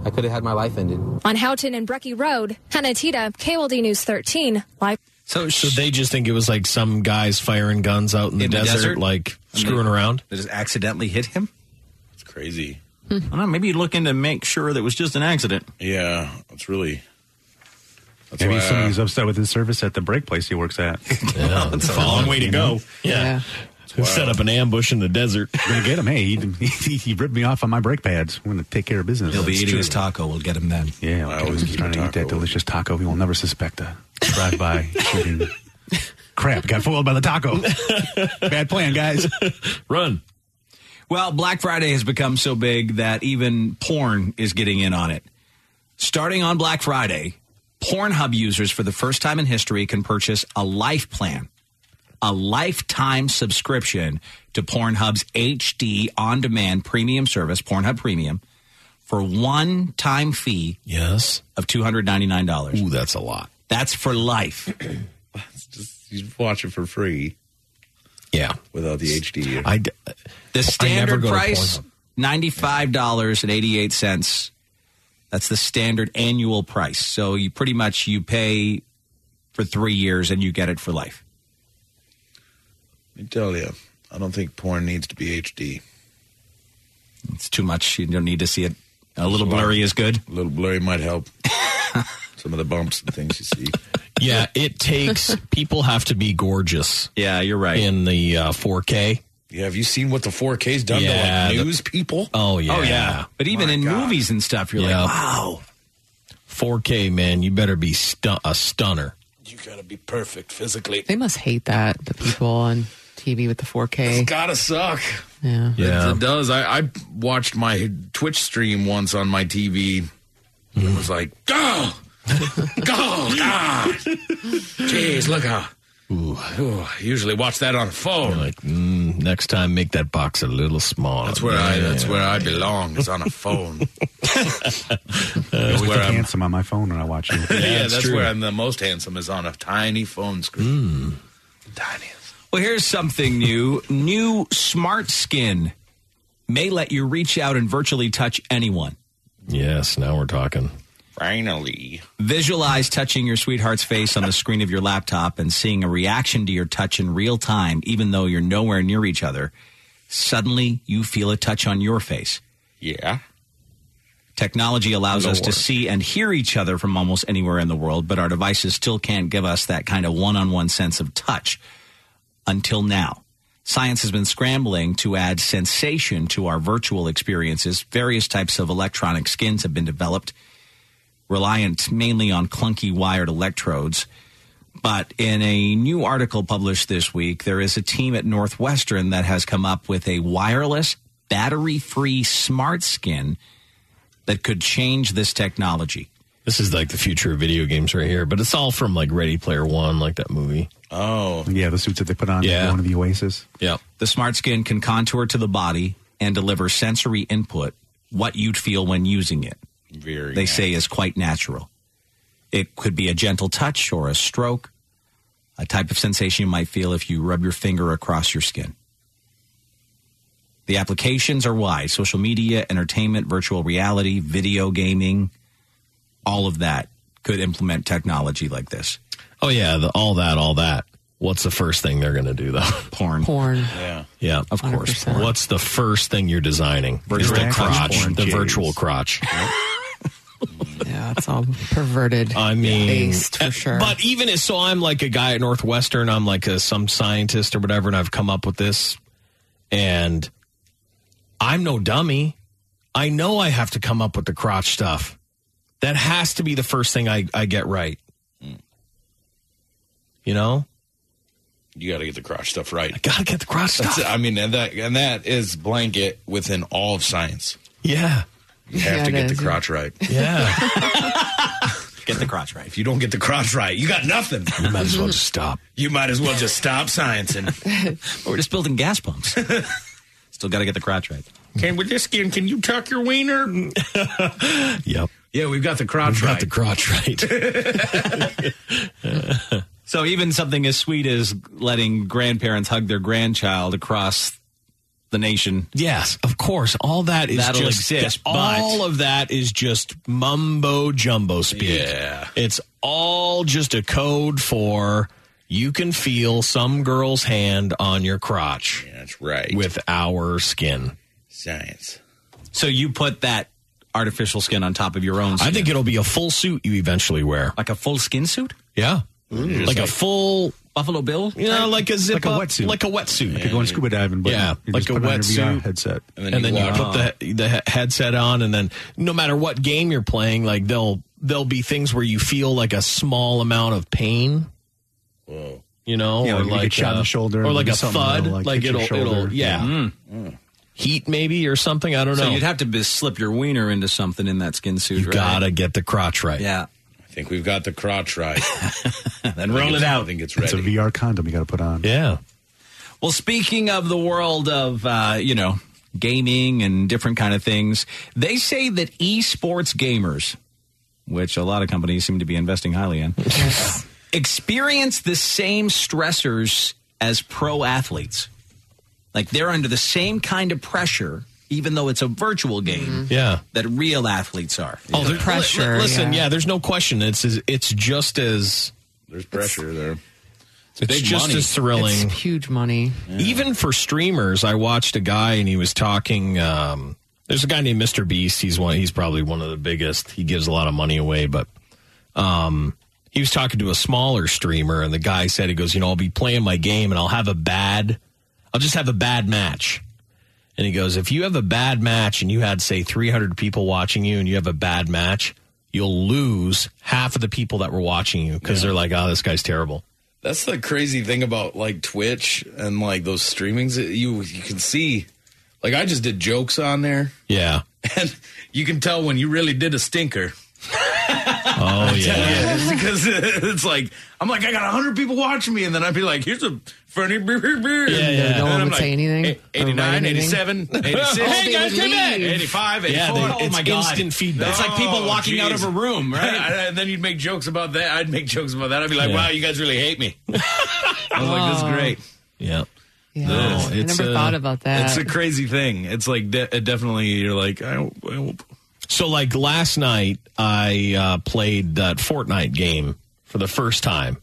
[SPEAKER 9] I could have had my life ended.
[SPEAKER 22] on Houghton and Brecky Road, Hanatita, KLD News 13, live.
[SPEAKER 4] So,
[SPEAKER 7] so they just think it was like some guys firing guns out in the,
[SPEAKER 4] In the
[SPEAKER 7] desert,
[SPEAKER 4] desert?
[SPEAKER 7] like
[SPEAKER 4] And
[SPEAKER 7] screwing
[SPEAKER 4] they-
[SPEAKER 7] around.
[SPEAKER 4] They just accidentally hit him?
[SPEAKER 5] It's crazy.
[SPEAKER 4] I don't know. Maybe you look in to make sure that it was just an accident.
[SPEAKER 5] Yeah, it's really. That's
[SPEAKER 8] Maybe
[SPEAKER 5] why,
[SPEAKER 8] somebody's upset with his service at the break place he works at.
[SPEAKER 7] Yeah, it's a long way to go. Yeah.
[SPEAKER 8] wild.
[SPEAKER 7] Set up an ambush in the desert.
[SPEAKER 8] Gonna get him. Hey, he, he, he ripped me off on my brake pads. I'm gonna take care of business.
[SPEAKER 4] He'll be eating his taco. We'll get him then.
[SPEAKER 8] Yeah, I always keep trying to eat that delicious taco. He will never suspect a drive by shooting. Crap! Got foiled by the taco. Bad plan, guys.
[SPEAKER 7] Run.
[SPEAKER 4] Well, Black Friday has become so big that even porn is getting in on it. Starting on Black Friday, Pornhub users for the first time in history can purchase a life plan, a lifetime subscription to Pornhub's HD on demand premium service, Pornhub Premium, for one time fee
[SPEAKER 7] yes.
[SPEAKER 4] of $299.
[SPEAKER 7] Ooh, that's a lot.
[SPEAKER 4] That's for life.
[SPEAKER 5] you watch it for free.
[SPEAKER 7] Yeah,
[SPEAKER 5] without the HD.
[SPEAKER 7] I d-
[SPEAKER 4] The
[SPEAKER 5] never
[SPEAKER 4] standard
[SPEAKER 5] go to
[SPEAKER 4] price ninety five dollars and eighty eight cents. That's the standard annual price. So you pretty much you pay for three years and you get it for life.
[SPEAKER 5] Let me tell you, I don't think porn needs to be HD.
[SPEAKER 4] It's too much. You don't need to see it. A little blurry is good.
[SPEAKER 5] A little blurry might help. Some of the bumps and things you see.
[SPEAKER 7] Yeah, it takes people have to be gorgeous.
[SPEAKER 4] Yeah, you're right.
[SPEAKER 7] In the uh, 4K.
[SPEAKER 5] Yeah, have you seen what the 4K's done to like news people?
[SPEAKER 7] Oh yeah.
[SPEAKER 4] Oh, yeah. But even in movies and stuff, you're like, wow.
[SPEAKER 7] 4K, man, you better be stu- a stunner.
[SPEAKER 5] You gotta be perfect physically.
[SPEAKER 6] They must hate that the people on TV with the 4K.
[SPEAKER 5] It's gotta suck.
[SPEAKER 6] Yeah.
[SPEAKER 5] It, it does. I, I watched my Twitch stream once on my TV. It was like, go, go, Oh, God. Jeez, look how.
[SPEAKER 7] Ooh.
[SPEAKER 5] I usually watch that on the phone.
[SPEAKER 7] like, mm, next time, make that box a little smaller.
[SPEAKER 5] That's where I. That's where I belong. It's on a phone.
[SPEAKER 8] I always
[SPEAKER 5] where
[SPEAKER 8] look
[SPEAKER 5] I'm-
[SPEAKER 8] handsome on my phone when I watch you.
[SPEAKER 5] yeah, that's where I'm the most handsome is on a tiny phone screen.
[SPEAKER 4] Well, here's something new. new Smart Skin may let you reach out and virtually touch anyone.
[SPEAKER 7] Yes, now we're talking.
[SPEAKER 5] Finally.
[SPEAKER 4] Visualize touching your sweetheart's face on the screen of your laptop and seeing a reaction to your touch in real time, even though you're nowhere near each other. Suddenly, you feel a touch on your face.
[SPEAKER 5] Yeah.
[SPEAKER 4] Technology allows us to
[SPEAKER 5] Lord.
[SPEAKER 4] see and hear each other from almost anywhere in the world, but our devices still can't give us that kind of one on one sense of touch until now. Science has been scrambling to add sensation to our virtual experiences. Various types of electronic skins have been developed, reliant mainly on clunky wired electrodes. But in a new article published this week, there is a team at Northwestern that has come up with a wireless, battery free smart skin that could change this technology.
[SPEAKER 7] This is like the future of video games right here, but it's all from like Ready Player One, like that movie.
[SPEAKER 5] Oh.
[SPEAKER 8] Yeah, the suits that they put on
[SPEAKER 7] Yeah.
[SPEAKER 8] one of the Oasis.
[SPEAKER 7] Yep.
[SPEAKER 4] The smart skin can contour to the body and deliver sensory input, what you'd feel when using it.
[SPEAKER 5] Very.
[SPEAKER 4] they say is quite natural. It could be a gentle touch or a stroke, a type of sensation you might feel if you rub your finger across your skin. The applications are wide social media, entertainment, virtual reality, video gaming, all of that could implement technology like this.
[SPEAKER 7] Oh yeah, the, all that, all that. What's the first thing they're going to do though?
[SPEAKER 4] Porn.
[SPEAKER 6] Porn.
[SPEAKER 5] Yeah.
[SPEAKER 7] Yeah, of course. What's the first thing you're designing?
[SPEAKER 4] Virtual
[SPEAKER 7] is the
[SPEAKER 4] touch
[SPEAKER 7] crotch,
[SPEAKER 4] porn.
[SPEAKER 7] the
[SPEAKER 4] Jeez.
[SPEAKER 7] virtual crotch.
[SPEAKER 6] yeah, it's all perverted.
[SPEAKER 7] I mean,
[SPEAKER 6] based for
[SPEAKER 7] uh,
[SPEAKER 6] sure.
[SPEAKER 7] But even as so, I'm like a guy at Northwestern. I'm like a, some scientist or whatever, and I've come up with this, and I'm no dummy. I know I have to come up with the crotch stuff. That has to be the first thing I, I get right. You know,
[SPEAKER 5] You got to get the crotch stuff right. I
[SPEAKER 7] got to get the crotch
[SPEAKER 5] stuff. I mean, and that and that is blanket within all of science.
[SPEAKER 7] yeah,
[SPEAKER 5] You have
[SPEAKER 7] Yeah,
[SPEAKER 5] to
[SPEAKER 7] it
[SPEAKER 5] get
[SPEAKER 7] is.
[SPEAKER 5] the crotch right.
[SPEAKER 7] yeah.
[SPEAKER 4] Get the crotch right.
[SPEAKER 5] If you don't get the crotch right, you got nothing.
[SPEAKER 7] You might as well just stop.
[SPEAKER 5] You might as well just stop science and
[SPEAKER 4] We're just building gas pumps. Still got to get the crotch right.
[SPEAKER 5] Can with this skin, can you tuck your wiener?
[SPEAKER 7] yep.
[SPEAKER 5] Yeah, we've got the crotch
[SPEAKER 7] Got the crotch right.
[SPEAKER 4] So even something as sweet as letting grandparents hug their grandchild across the nation.
[SPEAKER 7] Yes, of course. All that is
[SPEAKER 4] That'll
[SPEAKER 7] just
[SPEAKER 4] exist,
[SPEAKER 7] that-
[SPEAKER 4] but-
[SPEAKER 7] all of that is just mumbo jumbo speak.
[SPEAKER 4] Yeah.
[SPEAKER 7] It's all just a code for you can feel some girl's hand on your crotch
[SPEAKER 5] That's right.
[SPEAKER 7] with our skin.
[SPEAKER 5] Science.
[SPEAKER 4] So you put that artificial skin on top of your own skin.
[SPEAKER 7] I think it'll be a full suit you eventually wear.
[SPEAKER 4] like a full skin suit?
[SPEAKER 7] Yeah.
[SPEAKER 4] Ooh,
[SPEAKER 7] like, a
[SPEAKER 4] like-
[SPEAKER 7] full
[SPEAKER 4] Buffalo Bill?
[SPEAKER 7] you know, like a zip
[SPEAKER 8] Like a
[SPEAKER 7] up,
[SPEAKER 8] wetsuit.
[SPEAKER 7] Like a wetsuit.
[SPEAKER 8] Like you're going scuba diving, but
[SPEAKER 7] Yeah,
[SPEAKER 8] you
[SPEAKER 7] like
[SPEAKER 8] just
[SPEAKER 7] a
[SPEAKER 8] put on your VR
[SPEAKER 7] wetsuit.
[SPEAKER 8] headset.
[SPEAKER 5] And
[SPEAKER 7] and then you, put the the he- headset on, and then no matter what game you're playing, like there'll there'll be things where you feel like a small amount of pain.
[SPEAKER 5] Whoa.
[SPEAKER 7] You know,
[SPEAKER 8] Yeah,
[SPEAKER 7] or
[SPEAKER 8] like you
[SPEAKER 7] like
[SPEAKER 8] get shot in
[SPEAKER 7] uh,
[SPEAKER 8] the shoulder
[SPEAKER 7] or
[SPEAKER 8] and
[SPEAKER 7] like a
[SPEAKER 8] maybe something
[SPEAKER 7] thud,
[SPEAKER 8] that'll,
[SPEAKER 7] like,
[SPEAKER 8] like, hit
[SPEAKER 7] it'll
[SPEAKER 8] your shoulder.
[SPEAKER 7] it'll yeah, Mm. heat maybe or something. I don't know.
[SPEAKER 4] So you'd have to be- slip your wiener into something in that skin suit.
[SPEAKER 7] You
[SPEAKER 4] right?
[SPEAKER 7] gotta get the crotch right.
[SPEAKER 4] Yeah.
[SPEAKER 5] I think we've got the crotch right.
[SPEAKER 4] Then roll it
[SPEAKER 5] I
[SPEAKER 4] out.
[SPEAKER 5] think it's
[SPEAKER 8] It's a
[SPEAKER 5] ready.
[SPEAKER 8] VR condom you got to put on.
[SPEAKER 7] yeah.
[SPEAKER 4] Well, speaking of the world of uh, you know gaming and different kind of things, they say that esports gamers, which a lot of companies seem to be investing highly in, experience the same stressors as pro athletes. Like they're under the same kind of pressure, even though it's a virtual game,
[SPEAKER 7] Mm-hmm. Yeah.
[SPEAKER 4] that real athletes are.
[SPEAKER 7] Oh, the
[SPEAKER 6] pressure,
[SPEAKER 7] listen,
[SPEAKER 6] yeah.
[SPEAKER 7] yeah. There's no question. It's it's just as
[SPEAKER 5] There's pressure there.
[SPEAKER 7] it's
[SPEAKER 5] big
[SPEAKER 7] just
[SPEAKER 5] money.
[SPEAKER 7] as thrilling.
[SPEAKER 6] It's huge money.
[SPEAKER 7] Even for streamers, I watched a guy and he was talking. Um, There's a guy named Mr. Beast. He's one. He's probably one of the biggest. He gives a lot of money away, but um, he was talking to a smaller streamer, and the guy said, "He goes, you know, I'll be playing my game, and I'll have a bad, I'll just have a bad match." And he goes, "If you have a bad match, and you had say 300 people watching you, and you have a bad match, you'll lose half of the people that were watching you because they're like, oh, this guy's terrible."
[SPEAKER 5] That's the crazy thing about like Twitch and like those streamings. You you can see, like I just did jokes on there,
[SPEAKER 7] Yeah.
[SPEAKER 5] and you can tell when you really did a stinker.
[SPEAKER 7] Oh yeah.
[SPEAKER 5] it's because it's like I'm like I got hundred people watching me, and then I'd be like, "Here's a funny beer, beer, beer."
[SPEAKER 7] Yeah, yeah.
[SPEAKER 5] And
[SPEAKER 7] No one
[SPEAKER 5] I'm
[SPEAKER 7] would
[SPEAKER 5] like,
[SPEAKER 7] say anything
[SPEAKER 5] "Eh,
[SPEAKER 7] or write
[SPEAKER 5] 89,
[SPEAKER 7] anything.
[SPEAKER 5] 87, 86.
[SPEAKER 7] Oh,
[SPEAKER 5] hey
[SPEAKER 7] they
[SPEAKER 5] guys,
[SPEAKER 7] would
[SPEAKER 5] come back.
[SPEAKER 7] leave.
[SPEAKER 5] 85, 84.
[SPEAKER 7] Yeah, they-
[SPEAKER 5] oh
[SPEAKER 7] it's
[SPEAKER 5] my God.
[SPEAKER 7] instant feedback.
[SPEAKER 4] It's like
[SPEAKER 7] Oh,
[SPEAKER 4] people walking out of a room, right?
[SPEAKER 5] and then you'd make jokes about that. I'd make jokes about that. I'd be like,
[SPEAKER 4] Yeah.
[SPEAKER 5] "Wow, you guys really hate me." I was like, "This is
[SPEAKER 6] Oh.
[SPEAKER 4] Wow.
[SPEAKER 5] great."
[SPEAKER 7] Yeah.
[SPEAKER 5] Yeah,
[SPEAKER 4] No, I it's, never uh, thought about that.
[SPEAKER 5] It's a crazy thing. It's like de- it definitely you're like I, don't- I don't-
[SPEAKER 7] So, like last night, I uh, played that Fortnite game for the first time,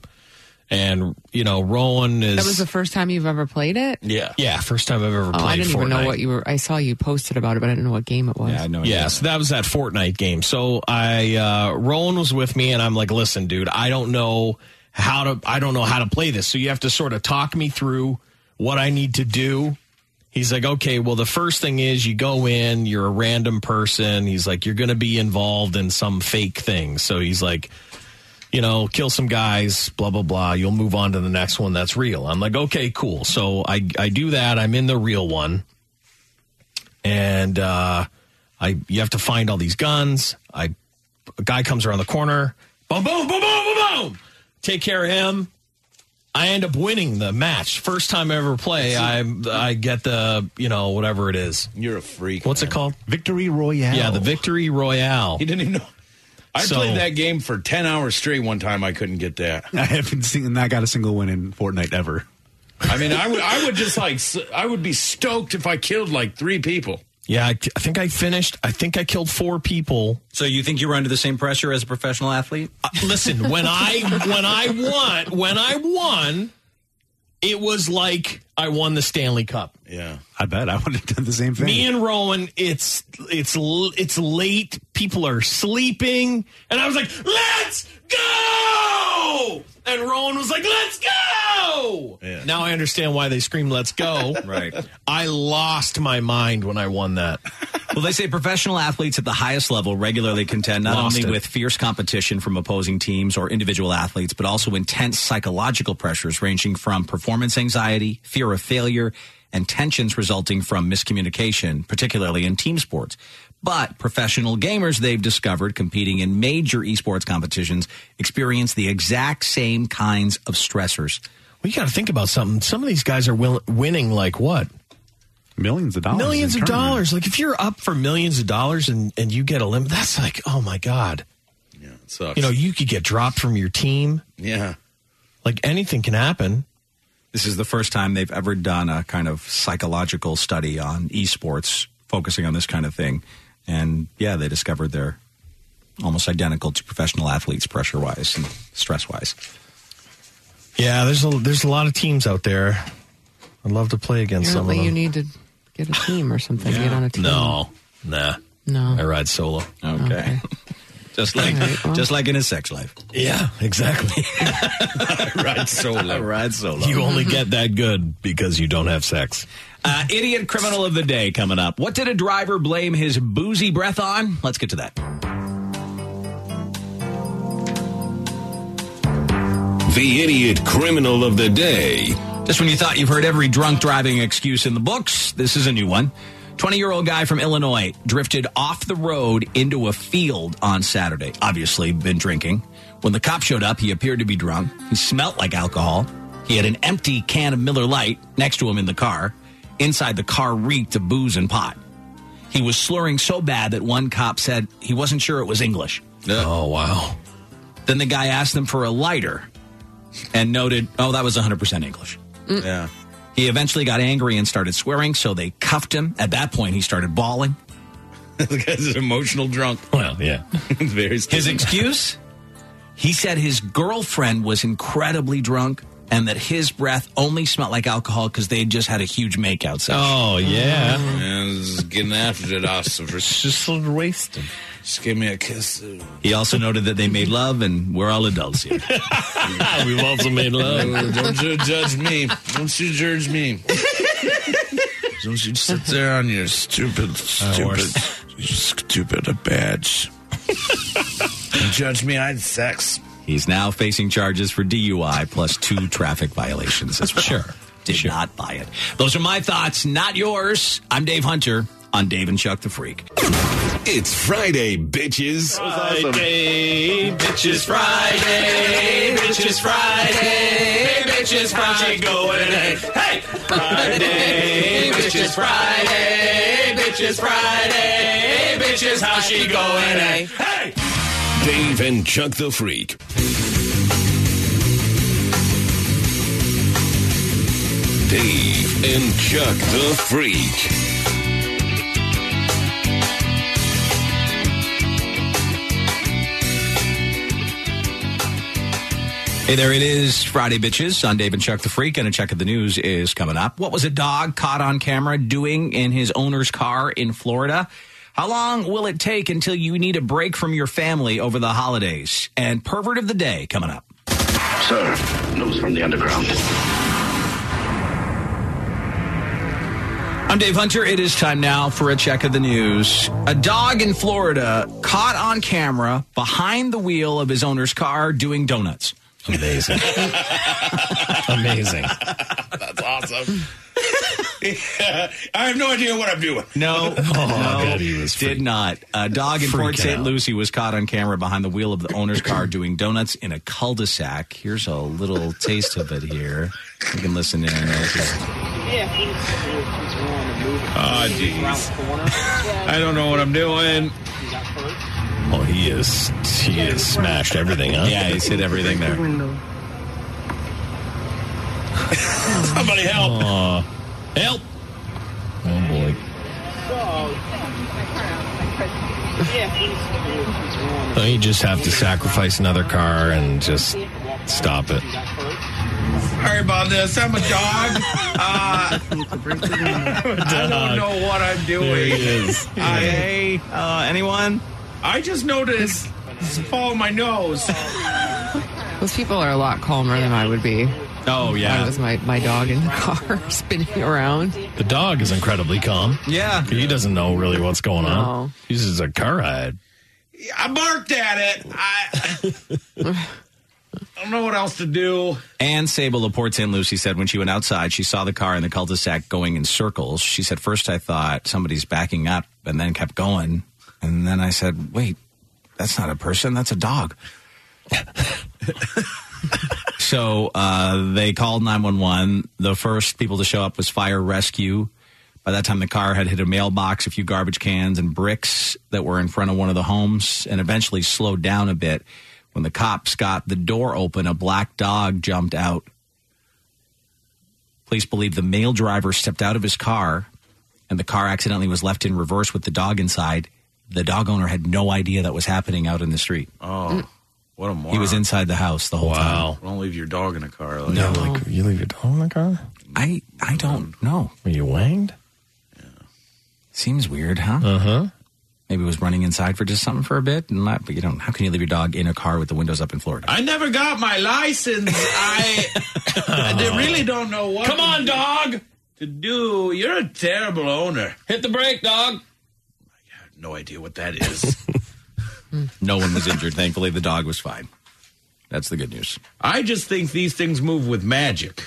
[SPEAKER 7] and you know, Rowan is
[SPEAKER 6] That was the first time you've ever played it.
[SPEAKER 5] yeah,
[SPEAKER 7] yeah, first time I've ever
[SPEAKER 6] Oh,
[SPEAKER 7] played.
[SPEAKER 6] I didn't
[SPEAKER 7] Fortnite.
[SPEAKER 6] even know what you were. I saw you posted about it, but I didn't know what game it was. Yeah, I know.
[SPEAKER 7] Yeah, so that was that Fortnite game. So I uh Rowan was with me and I'm like, listen, dude, I don't know how to I don't know how to play this. So you have to sort of talk me through what I need to do. He's like, okay, well, the first thing is you go in, you're a random person. He's like, you're gonna be involved in some fake thing. So he's like, you know, kill some guys, blah blah blah. You'll move on to the next one that's real. I'm like, okay, cool. So I I do that. I'm in the real one, and uh, I you have to find all these guns. I a guy comes around the corner, boom, boom, boom, boom, boom, boom. Take care of him. I end up winning the match. First time I ever play, I I get the you know whatever it is.
[SPEAKER 5] You're a freak.
[SPEAKER 7] What's it called?
[SPEAKER 8] Victory Royale.
[SPEAKER 7] Yeah, the victory royale.
[SPEAKER 5] He didn't even know. I
[SPEAKER 7] So-
[SPEAKER 5] played that game for ten hours straight one time. I couldn't get that.
[SPEAKER 8] I haven't seen, I got a single win in Fortnite ever.
[SPEAKER 5] I mean, I would I would just like s- I would be stoked if I killed like three people.
[SPEAKER 7] Yeah, I, I think I finished. I think I killed four people. Uh,
[SPEAKER 4] So you think you were under the same pressure as a professional athlete?
[SPEAKER 7] listen, when I when I won when I won, it was like I won the Stanley Cup.
[SPEAKER 5] Yeah.
[SPEAKER 8] I bet I would have done the same thing.
[SPEAKER 7] Me and Rowan, it's it's l- it's late. People are sleeping, and I was like, "Let's go!" Oh! And Rowan was like, "Let's go!" Now I understand why they scream, "Let's go!"
[SPEAKER 4] Right.
[SPEAKER 7] I lost my mind when I won that.
[SPEAKER 4] Well, they say professional athletes at the highest level regularly contend not
[SPEAKER 7] Lost
[SPEAKER 4] only
[SPEAKER 7] it.
[SPEAKER 4] with fierce competition from opposing teams or individual athletes, but also intense psychological pressures ranging from performance anxiety, fear of failure, and tensions resulting from miscommunication, particularly in team sports. But professional gamers they've discovered competing in major esports competitions experience the exact same kinds of stressors.
[SPEAKER 7] We got to think about something. Some of these guys are will- winning like what?
[SPEAKER 8] Millions of dollars.
[SPEAKER 7] millions
[SPEAKER 8] in
[SPEAKER 7] of
[SPEAKER 8] tournament.
[SPEAKER 7] dollars. Like if you're up for millions of dollars and and you get a limit, that's like, oh my god.
[SPEAKER 5] Yeah, it sucks.
[SPEAKER 7] You know, you could get dropped from your team.
[SPEAKER 5] Yeah.
[SPEAKER 7] Like anything can happen.
[SPEAKER 4] This is the first time they've ever done a kind of psychological study on esports, focusing on this kind of thing. And yeah, they discovered they're almost identical to professional athletes, pressure wise and stress wise.
[SPEAKER 7] Yeah, there's a there's a lot of teams out there. I'd love to play against some of
[SPEAKER 6] Apparently, you
[SPEAKER 7] them.
[SPEAKER 6] need to get a team or something. Get on a team.
[SPEAKER 7] No, nah,
[SPEAKER 6] No.
[SPEAKER 7] I ride solo.
[SPEAKER 4] Okay, just like just like in his sex life,
[SPEAKER 7] Yeah, exactly.
[SPEAKER 5] Ride solo.
[SPEAKER 4] ride solo.
[SPEAKER 7] you only get that good because you don't have sex.
[SPEAKER 4] Uh, idiot criminal of the day coming up. What did a driver blame his boozy breath on? Let's get to that.
[SPEAKER 14] The idiot criminal of the day.
[SPEAKER 4] Just when you thought you've heard every drunk driving excuse in the books, this is a new one. 20 year old guy from Illinois drifted off the road into a field on Saturday. Obviously, been drinking. When the cop showed up, he appeared to be drunk. He smelt like alcohol. He had an empty can of Miller Lite next to him in the car. Inside the car reeked of booze and pot. He was slurring so bad that one cop said he wasn't sure it was English.
[SPEAKER 7] Oh wow.
[SPEAKER 4] Then the guy asked them for a lighter and noted, oh, that was 100% English.
[SPEAKER 5] Yeah.
[SPEAKER 4] He eventually got angry and started swearing, so they cuffed him. At that point, he started bawling.
[SPEAKER 5] the guy's an emotional drunk.
[SPEAKER 7] Well, yeah.
[SPEAKER 5] Very
[SPEAKER 4] His excuse? He said his girlfriend was incredibly drunk and that his breath only smelled like alcohol because they had just had a huge makeout session.
[SPEAKER 7] Oh, yeah.
[SPEAKER 4] just getting after it, Ossifer.
[SPEAKER 7] just a waste.
[SPEAKER 4] Just give me a kiss. He also noted that they made love, and we're all adults here.
[SPEAKER 7] We've also made
[SPEAKER 5] Oh, don't you judge me. Don't you judge me. Don't you sit there on your stupid, stupid, stupid badge.
[SPEAKER 4] Judge me, I had sex. He's now facing charges for DUI plus two traffic violations as well. Sure. Did not buy it. Those are my thoughts, not yours. I'm Dave Hunter on Dave and Chuck the Freak.
[SPEAKER 14] It's Friday, bitches.
[SPEAKER 7] Friday,
[SPEAKER 14] bitches,
[SPEAKER 2] Friday, bitches, Friday, bitches, Friday, going hey, hey, Friday, bitches, Friday, bitches, Friday, bitches, how she eh?" going hey, hey.
[SPEAKER 14] Dave and Chuck the Freak. Dave and Chuck the Freak.
[SPEAKER 4] Hey there, it is Friday, bitches, on Dave and Chuck the Freak, and a check of the news is coming up. What was a dog caught on camera doing in his owner's car in Florida? How long will it take until you need a break from your family over the holidays? And pervert of the day coming up.
[SPEAKER 21] Sir, news from the underground.
[SPEAKER 4] I'm Dave Hunter. It is time now for a check of the news. A dog in Florida caught on camera behind the wheel of his owner's car doing donuts. Amazing. Amazing.
[SPEAKER 5] That's awesome. Yeah, I have no idea what I'm doing.
[SPEAKER 4] No, no, did not. A dog in
[SPEAKER 5] Freaking
[SPEAKER 4] Port St.
[SPEAKER 5] out.
[SPEAKER 4] Lucie was caught on camera behind the wheel of the owner's car doing donuts in a cul-de-sac. Here's a little taste of it here. You can listen in. This is-
[SPEAKER 21] Ah,
[SPEAKER 4] Ah, jeez.
[SPEAKER 21] I
[SPEAKER 7] I don't know what I'm doing. Oh, he is. He has smashed everything, huh?
[SPEAKER 4] Yeah, he's hit everything there.
[SPEAKER 7] Somebody help! help! Oh boy! Oh, you just have to sacrifice another car and just stop it.
[SPEAKER 5] Sorry about this. I'm a dog. Uh, I don't know what I'm
[SPEAKER 4] There
[SPEAKER 5] doing.
[SPEAKER 4] he is.
[SPEAKER 5] I,
[SPEAKER 4] hey, uh, anyone?
[SPEAKER 5] I just noticed. Just follow my nose.
[SPEAKER 6] Those people are a lot calmer than I would be.
[SPEAKER 7] Oh yeah,
[SPEAKER 6] it was my, my dog in the car spinning around.
[SPEAKER 7] The dog is incredibly calm.
[SPEAKER 4] Yeah,
[SPEAKER 7] he doesn't know really what's going on. He's just a car ride.
[SPEAKER 5] I barked at it. I, I don't know what else to do.
[SPEAKER 4] Ann Sable of Port St. Lucie said when she went outside, she saw the car in the cul-de-sac going in circles. She said, first I thought somebody's backing up and then kept going. And then I said, wait, that's not a person, that's a dog. so uh, they called 911. The first people to show up was fire rescue. By that time, the car had hit a mailbox, a few garbage cans, and bricks that were in front of one of the homes, and eventually slowed down a bit. When the cops got the door open, a black dog jumped out. Police believe the male driver stepped out of his car, and the car accidentally was left in reverse with the dog inside. The dog owner had no idea that was happening out in the street.
[SPEAKER 5] Oh, what a moron.
[SPEAKER 4] He was inside the house the whole time.
[SPEAKER 5] Don't leave your dog in a car. Like,
[SPEAKER 7] No, like you leave your dog in the car.
[SPEAKER 4] I I don't know.
[SPEAKER 7] Were you wanged?
[SPEAKER 4] Seems weird, huh?
[SPEAKER 7] Uh huh.
[SPEAKER 4] Maybe it was running inside for just something for a bit, and not, but you don't. How can you leave your dog in a car with the windows up in Florida?
[SPEAKER 5] I never got my license. I,
[SPEAKER 7] Uh,
[SPEAKER 5] I really don't know what.
[SPEAKER 7] Come on, dog.
[SPEAKER 5] To do. You're a terrible owner.
[SPEAKER 7] Hit the brake, dog.
[SPEAKER 5] I have no idea what that is.
[SPEAKER 4] No one was injured. Thankfully, the dog was fine. That's the good news.
[SPEAKER 5] I just think these things move with magic.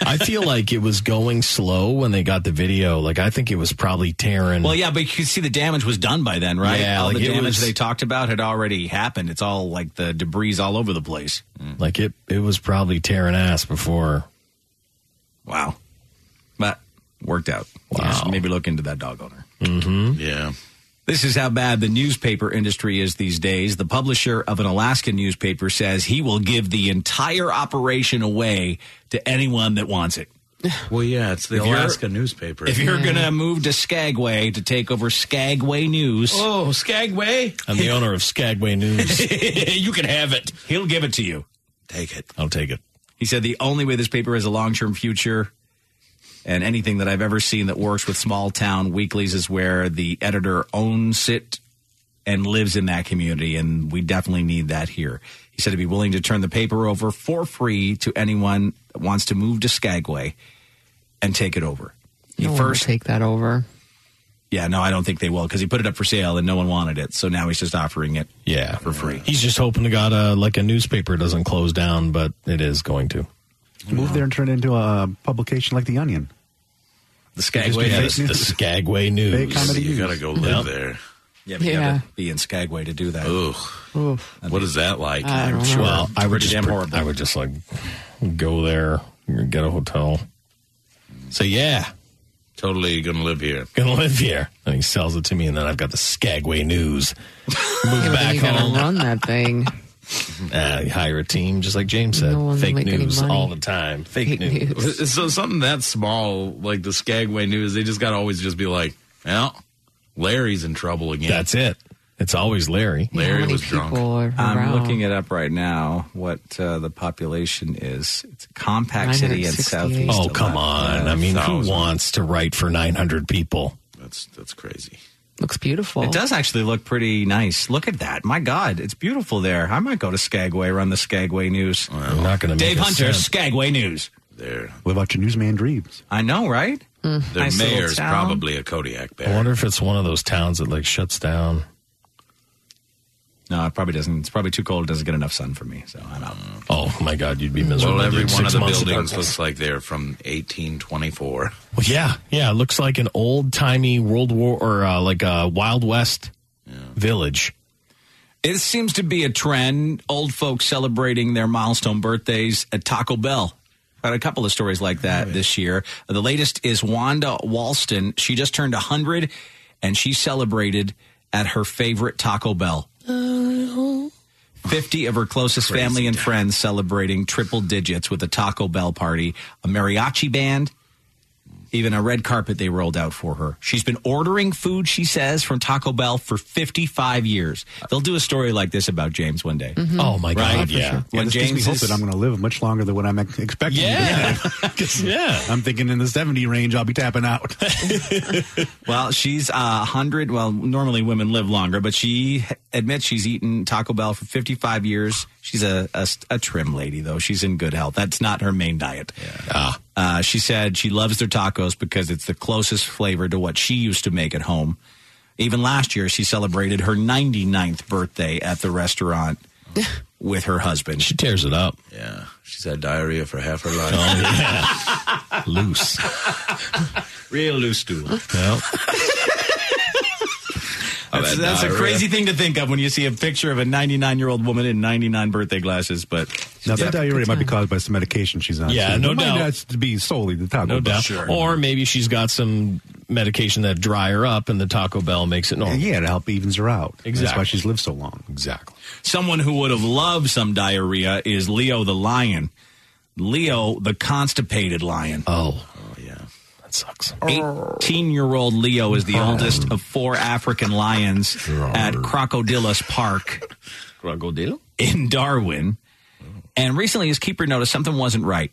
[SPEAKER 7] I feel like it was going slow when they got the video. Like I think it was probably tearing.
[SPEAKER 4] Well, yeah, but you could see the damage was done by then, right?
[SPEAKER 7] Yeah,
[SPEAKER 4] all
[SPEAKER 7] like
[SPEAKER 4] the
[SPEAKER 7] it
[SPEAKER 4] damage
[SPEAKER 7] was-
[SPEAKER 4] they talked about had already happened. It's all like the debris all over the place.
[SPEAKER 7] Like it, it was probably tearing ass before.
[SPEAKER 4] Wow. But worked out. Wow. maybe look into that dog owner.
[SPEAKER 7] Mm-hmm.
[SPEAKER 5] Yeah.
[SPEAKER 4] This is how bad the newspaper industry is these days. The publisher of an Alaska newspaper says he will give the entire operation away to anyone that wants it.
[SPEAKER 5] Well, yeah, it's the
[SPEAKER 4] If you're-
[SPEAKER 5] Alaska newspaper.
[SPEAKER 4] If you're going to move to Skagway to take over Skagway News.
[SPEAKER 5] Oh, Skagway?
[SPEAKER 7] I'm the owner of Skagway News.
[SPEAKER 4] you can have it. He'll give it to you.
[SPEAKER 5] Take it.
[SPEAKER 7] I'll take it.
[SPEAKER 4] He said the only way this paper has a long term future and anything that I've ever seen that works with small town weeklies is where the editor owns it and lives in that community. And we definitely need that here. He said to be willing to turn the paper over for free to anyone that wants to move to Skagway and take it over.
[SPEAKER 6] No one will take that over.
[SPEAKER 4] Yeah, no, I don't think they will because he put it up for sale and no one wanted it. So now he's just offering it
[SPEAKER 7] yeah
[SPEAKER 4] for free.
[SPEAKER 7] He's just hoping to God, uh, like a newspaper doesn't close down, but it is going to.
[SPEAKER 8] Move there and turn it into a publication like The Onion.
[SPEAKER 4] The
[SPEAKER 8] Skagway
[SPEAKER 7] yeah,
[SPEAKER 8] News.
[SPEAKER 7] the, the Skagway News.
[SPEAKER 8] Fake comedy
[SPEAKER 5] You gotta go live there.
[SPEAKER 4] Yeah,
[SPEAKER 5] but you gotta Yeah.
[SPEAKER 4] be in Skagway to do that.
[SPEAKER 5] Ugh.
[SPEAKER 6] Oof.
[SPEAKER 5] What is that like?
[SPEAKER 6] I don't know.
[SPEAKER 7] Well, I would
[SPEAKER 5] Pretty
[SPEAKER 7] just
[SPEAKER 5] damn
[SPEAKER 7] pre-
[SPEAKER 5] horrible.
[SPEAKER 7] I would just like go there, get a hotel. Say yeah,
[SPEAKER 5] totally gonna live here.
[SPEAKER 7] Gonna live here. And he sells it to me, and then I've got the Skagway News. Move
[SPEAKER 6] Yeah, but then
[SPEAKER 7] back
[SPEAKER 6] you gotta
[SPEAKER 7] home.
[SPEAKER 6] run that thing.
[SPEAKER 7] Uh, you hire a team, just like James said.
[SPEAKER 6] No one's
[SPEAKER 7] Fake
[SPEAKER 6] making any
[SPEAKER 7] news
[SPEAKER 6] money.
[SPEAKER 7] all the time. Fake, news.
[SPEAKER 5] So something that small, like the Skagway News, they just gotta always just be like, well, Larry's in trouble again.
[SPEAKER 7] That's it. It's always Larry.
[SPEAKER 5] Larry was drunk.
[SPEAKER 4] I'm looking it up right now. What uh, the population is? It's a compact city in southeast.
[SPEAKER 7] Oh come on! I mean, who wants to write for nine hundred people?
[SPEAKER 5] That's that's crazy.
[SPEAKER 6] Looks beautiful.
[SPEAKER 4] It does actually look pretty nice. Look at that! My God, it's beautiful there. I might go to Skagway, run the Skagway News.
[SPEAKER 7] I'm not going
[SPEAKER 4] Dave
[SPEAKER 8] make a
[SPEAKER 4] Hunter,
[SPEAKER 8] cent.
[SPEAKER 4] Skagway News.
[SPEAKER 5] There.
[SPEAKER 8] Live out your newsman dreams.
[SPEAKER 4] I know, right?
[SPEAKER 5] The
[SPEAKER 4] Mm, Nice little
[SPEAKER 5] mayor's
[SPEAKER 4] town.
[SPEAKER 5] probably a Kodiak bear.
[SPEAKER 7] I wonder if it's one of those towns that like shuts down.
[SPEAKER 4] No, it probably doesn't. It's probably too cold. It doesn't get enough sun for me, so I'm out.
[SPEAKER 7] Oh my God, you'd be miserable.
[SPEAKER 5] Well, every
[SPEAKER 7] dude.
[SPEAKER 5] one of
[SPEAKER 7] Six
[SPEAKER 5] the
[SPEAKER 7] months
[SPEAKER 5] buildings
[SPEAKER 7] ago.
[SPEAKER 5] looks like they're from 1824.
[SPEAKER 7] Well, yeah, yeah. It looks like an old timey World War or uh, like a Wild West village.
[SPEAKER 4] It seems to be a trend. Old folks celebrating their milestone birthdays at Taco Bell. Had a couple of stories like that this year. The latest is Wanda Walston. She just turned 100 and she celebrated at her favorite Taco Bell.
[SPEAKER 7] Oh,
[SPEAKER 4] 50 of her closest family and friends celebrating triple digits with a Taco Bell party, a mariachi band, even a red carpet they rolled out for her. She's been ordering food, she says, from Taco Bell for 55 years. They'll do a story like this about James one day.
[SPEAKER 8] Mhm.
[SPEAKER 7] Oh, my God,
[SPEAKER 4] Right?
[SPEAKER 7] yeah.
[SPEAKER 8] Yeah,
[SPEAKER 4] When
[SPEAKER 8] this gives me
[SPEAKER 4] James
[SPEAKER 8] hope
[SPEAKER 4] is-
[SPEAKER 8] that I'm going to live much longer than what I'm ex- expecting.
[SPEAKER 4] Yeah.
[SPEAKER 7] yeah.
[SPEAKER 8] I'm thinking in the 70 range, I'll be tapping out.
[SPEAKER 4] Well, she's uh, a hundred. Well, normally women live longer, but she admits she's eaten Taco Bell for 55 years. She's a, a, a trim lady, though. She's in good health. That's not her main diet.
[SPEAKER 7] Ah.
[SPEAKER 4] Uh, she said she loves their tacos because it's the closest flavor to what she used to make at home. Even last year, she celebrated her 99th birthday at the restaurant with her husband. She
[SPEAKER 7] tears it up.
[SPEAKER 5] Yeah. She's had diarrhea for half her life.
[SPEAKER 7] loose.
[SPEAKER 4] Real loose stool.
[SPEAKER 7] Well,
[SPEAKER 4] that's
[SPEAKER 5] that
[SPEAKER 4] that's a
[SPEAKER 5] diarrhea.
[SPEAKER 4] crazy thing to think of when you see a picture of a 99 year old woman in 99 birthday glasses. But
[SPEAKER 8] Now,
[SPEAKER 4] Yeah.
[SPEAKER 8] that diarrhea might be caused by some medication she's on.
[SPEAKER 7] Yeah,
[SPEAKER 8] too.
[SPEAKER 7] no
[SPEAKER 8] It might
[SPEAKER 7] doubt.
[SPEAKER 8] not to be solely the Taco
[SPEAKER 7] no
[SPEAKER 8] Bell.
[SPEAKER 7] doubt. Or maybe she's got some medication that dry her up, and the Taco Bell makes it normal.
[SPEAKER 8] Yeah, to help evens her out. That's why
[SPEAKER 4] Exactly.
[SPEAKER 8] she's lived so long.
[SPEAKER 7] Exactly.
[SPEAKER 4] Someone who would have loved some diarrhea is Leo the lion. Leo the constipated lion.
[SPEAKER 7] Oh.
[SPEAKER 4] That
[SPEAKER 7] sucks.
[SPEAKER 4] 18 year old Leo is the oldest of four African lions at Crocodilus Park.
[SPEAKER 7] Crocodile?
[SPEAKER 4] In Darwin. And recently his keeper noticed something wasn't right.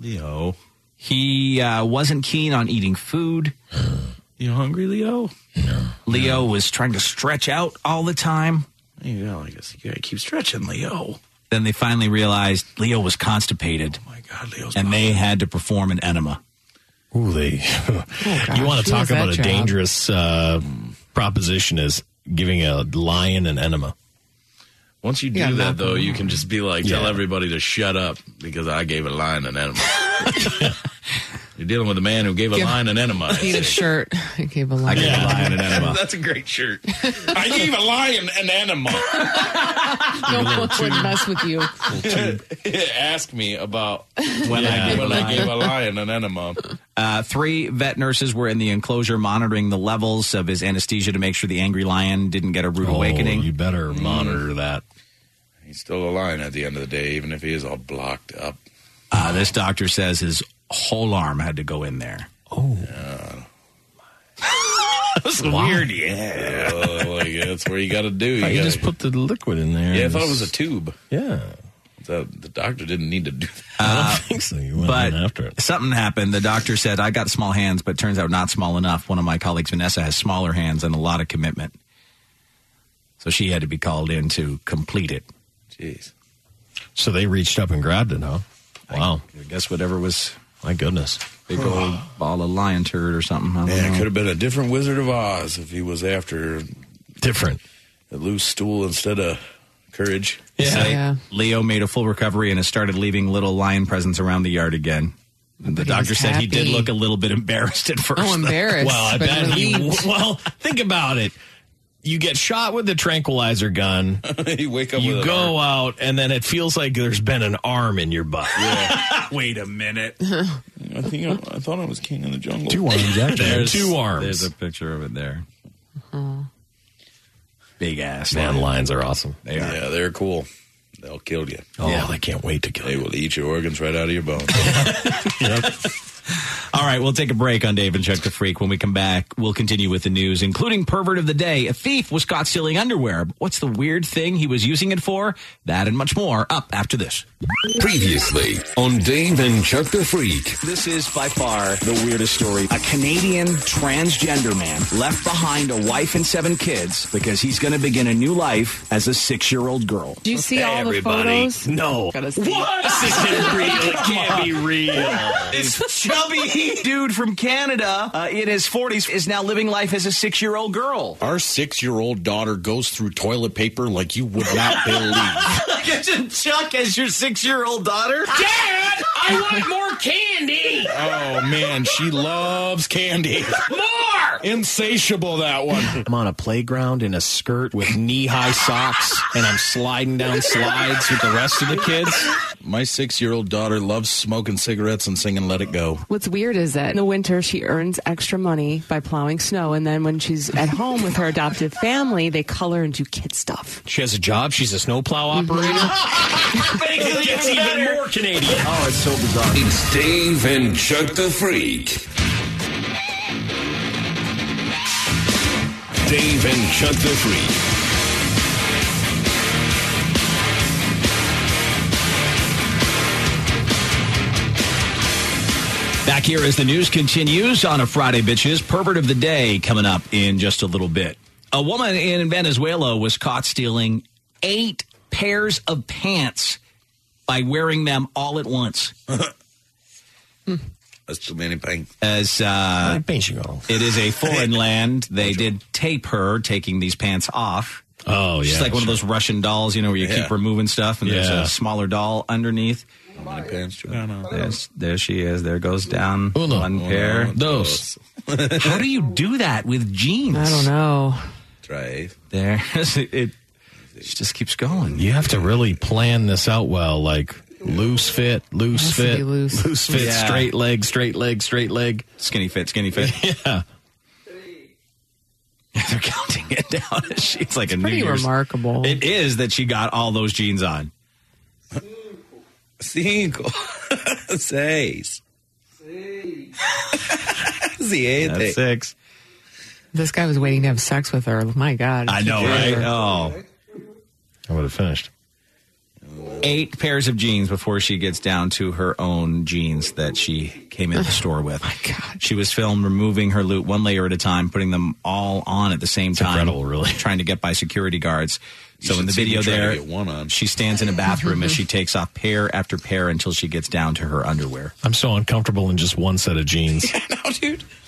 [SPEAKER 4] Leo. He uh, wasn't keen on eating food. You hungry, Leo? Leo was trying to stretch out all the time.
[SPEAKER 5] You know, I guess you gotta keep stretching, Leo.
[SPEAKER 4] Then they finally realized Leo was constipated. Oh my God, Leo's And they had to perform an enema.
[SPEAKER 7] Ooh, they. you want
[SPEAKER 4] who
[SPEAKER 7] to talk
[SPEAKER 4] Oh, has that
[SPEAKER 7] about a
[SPEAKER 4] job?
[SPEAKER 7] dangerous uh, proposition is giving a lion an enema.
[SPEAKER 5] Once you do
[SPEAKER 7] Yeah,
[SPEAKER 5] that,
[SPEAKER 7] knock
[SPEAKER 5] though,
[SPEAKER 7] them
[SPEAKER 5] you can just be like, tell everybody to shut up because I gave a lion an enema. You're dealing with a man who gave a
[SPEAKER 6] Give-
[SPEAKER 5] lion an enema. I'd
[SPEAKER 6] Need a
[SPEAKER 5] say.
[SPEAKER 6] shirt. I gave a lion.
[SPEAKER 5] That's a great shirt. I gave a lion an enema.
[SPEAKER 6] no one would mess with you.
[SPEAKER 5] Ask me about
[SPEAKER 4] When I gave a
[SPEAKER 5] when I
[SPEAKER 4] lion.
[SPEAKER 5] gave a lion an enema.
[SPEAKER 4] Uh, three vet nurses were in the enclosure monitoring the levels of his anesthesia to make sure the angry lion didn't get a rude awakening.
[SPEAKER 7] Oh, You better
[SPEAKER 5] Mm.
[SPEAKER 7] monitor that.
[SPEAKER 5] He's still a lion at the end of the day, even if he is all blocked up.
[SPEAKER 4] Uh, this doctor says his whole arm had to go in there.
[SPEAKER 7] Oh.
[SPEAKER 5] That's
[SPEAKER 4] Wow.
[SPEAKER 5] weird. Yeah. like, that's where you got to do.
[SPEAKER 7] You,
[SPEAKER 5] gotta-
[SPEAKER 7] just put the liquid in there.
[SPEAKER 5] Yeah, I
[SPEAKER 7] and
[SPEAKER 5] thought it
[SPEAKER 7] just-
[SPEAKER 5] was a tube.
[SPEAKER 7] Yeah.
[SPEAKER 5] I the, the doctor didn't need to do that.
[SPEAKER 4] I don't think so. Uh, but something happened. The doctor said, I got small hands, but turns out not small enough. One of my colleagues, Vanessa, has smaller hands and a lot of commitment. So she had to be called in to complete it.
[SPEAKER 5] Jeez.
[SPEAKER 7] So they reached up and grabbed it, huh? Wow.
[SPEAKER 4] I guess whatever was.
[SPEAKER 7] My goodness.
[SPEAKER 4] Big old ball of lion turd or something. I don't
[SPEAKER 5] Man, it
[SPEAKER 4] know.
[SPEAKER 5] could have been a different Wizard of Oz if he was after
[SPEAKER 7] different
[SPEAKER 5] a loose stool instead of courage.
[SPEAKER 4] Yeah. Leo made a full recovery and has started leaving little lion presents around the yard again. the
[SPEAKER 7] he
[SPEAKER 4] doctor
[SPEAKER 7] was
[SPEAKER 4] said he did
[SPEAKER 7] happy.
[SPEAKER 4] look a little bit embarrassed at first.
[SPEAKER 7] Oh,
[SPEAKER 4] though.
[SPEAKER 7] embarrassed, Well, I but bet he- relieved. well, think about it. You get shot with a tranquilizer gun.
[SPEAKER 5] you wake up.
[SPEAKER 7] You
[SPEAKER 5] with an
[SPEAKER 7] go out, and then it feels like there's been an arm in your butt.
[SPEAKER 4] Wait a minute.
[SPEAKER 5] I think I, I thought I was king in the jungle.
[SPEAKER 7] Two arms, actually.
[SPEAKER 4] There's-
[SPEAKER 7] Two arms.
[SPEAKER 4] There's a picture of it there. Big ass
[SPEAKER 7] Man, lions are awesome.
[SPEAKER 4] They
[SPEAKER 5] are. Yeah, they're cool. They'll kill you.
[SPEAKER 7] Oh, they can't wait to kill
[SPEAKER 5] you. They will eat your organs right out of your bones.
[SPEAKER 4] All right, we'll take a break on Dave and Chuck the Freak. When we come back, we'll continue with the news, including pervert of the day. A thief was caught stealing underwear. What's the weird thing he was using it for? That and much more up after this.
[SPEAKER 14] Previously on Dave and Chuck the Freak.
[SPEAKER 10] This is by far the weirdest story. A Canadian transgender man left behind a wife and seven kids because he's going to begin a new life as a six year old girl.
[SPEAKER 6] Do you see all the photos?
[SPEAKER 10] No.
[SPEAKER 6] Gotta see.
[SPEAKER 10] What?
[SPEAKER 6] This isn't real. It can't be
[SPEAKER 10] real.
[SPEAKER 4] This chubby dude from Canada uh, in his 40s is now living life as a six year old girl.
[SPEAKER 12] Our six year old daughter goes through toilet paper like you would not believe.
[SPEAKER 4] Imagine Chuck as your six year old daughter.
[SPEAKER 2] Dad, I want more candy.
[SPEAKER 12] Oh man, she loves candy.
[SPEAKER 2] More.
[SPEAKER 12] Insatiable that one. I'm on a playground in a skirt with knee high socks and I'm sliding down slides with the rest of the kids.
[SPEAKER 5] My six year old daughter loves smoking cigarettes and singing Let It Go.
[SPEAKER 6] What's weird is that in the winter she earns extra money by plowing snow, and then when she's at home with her adoptive family, they color and do kid stuff.
[SPEAKER 12] She has a job. She's a snowplow operator.
[SPEAKER 2] It gets even more
[SPEAKER 12] Canadian.
[SPEAKER 14] Oh, it's so bizarre. It's Dave and Chuck the Freak. Dave and Chuck the Freak.
[SPEAKER 4] Back here as the news continues on a Friday, bitches. Pervert of the day coming up in just a little bit. A woman in Venezuela was caught stealing eight pairs of pants by wearing them all at once.
[SPEAKER 5] That's too many pants.
[SPEAKER 4] As uh, it is a foreign land, they did tape her taking these pants off.
[SPEAKER 7] Oh,
[SPEAKER 4] she's
[SPEAKER 7] yeah,
[SPEAKER 4] like one of
[SPEAKER 7] sure.
[SPEAKER 4] those Russian dolls, you know, where you
[SPEAKER 7] Yeah.
[SPEAKER 4] keep removing stuff and there's
[SPEAKER 7] Yeah.
[SPEAKER 4] a smaller doll underneath. There's, there she is. There goes down one pair.
[SPEAKER 7] Those.
[SPEAKER 4] How do you do that with jeans?
[SPEAKER 6] I don't know.
[SPEAKER 5] Drive.
[SPEAKER 4] There. it, it just keeps going.
[SPEAKER 7] You have to really plan this out well, like loose fit, loose fit, loose. fit,
[SPEAKER 4] Yeah.
[SPEAKER 7] straight leg, straight leg, straight leg,
[SPEAKER 4] skinny fit, skinny fit.
[SPEAKER 7] yeah.
[SPEAKER 4] They're counting it down. She- It's like a
[SPEAKER 6] pretty
[SPEAKER 4] New Year's.
[SPEAKER 6] remarkable.
[SPEAKER 4] It is that she got all those jeans on.
[SPEAKER 5] Cinco. Seis. Siete.
[SPEAKER 4] That's six.
[SPEAKER 6] This guy was waiting to have sex with her. My God.
[SPEAKER 4] I know, right? Oh.
[SPEAKER 7] I would have finished.
[SPEAKER 4] Eight pairs of jeans before she gets down to her own jeans that she came in the store with. my God. She was filmed removing her loot one layer at a time, putting them all on at the same time. Incredible, really. Trying to get by security guards. so in the
[SPEAKER 5] should see me
[SPEAKER 4] video
[SPEAKER 5] try to
[SPEAKER 4] there,
[SPEAKER 5] get
[SPEAKER 4] she stands in a bathroom as she takes off pair after pair until she gets down to her underwear.
[SPEAKER 7] I'm so uncomfortable in just one set of jeans.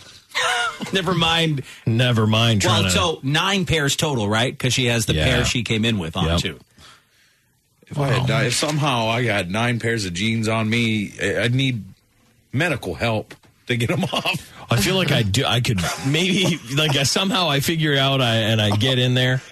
[SPEAKER 4] Never mind.
[SPEAKER 7] Never mind. Trying
[SPEAKER 4] Well,
[SPEAKER 7] to-
[SPEAKER 4] so nine pairs total, right? Because she has the
[SPEAKER 7] Yeah.
[SPEAKER 4] pair she came in with on too.
[SPEAKER 5] If, I
[SPEAKER 4] Oh,
[SPEAKER 5] had, di- if somehow Oh, I had nine pairs of jeans on me, I- I'd need medical help to get them off.
[SPEAKER 7] I feel like I do. I could maybe like I, somehow I figure out I, and I get in there.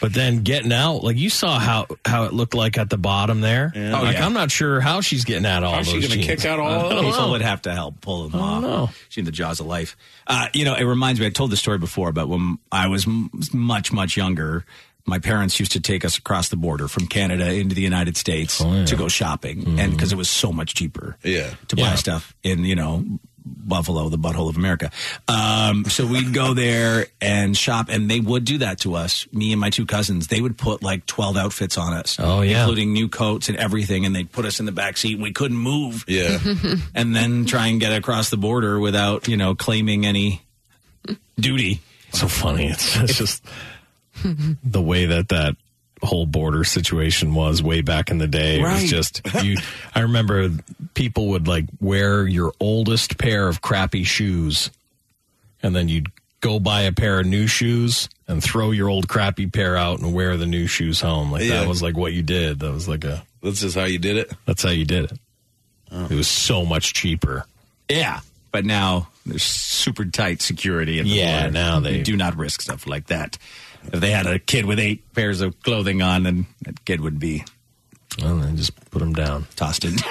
[SPEAKER 7] But then getting out, like you saw how how it looked like at the bottom there.
[SPEAKER 4] Oh,
[SPEAKER 7] Like
[SPEAKER 4] yeah.
[SPEAKER 7] I'm not sure how she's getting out all
[SPEAKER 4] How's she
[SPEAKER 7] those.
[SPEAKER 4] gonna
[SPEAKER 7] jeans.
[SPEAKER 4] kick out all
[SPEAKER 7] I
[SPEAKER 4] of
[SPEAKER 7] don't
[SPEAKER 4] them? People
[SPEAKER 7] know.
[SPEAKER 4] would have to help pull them off.
[SPEAKER 7] know.
[SPEAKER 4] She's in the jaws of life. Uh, you know, it reminds me. I told this story before, but when I was m- much much younger, my parents used to take us across the border from Canada into the United Oh, Mm-hmm. States to go shopping, and because it was so much cheaper.
[SPEAKER 5] Yeah.
[SPEAKER 4] to buy stuff in you know Buffalo, the butthole of America. Um, so we'd go there and shop, and they would do that to us. Me and my two cousins, they would put like twelve outfits on us.
[SPEAKER 7] Oh, yeah.
[SPEAKER 4] including new coats and everything, and they'd put us in the back seat. and We couldn't move.
[SPEAKER 5] Yeah,
[SPEAKER 4] and then try and get across the border without you know claiming any duty.
[SPEAKER 7] So funny. It's, it's just the way that that whole border situation was way back in the day. It
[SPEAKER 2] Right.
[SPEAKER 7] was just you. I remember people would like wear your oldest pair of crappy shoes, and then you'd go buy a pair of new shoes and throw your old crappy pair out and wear the new shoes home. Like
[SPEAKER 5] Yeah.
[SPEAKER 7] that was like what you did. That was like a.
[SPEAKER 5] That's just how you did it. Oh.
[SPEAKER 7] That's how you did it. It was so much cheaper.
[SPEAKER 4] Yeah, but now there's super tight security. At the
[SPEAKER 7] Yeah,
[SPEAKER 4] border.
[SPEAKER 7] now they-
[SPEAKER 4] do not risk stuff like that. If they had a kid with eight pairs of clothing on, then that kid would be
[SPEAKER 7] Well, then just put them down,
[SPEAKER 4] tossed in. Maybe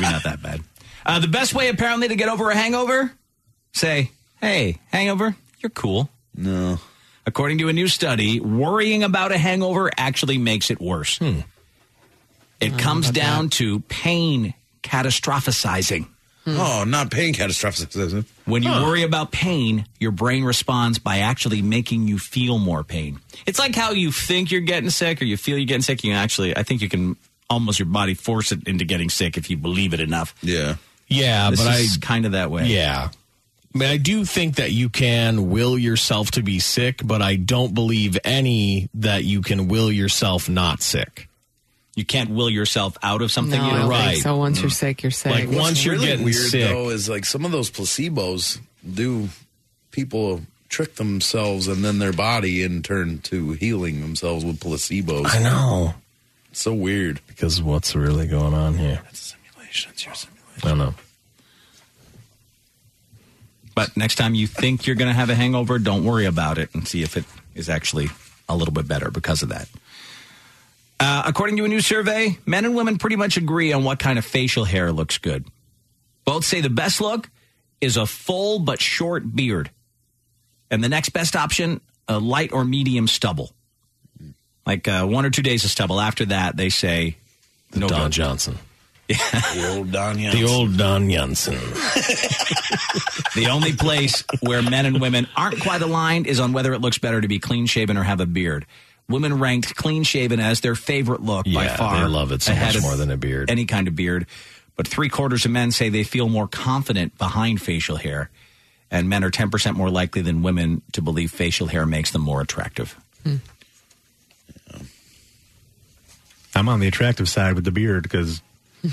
[SPEAKER 4] not that bad. Uh, the best way, apparently, to get over a hangover, say, "Hey, hangover, you're cool." No. According to a new study, worrying about a hangover actually makes it worse.
[SPEAKER 7] Hmm.
[SPEAKER 4] It comes down to pain catastrophizing.
[SPEAKER 5] Oh, not pain catastrophizing.
[SPEAKER 4] When you worry about pain, your brain responds by actually making you feel more pain. It's like how you think you're getting sick or you feel you're getting sick. You actually, I think you can almost your body force it into getting sick if you believe it enough.
[SPEAKER 5] Yeah.
[SPEAKER 7] Yeah,
[SPEAKER 4] This
[SPEAKER 7] but
[SPEAKER 4] is
[SPEAKER 7] I
[SPEAKER 4] kind of that way.
[SPEAKER 7] Yeah. I mean, I do think that you can will yourself to be sick, but I don't believe any that you can will yourself not sick.
[SPEAKER 4] You can't will yourself out of something.
[SPEAKER 6] No,
[SPEAKER 4] you
[SPEAKER 6] I
[SPEAKER 4] know?
[SPEAKER 6] don't think so once you're sick, you're sick.
[SPEAKER 5] What's really weird though is like some of those placebos do people trick themselves and then their body in turn to healing themselves with placebos.
[SPEAKER 7] I know.
[SPEAKER 5] It's so weird.
[SPEAKER 7] Because what's really going on here? It's a simulation. It's your simulation. I don't know.
[SPEAKER 4] But next time you think you're going to have a hangover, don't worry about it and see if it is actually a little bit better because of that. Uh, according to a new survey, men and women pretty much agree on what kind of facial hair looks good. Both say the best look is a full but short beard. And the next best option, a light or medium stubble. Like uh, one or two days of stubble. After that, they say the no Don
[SPEAKER 7] Johnson.
[SPEAKER 5] The old Don Johnson.
[SPEAKER 7] The old Don Johnson.
[SPEAKER 4] The only place where men and women aren't quite aligned is on whether it looks better to be clean shaven or have a beard. Women ranked clean shaven as their favorite look by
[SPEAKER 7] Yeah,
[SPEAKER 4] far.
[SPEAKER 7] they love it so much
[SPEAKER 4] ahead of
[SPEAKER 7] more than a beard.
[SPEAKER 4] Any kind of beard. But three quarters of men say they feel more confident behind facial hair. And men are 10% more likely than women to believe facial hair makes them more attractive.
[SPEAKER 8] I'm on the attractive side with the beard because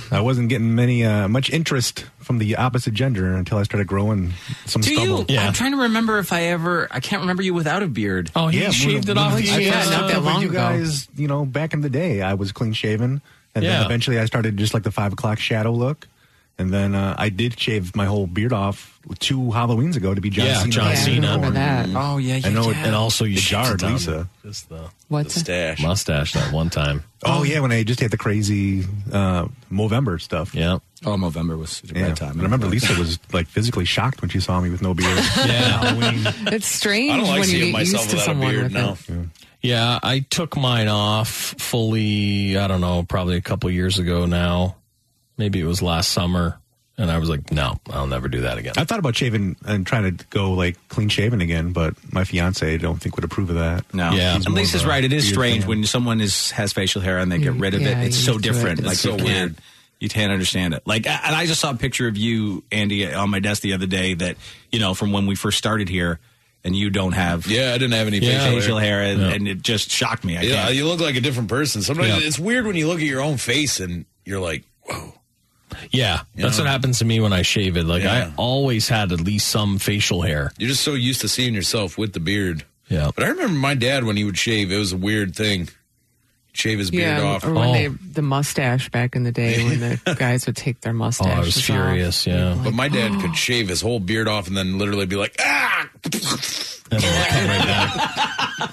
[SPEAKER 8] I wasn't getting many uh, much interest from the opposite gender until I started growing some
[SPEAKER 4] Do
[SPEAKER 8] stubble.
[SPEAKER 4] you? I'm trying to remember if I ever. I can't remember you without a beard.
[SPEAKER 7] Oh,
[SPEAKER 8] when- when I first started with you guys, you know, back in the day, I was clean shaven, and
[SPEAKER 4] Yeah.
[SPEAKER 8] then eventually I started just like the five o'clock shadow look, and then uh, I did shave my whole beard off two Halloweens ago to be John
[SPEAKER 7] Yeah,
[SPEAKER 8] Cena.
[SPEAKER 7] John
[SPEAKER 8] in
[SPEAKER 7] Cena.
[SPEAKER 8] uniform.
[SPEAKER 7] Remember that. Oh, yeah,
[SPEAKER 8] I
[SPEAKER 7] yeah,
[SPEAKER 8] know, it-
[SPEAKER 7] yeah. And also you
[SPEAKER 8] it
[SPEAKER 7] shaved
[SPEAKER 8] jarred
[SPEAKER 7] it down.
[SPEAKER 8] Lisa.
[SPEAKER 7] Just the
[SPEAKER 6] What's it?
[SPEAKER 5] stash.
[SPEAKER 7] Mustache that one time.
[SPEAKER 8] Oh yeah, when I just had the crazy uh, Movember stuff.
[SPEAKER 7] Yeah.
[SPEAKER 4] Oh, Movember was such a
[SPEAKER 8] bad time. I remember Lisa was like physically shocked when she saw me with no beard.
[SPEAKER 6] It's strange when you get used to someone with it.
[SPEAKER 7] Yeah, I took mine off fully, I don't know, probably a couple years ago now. Maybe it was last summer. And I was like, no, I'll never do that again.
[SPEAKER 8] I thought about shaving and trying to go like clean shaven again, but my fiance I don't think would approve of that.
[SPEAKER 4] No.
[SPEAKER 8] He's
[SPEAKER 4] And
[SPEAKER 8] more
[SPEAKER 4] Lisa's
[SPEAKER 8] of a
[SPEAKER 4] right. It is
[SPEAKER 8] beard
[SPEAKER 4] strange
[SPEAKER 8] fan.
[SPEAKER 4] when someone is has facial hair and they get rid of
[SPEAKER 8] yeah,
[SPEAKER 4] it. It's
[SPEAKER 8] you
[SPEAKER 4] so
[SPEAKER 8] need to-
[SPEAKER 4] different.
[SPEAKER 8] it's
[SPEAKER 4] like
[SPEAKER 8] so
[SPEAKER 4] you can't, You can't understand it. Like, and I just saw a picture of you, Andy, on my desk the other day. That you know from when we first started here, and you don't have.
[SPEAKER 5] Yeah, I didn't have any facial
[SPEAKER 4] facial hair,
[SPEAKER 5] hair.
[SPEAKER 4] and,
[SPEAKER 5] No.
[SPEAKER 4] and it just shocked me. I
[SPEAKER 5] yeah,
[SPEAKER 4] can't.
[SPEAKER 5] you look like a different person. Sometimes
[SPEAKER 4] Yeah.
[SPEAKER 5] it's weird when you look at your own face and you're like,
[SPEAKER 7] Yeah,
[SPEAKER 5] You
[SPEAKER 7] that's
[SPEAKER 5] know?
[SPEAKER 7] what happens to me when I shave it. Like
[SPEAKER 5] Yeah.
[SPEAKER 7] I always had at least some facial hair.
[SPEAKER 5] you're just so used to seeing yourself with the beard.
[SPEAKER 7] Yeah.
[SPEAKER 5] But I remember my dad when he would shave, it was a weird thing. Shave his beard
[SPEAKER 6] Yeah,
[SPEAKER 5] off.
[SPEAKER 6] or
[SPEAKER 5] Oh.
[SPEAKER 4] Oh.
[SPEAKER 6] when they the mustache back in the day when the guys would take their mustache.
[SPEAKER 7] yeah.
[SPEAKER 5] but my dad
[SPEAKER 6] Oh.
[SPEAKER 5] could shave his whole beard off and then literally be like, ah!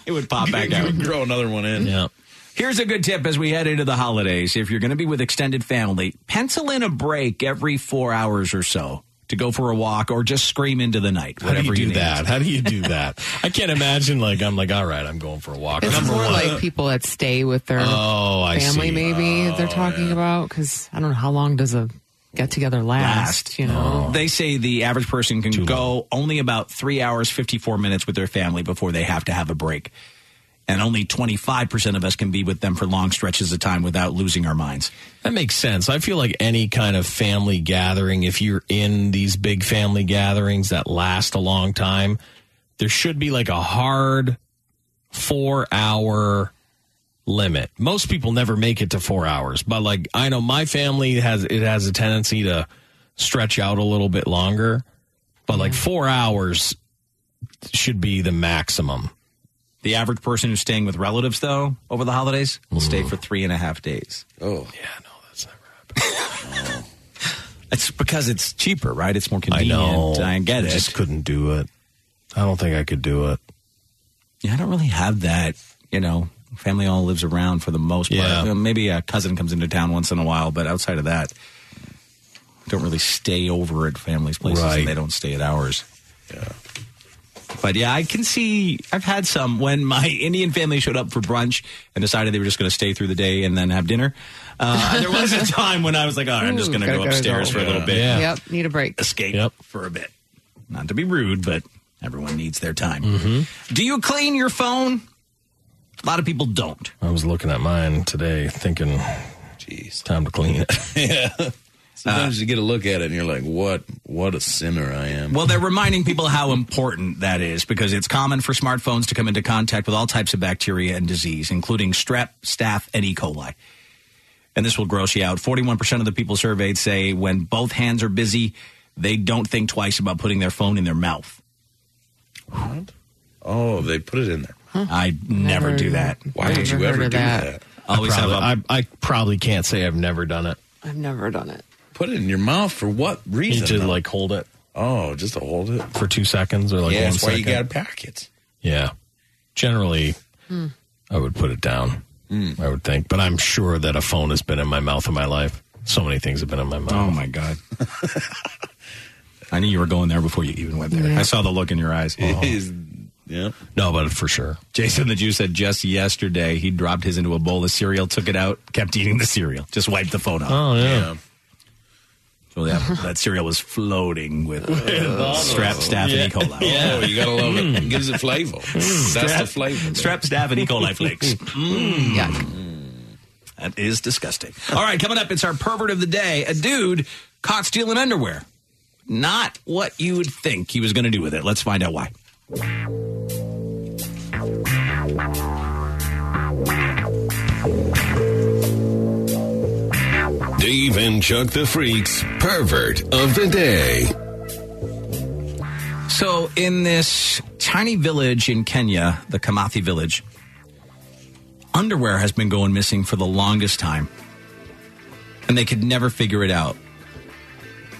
[SPEAKER 4] it would pop back
[SPEAKER 5] out. would grow another one in.
[SPEAKER 7] Yeah.
[SPEAKER 4] Here's a good tip as we head into the holidays. If you're going to be with extended family, pencil in a break every four hours or so to go for a walk or just scream into the night.
[SPEAKER 7] How do
[SPEAKER 4] whatever
[SPEAKER 7] you do
[SPEAKER 4] need.
[SPEAKER 7] that? How do you do that? I can't imagine. Like I'm like, all right, I'm going for a walk.
[SPEAKER 6] It's
[SPEAKER 7] Number
[SPEAKER 6] more
[SPEAKER 7] one.
[SPEAKER 6] like people that stay with their
[SPEAKER 7] Oh, I
[SPEAKER 6] family,
[SPEAKER 7] see.
[SPEAKER 6] maybe they're talking about. Because I don't know how long does a got together last, you know.
[SPEAKER 7] Oh.
[SPEAKER 4] They say the average person can go only about three hours, 54 minutes with their family before they have to have a break. And only 25% of us can be with them for long stretches of time without losing our minds.
[SPEAKER 7] That makes sense. I feel like any kind of family gathering, if you're in these big family gatherings that last a long time, there should be like a hard four hour limit. Most people never make it to four hours, but like I know my family has it has a tendency to stretch out a little bit longer, but
[SPEAKER 4] Mm-hmm.
[SPEAKER 7] like four hours should be the maximum.
[SPEAKER 4] The average person who's staying with relatives, though, over the holidays will stay
[SPEAKER 7] Mm-hmm.
[SPEAKER 4] for three and a half days. Oh. Yeah, no, that's never happened. it's because it's cheaper, right? It's more
[SPEAKER 7] I
[SPEAKER 4] convenient.
[SPEAKER 7] know.
[SPEAKER 4] I get it.
[SPEAKER 7] Just couldn't do it. I don't think I could do it.
[SPEAKER 4] Yeah, I don't really have that. You know, family all lives around for the most part.
[SPEAKER 7] Yeah.
[SPEAKER 4] Uh, Maybe a cousin comes into town once in a while, but outside of that, don't really stay over at family's places,
[SPEAKER 7] Right.
[SPEAKER 4] and they don't stay at ours. Yeah. But yeah, I can see. I've had some when my Indian family showed up for brunch and decided they were just going to stay through the day and then have dinner. Uh, there was a time when I was like, "All right, I'm just
[SPEAKER 6] Ooh,
[SPEAKER 4] going to
[SPEAKER 6] Hmm. gotta
[SPEAKER 4] go upstairs for a little bit."
[SPEAKER 6] Yep, need a break.
[SPEAKER 4] escape for a bit. Not to be rude, but everyone needs their time. Do you clean your phone? A lot of people don't.
[SPEAKER 7] I was looking at mine today thinking, geez, time to clean it.
[SPEAKER 5] yeah. Sometimes you get a look at it and you're like, "What? What a sinner I am."
[SPEAKER 4] Well, they're reminding people how important that is because it's common for smartphones to come into contact with all types of bacteria and disease, including strep, staph, and E. coli. And this will gross you out. 41% of the people surveyed say when both hands are busy, they don't think twice about putting their phone in their mouth.
[SPEAKER 5] Oh, they put it in there.
[SPEAKER 4] I never, do that.
[SPEAKER 5] Why would you ever do that?
[SPEAKER 7] I
[SPEAKER 4] Always have
[SPEAKER 7] probably,
[SPEAKER 4] a
[SPEAKER 7] I- I probably can't say I've never done it.
[SPEAKER 6] I've never done it.
[SPEAKER 5] Put it in your mouth for what reason?
[SPEAKER 7] to,
[SPEAKER 5] though?
[SPEAKER 7] like hold it.
[SPEAKER 5] Oh, just to hold it
[SPEAKER 7] for two seconds or like
[SPEAKER 5] yeah,
[SPEAKER 7] one
[SPEAKER 5] that's why you
[SPEAKER 7] second.
[SPEAKER 5] got packets.
[SPEAKER 7] Yeah. Generally, I would put it down.
[SPEAKER 4] Hmm.
[SPEAKER 7] I would think, but I'm sure that a phone has been in my mouth in my life. So many things have been in my mouth. Oh
[SPEAKER 4] my god! I knew you were going there before you even went there. I saw the look in your eyes. Oh.
[SPEAKER 5] yeah.
[SPEAKER 7] No, but for sure.
[SPEAKER 4] Jason the Jew said just yesterday he dropped his into a bowl of cereal, took it out, kept eating the cereal, just wiped the phone off.
[SPEAKER 7] Oh, yeah.
[SPEAKER 4] So that, that cereal was floating with strep, staph, and E. coli. Mm.
[SPEAKER 5] Oh, you gotta love it. It gives it flavor. That's the
[SPEAKER 4] Strep-
[SPEAKER 5] flavor.
[SPEAKER 4] Strep, staph, and E. coli flakes. Mm. That is disgusting. All right, coming up, it's our pervert of the day. A dude caught stealing underwear. Not what you would think he was going to do with it. Let's find out why.
[SPEAKER 14] Dave and Chuck the Freaks, pervert of the day.
[SPEAKER 4] So, in this tiny village in Kenya, the Kamathi village, underwear has been going missing for the longest time, and they could never figure it out.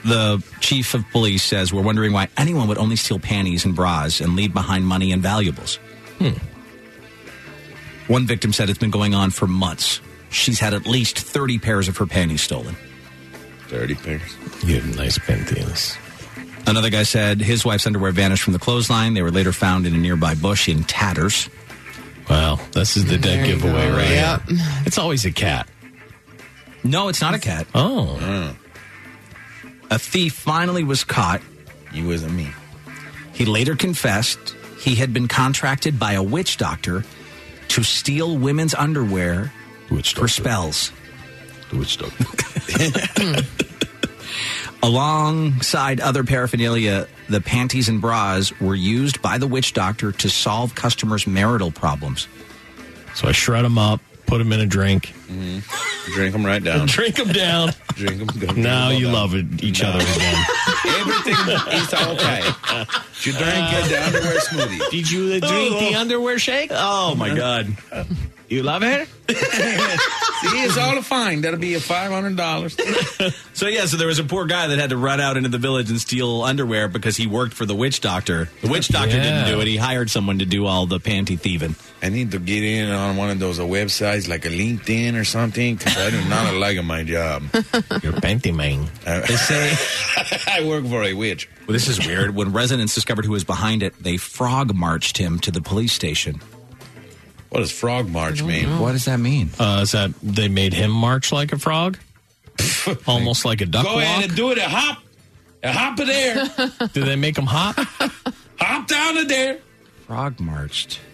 [SPEAKER 4] The chief of police says, We're wondering why anyone would only steal panties and bras and leave behind money and valuables. One victim said it's been going on for months. She's had at least 30 pairs of her panties stolen.
[SPEAKER 5] 30 pairs.
[SPEAKER 7] You have nice panties.
[SPEAKER 4] Another guy said his wife's underwear vanished from the clothesline. They were later found in a nearby bush in tatters.
[SPEAKER 7] Well, this is the dead giveaway, right?
[SPEAKER 4] Yep.
[SPEAKER 7] It's always a cat.
[SPEAKER 4] No, it's not a cat.
[SPEAKER 7] Oh.
[SPEAKER 4] A thief finally was caught.
[SPEAKER 5] You wasn't me.
[SPEAKER 4] He later confessed he had been contracted by a witch doctor to steal women's underwear for spells.
[SPEAKER 7] witch doctor.
[SPEAKER 4] Alongside other paraphernalia, the panties and bras were used by the witch doctor to solve customers' marital problems.
[SPEAKER 7] So I shred them up, put them in a drink.
[SPEAKER 4] Mm-hmm.
[SPEAKER 5] Drink them right down.
[SPEAKER 7] Drink them down.
[SPEAKER 5] Drink them. Go
[SPEAKER 7] now you love it, each other again.
[SPEAKER 5] Everything is okay. You drink uh, the underwear smoothie.
[SPEAKER 7] Did you uh,
[SPEAKER 2] drink the
[SPEAKER 7] underwear shake? Oh my god. You love it?
[SPEAKER 5] See, it's all a fine. That'll be a five hundred dollars.
[SPEAKER 4] So yeah, so there was a poor guy that had to run out into the village and steal underwear because he worked for the witch doctor. The witch doctor
[SPEAKER 5] Yeah.
[SPEAKER 4] didn't do it. He hired someone to do all the panty thieving.
[SPEAKER 5] I need to get in on one of those uh, websites like a LinkedIn or something because I do not like my job.
[SPEAKER 7] You're panty man.
[SPEAKER 5] They
[SPEAKER 4] say
[SPEAKER 5] I work for a witch.
[SPEAKER 4] Well, this is weird. When residents discovered who was behind it, they frog marched him to the police station.
[SPEAKER 5] What does frog march mean?
[SPEAKER 4] What does that mean?
[SPEAKER 7] Uh, is that they made him march like a frog? Almost like a duck
[SPEAKER 5] Go
[SPEAKER 7] walk.
[SPEAKER 5] ahead and do it. And hop. And hop it there.
[SPEAKER 7] Did they make them hop?
[SPEAKER 5] hop down in there.
[SPEAKER 4] Frog marched.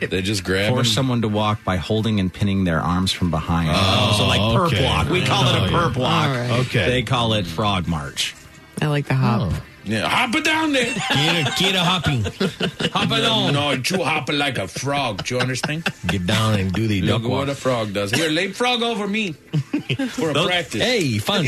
[SPEAKER 5] They just grab
[SPEAKER 4] Force
[SPEAKER 5] him.
[SPEAKER 4] someone to walk by holding and pinning their arms from behind.
[SPEAKER 5] Oh,
[SPEAKER 4] so like perp
[SPEAKER 5] okay.
[SPEAKER 4] walk. We call it
[SPEAKER 5] Oh,
[SPEAKER 4] a
[SPEAKER 5] yeah.
[SPEAKER 4] perp walk.
[SPEAKER 5] All right. Okay. Uh-huh.
[SPEAKER 4] They call it frog march. Oh.
[SPEAKER 6] I like the hop.
[SPEAKER 5] Yeah, hop it down there.
[SPEAKER 7] Get a, get a hopping. hop
[SPEAKER 5] it on. No, you hop it like a frog. Do you understand?
[SPEAKER 7] Get down and do the
[SPEAKER 5] Look
[SPEAKER 7] duck
[SPEAKER 5] at
[SPEAKER 7] walk.
[SPEAKER 5] what a frog does. Here, lay frog over me for a
[SPEAKER 7] Those-
[SPEAKER 5] practice.
[SPEAKER 7] Hey, fun.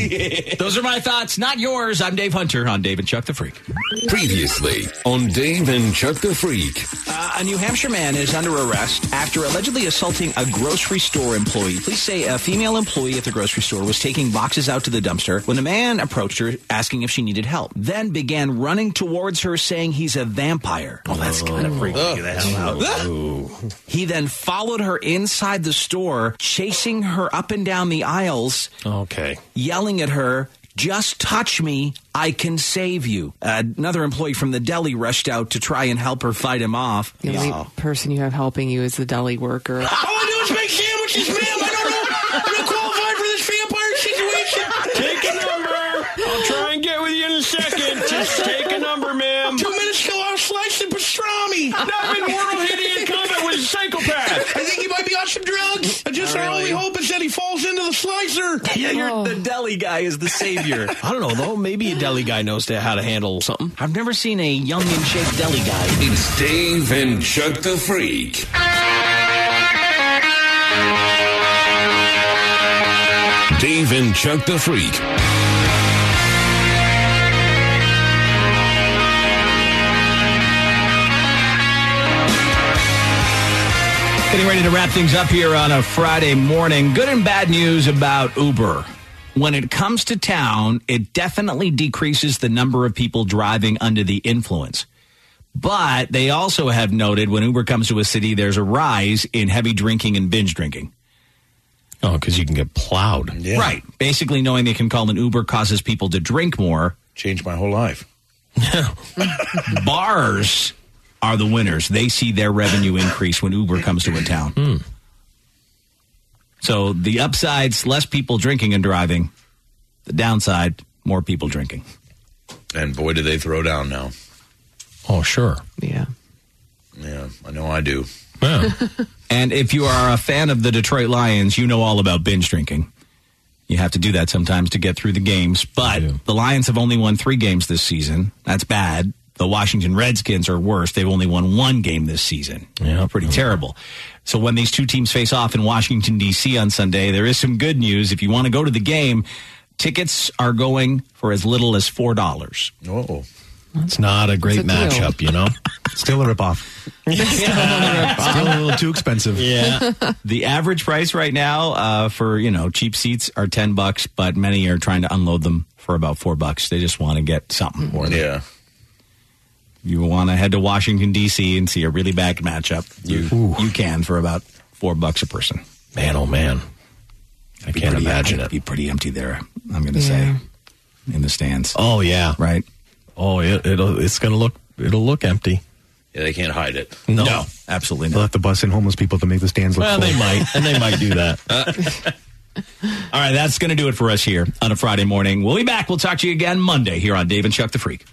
[SPEAKER 7] Those are my thoughts, not yours. I'm Dave Hunter on Dave and Chuck the Freak.
[SPEAKER 14] Previously on Dave and Chuck the Freak.
[SPEAKER 10] Uh, a New Hampshire man is under arrest after allegedly assaulting a grocery store employee. Police say a female employee at the grocery store was taking boxes out to the dumpster when a man approached her asking if she needed help, then began running towards her saying he's a vampire. Well, Oh, that's kind of freaking you the
[SPEAKER 5] Oh.
[SPEAKER 10] hell out. He then followed her inside the store, chasing her up and down the aisles.
[SPEAKER 7] Okay.
[SPEAKER 10] Yelling at her, just touch me, I can save you. another employee from the deli rushed out to try and help her fight him off.
[SPEAKER 6] The only person you have helping you is the deli worker.
[SPEAKER 2] All I do is make sandwiches, ma'am. I don't know. I'm not qualified for this vampire situation. Take a number. I'll try and get with you in a second. Just take a number, ma'am. Two minutes till I'll slice the pastrami. That world idiot Comet was a psychopath. I think he might be on some drugs. I just our only hope is that he falls into the slicer.
[SPEAKER 7] Yeah, you're
[SPEAKER 10] the deli guy is the savior.
[SPEAKER 7] Oh. I don't know though. Maybe a deli guy knows to- how to handle something.
[SPEAKER 10] I've never seen a young and shaped deli guy.
[SPEAKER 14] It's Dave and Chuck the Freak. Dave and Chuck the Freak.
[SPEAKER 4] Getting ready to wrap things up here on a Friday morning. Good and bad news about Uber. When it comes to town, it definitely decreases the number of people driving under the influence. But they also have noted when Uber comes to a city, there's a rise in heavy drinking and binge drinking.
[SPEAKER 7] Oh, because you can get plowed.
[SPEAKER 4] Right. Basically, knowing they can call an Uber causes people to drink more.
[SPEAKER 5] Changed my whole life.
[SPEAKER 4] Bars are the winners. They see their revenue increase when Uber comes to a town. So the upside's less people drinking and driving. The downside, more people drinking.
[SPEAKER 5] And boy, do they throw down now.
[SPEAKER 7] Oh, sure.
[SPEAKER 6] Yeah.
[SPEAKER 5] Yeah, I know I do.
[SPEAKER 4] and if you are a fan of the Detroit Lions, you know all about binge drinking. You have to do that sometimes to get through the games. But the Lions have only won three games this season. That's bad. The Washington Redskins are worse. They've only won one game this season. Yeah, pretty terrible. So when these two teams face off in Washington D.C. on Sunday, there is some good news. If you want to go to the game, tickets are going for as little as four dollars.
[SPEAKER 5] Oh,
[SPEAKER 7] It's not a great
[SPEAKER 4] It's a deal.
[SPEAKER 7] matchup, you know.
[SPEAKER 8] Still a ripoff. Still a little too expensive.
[SPEAKER 4] Yeah. the average price right now uh, for you know cheap seats are ten bucks, but many are trying to unload them for about four bucks. They just want to get something for them.
[SPEAKER 5] Yeah.
[SPEAKER 4] You want to head to Washington D.C. and see a really bad matchup? You you can for about four bucks a person.
[SPEAKER 7] Man, oh man, I can't imagine
[SPEAKER 4] it. Be pretty empty there. I'm going to
[SPEAKER 7] Yeah.
[SPEAKER 4] say in the stands.
[SPEAKER 7] Oh yeah,
[SPEAKER 4] right.
[SPEAKER 7] Oh, it, it'll it's gonna look it'll look empty.
[SPEAKER 5] Yeah, they can't hide it.
[SPEAKER 7] No,
[SPEAKER 4] absolutely
[SPEAKER 8] They'll have to bus in homeless people to make the stands look
[SPEAKER 7] Well,
[SPEAKER 8] full.
[SPEAKER 7] they might, and they might do that.
[SPEAKER 4] All right, that's going to do it for us here on a Friday morning. We'll be back. We'll talk to you again Monday here on Dave and Chuck the Freak.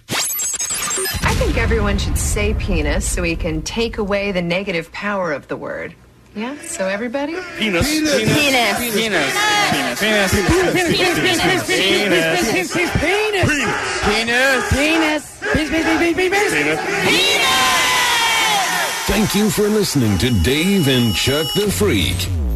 [SPEAKER 16] I think everyone should say penis so we can take away the negative power of the word. Yeah? So everybody?
[SPEAKER 2] Penis. Penis. Penis. Penis. Penis. Penis. Penis. Penis. Penis. Penis. Penis. Penis. Penis. Penis. Penis. Penis. Penis. Penis. Penis.
[SPEAKER 14] Thank you for listening to Dave and Chuck the Freak.